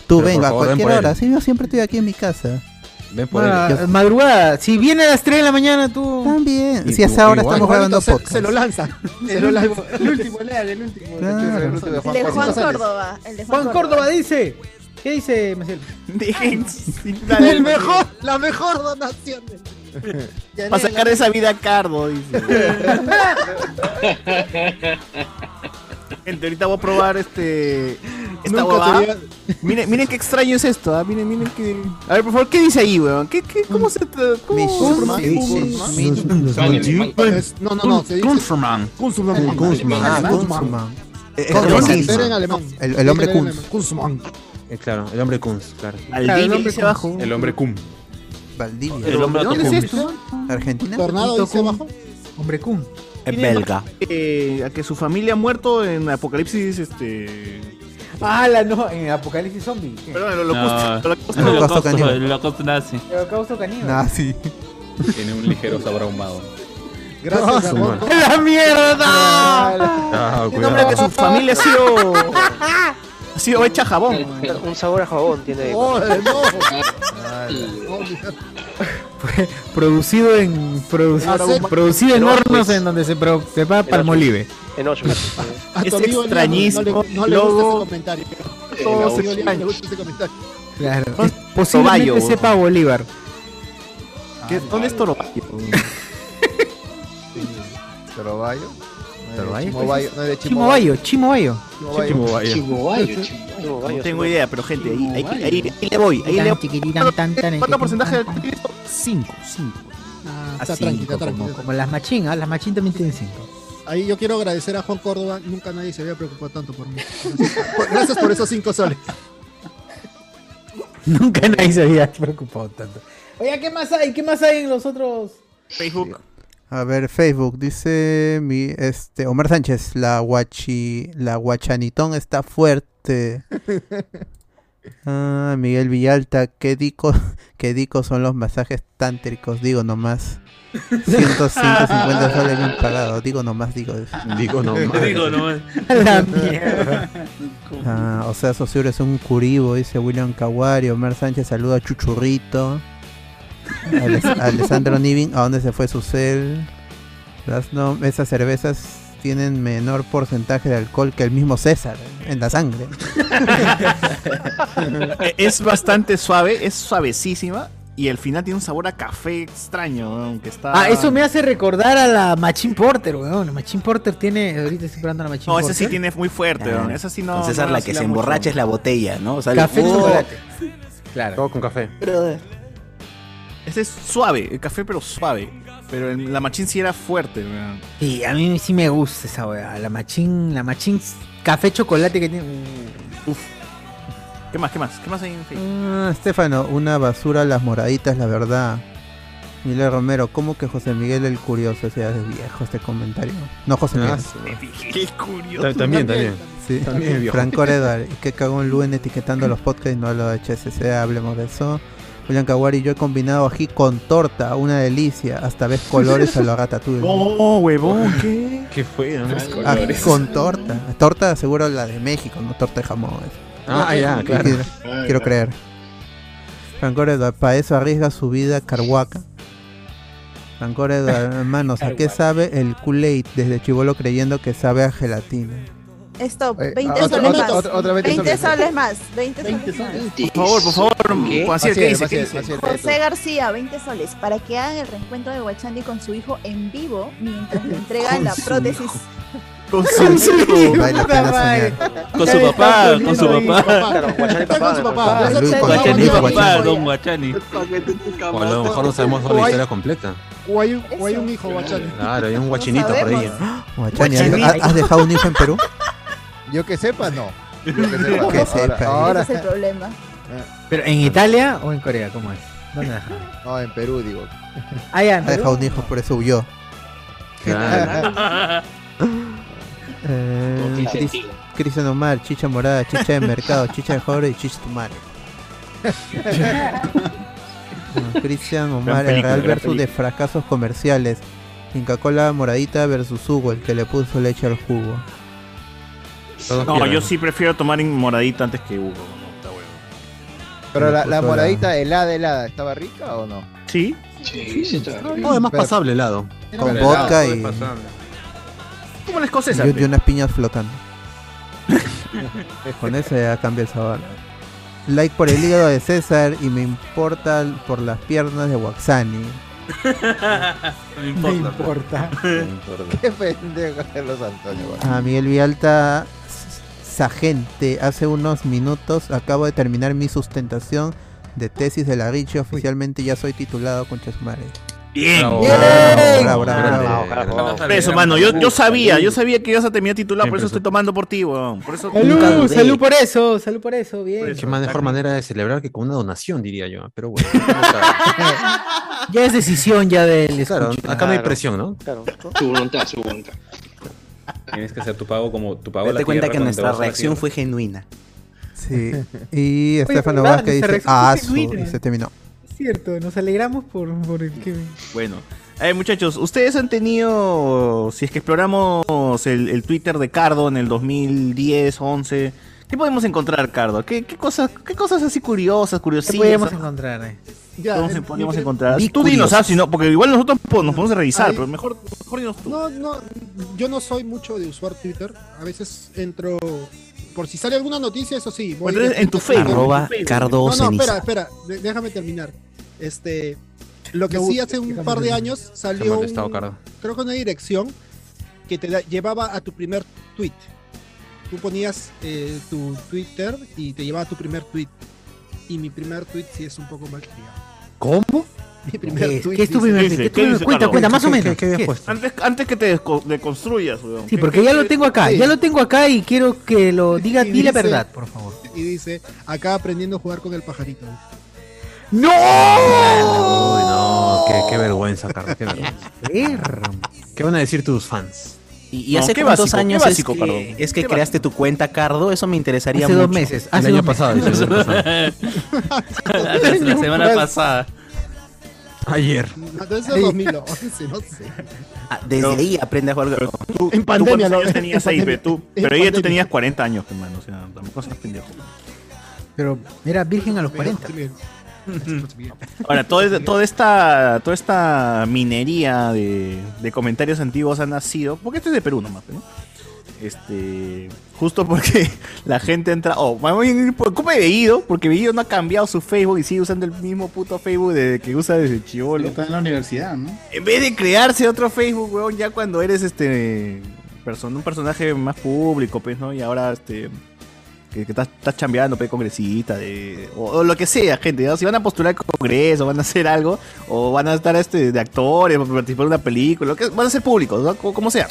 S3: Tú
S6: Pero por
S3: venga, a
S6: favor, ven
S3: cualquier
S6: por él.
S3: hora. Sí, yo siempre estoy aquí en mi casa.
S7: Ven
S3: por él.
S1: Ah, madrugada, si viene a las 3 de la mañana tú.
S3: También, si hasta ahora estamos grabando
S5: se,
S3: podcast.
S5: se lo lanza. Se
S51: El
S5: lo
S51: último,
S5: lanza.
S51: el último, lean, el último.
S17: El de Juan Córdoba. El de Juan,
S1: Juan Córdoba dice. ¿Qué dice Maciel?
S5: El mejor, la mejor donación.
S9: Va a sacar de esa vida a Cardo, dice. Gente, ahorita voy a probar este. Esta
S5: Nunca
S9: huevada.
S5: sería-
S9: Miren, miren qué extraño es esto, ah, miren, miren qué. A ver, por favor, ¿qué dice ahí, weón? ¿Qué, qué, ¿Cómo se tra- cómo se pronuncia?
S5: Es- No, no, no, se dice.
S15: Kunstmann.
S5: Kunstmann.
S3: Kunstmann.
S5: Alemán.
S3: Ah, Kunstmann.
S5: Eh,
S3: Kunstmann.
S5: alemán,
S3: Kunstmann.
S5: era en alemán.
S3: El, el hombre
S5: Era en
S3: Kunz.
S5: alemán. Kunstmann.
S7: Eh, claro, el hombre Kunz, claro.
S5: Claro, el hombre dice Kunz. abajo.
S52: El hombre Kun.
S3: Valdivia.
S7: El hombre
S9: ¿Dónde
S7: Kunz.
S9: es esto?
S3: Argentina.
S5: Tornado dice abajo.
S1: Hombre Kun.
S9: Es belga. Eh, a que su familia ha muerto en Apocalipsis, este.
S1: Ah, la no, en Apocalipsis Zombie.
S9: Perdón, el
S15: No,
S9: holocausto.
S15: el holocausto caníbal. El holocausto nazi.
S1: El holocausto caníbal.
S52: Tiene un ligero sabor ahumado.
S5: Gracias,
S7: Ah, su madre.
S1: ¡La
S5: mierda!
S7: Ah,
S9: El nombre
S7: cuidado.
S9: que su familia ha sido. ha sido hecha jabón. Oh,
S8: Un sabor a jabón tiene.
S5: ¡Joder, no!
S1: Producido en. producido-
S5: Ahora,
S1: producido en
S5: pero-
S1: hornos en donde se, pro- se va palmolive.
S8: En 8.
S5: A tu
S9: Es
S5: amigo Elian
S9: extrañísimo,
S5: No, le- no le gusta
S9: logo.
S5: ese comentario.
S9: Todo
S5: A tu amigo
S9: extraño.
S5: Elian le gusta ese comentario.
S1: Claro. Es- Posiblemente
S9: Tobayo.
S1: sepa Bolívar.
S9: Ah, ¿Qué- ¿Dónde es Toropayo?
S6: Torobayo.
S3: Tarbayo.
S1: pues,
S6: Chimobayo, no era
S25: Chimobayo, Chimobayo.
S6: Chimobayo.
S24: Chimobayo,
S9: No tengo idea, pero gente, ahí, ahí, ahí, ahí le voy. Ahí
S25: Tan
S9: le
S25: chiquitita, tan, tan,
S9: ¿Cuánto
S25: tan,
S9: porcentaje de
S25: tan,
S9: crédito? 5, 5.
S25: Ah,
S9: A
S25: está
S9: cinco,
S25: tranqui, está
S9: como-
S25: tranqui. Como las machín, ah, las machín también tienen 5.
S5: Ahí yo quiero agradecer a Juan Córdoba, nunca nadie se había preocupado tanto por mí. Gracias por esos cinco soles.
S25: Nunca nadie se había preocupado tanto. Oye, ¿qué más hay? ¿Qué más hay en los otros?
S9: Facebook.
S3: A ver, Facebook dice mi este Omar Sánchez, la guachi la guachanitón está fuerte. Ah, Miguel Villalta, qué dico, qué dico son los masajes tántricos, digo nomás. 150 soles bien pagado, digo nomás, digo.
S7: Digo nomás. Digo nomás.
S25: A la mierda.
S3: Ah, o sea, Sosur es un curibo, dice William Caguario. Omar Sánchez saluda a Chuchurrito. Ale- Alessandro Nivin, ¿a dónde se fue su cel? Las no- esas cervezas tienen menor porcentaje de alcohol que el mismo César en la sangre.
S9: Eh, es bastante suave, es suavecísima. Y al final tiene un sabor a café extraño, aunque está.
S25: Ah, eso me hace recordar a la Machín Porter, weón. La Machín Porter tiene. Ahorita estoy probando la Machín
S9: No,
S25: Porter.
S9: esa sí tiene muy fuerte,
S20: Ah,
S9: ¿no? esa sí no.
S20: Con César,
S9: no
S20: la
S9: vacila
S20: que se
S9: mucho.
S20: emborracha es la botella, ¿no? O sea,
S9: Café
S20: el-
S9: con
S20: ¡Oh!
S9: chocolate.
S7: Claro. Todo con café.
S9: Ese es suave, el café, pero suave. Pero el- la machín sí era fuerte, weón.
S25: Sí, a mí sí me gusta esa weá. La Machín. La Machín café chocolate que tiene. uh,
S9: Uf. ¿Qué más? ¿Qué más? ¿Qué más hay en Facebook?
S3: Ah, Estefano, una basura las moraditas, la verdad. Miguel Romero, ¿cómo que José Miguel el Curioso se hace viejo este comentario? No, José Miguel.
S7: Ah,
S9: Qué curioso.
S7: También, también.
S3: Sí,
S7: También es viejo.
S3: Franco Redar, que cagó en Luen etiquetando los podcasts y no a los HSC, hablemos de eso. William Kawari, yo he combinado ají con torta, una delicia, hasta ves colores a la ratatouille.
S9: Oh, huevón, ¿qué?
S7: ¿Qué fue? Ah,
S3: Ají con torta. Torta seguro la de México, no torta de jamón.
S7: Ah, ya, claro.
S3: Quiero,
S7: Ah,
S3: quiero
S7: claro.
S3: creer. Franco Redar, para eso arriesga su vida Carhuaca. Franco Redar, hermanos, ¿a qué sabe el Kool-Aid desde Chivolo creyendo que sabe a gelatina?
S17: Stop,
S3: Oye,
S17: 20
S3: otra-
S17: soles
S3: otra-
S17: más.
S3: otra- otra 20
S17: 20
S3: soles.
S17: soles más. 20 soles más.
S9: Por favor, por favor,
S6: ¿Qué?
S9: Juan Ciel,
S6: Así
S9: ¿qué
S6: es,
S9: dice?
S6: así
S9: ¿Qué
S6: es,
S9: dice?
S6: así es.
S17: José García, 20 soles, para que hagan el reencuentro de Guachandi con su hijo en vivo mientras le entregan la prótesis.
S9: Con
S17: Con su hijo,
S3: Vale la
S17: puta
S3: pena
S17: madre.
S3: soñar.
S15: Con su papá, con su papá.
S8: Claro, Guachani papá.
S15: su
S8: papá.
S15: Luis Guachani, papá, don Guachani.
S7: O a lo mejor no sabemos toda la historia completa.
S5: O hay, un- o hay un hijo, guachani.
S7: Claro, hay un guachinito por ahí.
S3: Guachani, ¿has, has dejado un hijo en Perú?
S6: Yo que sepa, no. Yo que
S3: Yo
S6: sepa.
S3: que sepa.
S6: Ahora,
S17: Ese es el problema.
S25: ¿Pero en Italia o en Corea? ¿Cómo es? ¿Dónde la dejaron?
S6: No, en Perú, digo.
S25: Ah, ya, en
S3: Ha dejado
S25: Perú.
S3: un hijo, por eso huyó.
S25: No
S3: Eh,
S25: tiene
S3: Cris-
S25: sentido.
S3: Cristian Omar, chicha morada, chicha de mercado, chicha de joro y chicha tu madre. No, Cristian Omar,
S6: película,
S3: el Real
S6: gran
S3: versus de
S6: película.
S3: fracasos comerciales. Inca Cola moradita versus Hugo, el que le puso leche al jugo.
S9: No, yo sí prefiero tomar en moradita antes que Hugo. no, está bueno.
S6: Pero
S3: pues
S6: la, la
S9: Puso la-
S6: moradita helada, helada, ¿estaba rica o no?
S9: Sí.
S10: Sí, sí, está bien.
S7: Todo es más pasable helado.
S3: Con
S7: Helado,
S3: vodka
S7: todo es
S3: y-
S7: pasable.
S9: Como la escocesa.
S3: Y,
S9: pe.
S3: y unas piñas flotando. Con eso ya cambia el sabor. Like por el hígado de César y me importa por las piernas de Waxani.
S15: No importa.
S6: Qué pendejo de los
S5: Ah,
S6: Antonio. bueno.
S3: A Miguel Vialta, s- Sagente, hace unos minutos acabo de terminar mi sustentación de tesis de la Richie. Oficialmente ya soy titulado con Chasmare.
S9: Bien.
S3: Bravo,
S9: Bien.
S3: bravo, bravo, bravo.
S9: Eso, mano, yo, yo sabía, yo sabía que ibas a terminar titular, por eso estoy tomando por ti, weón. Por eso nunca
S25: Salud,
S9: dudé.
S25: salud por eso, salud por eso, bien.
S7: Qué más mejor manera de celebrar que con una donación, diría yo. Pero bueno.
S25: Ya es decisión ya del
S7: Claro,
S25: escucha.
S7: acá no hay presión, ¿no?
S8: Claro.
S48: Su voluntad, su voluntad. Tienes que hacer tu pago como tu pago a la
S20: Date cuenta
S48: tierra
S20: que
S48: cuando te
S20: nuestra
S48: vas a la
S20: reacción
S48: tierra.
S20: fue genuina.
S3: Sí. Y Estefano
S25: ¿verdad?
S3: Vázquez
S25: Nuestra reacción
S3: dice, ah,
S25: fue
S3: su",
S25: genuina.
S3: y se terminó.
S25: Cierto, nos alegramos por, por el que...
S9: Bueno. Eh, muchachos, ustedes han tenido, si es que exploramos el, el Twitter de Cardo en el 2010, 11, ¿qué podemos encontrar, Cardo? ¿Qué, qué cosas, qué cosas así curiosas,
S25: ¿Qué
S9: curiosillas?
S25: podíamos encontrar eh. ahí?
S9: ¿Cómo se podemos encontrar?
S25: Di
S9: Tú dinos,
S25: curiosas.
S9: ah, si no, porque igual nosotros po- nos podemos revisar, pero mejor
S5: No, no, yo no soy mucho de usar Twitter. A veces entro. Por si sale alguna noticia, eso sí. voy
S9: Entonces, en tu
S5: directamente a Twitter.
S20: Arroba Cardo
S5: No, no, espera,
S20: Ceniza.
S5: espera. de- déjame terminar. Este. Lo que
S20: No,
S5: sí hace un par de años
S7: Se me
S5: salió.
S7: ha molestado,
S5: un-
S7: Cardo.
S5: creo que una dirección que te da- llevaba a tu primer tweet. Tú ponías eh, tu Twitter y te llevaba a tu primer tweet. Y mi primer tweet sí es un poco mal
S25: ¿Cómo?
S5: Mi primer
S25: ¿Qué,
S5: tweet
S25: ¿Qué es tu
S5: dice-
S25: primer
S5: ¿Qué
S25: tweet?
S5: dice?
S25: ¿Qué
S5: ¿Qué
S25: tu-
S5: dice,
S25: cuenta,
S5: Carlos?
S25: cuenta, más o
S5: ¿Qué-
S25: menos.
S5: qué- qué habías
S25: ¿Qué?
S5: puesto?
S9: Antes, antes que te desco- deconstruyas, weón.
S25: Sí, porque ya lo tengo acá, ya lo tengo acá y quiero que lo diga,
S5: Y
S25: di la
S5: dice-
S25: verdad, por favor.
S5: Y dice, acá aprendiendo a jugar con el pajarito.
S25: ¡No!
S7: Uy, no, qué, qué vergüenza, Carlos, qué vergüenza. ¿Qué van a decir tus fans?
S20: ¿Y, y hace cuántos años es que, es que creaste tu cuenta, Cardo? Eso me interesaría
S7: Hace
S20: mucho.
S7: dos meses, hace El año dos pasado, meses. el año
S15: La semana pasada.
S7: Ayer.
S5: No, Entonces es 2011, no sé.
S20: Desde ahí aprende a jugar.
S9: Tú,
S5: En
S9: tú cuántos
S5: pandemia, ¿no?
S9: años
S5: En
S9: tenías ahí,
S5: pandemia.
S9: pe, tú.
S5: En
S9: Pero ella tú
S5: pandemia.
S9: tenías 40 años, hermano. O sea, tampoco seas pendejo.
S25: Pero era virgen a los 40.
S9: Ahora, todo es- toda, esta, toda esta minería de, de comentarios antiguos han nacido, porque este es de Perú nomás, ¿no? Este, justo porque la gente entra, oh, vamos a ir por culpa de Bellido, porque Bellido no ha cambiado su Facebook y sigue usando el mismo puto Facebook de- que usa desde chivolo.
S24: Está en la universidad, ¿no?
S9: En vez de crearse otro Facebook, weón, ya cuando eres este person- un personaje más público, pues, ¿no? Y ahora este que, que estás, estás chambeando, pe, congresista, de, o, o lo que sea, gente. ¿no? Si van a postular al congreso, van a hacer algo, o van a estar este, de actores, participar en una película, lo que, van a ser públicos, ¿no? como, como sea.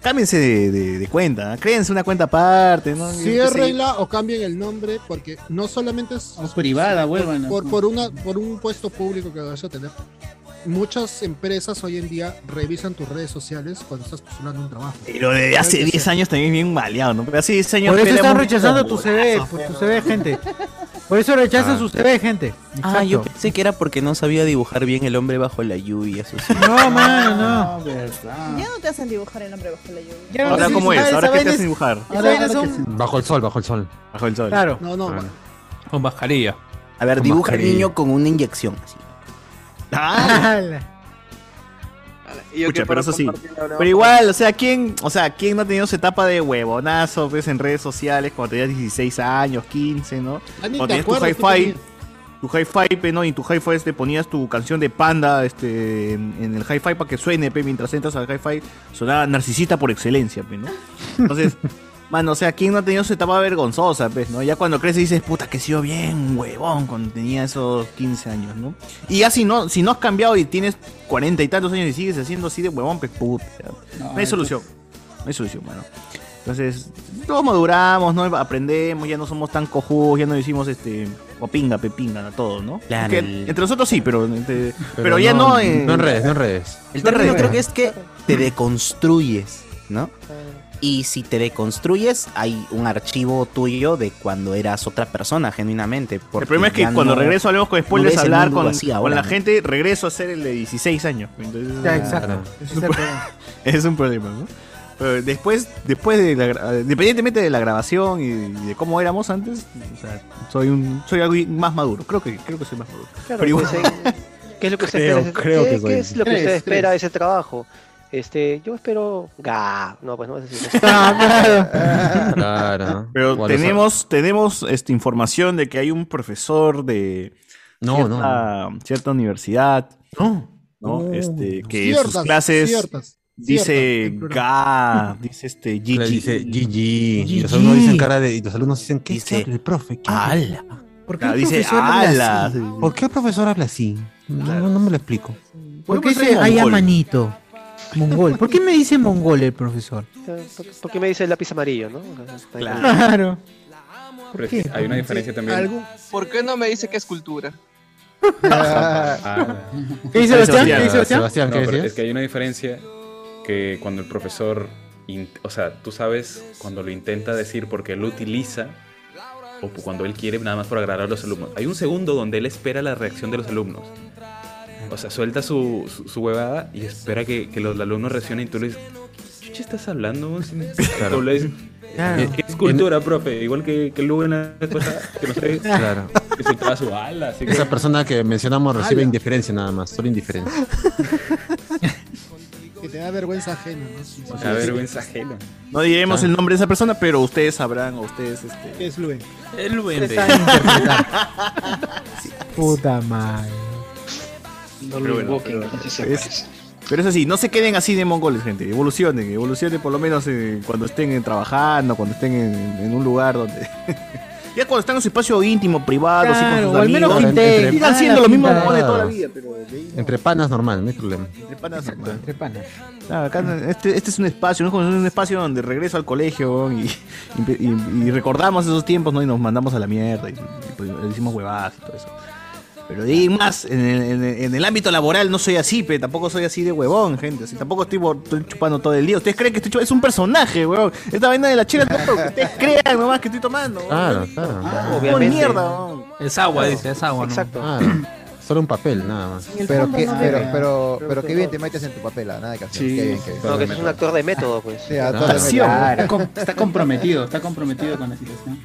S9: Cámbiense de, de- de cuenta, ¿no? créense una cuenta aparte, ¿no? Yo qué sé.
S5: Ciérrenla o cambien el nombre porque no solamente es
S24: privada,
S5: por,
S24: vuelvan a-
S5: por, por una por un puesto público que vas a tener. Muchas empresas hoy en día revisan tus redes sociales cuando estás postulando un trabajo.
S9: Pero desde hace
S5: Creo que
S9: 10
S5: sí.
S9: años también bien maleado, ¿no? Pero hace 10 años
S25: Por eso
S9: pe, le
S25: están
S9: hemos-
S25: rechazando tu CV, por tu CV, gente. Por eso rechazan
S20: Ah.
S25: su CV, gente.
S20: Ah, yo
S25: Exacto.
S20: pensé que era porque no sabía dibujar bien el hombre bajo la lluvia. Eso sí.
S25: No, mano, no.
S1: Ah.
S17: Ya no te hacen dibujar el nombre bajo la lluvia.
S25: Ya no
S20: Ahora,
S25: sé
S20: ¿cómo
S25: si
S20: es?
S25: sabes,
S20: ¿Ahora qué te
S25: sabes,
S20: hacen dibujar?
S25: esas
S20: Ahora,
S25: vainas
S20: ahora
S25: son-
S7: Bajo el sol, bajo el sol.
S9: Bajo el sol.
S25: Claro.
S5: No, no,
S7: Claro.
S15: Con mascarilla.
S20: A ver,
S15: Con
S20: dibuja al
S15: mascarilla.
S20: niño con una inyección. Así.
S9: Ah,
S2: Y yo
S9: Pucha,
S2: que
S9: pero
S2: para
S9: eso sí.
S2: compartir la broma.
S9: Pero igual, o sea, ¿quién, o sea, ¿quién no ha tenido su etapa de huevonazo pues, en redes sociales cuando tenías 16 años, 15, ¿no?
S5: Ah,
S9: Cuando
S5: ni te
S9: tenías tu
S5: acuerdas,
S9: hi-fi,
S5: tú
S9: tu hi-fi, pe, ¿no? Y en tu hi-fi este, ponías tu canción de panda este, en, en el hi-fi para que suene, pe, mientras entras al hi-fi, sonaba narcisista por excelencia, pe, ¿no? Entonces, mano, o sea, ¿quién no ha tenido su etapa vergonzosa, pues, ¿no? Ya cuando creces dices, puta, que he sido bien huevón cuando tenía esos 15 años, ¿no? Y ya si no, si no has cambiado y tienes cuarenta y tantos años y sigues haciendo así de huevón, pues puta. No, hay
S24: eso-
S9: solución. No hay solución, mano. Entonces, todos maduramos, ¿no? Aprendemos, ya no somos tan cojudos, ya no decimos este. O pinga, pepinga, a todo, ¿no?
S20: Claro.
S9: Que entre nosotros sí, pero. entre- pero, ya no. en-
S7: No en redes, no en redes.
S20: El
S7: No en
S20: término
S7: redes.
S20: creo que es que te deconstruyes, ¿no? Y si te deconstruyes, hay un archivo tuyo de cuando eras otra persona, genuinamente.
S9: El problema es que cuando regreso hablemos con spoilers, a hablar con, con la gente, regreso a ser el de 16 años. Entonces,
S25: Ya,
S9: ah,
S25: exacto.
S9: es un problema. Es un problema, ¿no? Pero después, después de la gra- eh, independientemente de la grabación y, y de cómo éramos antes, o sea, soy un soy algo más maduro. Creo que creo que soy más maduro.
S8: Claro,
S9: Pero igual-
S8: pues, eh, ¿Qué es lo que usted
S9: Creo-
S8: espera?
S9: creo
S8: ¿Qué,
S9: que soy.
S8: qué es lo que
S9: Tres,
S8: usted espera
S9: tres.
S8: de ese trabajo? Este, yo espero. Ga. No, pues no es así.
S9: Ah, Pero
S8: Igual es
S9: tenemos, tenemos este, información de que hay un profesor de
S7: No,
S9: cierta, cierta universidad. ¿no?
S7: No,
S9: este,
S7: no.
S9: que sus
S7: Ciertas,
S9: clases
S7: ciertas,
S9: dice
S7: ciertas, en
S9: ga, dice este
S7: Le
S9: GG.
S7: dice GG. Y los
S9: GG.
S7: alumnos dicen cara de. Y los alumnos dicen, ¿qué dice el profe? ¿Qué
S20: habla?
S7: ¿Por qué
S9: Ah,
S7: el
S9: dice,
S7: profesor habla
S9: "Ala".
S7: así? ¿Por qué el profesor habla así? No, no me lo explico.
S25: ¿Por qué
S7: Yo me
S25: dice
S7: soy
S25: ay,
S7: mongol".
S25: manito? Mongol. ¿Por qué me dice mongol el profesor?
S8: Eh, ¿Por, por qué me dice el lápiz amarillo, no?
S25: Claro.
S48: Pero es que
S25: qué?
S48: hay una diferencia también.
S2: ¿Algo? ¿Por qué no me dice que es cultura?
S48: Ah.
S25: ¿Qué dice Sebastián? ¿Qué dice Sebastián?
S48: No,
S25: ¿qué
S48: pero
S25: decías?
S48: es que hay una diferencia que cuando el profesor, in- o sea, tú sabes cuando lo intenta decir porque él lo utiliza o pu- cuando él quiere nada más por agradar a los alumnos. Hay un segundo donde él espera la reacción de los alumnos. O sea, suelta su, su, su huevada y espera que, que los alumnos reaccionen y tú le dices, ¿qué estás hablando? vos?"
S7: Claro.
S48: Tú le dices,
S7: Claro.
S48: "Es- Es cultura, profe, igual que, que Lugo en la vez pasada, que no sé,
S7: Claro.
S48: que soltaba su ala. Así que...
S7: Esa persona que mencionamos recibe
S5: Ala.
S7: indiferencia nada más, solo indiferencia.
S5: Que te da vergüenza ajena, ¿no? Sí, sí.
S48: A vergüenza ajena.
S9: No
S7: Ah.
S9: diremos el nombre de esa persona, pero ustedes sabrán, o ustedes este.
S5: ¿Qué es Luen?
S15: El Luen,
S5: Está
S15: pe.
S5: interpretado.
S25: Puta madre.
S10: No
S9: Pero
S10: lo
S9: bueno,
S10: invoquen.
S9: pero
S10: pinches
S9: es-
S10: sacadas.
S9: Pero eso sí, no se queden así de mongoles, gente. Evolucionen, evolucionen por lo menos eh, cuando estén eh, trabajando, cuando estén en, en un lugar donde. ya cuando están en su espacio íntimo, privado, así con
S1: Claro,
S9: sus
S1: o al menos
S9: amigos,
S1: gente-
S9: sigan
S1: Ah,
S9: siendo los mismos
S1: pinta.
S9: mongoles toda la vida, pero.
S7: Entre panas normal, no hay problema.
S9: Entre panas, hermano. Claro, acá no- este, este es un espacio, ¿no? Es como un espacio donde regreso al colegio weón, y, y- y- y recordamos esos tiempos, ¿no? Y nos mandamos a la mierda y, y, pues, decimos huevadas y todo eso. Pero de ahí en más, en el, en el- en el ámbito laboral no soy así, pero tampoco soy así de huevón, gente. Así, tampoco estoy, bo- estoy chupando todo el día. Ustedes creen que estoy chupando, es un personaje, huevón. Esta vaina de la chela, todo lo que ustedes crean nomás que estoy tomando. weón.
S7: Claro, claro. Ah,
S9: Obviamente. mierda, weón.
S15: Es agua, dice, es agua. Exacto.
S7: Solo un papel, nada más.
S15: el
S6: Pero
S15: fondo
S6: qué,
S15: no
S6: pero,
S15: debe.
S6: pero, pero qué bien te metes en tu papel, ah, nada que hacer.
S53: Sí.
S6: Qué bien, qué bien.
S53: No, que sos un
S8: actor de método, pues.
S6: Sí,
S1: Ah,
S6: actor de
S53: Actuación.
S6: método.
S53: Está com- Está comprometido, está comprometido con la situación.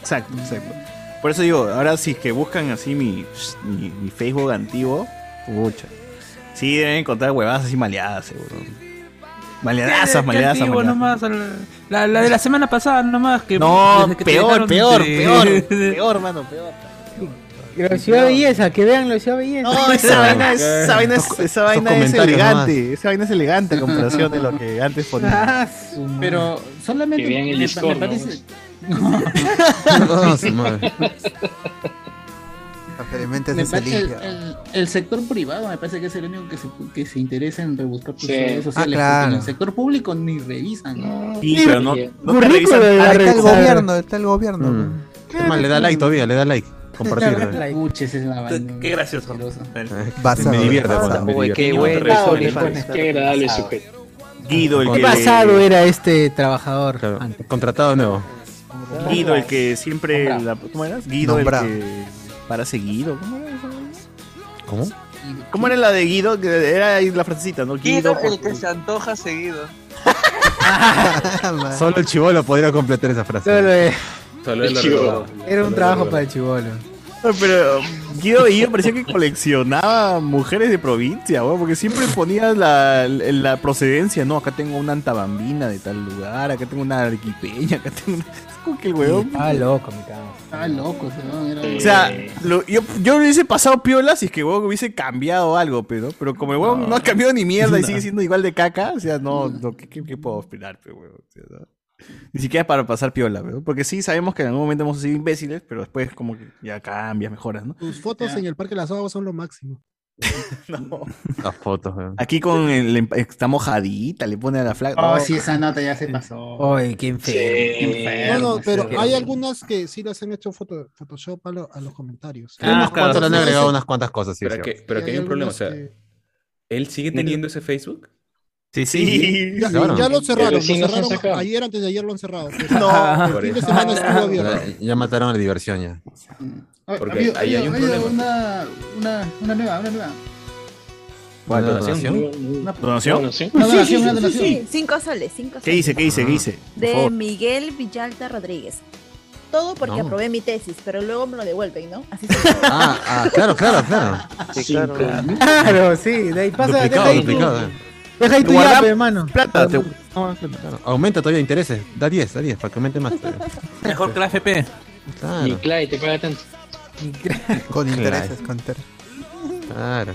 S9: Exacto, exacto. Por eso digo, ahora si es que buscan así mi, mi, mi Facebook antiguo, pucha. Sí, deben encontrar huevadas así maleadas, seguro. Maleadazas, maleadazas,
S15: Antiguo
S9: maleadazas.
S15: nomás, la, la de la semana pasada nomás. Que
S9: No,
S15: desde que te
S9: peor,
S15: dejaron
S9: peor,
S15: de-
S9: peor, peor, mano, peor.
S1: La ciudad belleza, que vean la ciudad belleza.
S9: No, esa vaina es, esa vaina es, esa vaina es elegante. Ah, Esa vaina es elegante a comparación de lo que antes
S1: Ah,
S9: ponía.
S53: Pero solamente
S9: Que vean el
S53: me- me
S9: Discord, ¿no?
S53: parece-
S9: No, su madre.
S3: Preferentemente
S53: Me
S3: se se
S53: parece el,
S3: limpia.
S53: el- el sector privado eh, pues, me parece que es el único que se, que se interesa en rebuscar tus
S3: Sí.
S53: redes sociales.
S3: Ah, claro.
S53: porque En el sector público ni revisan. ¿no?
S9: Sí, pero no- no te
S6: Currículo de la
S3: Ah, está el
S6: revisada.
S3: gobierno, está el gobierno.
S1: mm.
S53: Mm,
S7: Es más, le da like todavía, le da like. Compartir.
S53: Puches, es la vaina.
S15: Qué gracioso.
S7: Basado,
S9: me divierte
S7: basado.
S9: cuando me
S7: Uy,
S9: divierte.
S7: qué
S9: Cuando
S7: buen
S9: te reviso
S7: Paoli
S9: en el
S7: fans.
S9: podcast.
S10: Qué agradable sujeto.
S9: Guido, el
S1: Qué
S9: que-
S1: pues. pasado era este trabajador.
S7: Contratado de nuevo.
S9: Guido, el que siempre. la- ¿Cómo eras? Guido, el
S7: Nombrado.
S9: que. Para seguido. ¿Cómo era esa vaina?
S7: ¿Cómo?
S9: ¿Cómo era la de Guido? Que Era ahí la frasecita, ¿no?
S54: Guido, el
S9: porque-
S54: que se antoja seguido.
S7: Solo el chivolo podría completar esa frase.
S1: Solo él.
S7: Solo
S1: El
S7: él lo
S1: chibolo.
S7: recordaba.
S1: Era un
S7: Solo
S1: trabajo
S7: él lo
S1: para el chivolo.
S9: No, Pero um, Guido Bellido parecía que coleccionaba mujeres de provincia, weón, porque siempre ponía la, la procedencia, ¿no? Acá tengo una antabambina de tal lugar, acá tengo una arquipeña, acá tengo una... Es como que el weón...
S1: Estaba loco, mi cabrón.
S53: Estaba loco, ese weón, era-
S9: O sea, lo- yo, yo hubiese pasado piola si es que weón hubiese cambiado algo, pero, pero como el weón no, ha cambiado ni mierda y sigue siendo igual de caca, o sea, no, no, ¿qué, qué- qué puedo aspirar, pe, weón? O sea, no. Ni siquiera para pasar piola, weón, porque sí sabemos que en algún momento hemos sido imbéciles, pero después como que ya cambias, mejoras, ¿no?
S5: Tus fotos en el Parque de las Aguas son lo máximo.
S7: Las fotos, weón.
S9: Aquí con el, emp- está mojadita, le pone a la flaca.
S53: Oh,
S9: No.
S53: sí, esa nota ya se pasó.
S1: Oye, qué enfermo.
S5: No, no, pero
S53: sí.
S5: hay algunas que sí les han hecho foto- Photoshop a, lo- a los comentarios.
S7: Ah, Unos claro. cuantos le han agregado unas cuantas cosas, sí,
S48: Pero
S7: sí.
S48: que, pero
S7: Y
S48: que
S7: hay
S48: hay un problema, o
S7: algunos
S48: sea, ¿él sigue teniendo ese Facebook?
S15: Sí,
S48: sí.
S5: Ya, ya lo cerraron, lo cerraron ayer, antes de ayer lo han cerrado. el fin de semana
S7: Ah,
S5: estuvo abierto.
S7: Ya- Ya mataron la diversión ya.
S53: Ha-
S7: Ah, Porque
S53: ha habido-
S7: ahí
S53: ha
S7: hay un
S53: habido
S7: problema.
S53: Una, una, una nueva, una nueva.
S7: ¿Cuál?
S9: ¿Una donación?
S53: Una
S17: Sí, sí,
S53: donación, una
S17: sí, sí,
S53: donación.
S17: sí. Cinco soles, cinco soles.
S9: ¿Qué dice? ¿Qué dice? ¿Qué dice? Por
S17: De
S9: favor.
S17: Miguel Villalta Rodríguez. Todo porque
S7: No.
S17: aprobé mi tesis, pero luego me lo devuelven, ¿no? Así
S7: Ah, ah, claro, claro, claro.
S17: Sí, claro.
S1: Claro, sí, de ahí pasa.
S7: Duplicado,
S1: deja ahí tu-
S7: duplicado. eh.
S1: Deja ahí tu
S7: Guarda-
S1: yape, hermano.
S9: Plata, te-
S7: Claro, Aumenta todavía intereses. Da 10, da 10, para que aumente más. todavía.
S15: Mejor que la FP.
S7: Claro.
S10: Y Clay te paga tanto.
S3: Con
S7: Claro.
S3: intereses, con intereses.
S7: Claro.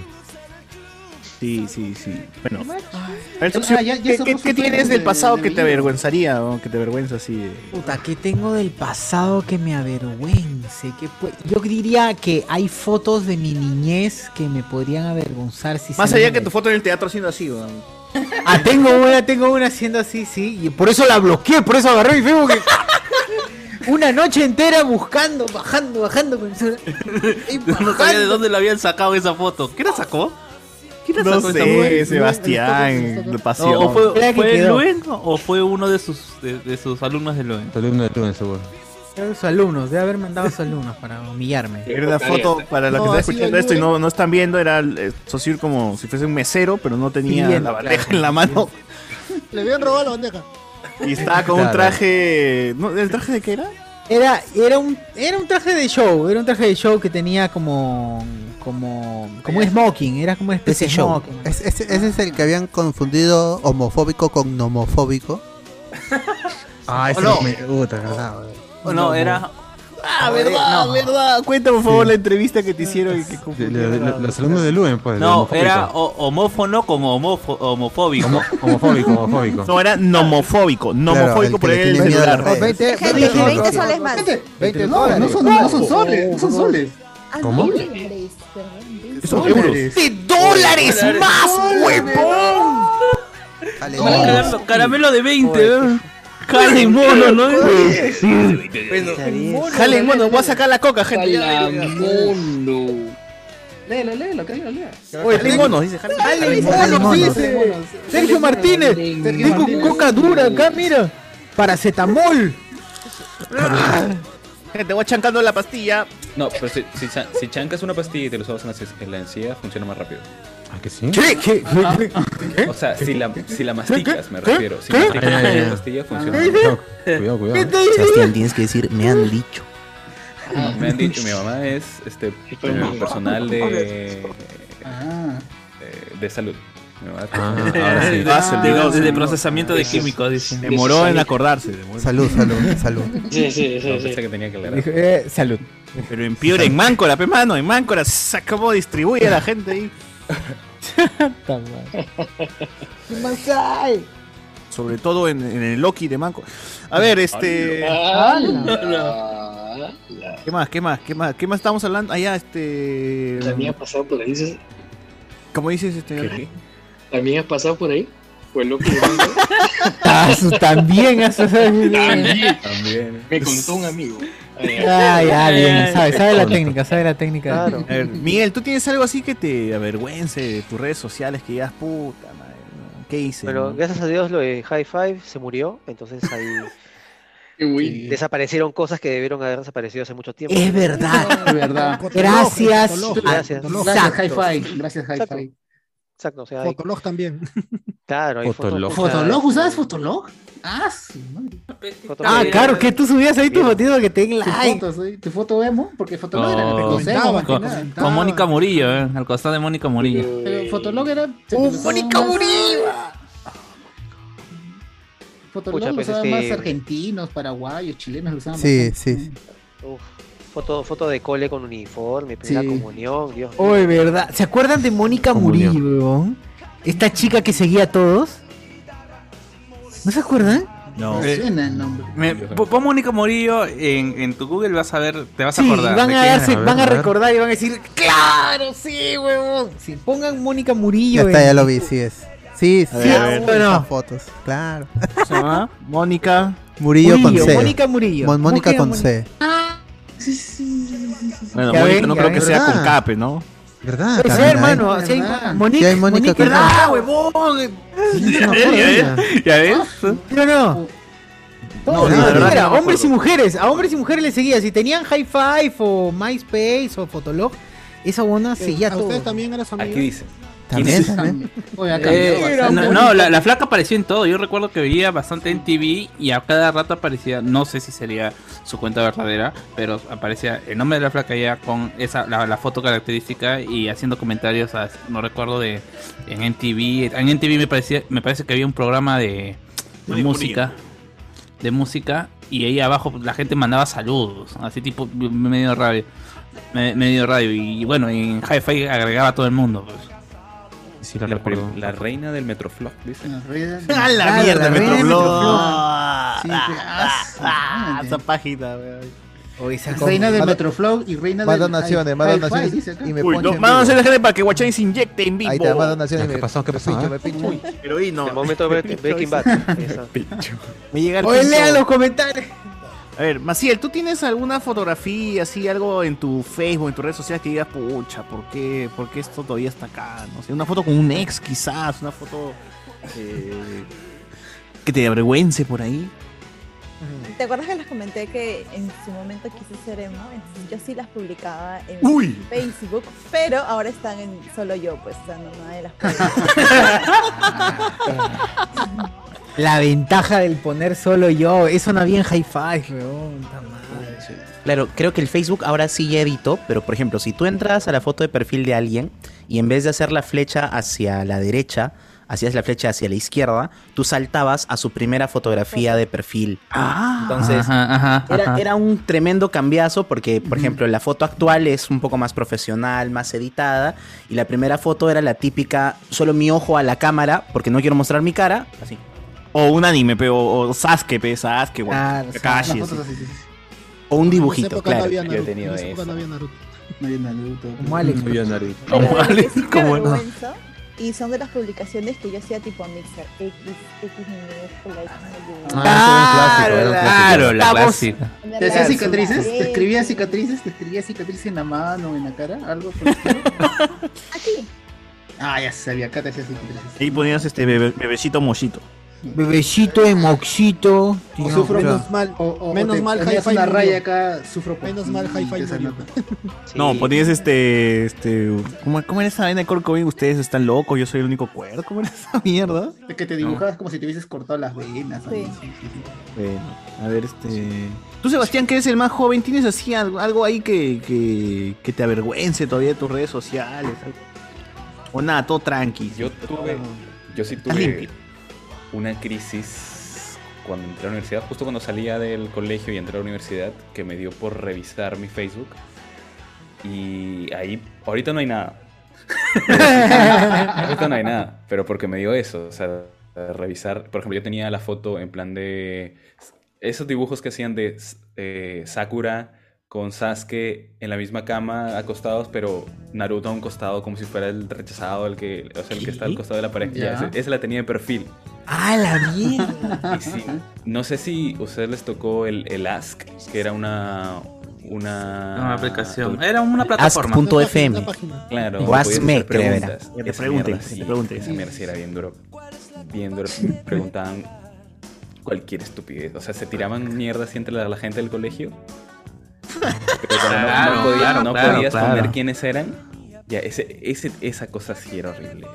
S9: Sí, sí, sí. Bueno. A ver,
S53: Ah,
S9: socio,
S53: ya- ya
S9: ¿qué-
S53: somos
S9: ¿Qué, qué
S53: usuarios
S9: tienes
S53: de-
S9: del pasado
S53: de
S9: que te
S53: Bellido.
S9: avergüenzaría o que te avergüenza así? de-
S1: Puta, ¿qué tengo del pasado que me avergüence? ¿Qué pue- Yo diría que hay fotos de mi niñez que me podrían avergonzar si
S9: Más
S1: se
S9: allá
S1: me-
S9: que tu foto en el teatro siendo así, weón.
S1: Ah, tengo una, tengo una haciendo así, sí. Y por eso la bloqueé, por eso agarré mi Facebook. y- una noche entera buscando, bajando, bajando. con el celular. Y
S15: No sabía de dónde la habían sacado esa foto. ¿Quién la sacó? ¿Quién la
S9: No
S15: sacó esa foto?
S9: sé, Sebastián, de pasión.
S15: ¿O fue,
S1: Era que
S15: fue
S1: quedó.
S15: Luen o fue uno de sus, de, de sus alumnos de Luen?
S7: Alumno de Luen, seguro.
S1: Eran sus alumnos, debe haber mandado a sus alumnos para humillarme.
S9: Era una foto para los que
S1: No,
S9: están
S1: ha sido
S9: escuchando esto y
S1: Luen.
S9: no, no están viendo, era eh, Socir como si fuese un mesero, pero no tenía
S1: Sirviendo,
S9: la bandeja en la mano
S5: Le habían robado la bandeja.
S9: y estaba con un
S5: Claro.
S9: traje. ¿no? ¿El traje de qué era?
S1: Era, era un, era un traje de show, era un traje de show que tenía como, como, como un smoking, era como una especie
S3: Ese
S1: de
S3: show.
S1: smoking.
S3: Es- ese, ese es el que habían confundido homofóbico con nomofóbico.
S7: Ah,
S15: ese no.
S1: Ah,
S7: me gusta, ¿verdad?
S15: O no, era.
S9: Ah, verdad,
S6: no.
S9: verdad. Cuenta por favor
S6: Sí.
S9: la entrevista
S15: Ah.
S9: que te hicieron y que
S7: De- de- de- Los alumnos de Luen, pues. de
S6: No,
S7: homofóbico.
S6: era ho- homófono con homofo- homofóbico.
S7: homofóbico, homofóbico.
S9: No, era nomofóbico. Nomofóbico por el celular.
S5: veinte-
S17: soles más.
S5: 20 dólares, no son, no son soles, no son soles.
S7: ¿Cómo?
S5: Son
S6: euros.
S5: ¡De
S6: dólares más,
S5: huevón!
S15: Caramelo, caramelo de 20, ¿verdad? Jale mono, ¿no?
S9: Jalen, bueno, voy a sacar la coca, gente.
S10: Jalamundo.
S5: Léelo, léelo, que alguien lo lea.
S9: Oye, Jalen Monos, dice Jalen. Jalen
S1: Jalen Monos,
S9: Monos.
S1: dice. Sergio Martínez. Tengo coca dura acá, mira. Paracetamol.
S9: Gente, voy chancando la pastilla.
S48: No, pero si, si, cha- si chancas una pastilla y te lo usas en la, ses- en la encía, funciona más rápido.
S7: ¿Ah, que sí?
S48: O sea, si la, si la masticas, me refiero. Si
S7: ¿Qué?
S48: masticas
S7: Ah, ya, ya, ya.
S48: la pastilla, Eh, funciona.
S7: Ah, cuidado, cuidado, cuidado. ¿Qué te dice?
S20: Sebastián, tienes que decir, me han dicho.
S48: No, Ah, me han dicho, mi mamá es este eh, personal de,
S5: Ah.
S48: eh, de salud. Mi mamá es
S7: Ah,
S48: personal de-
S7: ahora sí.
S48: Ah,
S15: De-
S48: salud.
S15: de procesamiento de químicos, dice.
S9: Demoró en acordarse. demoró.
S3: Salud, salud, salud.
S48: No, pensé que tenía que aclarar.
S1: eh,
S9: salud. Pero en Piura, en Máncora, pe mano, en Máncora, sa- ¿cómo distribuye a la gente ahí?
S1: ¿Qué más hay?
S9: Sobre todo en, en el Loki de Máncora. A ver, este. ¿Qué más? ¿Qué más? ¿Qué más? ¿Qué más estamos hablando? Allá, este.
S10: ¿También has pasado por ahí? César?
S9: ¿Cómo dices, este?
S10: ¿También has pasado por ahí? Pues loco.
S1: Ah, su- También hace
S10: También.
S48: También.
S10: Me contó un amigo.
S1: Ah, ya, bien. Sabe, sabe la técnica, sabe la técnica.
S9: A ver, Miguel, ¿tú tienes algo así que te avergüence de tus redes sociales que digas, puta madre, ¿no? ¿qué hice?
S8: Pero
S9: no?"
S8: gracias a Dios lo de High Five se murió, entonces ahí
S10: sí,
S8: desaparecieron cosas que debieron haber desaparecido hace mucho tiempo.
S5: Es verdad. Es verdad.
S8: Gracias.
S5: Fotolog,
S8: Gracias.
S5: fotolog. Gracias, Hi-Fi. Gracias,
S8: Exacto.
S5: Hi-Fi.
S8: Exacto, o sea, ahí-
S55: Fotolog también.
S8: claro, ahí
S7: Fotolog.
S5: ¿Fotolog? ¿Usabas Fotolog? Ah, su madre.
S1: Ah, claro, que tú subías ahí tu fotito que te den
S5: Tus
S1: like.
S5: fotos, ¿eh? Tu foto emo, porque Fotolog era la que
S15: Oh,
S5: conocemos, más que
S15: con,
S5: nada.
S15: con Mónica Murillo, ¿eh? Al costado de Mónica Murillo.
S5: Pero Fotolog era.
S56: ¡Uh, Mónica
S5: Murillo! Fotolog
S8: Pucha,
S5: lo
S8: pues,
S5: usaban
S8: este-
S5: más argentinos, paraguayos, chilenos, lo usaban
S3: Sí,
S5: bastante.
S3: sí.
S8: Uf, foto, foto de cole con uniforme, primera
S1: Sí.
S8: comunión, Dios mío.
S1: Uy, verdad. ¿Se acuerdan de Mónica Murillo, huevón? Esta chica que seguía a todos. ¿No se acuerdan?
S5: No.
S15: Eh,
S5: Suena el nombre.
S15: Me- pon pon Mónica Morillo en, en tu Google vas a ver, te vas a
S1: Sí,
S15: acordar.
S1: van
S15: de
S1: a,
S15: quién
S1: darse,
S15: es.
S1: van a recordar y van a decir, claro, sí, huevón. Si pongan Mónica Murillo.
S3: Ya está,
S1: en-
S3: ya lo vi, sí es. Sí, sí,
S1: Sí,
S3: ah,
S1: bueno.
S3: esas fotos, claro.
S9: ¿Cómo se llama? Mónica.
S3: Murillo,
S1: Murillo,
S3: con C.
S1: Mónica Murillo.
S3: Mon- Mónica
S1: Busquen a
S3: con
S1: Mónica. Ah,
S3: C.
S9: Bueno,
S3: Ya
S9: Mónica
S3: ven,
S9: no
S3: ya
S9: creo
S3: ven.
S9: que sea con
S3: ¿Verdad?
S9: cape, ¿no?
S3: ¿Verdad?
S1: Puede ser,
S3: También hay-
S1: hermano. así hay Mónica,
S3: Sí, hay Mónica con C.
S1: ¿verdad, huevón?
S9: eh.
S15: ¿Ya ves?
S1: ¿Sí o no?
S3: No,
S1: No,
S3: la verdad que
S1: era,
S3: no me
S1: hombres y mujeres, a hombres y mujeres les seguía. Si tenían High Five o MySpace o Fotolog, esa buena
S5: Ah,
S1: seguía
S55: ¿A
S1: todo.
S55: ustedes también eran amigos?
S48: Aquí dice.
S3: También, también.
S5: Oye, ha cambiado
S15: Eh,
S5: bastante.
S15: no, no, la, la flaca apareció en todo. Yo recuerdo que veía bastante en TV y a cada rato aparecía, no sé si sería su cuenta verdadera, pero aparecía el nombre de la flaca ya con esa la, la foto característica y haciendo comentarios. a- no recuerdo de en MTV. En MTV me parecía, me parece que había un programa de, de
S9: Manicuría.
S15: música, de música y ahí abajo la gente mandaba saludos, así tipo medio radio, me- medio radio y bueno en Hi-Fi agregaba a todo el mundo. pues.
S7: la,
S48: pri- la reina del Metroflop, dice.
S9: ¡A la
S5: Ah,
S9: mierda,
S5: la
S9: Metroflop!
S5: red, Metroflop.
S9: Ah,
S5: Sí,
S9: ah,
S5: pues,
S9: ah, ah,
S5: sí,
S9: esa página, weón.
S5: Reina del
S3: Manda-
S5: Metroflow y reina
S3: Más
S5: del.
S3: donaciones,
S5: Hi-
S3: más
S5: Hi-Fi,
S3: donaciones
S5: dice acá.
S3: y me
S9: Uy,
S3: ponche
S9: no,
S3: en
S9: vamos
S3: vivo.
S9: a hacer la gente para que Guachán se inyecte en vivo.
S3: Ahí está, más donaciones.
S7: ¿Qué
S3: me-
S7: pasó? ¿Qué
S3: me
S7: pasó?
S3: pincho,
S7: ah?
S3: me pincho.
S9: Heroína.
S8: El momento de Breaking- Breaking Bad. esa.
S9: Me llega el
S1: Oye,
S9: pincho.
S1: lean los comentarios.
S9: A ver, Maciel, ¿tú tienes alguna fotografía, así, algo en tu Facebook, en tus redes sociales que digas, pucha, ¿por qué, ¿por qué esto todavía está acá? No sé, una foto con un ex, quizás, una foto eh, que te avergüence por ahí.
S17: ¿Te acuerdas que les comenté que en su momento quise ser emo? Entonces yo sí las publicaba en
S9: Uy.
S17: Facebook, pero ahora están en solo yo, pues, o sea, no nadie las publica.
S1: La ventaja del poner solo yo, eso no había en High Five, weón. puta madre.
S20: Claro, creo que el Facebook ahora sí ya editó, pero por ejemplo, si tú entras a la foto de perfil de alguien y en vez de hacer la flecha hacia la derecha, hacías la flecha hacia la izquierda, tú saltabas a su primera fotografía de perfil. Entonces,
S15: Ajá, ajá,
S20: era,
S15: ajá.
S20: era un tremendo cambiazo porque, por ejemplo, la foto actual es un poco más profesional, más editada, y la primera foto era la típica, solo mi ojo a la cámara, porque no quiero mostrar mi cara, así.
S9: O un anime, pe, o, o Sasuke, pe, Sasuke, guau,
S20: Claro, sí,
S9: Kakashi,
S20: las fotos
S9: así.
S20: así, O un
S5: En esa
S20: dibujito,
S5: época no
S20: claro.
S5: había Naruto. en esa época no había Naruto.
S24: No había Naruto.
S5: Como Alex.
S7: Yo, Naruto.
S17: Pero de lo que sí me
S5: Como no.
S17: avergüenzo, Y son de las publicaciones que yo hacía tipo a Mixer. X, X minúscula, X mayúscula.
S24: Ah,
S15: Claro,
S24: era un
S15: la-
S24: clásico,
S15: claro, la
S24: Estamos-
S15: clásica.
S24: ¿Te hacías cicatrices?
S17: Sí.
S24: ¿Te escribías cicatrices? ¿Te escribías cicatrices en la mano, en la cara? ¿Algo por el estilo? Ah, ya sabía, acá te hacías cicatrices.
S9: Ahí ponías este bebe- bebecito mollito.
S25: Bebecito en moxito.
S24: O
S25: tío,
S24: sufro
S25: mira.
S24: menos mal. O, o
S5: Menos
S24: te
S5: mal
S24: ponías
S5: Hi-Fi
S24: una
S5: murió.
S24: raya acá, sufro por
S5: Menos
S24: ti,
S5: mal Hi-Fi
S24: te salió.
S9: No, ponías este, este, ¿cómo, cómo era esa vaina de Corcovín? Ustedes están locos, yo soy el único cuerdo, ¿cómo era esa mierda?
S24: Es Que te dibujabas como si te hubieses cortado las venas. algo así, sí, sí.
S9: Bueno, a ver, este... Tú, Sebastián, que eres el más joven, ¿tienes así algo, algo ahí que, que, que te avergüence todavía de tus redes sociales? algo? O nada, todo tranqui.
S48: Yo tuve, yo sí tuve una crisis cuando entré a la universidad, justo cuando salía del colegio y entré a la universidad, que me dio por revisar mi Facebook. Y ahí, ahorita no hay nada. ahorita no hay nada, pero porque me dio eso, o sea, revisar, por ejemplo, yo tenía la foto en plan de esos dibujos que hacían de eh, Sakura con Sasuke en la misma cama, acostados, pero Naruto a un costado como si fuera el rechazado, el que, o sea, el que está al costado de la pared.
S47: Ya.
S48: Ya, ese- esa la tenía de perfil.
S47: ¡Ah, la mierda!
S48: Y sí, no sé si a ustedes les tocó el, el Ask, que era una... Una,
S15: Una aplicación. Era una plataforma.
S20: Ask.fm.
S15: Una página.
S48: Claro.
S20: O
S48: podías
S20: Ask Me,
S48: hacer
S20: creo era.
S48: preguntas.
S20: Que te
S48: Esa
S20: pregunten,
S48: mierda,
S20: que te
S48: sí,
S20: pregunten.
S48: Esa mierda sí era bien duro. Bien duro. Preguntaban cualquier estupidez. O sea, se tiraban mierda así entre la, la gente del colegio. Pero como no-
S15: Claro,
S48: no, podías,
S15: claro,
S48: no
S15: claro,
S48: podías
S15: claro.
S48: poner quiénes eran. Ya, ese, ese- esa cosa sí era horrible.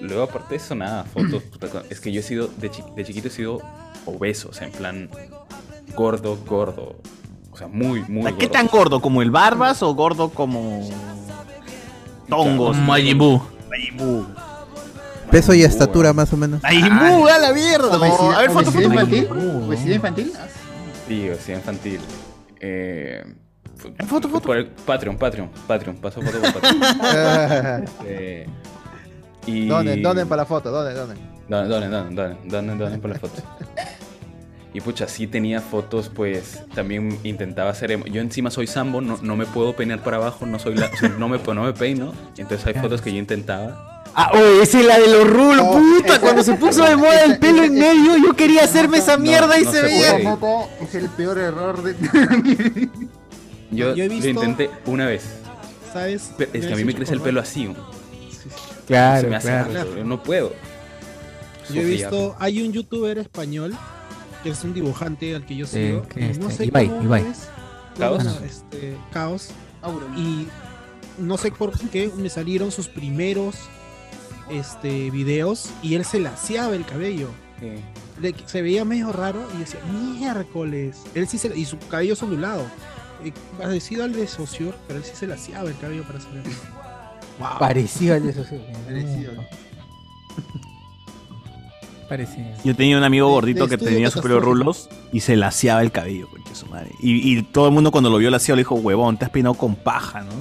S48: Luego, aparte de eso, nada, fotos. puta, con- Es que yo he sido, de, chi- de chiquito he sido obeso, o sea, en plan gordo, gordo. O sea, muy, muy gordo.
S9: ¿Qué tan gordo? ¿Como el Barbas o gordo como Tongos?
S15: Como Majin Buu.
S9: Majin Buu.
S3: Peso y estatura más o menos.
S9: Majin Buu, a la mierda. no.
S24: Obesidad-
S9: A ver, foto,
S24: obesidad
S9: foto.
S24: infantil.
S9: Buu.
S24: ¿Obesidad infantil? Ah,
S48: Sí, o sea, infantil. Eh, fu- Por el Patreon, Patreon, Patreon. Pasó foto por Patreon. Eh, y...
S6: Donen, donen para la foto, donen, donen.
S48: Donen, donen, donen, donen, donen, donen por las fotos. Y pucha, sí tenía fotos, pues también intentaba hacer emo. Yo encima soy sambo, no, no me puedo peinar para abajo, no soy la, o sea, no, me, no me peino. Entonces hay fotos que yo intentaba.
S25: Ah, oye, esa es la de los rulos,
S24: Oh,
S25: puta. Cuando se puso de moda el pelo en medio, yo quería hacerme esa
S48: No,
S25: mierda y
S48: no
S25: se,
S48: se
S25: veía.
S48: puede.
S24: Moco es el peor error de.
S48: Yo,
S5: Yo he visto-
S48: lo intenté una vez.
S5: ¿Sabes?
S48: Pero es
S5: Yo
S48: que a
S5: he
S48: mí me
S5: hecho
S48: crece el
S5: como-
S48: pelo así. ¿no?
S25: Claro,
S48: Se me hace
S25: claro.
S48: raro, yo no puedo.
S5: Yo he
S48: Sofía,
S5: visto, hay un youtuber español que es un dibujante al que yo sigo.
S47: ¿qué
S5: y
S47: es
S5: no
S47: este?
S5: sé
S47: Ibai,
S25: Eh,
S5: cómo
S47: Ibai.
S5: es.
S47: ¿Caos?
S25: Ah,
S5: No, no, este, caos. Y no sé por qué me salieron sus primeros este, videos y él se laseaba el cabello.
S48: Sí.
S5: Le- se veía medio raro y decía, miércoles. Él sí se, y su cabello es ondulado. Eh, Parecido al de Socio, pero él sí se laseaba el cabello para salir. Wow.
S25: Parecido al de Saussure.
S24: Parecido.
S25: Parecido.
S9: Yo tenía un amigo gordito
S5: de
S9: que
S5: estudio
S9: tenía su pelo
S5: catastrófico.
S9: rulos y se laseaba el cabello, concha su madre. Y, y todo el mundo cuando lo vio laseado le dijo, huevón, te has peinado con paja, ¿no?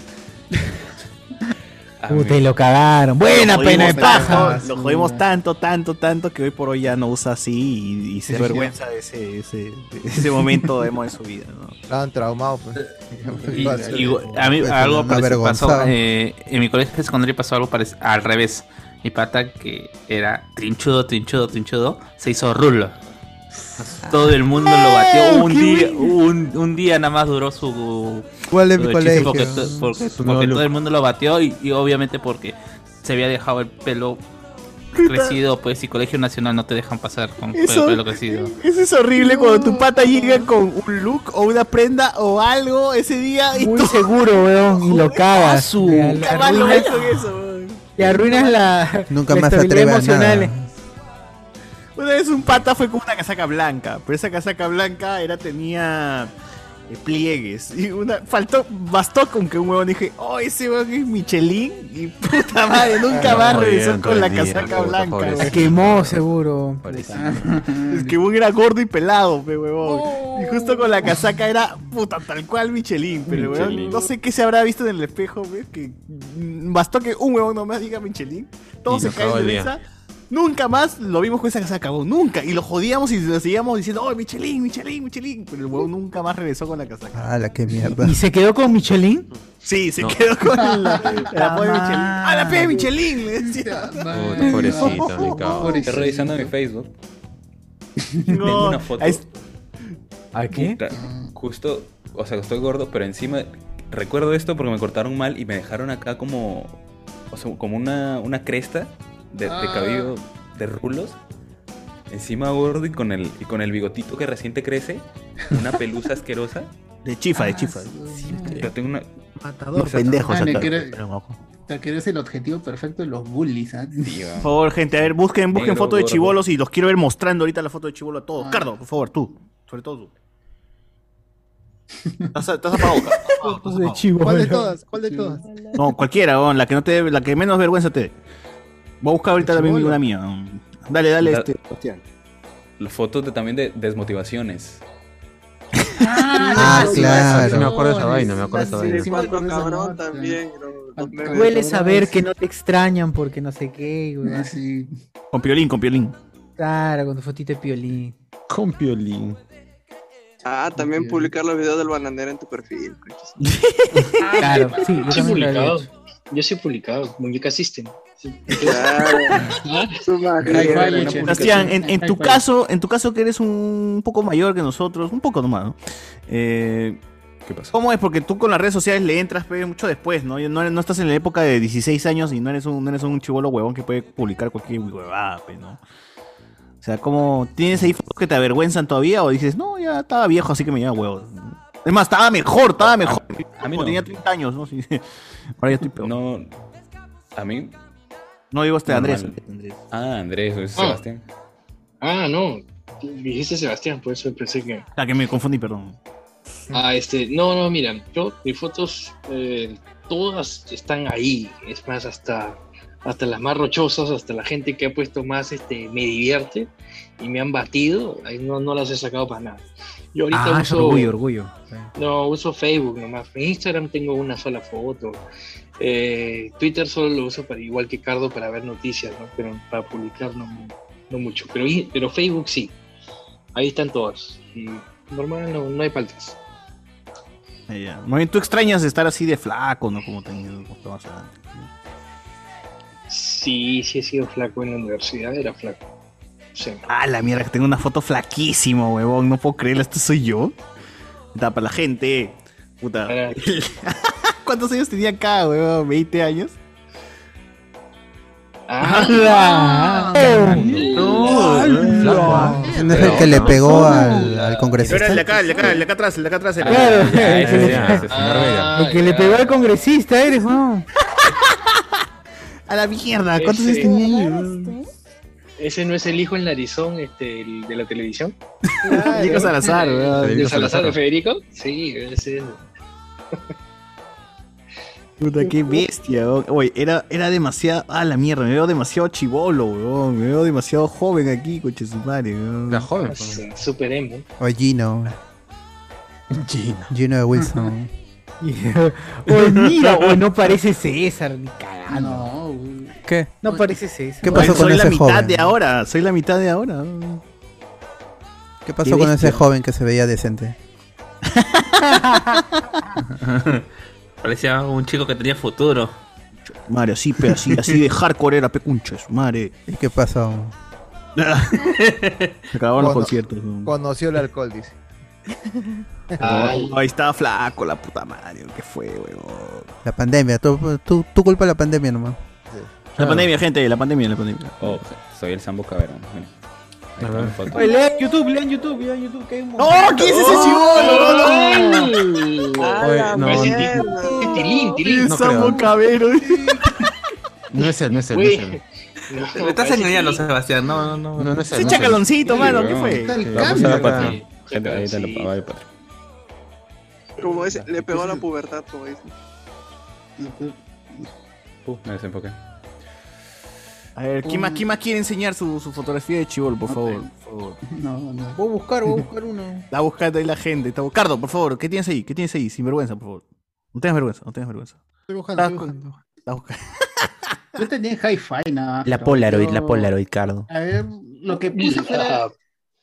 S25: Puta, y lo cagaron. Buena
S9: Ah, Lo
S25: pena de
S9: jodimos tanto,
S25: paja.
S9: Lo jodimos tanto, tanto, tanto que hoy por hoy ya no usa así y, y se avergüenza de ese, ese, de ese momento emo de su vida, ¿no?
S6: Estaban traumados. pues. eh,
S15: Y- y- a mí algo parecido pasó, eh, en mi colegio secundario pasó algo parec- al revés. Mi pata que era trinchudo, trinchudo, trinchudo, se hizo rulo. Todo el mundo lo batió. Un
S3: qué
S15: día, un, un día nada más duró su.
S3: ¿Cuál es
S15: su
S3: mi
S15: hechizo
S3: colegio?
S15: Porque, to- porque-
S3: Su
S15: porque
S3: Nolu.
S15: todo el mundo lo batió y, y obviamente porque se había dejado el pelo crecido. Pues, y colegio nacional no te dejan pasar con el
S9: Eso-
S15: pelo crecido.
S9: Eso es horrible cuando tu pata llega con un look o una prenda o algo ese día y
S25: Muy seguro, weón. Y lo cagas. Le- le
S9: Nunca más lo
S25: arruinas-
S9: ves con eso, weón.
S25: Le arruinas la.
S3: Nunca
S25: la
S3: más se
S25: Ah, estabilidad
S3: atreve a nada.
S25: emocional.
S9: Pues Una vez un pata fue con una casaca blanca, pero esa casaca blanca era tenía eh, pliegues. Y una, faltó, bastó con que un huevón dije, oh, ese huevón es Michelin. Y puta madre, nunca más regresó con la casaca blanca.
S25: Se
S9: güey.
S25: quemó seguro.
S9: Es que un era gordo y pelado, pe huevón. Y justo con la casaca era puta tal cual Michelin, pero
S48: Michelin.
S9: huevón. No sé qué se habrá visto en el espejo, pe, que mm, bastó que un huevón nomás diga Michelin. Todos
S48: Y
S9: se
S48: nos acabó
S9: caen
S48: el
S9: de
S48: día.
S9: risa. Nunca más lo vimos con esa casaca, huevón. Nunca. Y lo jodíamos y lo seguíamos diciendo, oh, Michelin, Michelin, Michelin. Pero el huevón nunca más regresó con la casaca.
S3: Ah, la que mierda.
S25: ¿Y se quedó con Michelin?
S48: pues.
S9: Sí, se quedó con la, la apoyo de Michelin. ¡Ah, la P de Michelin! Le decía.
S48: Puta, pobrecito, mi cabrón. Estoy
S9: Pobrecito.
S48: revisando mi Facebook.
S9: No,
S48: Tengo una foto.
S9: ahí es-
S48: ¿A qué? Justo, o sea, estoy gordo, pero encima recuerdo esto porque me cortaron mal y me dejaron acá como, o sea, como una, una cresta de, de
S24: Ah.
S48: cabello de rulos. Encima gordo y con el y con el bigotito que recién te crece, una pelusa asquerosa.
S9: De chifa, de chifa.
S48: Yo tengo una
S9: Este, Matador. Los pendejos
S24: Ah, le
S9: acá.
S24: quiere-
S9: Pero ojo.
S24: te quiero es el objetivo perfecto de los bullies, ¿ah?
S9: Por favor, gente, a ver, busquen, busquen
S24: Negro,
S9: fotos de
S24: gordo.
S9: chivolos y los quiero ver mostrando ahorita la foto de chivolo a
S7: Ah.
S9: todos. Cardo, por favor, tú. Sobre todo tú. Estás estás apagado, Cardo. Fotos
S25: de chivo.
S5: ¿Cuál de todas? ¿Cuál de todas?
S9: No, cualquiera, weón, la que no te, la que menos vergüenza te dé. Voy a buscar ahorita también
S48: Chibolo.
S9: una mía. weón. Dale, dale,
S48: La-
S9: este, Sebastián.
S48: las fotos de- también de desmotivaciones.
S3: Ah, claro.
S7: Me acuerdo de esa vaina, me acuerdo de esa vaina.
S24: Sí, me acuerdo de esa
S2: cabrón
S24: nota.
S2: también.
S25: Duele saber que
S7: Ah,
S25: no te extrañan porque no sé qué, güey.
S9: Con piolín, con piolín.
S25: Claro, con tu fotito de piolín.
S7: Con piolín.
S2: Ah, también publicar los videos del bananero en tu perfil.
S25: Claro, sí, yo
S10: Yo sí he
S25: también lo había
S10: publicado. Yo sí he publicado. Muñeca System. Sí.
S9: Ahí va, Leche. Sebastián, en, en tu
S10: Ahí va.
S9: caso, en tu caso que eres un poco mayor que nosotros, un poco nomás, ¿no? Eh, ¿Cómo es? Porque tú con las redes sociales le entras pe, mucho después, ¿no? ¿no? no estás en la época de 16 años y no eres un, no eres un chivolo huevón que puede publicar cualquier huevada, pe, ¿no? O sea, ¿cómo tienes ahí fotos que te avergüenzan todavía o dices, no, ya estaba viejo, así que me lleva huevos? Es más, estaba mejor, estaba mejor.
S48: a mí
S9: Cuando
S48: no.
S9: Tenía 30 años, ¿no? Sí. Ahora ya estoy peor.
S48: No, a mí.
S9: No digo este Andrés.
S48: Normal. Ah, Andrés, es
S10: Ah.
S48: Sebastián.
S10: Ah, no. Dijiste Sebastián, por eso pensé que.
S9: Ah, que me confundí, perdón.
S10: Ah, este. No, no, mira. Yo, mis fotos, eh, todas están ahí. Es más, hasta, hasta las más rochosas, hasta la gente que ha puesto más, este, me divierte y me han batido. Ahí no, no las he sacado para nada. Yo ahorita
S47: Ah, es
S10: uso.
S47: orgullo, orgullo.
S10: No, uso Facebook nomás. En Instagram tengo una sola foto. Eh, Twitter solo lo uso para igual que Cardo para ver noticias, ¿no? Pero para publicar no, mu- no mucho. Pero, i- pero Facebook sí. Ahí están todas. Y normal no, no hay faltas.
S9: Ah, ya. Más bien, tú extrañas estar así de flaco, ¿no? Como tenías como estabas antes.
S10: Sí, sí he sido flaco en la universidad, era flaco. Sí.
S9: Ah, la mierda, que tengo una foto flaquísimo, huevón. No puedo creerla, ¿esto soy yo? Está para la gente. Puta. ¿Cuántos años tenía acá, huevón? ¿20 años?
S10: ¡Hala!
S9: ¡No! Ah,
S3: Ese no es el ¿eh? que le pegó al, al
S9: Pero el de
S3: congresista.
S9: acá, el de acá, el de acá atrás, el de acá atrás. era.
S25: Claro, el que le-
S9: Ah,
S25: el que le pegó al congresista eres, ¿no?
S9: A la mierda,
S10: ¿cuántos años
S9: tenía
S10: ¿Ese no es el hijo en narizón este, el de la televisión?
S9: Federico Salazar, weón.
S10: ¿De
S9: Federico
S10: Salazar de
S9: Salazar.
S10: Federico? Sí, ese es.
S9: Puta, qué bestia, weón. Oye, era, era demasiado. Ah, la mierda, me veo demasiado chivolo, weón. Me veo demasiado joven aquí, coche su madre, weón. La joven,
S10: pues. Super emo.
S3: O Gino.
S9: Gino.
S3: Gino de Wilson.
S25: O mira, o no parece César, ni cagando.
S24: No,
S3: ¿Qué?
S25: No parece César.
S3: ¿Qué pasó
S9: Oye,
S3: con
S9: soy la
S3: ese
S9: mitad
S3: joven?
S9: de ahora, soy la mitad de ahora.
S3: ¿Qué pasó con ese joven que se veía decente?
S15: Parecía un chico que tenía futuro.
S9: Madre, así, pe, así, así de hardcore era pecuncho, su madre.
S3: ¿Y qué pasó?
S9: Se acabaron
S6: Cono-
S9: los conciertos. weón.
S6: Conoció el alcohol, dice.
S9: Ay, Ahí estaba flaco la puta madre, ¿qué fue, weón?
S3: La pandemia. Tu, tu, tu culpa la pandemia nomás.
S9: La pandemia, gente, la pandemia, la pandemia.
S48: Oh, soy el Sambo Caberón. mira. Ahí está mi foto.
S25: Oye, lean YouTube, lean YouTube, lean YouTube, que hay un
S9: ¡No! ¿Qué es ese
S25: chivolo?
S9: no,
S10: no,
S7: no.
S10: es Tilín, Tilín.
S7: No creo. Samu
S9: Cabero.
S7: No es él, no es él. No es él.
S15: Me estás engañando, Sebastián. No, no, no.
S7: No, no es él,
S9: Ese
S7: no es él.
S9: chacaloncito, mano, ¿qué
S7: weón.
S9: fue?
S7: Sí,
S9: Está el
S7: Vamos a la
S9: cambio,
S7: patria.
S9: weón.
S7: Gente, ahí está la ahí está la patria.
S17: Como dice, le pegó la pubertad, como dicen.
S57: Uh, me desenfoqué.
S9: A ver, ¿quién, más, quién más quiere enseñar su, su fotografía de Chibol, por favor? Por favor.
S5: No, no.
S1: Voy a buscar, voy a buscar uno.
S9: Está buscando ahí la gente. Está... bu- Cardo, por favor, ¿qué tienes ahí? ¿Qué tienes ahí? Sin vergüenza, por favor. No tengas vergüenza, no tengas vergüenza.
S5: Estoy buscando, estoy buscando. Yo tenía hi-fi nada.
S3: La
S5: pero
S3: Polaroid, la
S5: yo-
S3: Polaroid, Cardo.
S5: A ver, lo que puse fuera.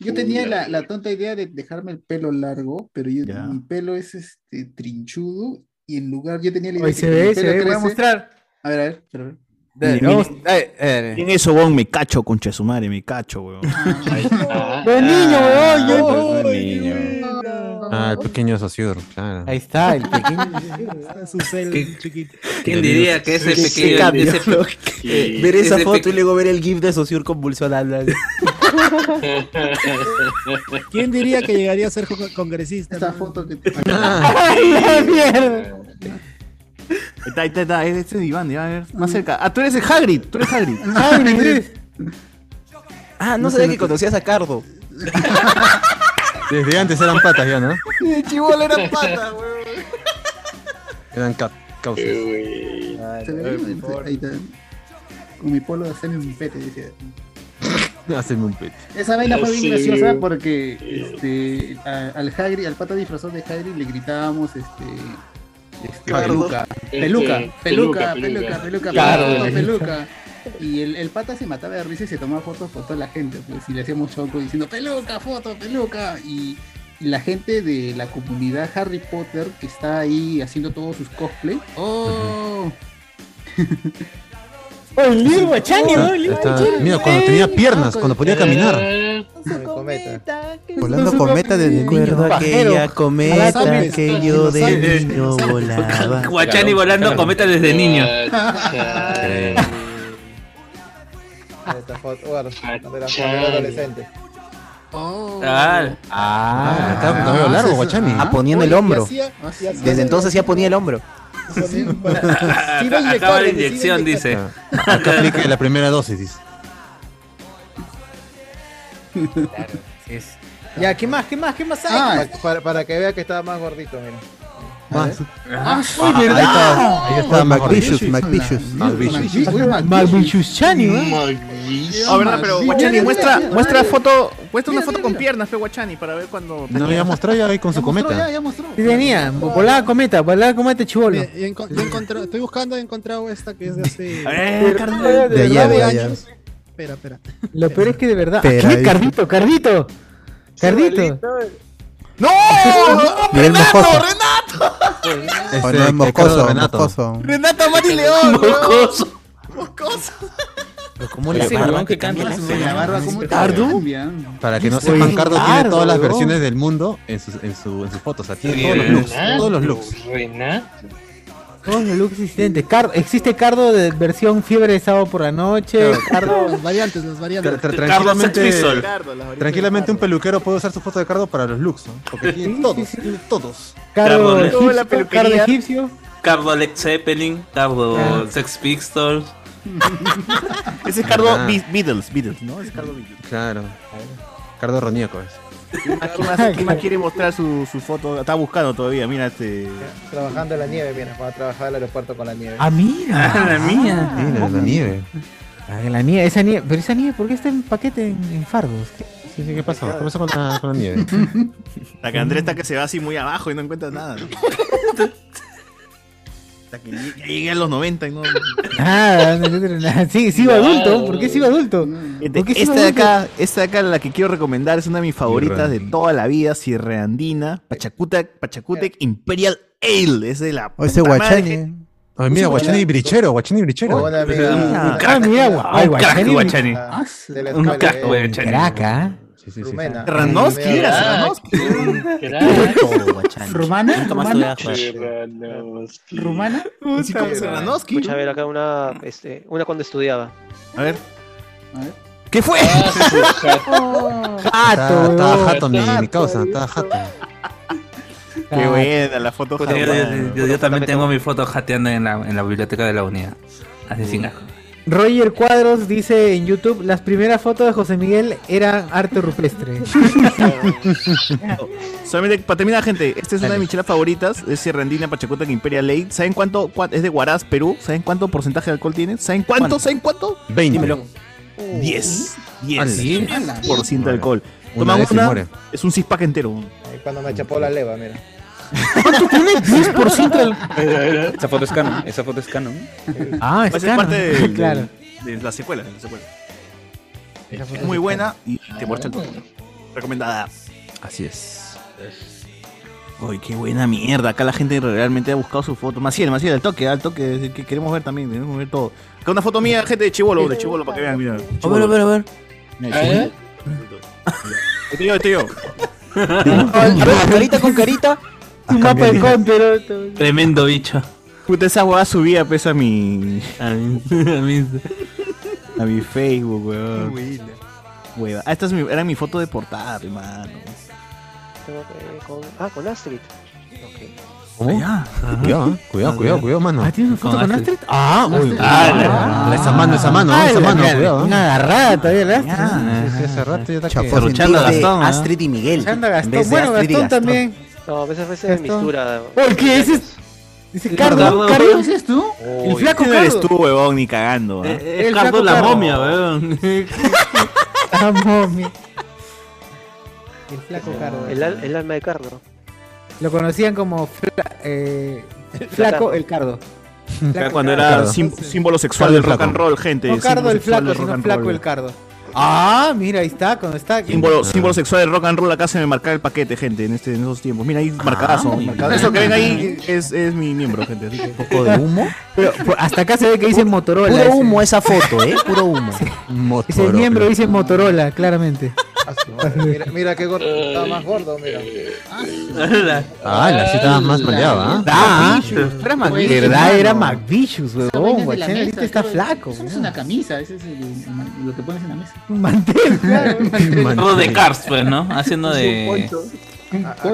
S5: Yo tenía la, la tonta idea de dejarme el pelo largo, pero yo, mi pelo es este trinchudo y en lugar yo tenía la idea
S1: Ahí
S5: de
S1: se
S5: que mi
S1: ve, se
S5: pelo
S1: ve, voy a
S5: crece.
S1: mostrar.
S5: A ver, a ver, pero a ver.
S9: Dale,
S5: Miren,
S9: vamos,
S5: miren.
S20: eh,
S9: dale, dale. En eso, weón, me cacho, concha de su madre, me cacho, weón.
S20: Ah,
S1: Buen niño, weón, yo-
S7: Ah, el pequeño Saussure, claro.
S1: Ahí está, el
S20: pequeño. su cel chiquito.
S3: ¿Quién diría que ese
S20: Sí,
S3: pequeño-
S20: sí,
S3: cambio,
S20: ese-
S3: ¿no?
S20: Sí.
S3: Ver esa
S20: Ese
S3: foto
S20: pe-
S3: y luego ver el GIF de Saussure convulsionando.
S20: ¿Quién diría que llegaría a ser jo- congresista? Esta
S5: foto que
S20: ¡Ay, mierda!
S9: Ahí Está, ahí está, ahí está, este es Iván, ya, a ver, más cerca. Ah, tú eres el Hagrid, tú eres Hagrid.
S5: Hagrid.
S3: Ah, no,
S9: No
S3: sabía
S9: se
S3: que
S9: nota.
S3: conocías a Cardo.
S7: Desde antes eran patas ya, ¿no?
S3: El chibolo era pata,
S7: Eran ca cauces.
S5: Se ve bien, ahí está. Con mi polo de hacerme un pete, dice.
S7: Haceme un pete.
S5: Esa vaina fue bien
S7: Sí.
S5: graciosa porque este, a- al Hagrid, al pata disfrazado de Hagrid le gritábamos este, este,
S9: Cardo.
S5: peluca,
S9: Este,
S5: peluca, peluca,
S9: peluca,
S5: peluca,
S9: peluca.
S5: peluca,
S9: Cardo.
S5: peluca, peluca. Y el, el pata se mataba de risa y se tomaba fotos con toda la gente, pues, y le hacíamos choco diciendo peluca, foto, peluca. Y, y la gente de la comunidad Harry Potter que está ahí haciendo todos sus cosplay. ¡Oh!
S1: ¡Oh, el Lil Guachani,
S7: Está-
S1: ¿no? El Lil
S7: está-
S1: Guachani.
S7: mira, cuando
S6: eh,
S7: tenía piernas, cuando podía
S15: eh,
S7: caminar.
S3: Volando cometa desde Recuerdo aquella cometa que yo de niño volaba.
S15: Guachani volando cometa desde niño.
S6: Esta foto, bueno, cuando era cuando era adolescente.
S3: Ah,
S7: Ah, está con cabello largo, Guachani.
S3: Ah, poniendo el
S7: Oye,
S3: hombro.
S7: y hacía- y hacía-
S3: Desde entonces ya ponía el hombro.
S15: Acaba la inyección, dice.
S7: Ah, Acá aplique la primera dosis, dice.
S6: Ya, ¿qué más? ¿Qué más? ¿Qué más
S1: hay?
S6: para, Ah, para- para que vea que estaba más gordito, mira.
S7: Más.
S6: Ah,
S1: sí, ¿verdad?
S6: Ahí está,
S1: Ah,
S6: ahí está
S1: Macvicious,
S6: Macvicious,
S1: Macvicious.
S6: Macvicious.
S1: Macvicious. Macvicious Chani, ¿eh?
S9: Ah, verdad, pero
S1: Sí,
S9: Guachani,
S1: mira,
S9: muestra,
S1: mira,
S9: muestra
S1: mira.
S9: foto, muestra una foto con piernas, fe Guachani, para ver cuando.
S7: No había mostrado ya ahí con su cometa.
S5: mostró.
S1: Sí tenía, volaba cometa, volaba cometa chivolo.
S20: Yo Eh, enco- yo encontré- estoy buscando, he encontrado esta que es de hace.
S1: A ver, Carlos. De
S20: verdad,
S1: ayer, de ayer.
S20: años. Espera, espera.
S1: Lo peor es que de verdad.
S20: Pero
S1: ¿Qué?
S20: ahí-
S1: Cardito, Cardito. Cardito.
S9: ¡No!
S1: Miguel Moscoso.
S58: O
S7: Este,
S58: no, es mocoso,
S7: Ricardo Renato.
S58: mocoso.
S9: Renato Mati León. Mocoso. Mocoso.
S3: ¿Cómo
S7: la barba
S3: que
S7: cambia
S3: la
S5: La barba como
S7: Cardo. Para que no sepan, Cardo tiene todas las versiones del mundo en sus, en su, en sus fotos. O sea, tiene todos los looks. Todos los looks.
S1: Todos los looks existentes. Car- existe Cardo de versión fiebre de sábado por la noche. Cardo.
S20: Las variantes, las variantes.
S7: Tra- tra- tranquilamente, tranquilamente un peluquero puede usar su foto de Cardo para los looks, ¿no? Porque tiene todos, tiene todos.
S1: Cardo,
S15: Cardo,
S1: egipcio,
S15: la peluquería.
S1: Cardo egipcio.
S15: Cardo Alex Zeppelin,
S9: Ah.
S15: Cardo Sex Pistols.
S9: Ese es Cardo
S7: Ah.
S9: Be- Beatles, Beatles, ¿no? Ese es Cardo Beatles.
S7: Claro. Cardo Roníaco es.
S9: ¿Quién más- quién más, quién más quiere mostrar su, su foto? Está buscando todavía, mira este.
S6: Trabajando en la nieve, mira, cuando trabajaba en el aeropuerto con la nieve.
S1: Ah, mira.
S6: Ah, la mía.
S7: Mira, la nieve.
S1: Ah, La nieve, esa nieve. Pero esa nieve, ¿por qué está en paquete en, en fardos? ¿Qué-
S7: Sí, sí, ¿qué pasó? ¿Qué pasó con la, con la nieve?
S9: La que Andrés está que se va así muy abajo y no encuentra nada. ¿no? Hasta que lle- ya llegué a los 90 y no.
S1: Nada, Ah, no encuentro nada. Sí, sigo adulto. ¿Por qué sigo adulto? ¿Por qué sigo
S9: Este, Esta de
S1: adulto?
S9: acá, esta de acá, la que quiero recomendar, es una de mis favoritas de toda la vida, Sierreandina, Pachacutec, Pachacutec Imperial Ale. Es de la
S58: O ese
S9: puta madre
S58: Guachani.
S9: que-
S7: Ay, mira,
S9: Sí,
S7: Guachani
S9: bueno.
S7: y Brichero, Guachani y Brichero.
S58: Hola, amiga.
S7: Ah,
S58: Un crack.
S1: mira, gua- ay,
S7: Un crack,
S1: Guachani.
S7: Guachani.
S1: Ah,
S6: de la
S1: Un
S6: escuela,
S1: crack,
S6: eh,
S1: Guachani. Crack, ¿ah?
S7: Sí, sí, sí.
S6: Rumena.
S7: Ranowski
S6: Rumena.
S7: era,
S5: ¿Rumana?
S3: oh, Nunca más
S5: ¿Rumana?
S3: te voy a jugar.
S5: ¿Rumana?
S9: Así como Serranovsky.
S8: Escucha, a ver, acá una, este, una cuando estudiaba. Ah,
S9: A ver. Ah.
S8: ¿Qué fue?
S7: Estaba estaba
S8: weón.
S7: jato mi, mi causa, estaba jato.
S9: Qué buena la foto.
S15: Ah. Puta, yo, yo-
S9: japonesa.
S15: yo- yo también tengo mi foto jateando en la, en la biblioteca de la unidad. Hace cinco años.
S1: Roger Cuadros dice en YouTube, las primeras fotos de José Miguel eran arte rupestre.
S9: Solamente para terminar, gente, esta es una de mis chelas favoritas. Es Sierrandina Pachacota que Imperial Late. ¿Saben cuánto? cua- Es de Huaraz, Perú. ¿Saben cuánto porcentaje de alcohol tiene? ¿Saben cuánto?
S59: ¿Cuánto?
S9: ¿Saben cuánto?
S59: 20.
S9: Dímelo. 10.
S59: Ala.
S9: 10.
S59: Ala.
S9: Por ciento de alcohol.
S59: Una
S9: Toma
S59: vez y
S9: una.
S59: muere.
S9: Es un six pack entero.
S6: Ahí Cuando me chapó la leva, mira.
S48: Esa foto es canon. Esa foto es canon.
S1: Ah, es
S9: Va a ser Pues
S1: canon.
S9: parte de,
S1: Claro.
S9: de, de la secuela. de la secuela. Es muy buena y te muestra el todo. Recomendada. Así es. Uy, qué buena mierda. Acá la gente realmente ha buscado su foto. Maciel, Maciel, al toque, al toque. Que queremos ver también, queremos ver todo. Acá una foto mía, gente de Chivolo, de Chivolo, para que vean, mira.
S3: A ver, a ver, a ver.
S9: ¿Eh? Este yo, este yo.
S3: Carita con carita.
S1: Un mapa de cómpero.
S9: Tremendo bicho. Puta, esa hueá subía pesa a mi. A mi. A mi, Facebook, weón. Hueva. Ah, esta es mi, era mi foto de portada, hermano.
S8: Tengo que- eh, con- ah, con Astrid.
S7: ¿Cómo? Cuidado, ¿eh? cuidado, cuidado, cuidado, mano. Ah,
S1: ¿tienes una
S7: foto con
S1: Astrid?
S7: Ah, uy.
S1: Ah,
S7: Ah, esa mano, esa mano,
S1: Ah,
S7: esa
S1: la-
S7: mano,
S1: la-
S7: cuidado. eh. Ah.
S1: Una agarrada todavía, la Astrid.
S7: Sí, sí, hace rato ya está
S3: Ah. Chapo,
S7: que...
S3: Pero Charla Gastón, ¿eh? Astrid y Miguel.
S1: Chanda Gastón.
S3: En vez de
S1: Bueno,
S3: Astrid y
S1: Gastón
S3: Gastón.
S1: también.
S8: No, a veces, a veces
S1: Gastón.
S8: mistura.
S1: ¿Por qué? Ese es- Dice Cardo.
S8: Cardo,
S1: Cardo.
S5: dices tú?
S1: El flaco
S9: ¿Quién eres
S1: Cardo.
S9: tú, huevón? Ni cagando. ¿ah?
S1: Eh, eh, El Cardo flaco la Cardo. momia,
S9: weón.
S1: La momia. El
S8: flaco
S1: Cardo.
S8: El, al- el alma de Cardo.
S1: Lo conocían como fla- eh, Flaco el Cardo. Flaco
S9: Cuando
S1: el
S9: era
S1: Cardo.
S9: sim- símbolo sexual
S1: Cardo
S9: del
S1: el
S9: rock
S1: flaco.
S9: and roll, gente.
S1: No Cardo
S9: símbolo
S1: el
S9: sexual
S1: flaco,
S9: del rock
S1: sino
S9: and
S1: Flaco
S9: roll. Ah.
S1: el Cardo. Ah, mira, ahí está, cuando está.
S9: Símbolo, símbolo sexual del rock and roll, acá se me marcaba el paquete, gente, en, este, en esos tiempos. Mira ahí, marcadazo.
S1: muy
S9: marcadazo. Eso
S1: bien.
S9: que ven ahí es, es mi miembro, gente. Ah, Un poco
S1: de humo. Pero, pues, hasta acá se ve que dice Motorola.
S3: Puro
S1: ese.
S3: humo esa foto, ¿eh? Puro humo.
S1: Ese miembro dice Motorola, claramente.
S3: Ah,
S6: Mira, mira qué gordo. Estaba más gordo, mira.
S7: Ah, la cita más maleada, ¿ah?
S1: Ah,
S7: Sí,
S1: pero era
S5: Pues,
S1: McVicious. verdad,
S5: hermano.
S1: era McVicious,
S5: Esa vaina es
S1: weón.
S5: de la
S1: Guachán,
S5: mesa,
S1: ahorita está
S5: creo.
S1: flaco.
S5: Eso no es una camisa, eso es el- el- lo que pones en la mesa.
S3: Ah,
S1: Un mantel, claro.
S15: Todo de Cars, pues, ¿no? Haciendo de.
S3: ah,
S1: O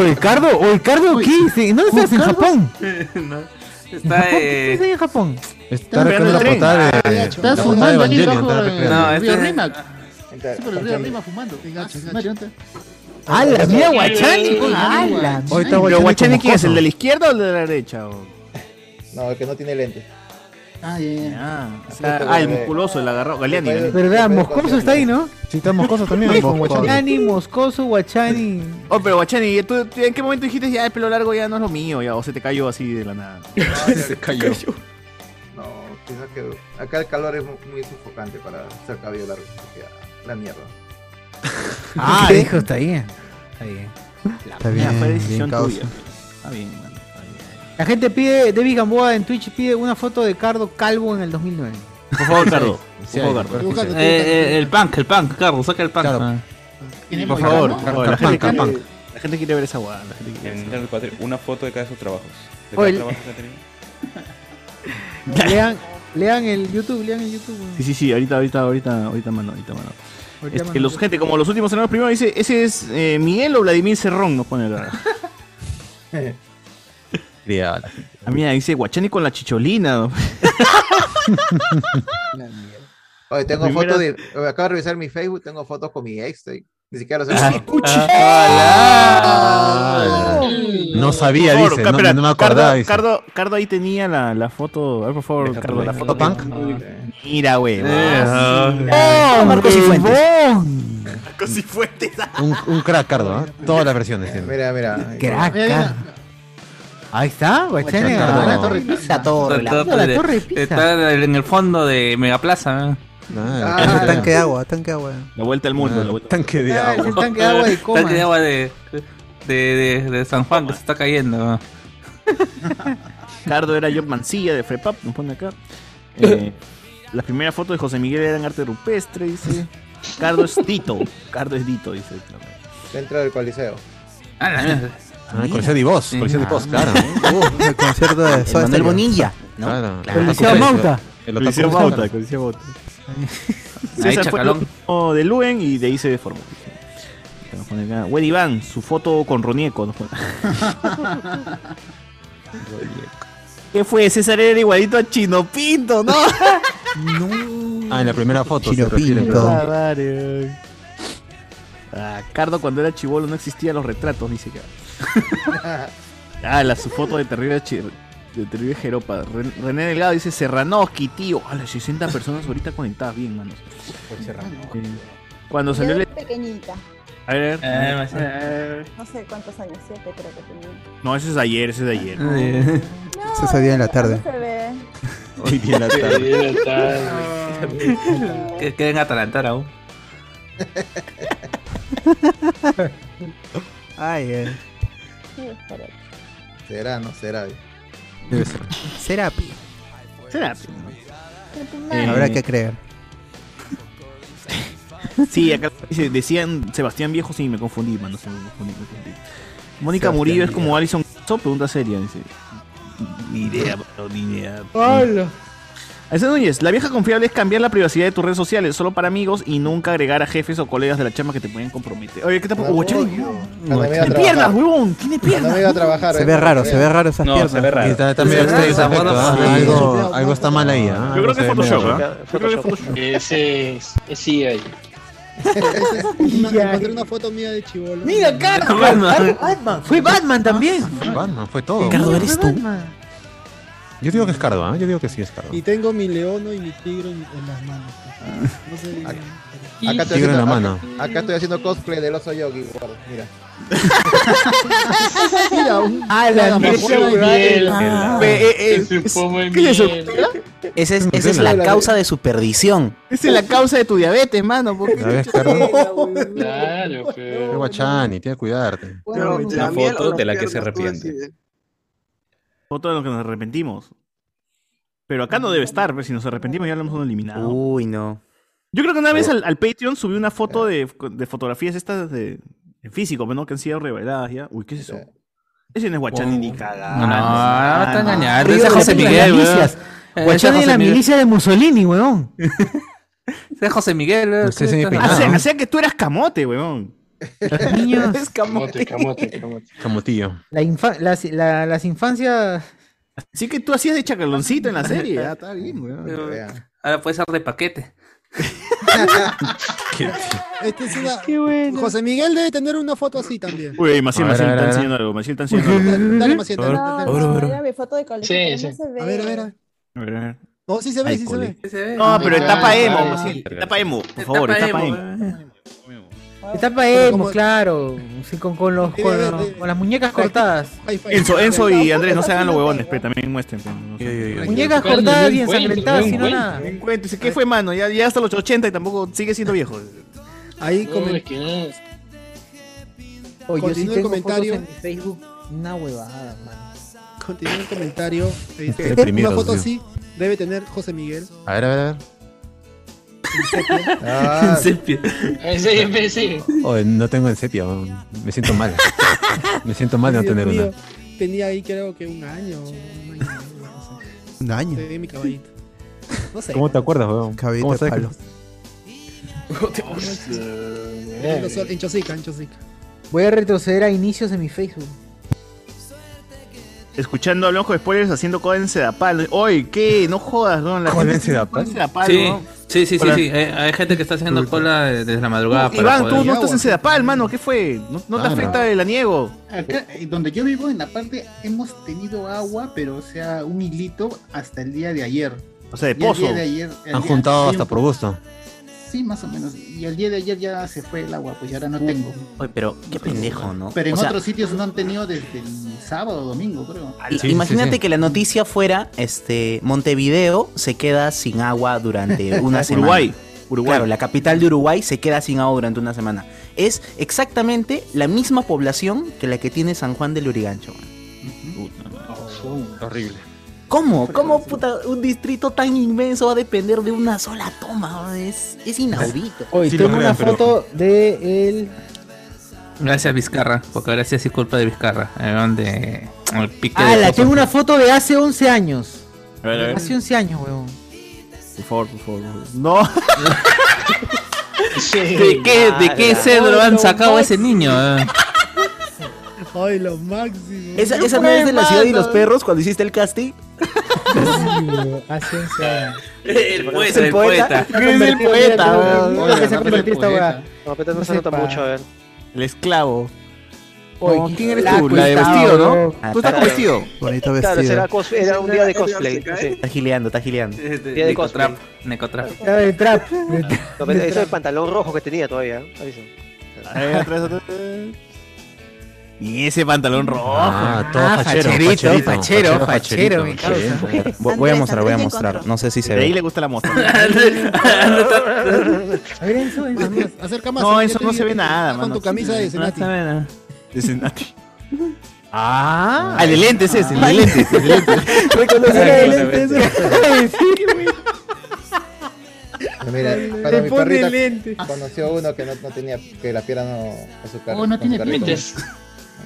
S1: el Cardo, o el Cardo, ¿qué? Sí, ¿Dónde estás? ¿En Japón?
S15: No, Está
S1: ¿Qué
S15: eh,
S1: estás en Japón? Ah,
S7: Está recreando la portada de...
S5: Estás
S7: la portada de
S5: Ah, fumando aquí
S7: Evangelion,
S5: bajo
S7: está
S5: el
S7: recreando.
S15: No,
S5: río
S15: este-
S5: Rímac. Sí, por el río Rímac fumando. Ah, su madre, ¿dónde está?
S1: ¡Ah, la mía, Guachani! ¡Ah, la
S5: Guachani.
S1: mía!
S5: Ahorita
S9: Pero
S5: Guachani
S9: Guachani,
S5: como
S9: ¿quién es? ¿El
S5: coso.
S9: de la izquierda o el de la derecha? o?
S6: No, el que no tiene lente.
S5: Ah, ya, ya, ya.
S9: Ah, ah, el musculoso, el agarrado. Galeani. Galeani.
S1: ¿Verdad? Moscoso está ahí, ¿no?
S7: Sí, está moscoso también. con Guachani.
S1: Guachani, Moscoso, Guachani.
S9: Oh, pero Guachani, ¿tú, tú en qué momento dijiste ya el pelo largo ya no es lo mío? Ya, o se te cayó así de la nada.
S6: se
S9: cayó.
S6: No, pienso que acá el calor es mu- muy sofocante para hacer cabello largo. así que, ah, La mierda.
S1: Ah, dijo, está bien. Está bien.
S7: Está bien,
S9: fue
S7: bien
S9: decisión
S7: causa.
S9: tuya. Está bien, mano.
S1: La gente pide, David Gamboa en Twitch pide una foto de Cardo calvo en el 2009.
S15: Por favor, Cardo.
S9: Sí,
S15: por favor,
S9: sí,
S15: Cardo.
S9: sí, sí.
S15: Eh, eh, el punk, el punk, Cardo, saca el punk. Ah.
S9: Por favor, por favor, la gente, quiere, la gente quiere ver esa guada. La gente quiere ver
S48: En
S9: esa
S48: Channel 4, una foto de cada de sus trabajos. ¿De
S1: Oye,
S48: cada trabajo que ha tenido?
S1: Lean, lean el YouTube, lean el YouTube. weón.
S9: Sí, sí, sí, ahorita, ahorita, ahorita, ahorita, mano, ahorita, mano.
S1: Ahorita
S9: Este,
S1: mando.
S9: los, gente, como los últimos eran los primeros, dice, ese es eh, Miguel o Vladimir Cerrón, nos pone acá.
S7: Criada la gente.
S9: Ah, mira, dice Guachani con la chicholina.
S6: Oye, tengo
S9: La primera-
S6: fotos de. oye, Acabo de revisar mi Facebook, tengo fotos con mi ex. de- Ni siquiera los
S7: Ah,
S6: he
S7: ah, No sabía,
S9: Por favor,
S7: dice.
S9: Ca-
S7: No,
S9: espera,
S7: no me acordaba,
S9: Cardo,
S7: dice.
S9: Cardo, Cardo ahí tenía la, la foto. A ver, por favor, Cardo, la foto. ¿Punk? Mira, güey.
S7: Eh,
S9: Oh,
S7: Ah, Marcos y Fuentes.
S9: Marcos y Fuentes.
S7: Un, un crack, Cardo, ¿ah? Todas las versiones tiene.
S6: Mira, mira.
S1: Crack,
S6: Mira,
S1: Cardo. Ahí está, Guachani.
S7: Guachani,
S1: agarró
S7: Cardo.
S1: la torre.
S3: La torre, la
S1: Mira, la torre de
S15: Está-
S1: pizza.
S15: Está en el fondo de Megaplaza.
S7: Ah,
S3: Ah, Tanque de agua, tanque de agua.
S9: La vuelta al mundo. la vuelta.
S7: Tanque de
S1: Ah,
S7: agua.
S1: es el tanque de agua de coma.
S15: Tanque de agua de, de, de- de San Juan que se está cayendo.
S9: Cardo era Job Mancilla de Frepap, nos pone acá. Eh, la primera foto de José Miguel era en arte rupestre, dice. Cardo es Dito. Cardo es Dito, dice.
S6: Dentro del Coliseo.
S15: Ah, la mierda.
S7: Ah, el Coliseo de Voz, Coliseo de
S9: Ah.
S7: Voz, claro. Uh,
S3: El concierto de Soda
S7: Manuel
S3: Stereo. Bonilla, ¿no?
S7: Claro.
S3: Claro.
S9: Coliseo
S7: Otaku
S9: Mauta.
S7: Fest, el Otaku
S9: Coliseo
S7: Fest.
S9: Mauta, Coliseo Mauta. César fue el
S15: chacalón.
S9: último de Luen y de ahí se deformó. Nos pone acá, Buen Iván, su foto con Ronieco. nos pone. ¿Qué fue? César era igualito a Chino Pinto, ¿no?
S7: Ah, en la primera foto. se
S3: Chino
S7: refiere,
S3: Pinto.
S7: perdón.
S9: Ah, vale, ay. Ah, Cardo cuando era chivolo no existían los retratos, dice que. ah, la su foto de terrible chi- de terrible jeropa. Ren- René Delgado dice Serranoski, tío. A las 60 personas ahorita conectadas bien, manos. Eh, Cuando
S17: Yo
S9: salió
S17: era
S9: el...
S17: pequeñita.
S9: A ver.
S17: Eh,
S9: a ver.
S17: No sé cuántos años, siete creo que tenía.
S9: No, ese es de ayer, ese es de ayer.
S7: Eh,
S3: Eso se dio en la tarde.
S17: Se ve.
S9: Hoy día en la tarde.
S15: Que queden atalantar aún.
S3: Ay, eh,
S60: Será, no será.
S3: debe ser. Será. pi.
S9: Será.
S3: Eh, Habrá que creer.
S9: Sí, acá dice, decían Sebastián Viejo, sí, me confundí, mano. sí, me confundí, me confundí. Mónica
S29: Sebastián
S9: Murillo es
S29: Viejo.
S9: como Alison Caso, pregunta seria, dice. Ni idea, mano, ni idea.
S25: Hola.
S9: Ese Núñez, la vieja confiable es cambiar la privacidad de tus redes sociales solo para amigos y nunca agregar a jefes o colegas de la chamba que te pueden comprometer. Oye, ¿qué te
S60: Huevón,
S25: Oh,
S9: pongo?
S60: Cuando me iba a
S9: Tiene
S60: trabajar.
S9: piernas, huevón, tiene
S60: Cuando
S9: piernas.
S60: me iba a trabajar,
S3: Se ve raro, se ve raro esas
S7: No,
S3: piernas.
S7: se ve raro. Está- está medio extraño ese aspecto, ¿ah? Algo- algo está mal ahí, ¿ah? Yo creo que es Photoshop, ¿ah?
S10: Yo creo que Photoshop. Ese es. es sí, ahí.
S5: Una- encontré una foto mía de chivolo.
S25: Mira, Cardo. Batman. Fue Batman también.
S7: Batman, fue
S3: Oh.
S7: todo.
S25: Fue Batman.
S7: Yo digo que es Cardo, ¿ah? Yo digo que sí es Cardo.
S5: Y tengo mi leono y mi tigre en, en las manos. No sé.
S60: Acá estoy
S7: Tigre Ah. en la
S60: haciendo-
S7: mano.
S60: Acá, acá estoy haciendo cosplay del oso yogi, guarda, mira.
S5: Mira, un-
S25: Ah,
S5: la
S20: Misión Miguel. Ah. Ve,
S10: E
S20: eh, eh, es- ¿qué es eso?
S10: ¿eh?
S20: Esa es, esa es la causa de su perdición.
S9: Esa es la causa de tu diabetes, mano. ¿por qué?
S7: ¿La ves, Cardo?
S10: Claro, pero.
S7: Qué guachani, tienes que cuidarte.
S10: Bueno,
S48: la foto de la que se arrepiente.
S9: Foto de lo que nos arrepentimos. Pero acá no debe estar, pero si nos arrepentimos ya lo hemos eliminado.
S20: Uy, no.
S9: Yo creo que una vez al, al Patreon subí una foto de, de fotografías estas de, en físico, pero ¿no? Que han sido reveladas ya. Uy, ¿qué es eso? Ese no es Guachani ni cagada.
S15: No, no,
S25: Ah,
S15: está engañado.
S9: Río
S15: Ese es
S9: de
S15: José
S9: las
S15: Miguel, weón.
S9: milicias.
S15: Ese es
S25: Guachani de
S15: José
S25: la
S15: Miguel.
S25: milicia de Mussolini, weón.
S15: Ese es José Miguel, weón.
S7: Usted se
S15: ¿Qué
S7: me
S15: estás-
S7: peinado,
S15: Ah,
S9: O sea,
S15: sí,
S9: o sea que tú eras camote, weón.
S25: Niños.
S9: Es camote. Camote, camote,
S7: Camotillo.
S25: La infa- las, la- las infancias.
S9: Así que tú hacías de chacaloncito en la serie. Ah, está bien, weón.
S15: Ahora puede ser de paquete.
S5: Este es una- José Miguel debe tener una foto así también.
S9: Uy, Maciel, Maciel,
S7: A ver, a ver, a
S9: está
S7: ver.
S9: enseñando algo. Maciel, está enseñando algo.
S5: Dale, Maciel, dale,
S9: A
S5: dale.
S9: ver, a ver,
S17: Era mi foto de colegio.
S10: Sí,
S17: pero
S10: sí.
S17: No se ve.
S5: A ver, a ver. a ver.
S9: a ver, a ver.
S5: No, sí se ve,
S9: Ay,
S5: sí se
S9: cole.
S5: ve.
S9: No, pero etapa
S5: Ay,
S9: emo,
S5: ay.
S9: Maciel. Etapa emo, por favor,
S15: Etapa
S9: etapa
S15: emo,
S9: emo.
S25: Etapa emo, claro. Sí, con, con, los, con, los- con las muñecas cortadas.
S9: Enzo, Enzo y Andrés, no se hagan los huevones, pero también muestren. pues, no sé.
S25: Muñecas cortadas y ensangrentadas, si no
S5: Ah,
S25: nada.
S9: No encuentro. Dice, ¿Qué fue, mano? Ya, ya hasta los 80 y tampoco sigue siendo viejo.
S5: Ahí
S10: No,
S5: comen-
S10: es que nada.
S25: Oye, yo sí
S5: Continúa el
S25: tengo
S5: comentario.
S25: fotos en mi Facebook. Una huevada, man.
S5: Continúa el comentario. Este,
S7: deprimido,
S5: una foto
S7: tío.
S5: así debe tener José Miguel.
S7: A ver, a ver, a ver.
S60: Ah,
S10: Eh, Sí, sí, sí.
S7: Oye, no tengo en sepia, weón. me siento mal. Me siento mal de no
S5: Dios
S7: tener
S5: mío,
S7: una.
S5: Tenía ahí creo que un año. Un año, no sé.
S3: Un año.
S5: Se ve mi caballito. No sé.
S7: ¿Cómo te acuerdas, weón?
S3: Cabellito
S7: ¿Cómo
S3: de
S7: sabes que-
S3: palo.
S5: En los- En Chosica, en Chosica.
S25: Voy a retroceder a inicios de mi Facebook.
S9: Escuchando a Lonjo de Spoilers haciendo coda en Sedapal. Oye, ¿qué? No jodas, ¿no? La
S7: ¿Coda en
S9: gente-
S7: Sedapal?
S9: coda en Sedapal,
S15: Sí,
S9: weón.
S15: sí, sí, sí,
S9: Hola.
S15: sí. Hay, hay gente que está haciendo cola desde la madrugada. para
S9: Iván, tú
S15: poder-
S9: no estás en Sedapal, mano. ¿Qué fue? No, no te
S15: Claro.
S9: afecta el aniego.
S24: Acá, eh, donde yo vivo, en la parte, hemos tenido agua, pero o sea, un hilito hasta el día de ayer.
S7: O sea, de
S24: Y el
S7: pozo.
S24: día de ayer- el
S7: Han
S24: día-
S7: juntado
S24: hay un
S7: hasta por gusto.
S24: Sí, más o menos. Y el día de ayer ya se fue el agua, pues y ahora no tengo.
S20: Oye, pero qué pendejo, ¿no?
S24: Pero en
S20: O sea,
S24: otros sitios no han tenido desde el sábado o domingo, creo.
S20: i-
S24: Sí,
S20: imagínate
S24: sí, sí.
S20: que la noticia fuera, este, Montevideo se queda sin agua durante una semana.
S9: Uruguay, Uruguay.
S20: Claro, la capital de Uruguay se queda sin agua durante una semana. Es exactamente la misma población que la que tiene San Juan del Urigancho.
S48: Horrible.
S20: ¿Cómo? ¿Cómo puta, un distrito tan inmenso va a depender de una sola toma? Es, es inaudito.
S25: Hoy
S15: Sí, lo
S25: tengo
S15: creo,
S25: una
S15: pero-
S25: foto de él.
S15: Gracias, Vizcarra. Porque ahora sí es culpa de Vizcarra. eh, Donde. El pique
S25: Ah,
S15: de
S25: la
S15: cosas.
S25: tengo una foto de hace 11 años.
S9: A ver, a ver.
S25: Hace 11 años, weón.
S9: Por favor, por favor. por favor. No.
S15: ¿De qué, de qué cedro han sacado a ese niño? eh?
S5: Ay, lo máximo.
S20: ¿Esa, esa no es de la ciudad y los perros cuando hiciste el casting?
S9: Ah,
S1: Ascenso.
S15: El
S1: poeta, el poeta.
S9: Es el poeta, weón.
S1: Lo que se ha
S9: Oye,
S1: convertido esta
S9: el
S1: weá.
S8: No, pero no se
S1: sé
S8: nota
S1: pa-
S8: mucho, a ver.
S9: El esclavo.
S8: Oye,
S9: No,
S8: qué
S9: ¿Quién eres
S8: flaco
S9: tú? La Ah, de
S8: estaba,
S9: vestido,
S8: weón.
S9: ¿no? Tú estás con
S8: Claro.
S9: vestido.
S3: Bonito
S8: Claro,
S3: vestido.
S8: será cos- era un día de cosplay. sí.
S3: Está gileando, está gileando.
S8: Día de cosplay.
S15: Necotrap.
S1: Era de trap.
S8: No, pero eso es el pantalón rojo que tenía todavía. ¿eh? Avisa.
S9: Y ese pantalón rojo.
S3: Ah,
S9: todo fachero, facherito, fachero, fachero, mi
S3: facherito.
S9: causa.
S3: Vo- Voy a mostrar, voy a mostrar. No sé si se
S9: De ahí le
S3: ve.
S9: gusta la moto.
S5: A ver, Enzo, Enzo. Acerca más.
S9: No,
S5: Enzo,
S9: eso
S5: que
S9: no
S5: te-
S9: se ve
S5: que
S9: nada,
S5: estás Con
S9: mano.
S5: tu camisa de Senati.
S9: No se ve nada. De Senati. Ah,
S5: Ah.
S9: el de lentes es, el de lentes, el de lentes.
S5: Reconocer
S9: Ah,
S5: el de
S9: claramente.
S6: Mira,
S61: Te
S6: cuando mi
S61: pone
S6: perrita
S61: lentes.
S6: conoció uno que no, no tenía, que la pierna no, su
S61: Oh, no tiene
S10: Esta es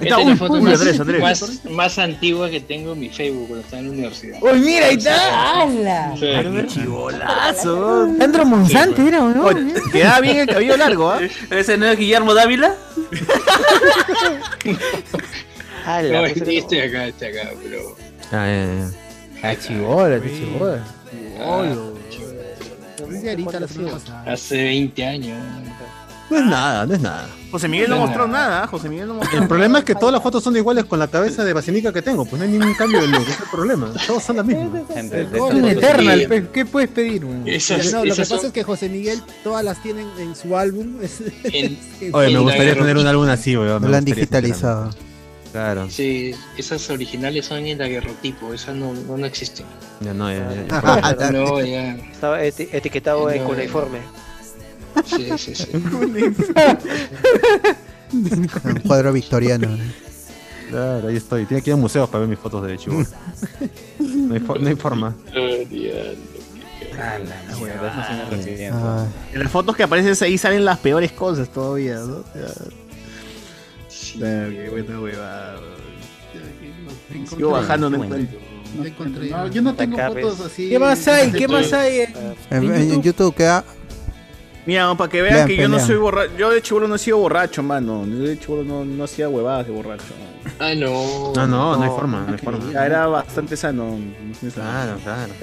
S6: Está-
S10: la
S6: uy,
S10: foto
S6: uy,
S10: más,
S6: Andrés, Andrés.
S10: más- más antigua que tengo en mi Facebook cuando estaba en la universidad.
S1: Uy, mira, ahí está. ¡Hala!
S10: Sí.
S15: Chivolazo.
S1: Sandro Monzante era, ¿no?
S9: Queda bien el cabello largo, ¿ah?
S15: ¿Ese no es Guillermo Dávila?
S10: No,
S1: pues,
S10: estoy, estoy acá, estoy acá, pero.
S7: Ah, ya,
S1: Ah, chivola, qué chivola.
S10: ah,
S5: Dice Arita la semana pasada.
S10: Hace 20 años.
S7: No es nada, no es nada.
S9: José Miguel no mostró nada, ¿ah? José Miguel no mostró
S7: El problema es que todas las fotos son iguales con la cabeza de Basinica que tengo, pues no hay ningún cambio de look, ese es el problema. Todas son las mismas.
S5: Es un Eternal, pe-
S1: ¿qué puedes pedir? weón?
S5: Ya, no, lo que pasa es que José Miguel todas las tienen en su álbum. Es- es-
S7: Oye, me
S10: Sí,
S7: gustaría
S10: claro.
S7: tener un álbum así, weón. me
S10: Lo han
S7: gustaría,
S10: digitalizado.
S7: sinceramente. Claro.
S10: Sí, esas originales son en daguerrotipo, esas no, no, no existen.
S7: Ya no, ya, ya, ya.
S10: No, eh, ya.
S8: Estaba eti- etiquetado en
S10: No.
S8: cuneiforme.
S10: Sí, sí, sí.
S3: Un cuadro victoriano.
S7: Claro, ahí estoy. Tiene que ir a museos para ver mis fotos de chivo. No hay, fo- no hay forma.
S9: Ah. En las fotos que apareces ahí salen las peores cosas todavía, ¿no? Sigo bajando, no encuentro.
S62: No encontré. No, yo no tengo
S9: Acabes.
S62: fotos así. eh,
S1: ¿Qué más hay? ¿Qué más hay?
S63: En,
S9: ¿En
S63: en YouTube queda.
S9: Mira, para que vean
S63: Vean,
S9: que yo no
S63: pelean.
S9: soy borracho. Yo de chivolo no he sido borracho, mano. Yo de chivolo no, no hacía huevadas de borracho.
S10: Ah, no.
S7: No, no, no hay forma, no hay forma.
S9: Ya era bastante sano. Claro,
S7: claro.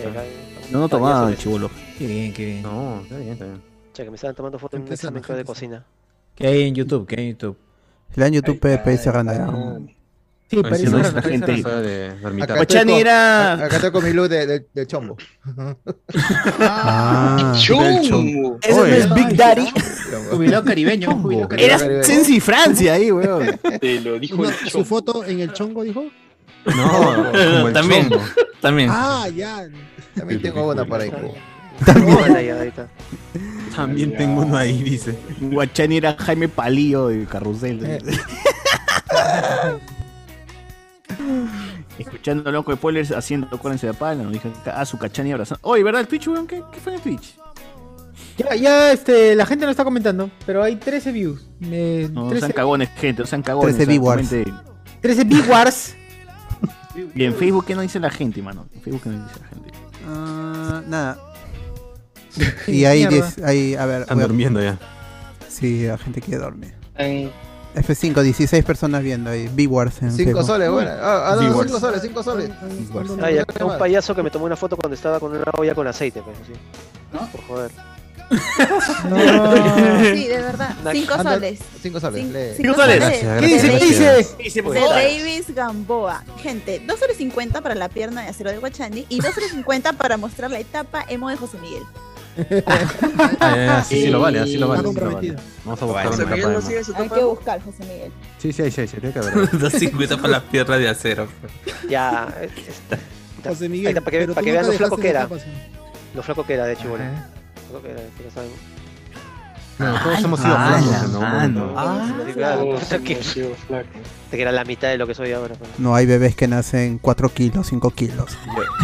S9: No, no tomaba de chivolo.
S64: Qué bien, qué bien.
S7: No, está bien, está bien.
S8: Che, que me estaban tomando fotos en un examen de cocina.
S64: ¿Qué hay en YouTube? ¿Qué hay en YouTube?
S3: Le dan YouTube PPS Randagram.
S1: Sí,
S3: parece
S7: no,
S3: una
S7: es la
S3: parece
S7: gente.
S3: una-
S7: de- de
S3: Acá
S7: ermitaño.
S3: estoy Ochani
S6: con-
S3: Pues era-
S6: a- Acá estoy con mi luz de, de- del chombo.
S3: Ah,
S6: chombo.
S3: Ese no es Big Daddy.
S62: Jubilado caribeño, un jubilado caribeño.
S9: Eras Sensi Francia ahí, weón.
S10: Te lo dijo
S5: Una-
S10: el
S5: ¿Su foto en el chongo dijo?
S7: No, como el
S15: también.
S7: chombo.
S15: También.
S5: Ah, ya.
S6: También tengo una por ahí. pues.
S7: También tengo uno ahí, dice.
S9: Guachani era Jaime Palillo de Carrusel.
S6: Eh.
S9: Escuchando loco de spoilers haciendo acuérdense de pala, nos dijo ah, su cachani abrazando. Oye, ¿verdad el Twitch, weón? ¿Qué, qué fue en el Twitch?
S1: Ya, ya, este, la gente no está comentando, pero hay 13 views. Me-
S9: No
S1: 13,
S9: sean cagones, gente, no sean
S6: e
S9: cagones.
S3: 13
S9: o sea,
S3: viewers.
S9: comenten.
S1: 13 viewers.
S9: Y en Facebook, ¿qué no dice la gente, mano? En Facebook, ¿qué no dice la gente?
S3: Ah, nada. Y ahí,
S9: Mierda.
S3: dice- ahí a ver.
S7: Están
S3: voy a-
S7: durmiendo ya.
S3: Sí, la gente quiere dormir.
S10: Están-
S3: F5, 16 personas viendo ahí. Viewers en
S6: 5
S3: Facebook.
S6: soles, bueno. Ah, ah, no,
S3: Viewers.
S6: 5 soles, 5 soles.
S8: Ah, ya, un payaso que me tomó una foto cuando estaba con una olla con aceite, pero sí. ¿No? Por joder.
S9: Sí, de verdad.
S8: Nacho.
S9: Cinco
S6: Anda-
S9: soles.
S6: Cinco soles.
S9: Cin-
S6: lee.
S9: cinco soles. Gracias, ¿Qué dice? gracias, ¿Qué gracias. dice? Dice, por
S6: De
S9: favor.
S6: David.
S9: Davis
S17: Gamboa. Gente, 2 soles 50 para la pierna de acero de Guachani y 2 soles 50 para mostrar la etapa emo de José Miguel.
S7: Ah, ya, ya, sí, sí lo vale, así lo vale.
S5: Está
S7: sí lo vale.
S5: comprometido.
S7: Vamos a buscar
S15: José
S7: una
S15: Miguel
S7: capa
S15: no
S7: de
S15: sigue
S7: más.
S17: Hay que buscar, José Miguel.
S7: Sí, sí, sí, sí, tiene que haber.
S15: 250 para la pierna de acero.
S8: Ya. eh, eh,
S5: José
S8: ahí
S5: Miguel.
S8: está, para que,
S5: pero
S8: para
S5: tú
S8: que
S5: nunca
S8: vean lo flaco
S5: dejaste
S8: que
S5: esa
S8: era.
S5: etapa, sí.
S8: Lo flaco que era, de hecho, bueno. Lo flaco que era, que no saben. Ah,
S7: Bueno, todos hemos sido flacos en algún momento.
S8: Sí, claro,
S5: Ah,
S10: Todos
S8: cosa que-
S10: hemos sido flacos.
S8: que era la mitad de lo que soy ahora. pues.
S3: No hay bebés que nacen 4 kilos, 5 kilos.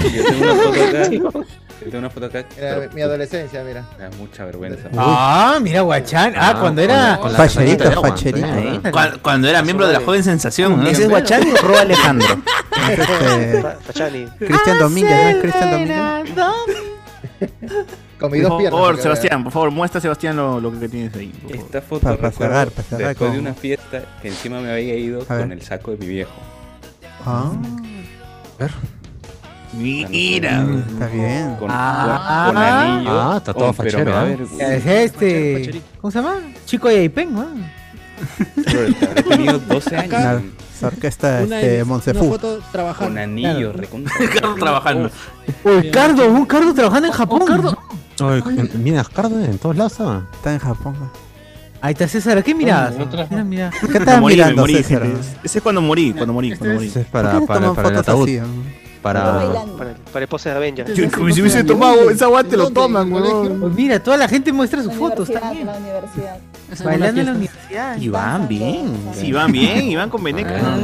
S48: Yo, yo tengo una foto acá. Yo tengo una foto acá.
S6: Mira, mi- mi adolescencia, mira.
S48: Me da mucha vergüenza.
S1: Ah, mira, Guachán. Ah,
S48: Ah,
S1: cuando era.
S48: con la- con la Facherito,
S3: de agua, facherito.
S15: Ahí, cuan- Cuando era miembro de la joven sensación. ¿no?
S3: ¿Ese es Guachani o Ro Alejandro? Este,
S8: Fachani.
S3: Cristian Domínguez, ¿no? es Cristian Domínguez.
S6: Con
S9: Por
S6: mis dos
S9: favor,
S6: piernas. porque-
S9: Sebastián, por favor, muestra Sebastián lo, lo que tienes ahí.
S48: Esta foto
S3: Pa- pa
S48: recuerdo
S3: cerrar, pa cerrar
S48: después
S3: con-
S48: de una fiesta que encima me había ido
S3: A ver.
S1: Ah.
S48: con el saco de mi viejo.
S3: Ah.
S9: Mira.
S48: Mm,
S3: Está bien.
S48: Con,
S1: Ah.
S48: con- con anillo.
S7: Ah, está todo
S48: Oh, pero me
S7: fachero,
S48: va a
S7: ¿eh?
S48: ver-
S1: Es este. ¿Cómo se llama? Chico de Aipen, weón.
S48: He tenido 12 años.
S3: Una- esa orquesta
S1: Una
S3: este,
S1: iris-
S3: Monsefú.
S1: una foto trabajando.
S48: Con anillo,
S1: Claro.
S48: recontra.
S15: Carlos trabajando.
S1: Uy, Cardo, un Oh, Cardo trabajando en Japón.
S7: Ay, mira, Cardo en todos lados estaba.
S3: Está en Japón.
S1: Ahí está César, ¿qué mirabas? Mira, mira.
S3: ¿Qué estás
S9: morí, me
S3: mirando,
S9: morí,
S3: César?
S9: gente. Ese es cuando morí, cuando morí, cuando morí.
S7: Ese es para, para, para el ataúd. Para.
S8: Para, para el pose de Avengers.
S9: Yo, como si hubiese tomado esa agua, te lo toman,
S1: Pues
S9: weón.
S1: mira, toda la gente muestra sus fotos. está
S17: Universidad, la universidad.
S1: bien. Bailando en la universidad.
S20: Y van bien.
S9: Sí, van bien, y van con Veneca.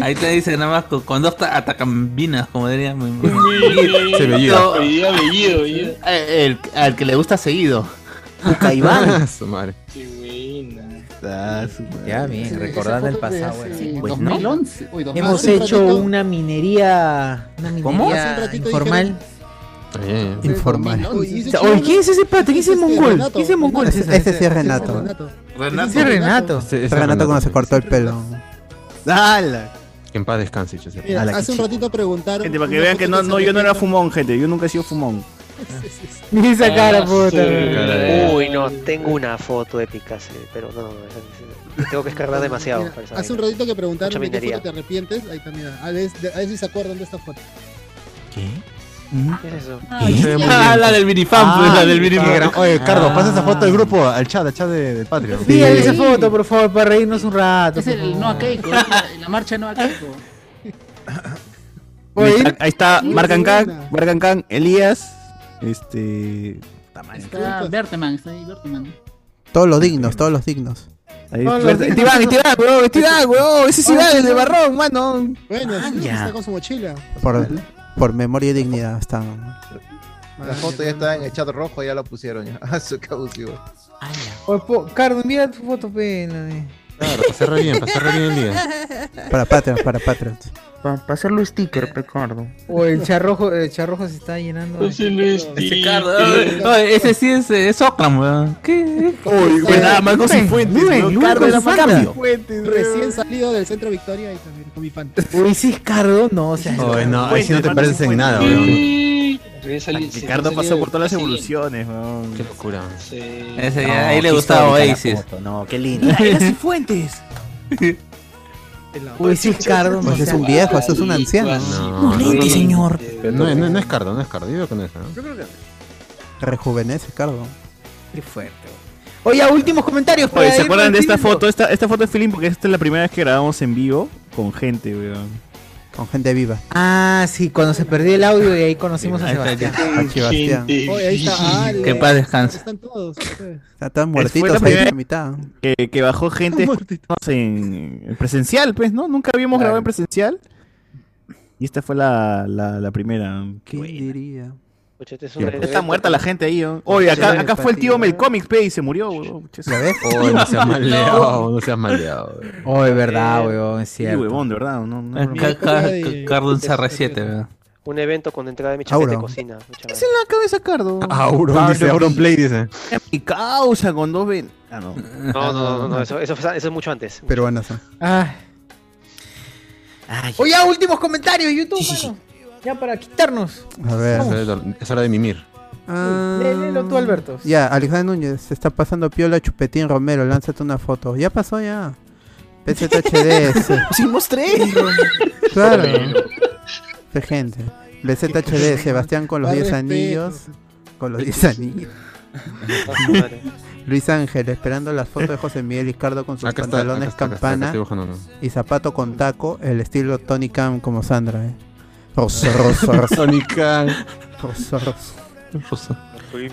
S15: Ahí te dicen nada más con, con dos ta- atacambinas, como dirían.
S20: Se veía.
S65: Apellido, apellido, apellido.
S1: Eh,
S20: El, al que le gusta seguido.
S7: Ah,
S20: Pucaibán.
S7: su madre.
S65: Qué buena.
S20: Ya, bien, recordando el pasado.
S10: Sí,
S20: Pues no.
S10: 2011. Uy, 2011.
S1: Hemos hecho una minería. Una
S20: ¿Cómo?
S1: minería
S20: Hace un ratito
S1: informal.
S3: Informal.
S1: Oye, ¿quién es ese pata? ¿Quién es ese mongol?
S5: Renato.
S1: ¿Quién es ese mongol?
S3: Ese-
S1: César?
S3: ese sí es Renato.
S1: Renato. Ese es Renato.
S3: Ese es Renato cuando se cortó el pelo.
S9: ¡Hala!
S7: Que en paz descanse, Chester.
S5: Mira,
S9: Ala,
S5: hace
S9: qué
S5: un ratito preguntaron.
S9: Gente, para que vean que no, no, yo no era fumón, gente. Yo nunca he sido fumón.
S1: Mira esa
S8: Ah,
S1: cara, puta.
S8: Uy, no, tengo una foto de Picasso, pero no, no, no, tengo que escarbar demasiado. para esa
S5: Hace un
S8: vaina.
S5: ratito que preguntaron
S8: Mucha
S5: de qué
S8: minería.
S5: foto te arrepientes. Ahí está, mira. A ver, a ver si se acuerdan de esta foto.
S8: ¿Qué es eso?
S15: Ah, la del minifan, pues, la del minifan.
S7: Oye, Cardo, pasa esa foto del grupo al chat, al chat de, de Patreon.
S1: Mira esa foto, por favor, para reírnos un rato.
S10: Es el Noa Keiko, es la, la marcha Noa Keiko.
S1: Oye,
S9: Ahí ahí está
S10: Uy,
S9: Marcan
S10: buena.
S9: Can, Marcan Can, Elías, este.
S1: Pues,
S10: Está Berteman, está ahí Berteman.
S3: Todos los dignos, todos los dignos.
S9: Ahí- Esteban, Esteban, weón, Esteban, weón, ese sí va, el de Barrón, mano.
S5: Bueno, sí,
S3: ya.
S5: está con su mochila.
S3: Por, por memoria y dignidad están.
S6: La foto ya está en el chat rojo, ya la pusieron ya. Ah, su cabusivo.
S1: Oye, po- Cardo, envía tu foto, pena.
S7: Claro, pasé re bien, pasé re bien el día.
S3: Para Patreon, para Patreon.
S66: Para hacerlo sticker, pecardo.
S1: O el charrojo, el charrojo se está llenando. de-
S15: Ese Cardo, oye, oye, ese sí es, eh, es Ockham, weón. ¿Qué?
S9: Uy,
S1: güey, nada más
S9: no sin fuentes, weón. Cardo era más cambio.
S5: Recién salido del centro Victoria y también con mi fan.
S1: Uy, si es Cardo, no, o sea.
S7: Oye, no, ahí sí no te
S9: Fuente,
S7: pareces en
S9: mano,
S7: nada,
S9: fuente.
S7: weón.
S9: Ricardo pasó por todas las evoluciones, weón.
S7: Qué locura.
S15: Ese
S20: No,
S15: ya, ahí le
S20: qué
S15: gustaba
S20: histórica la
S15: Oasis.
S20: foto, No, qué lindo.
S15: Mira, era sin
S20: fuentes.
S1: Uy, si es Cardo, no.
S3: Pues es un viejo, eso es un anciano.
S7: No, no,
S20: lente, señor.
S7: Pero no, no, no es Cardo, no es Cardo, yo creo que no es, ¿no?
S3: Rejuvenece, Cardo.
S1: Qué fuerte. Oye, ya, últimos comentarios.
S9: Oye,
S7: pues,
S1: para
S9: ¿se
S1: ir
S9: acuerdan de esta
S1: concluyendo.
S9: foto? Esta, esta foto es feeling porque esta es la primera vez que grabamos en vivo con gente, weón.
S3: Con gente viva.
S1: Ah, sí, cuando se perdió el audio y ahí conocimos a
S15: Ahí está,
S1: Sebastián.
S3: Aquí Bastián.
S5: Oye, ahí está. Ale.
S15: Que paz descanse.
S5: Están todos. ustedes.
S3: Están
S9: Fue la
S3: muertitos ahí
S9: primera
S3: en la
S9: vez
S3: mitad.
S9: Que, que bajó gente en, en presencial, pues, ¿no? Nunca habíamos grabado en presencial. Y esta fue la, la, la primera.
S1: Ah,
S3: ¿Quién diría?
S8: Pucha, este es
S7: Ya,
S8: un Este
S7: pues,
S9: Está
S8: evento-
S9: muerta la gente ahí, weón. Oye, acá, acá fue el tío Melcomic, pe, y se murió, weón.
S3: ¿La ves? Oh,
S9: Oh,
S7: Oye, no seas maleado, no seas maleado.
S1: Oh, es verdad, weón, es
S9: Sí,
S1: cierto.
S9: huevón, Eh, de verdad. No, no,
S15: Es
S9: no.
S15: Ca- Ca- Cardo en CR7, weón.
S8: Un evento con entrada de mi chapete de
S3: Auro.
S8: cocina. mucha
S9: Es en la cabeza, Cardo.
S3: Ah,
S7: Auron dice, Auron Play dice.
S9: Es Mi causa con dos ven. Ah, no.
S8: madre. No, no, no, no, no, eso, eso, eso es mucho antes.
S3: Peruanas. ¿eh?
S1: Ah. Oye, ya, últimos comentarios, YouTube, mano. Ya para quitarnos.
S3: A ver.
S7: Es hora de dor- Es hora de mimir.
S3: Ah,
S1: Lé- léelo tú, Alberto.
S3: Ya, Alexander Núñez, se está pasando piola Chupetín Romero, lánzate una foto. Ya pasó ya. PZHDS.
S20: Sí, mostré.
S3: claro. De gente. BZHD, Sebastián con los
S5: Más
S3: 10
S5: respeto.
S3: anillos. Con los 10 anillos. Luis Ángel, esperando las fotos de José Miguel Izcardo con sus
S7: Acá está,
S3: pantalones
S7: acá está, acá está, acá
S3: campana
S7: estoy buscando.
S3: y zapato con taco, el estilo Tony Cam como Sandra, eh. Rosa, rosa, rosa,
S7: Sonican.
S3: rosa, rosa.
S20: No,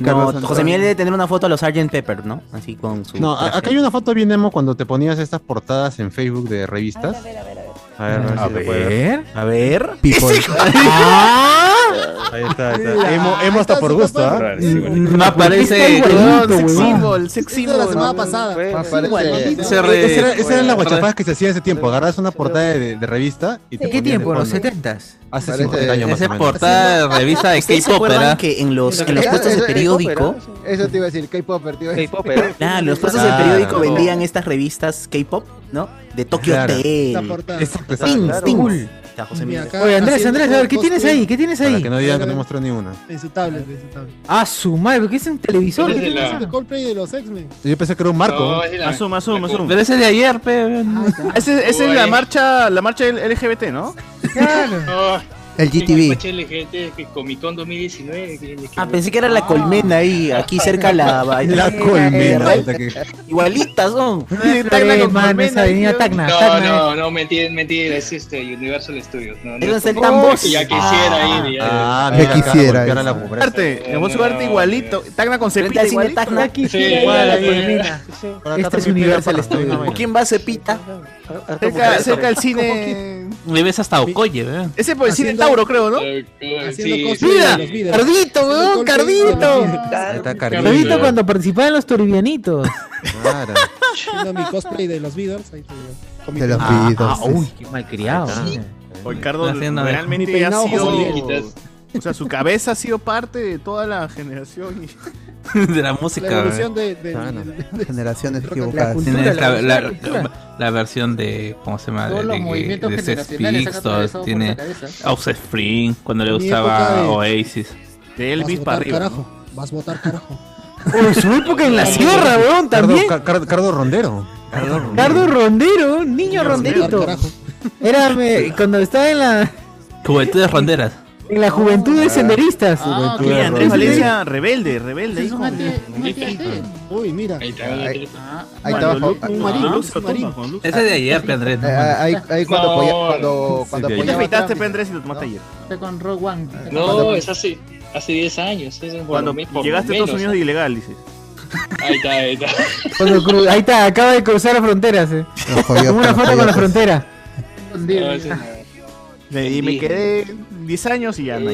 S3: Carlos
S20: José
S3: Antonio.
S20: Miguel debe tener una foto a los Sgt. Pepper, ¿no? Así con su.
S7: No, a- acá hay una foto bien emo cuando te ponías estas portadas en Facebook de revistas. A ver, a ver,
S20: A
S7: si se puede ver. Ah.
S20: ver. A ver.
S3: People.
S7: Ahí está, ahí está. Emo, emo hasta por gusto, ¿ah?
S15: Me aparece.
S9: Sex symbol, sex
S5: Esto de la
S9: symbol.
S5: semana pasada.
S7: Aparece-
S5: Igualito.
S7: Esa era- Esa era la guachapada que se hacía en ese tiempo. Agarras una portada de, de revista y te
S1: ¿En
S7: ponías
S1: qué
S7: de
S1: tiempo? ¿En los
S7: fondo.
S1: 70s?
S7: Hace
S20: Parece-
S7: 50 años más
S15: ese
S7: o menos.
S15: portada de revista de ah?
S20: ¿Ustedes se
S15: K-pop,
S20: acuerdan
S15: ¿verdad?
S20: que en los, en los
S6: Eso-
S20: puestos de
S6: eso-
S20: periódico...
S6: Eso te iba a decir, K-Popper, te iba a decir.
S20: Claro, en los puestos de
S6: Claro.
S15: Ah,
S20: periódico vendían estas revistas K-pop, ¿no? De Tokyo
S6: Claro.
S20: Hotel.
S6: La portada. Exacto,
S20: Pins,
S6: exacto.
S20: pins.
S6: Cool.
S20: Está José
S6: Y
S20: Miguel.
S6: acá Oye, Andrés, haciendo Andrés, a ver, ¿qué tienes ahí? ¿Qué tienes ahí?
S7: Para que no digan que no mostró ni una.
S5: En su tablet, en su tablet.
S1: Ah, su madre, ¿por qué es un televisor?
S5: ¿Qué
S1: ¿Qué
S5: es
S1: televisor?
S5: el Coldplay de los X-Men?
S7: Yo pensé que era un marco.
S5: No, es la-
S1: Ah,
S9: Asum, asum, asum.
S15: Pero ese es de ayer, pe.
S9: Ese- Esa es la marcha, la marcha del LGBT, ¿no?
S10: Ah,
S3: El
S10: tengo
S3: GTV.
S10: macho LGBT que Comic Con 2019. que- que-
S20: Ah, pensé que era la colmena ahí, aquí cerca
S1: Ah.
S20: la
S10: La
S1: colmena.
S20: Igualitas son.
S1: es Tacna con man, Ah, colmena, esa avenida tío. Tacna,
S10: No,
S1: Tacna. eh.
S10: no, no, mentira, mentira, es este Universal Studios. No, no
S20: eh. Deben
S10: es
S20: ser
S10: Comic Con,
S20: tambores.
S10: que Ya quisiera ir.
S7: Ah,
S10: ya.
S7: mira, quisiera. Cara, la
S9: Arte, en Arte igualito. Tacna con
S20: Frente
S9: cepita
S20: al cine
S9: igualito.
S20: Tacna.
S9: Sí, igual, ahí, mira.
S20: Este es Universal Studios. ¿O quién va a Cepita?
S9: Cerca, cerca al cine.
S15: Le ves hasta Ocoye, ¿verdad?
S9: Ese por el cine Tauro, creo, ¿no?
S15: Eh, sí,
S1: Mira,
S15: sí.
S1: Cardito, weón, Cardito.
S7: Ahí está Carlito.
S1: Cardito cuando participaba en los turbianitos.
S7: Claro.
S5: Haciendo mi cosplay de los Beatles. Ahí te digo. Con mi
S1: De los
S5: peinado.
S1: Beatles, sí.
S5: uy.
S1: Qué malcriado.
S9: Sí. Oye,
S1: Está
S9: Cardo,
S1: haciendo- Mi
S9: realmente ha
S1: peinado
S9: sido.
S1: José
S9: O sea, su cabeza ha sido parte de toda la generación. y-
S15: de la música.
S9: La evolución
S15: ¿verdad?
S9: de- de-
S10: Ah,
S9: Claro.
S3: Generaciones
S15: La,
S3: equivocadas.
S15: tienes la, la, la- la versión de cómo se llama
S48: Todos
S15: de,
S48: los
S15: de-
S48: movimientos
S15: de Sex
S48: generacionales saca todo
S15: Pistols,
S48: eso por
S15: tiene
S48: la cabeza.
S15: Offspring cuando le
S5: Mi
S15: gustaba
S5: época de-
S15: Oasis
S9: de
S5: Vas a votar carajo. Vas a votar carajo.
S1: Uy, su época en la sierra, weón, también.
S7: Cardo, Car- Car- Cardo Rondero.
S1: Cardo Rondero, un niño ronderito. Era me- cuando estaba en la,
S15: Juventudes Ronderas
S1: en la juventud de senderistas.
S9: Ah, ok, Andrés Valencia, rebelde, rebelde. ahí con-
S5: eh. Uy, mira.
S10: Ahí está.
S9: Ahí
S6: Ahí estaba Jo-
S9: Un marido, Lux, Lux, Lux.
S15: ese de ayer pe,
S9: Ah,
S15: Andrés no
S6: Eh,
S15: mames.
S6: Ahí ahí cuando
S15: No,
S6: apoyaba- cuando- cuando
S9: Tú te
S6: apoyaba
S9: afeitaste,
S6: Trump.
S9: pe, Andrés, y lo tomaste ayer.
S48: Está con Rogue One.
S10: No, es hace, hace 10 años. Es por
S9: Cuando
S10: lo me- por lo
S9: llegaste a Estados
S10: menos. ¿eh?
S9: Unidos de ilegal, dices.
S10: Ahí está, ahí está.
S1: Cuando cru- ahí está, acaba de cruzar las fronteras. Eh.
S9: coyotes,
S1: Como una
S9: los
S1: foto con la
S9: coyotes.
S1: frontera.
S10: No, ese no.
S9: Y me quedé 10 años y ya no.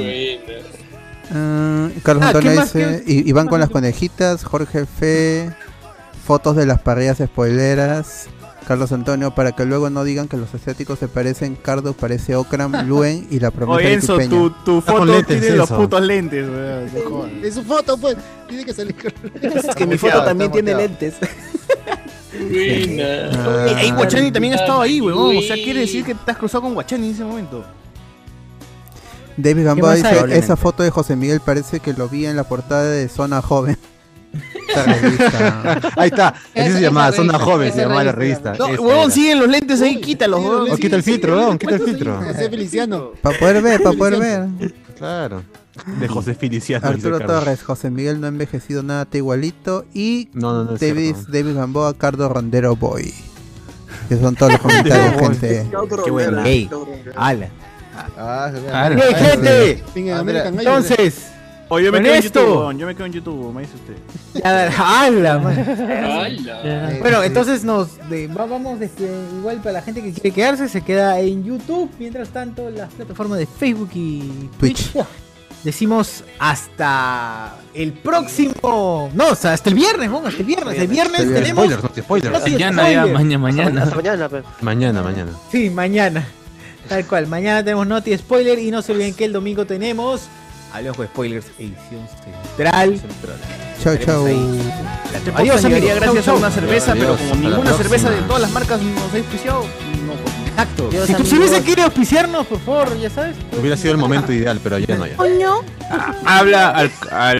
S3: Ah, Carlos
S9: Ah,
S3: Antonio
S9: ¿qué más?
S3: dice,
S9: ¿Qué-
S3: "I- Iván con las conejitas, Jorge Fe, fotos de las parrillas spoileras. Carlos Antonio, para que luego no digan que los asiáticos se parecen, Cardo parece Okram, Luen y la promesa
S9: Oye,
S3: de
S9: Enzo,
S3: Tipeña.
S9: tu, tu
S3: Está con
S9: foto
S3: lentes,
S9: tiene los
S3: Enzo.
S9: putos lentes, weón. no jodas.
S5: Es su foto, pues. Tiene que salir con.
S20: Es que mi foto también tiene lentes.
S10: Ah.
S9: Oye, ahí Guachani también ha estado ahí, weón. O sea, quiere decir que te has cruzado con Guachani en ese momento.
S3: David Gamboa
S9: más hay?
S3: dice,
S9: Probablemente.
S3: esa foto de José Miguel parece que lo vi en la portada de Zona Joven. Esta revista.
S7: Ahí está. Así se llamaba, Zona
S3: revista,
S7: Joven,
S3: esa
S7: se llamaba la revista.
S9: No,
S5: este,
S7: Esa
S9: weón,
S7: era.
S9: siguen los lentes ahí, quítalos, weón.
S7: O quita el filtro, weón, quita el filtro.
S5: José Feliciano.
S3: Para poder ver, para poder ver.
S7: Claro. De José Feliciano. dice
S3: Arturo
S7: Cardo.
S3: Torres, José Miguel no ha envejecido nada, te igualito. Y
S7: No, no, no es
S3: David,
S7: cierto.
S3: David Gamboa, Cardo Rondero Boy. Que son todos los comentarios, gente.
S20: Qué bueno. Ey, ala.
S6: Ah, se ve.
S3: Claro.
S6: Bien,
S3: Ah,
S6: gente.
S5: sí. Venga,
S6: Ah,
S5: American
S6: mira.
S5: Idol.
S1: Entonces,
S9: Oye, Oh, yo me
S1: con
S9: quedo en
S1: esto-
S9: YouTube, weón. Yo me quedo en YouTube, me dice usted.
S1: Ya, ala, man.
S9: Ala.
S1: Bueno, entonces nos de- va- vamos este, igual para la gente que quiere quedarse, se queda en YouTube. Mientras tanto, las plataformas de Facebook y Twitch. Decimos hasta el próximo. No, o sea, hasta el viernes, vamos, hasta el viernes. El viernes
S7: Spoilers,
S1: tenemos.
S7: no te spoilers.
S1: No, sí,
S15: Mañana,
S1: spoiler.
S15: ya, mañana, mañana. Hasta
S67: mañana, pero.
S7: Mañana, mañana.
S1: Sí, mañana. Tal cual. Mañana tenemos Noti Spoiler y no se olviden que el domingo tenemos Alejo Spoilers edición central.
S3: Chau, chau.
S1: Adiós,
S9: Adiós,
S1: amigos.
S9: Gracias
S1: Chau,
S9: a una
S1: chau.
S9: cerveza, pero
S1: Adiós.
S9: como
S1: Hasta la
S9: ninguna
S1: próxima.
S9: cerveza de todas las marcas nos ha auspiciado, no.
S1: Exacto.
S9: Adiós,
S1: Si tu
S9: amigos.
S1: cerveza quiere auspiciarnos, por favor, ya sabes.
S5: Ah,
S7: Hubiera sido el momento ideal, pero ya no ya.
S1: Coño.
S15: habla al, al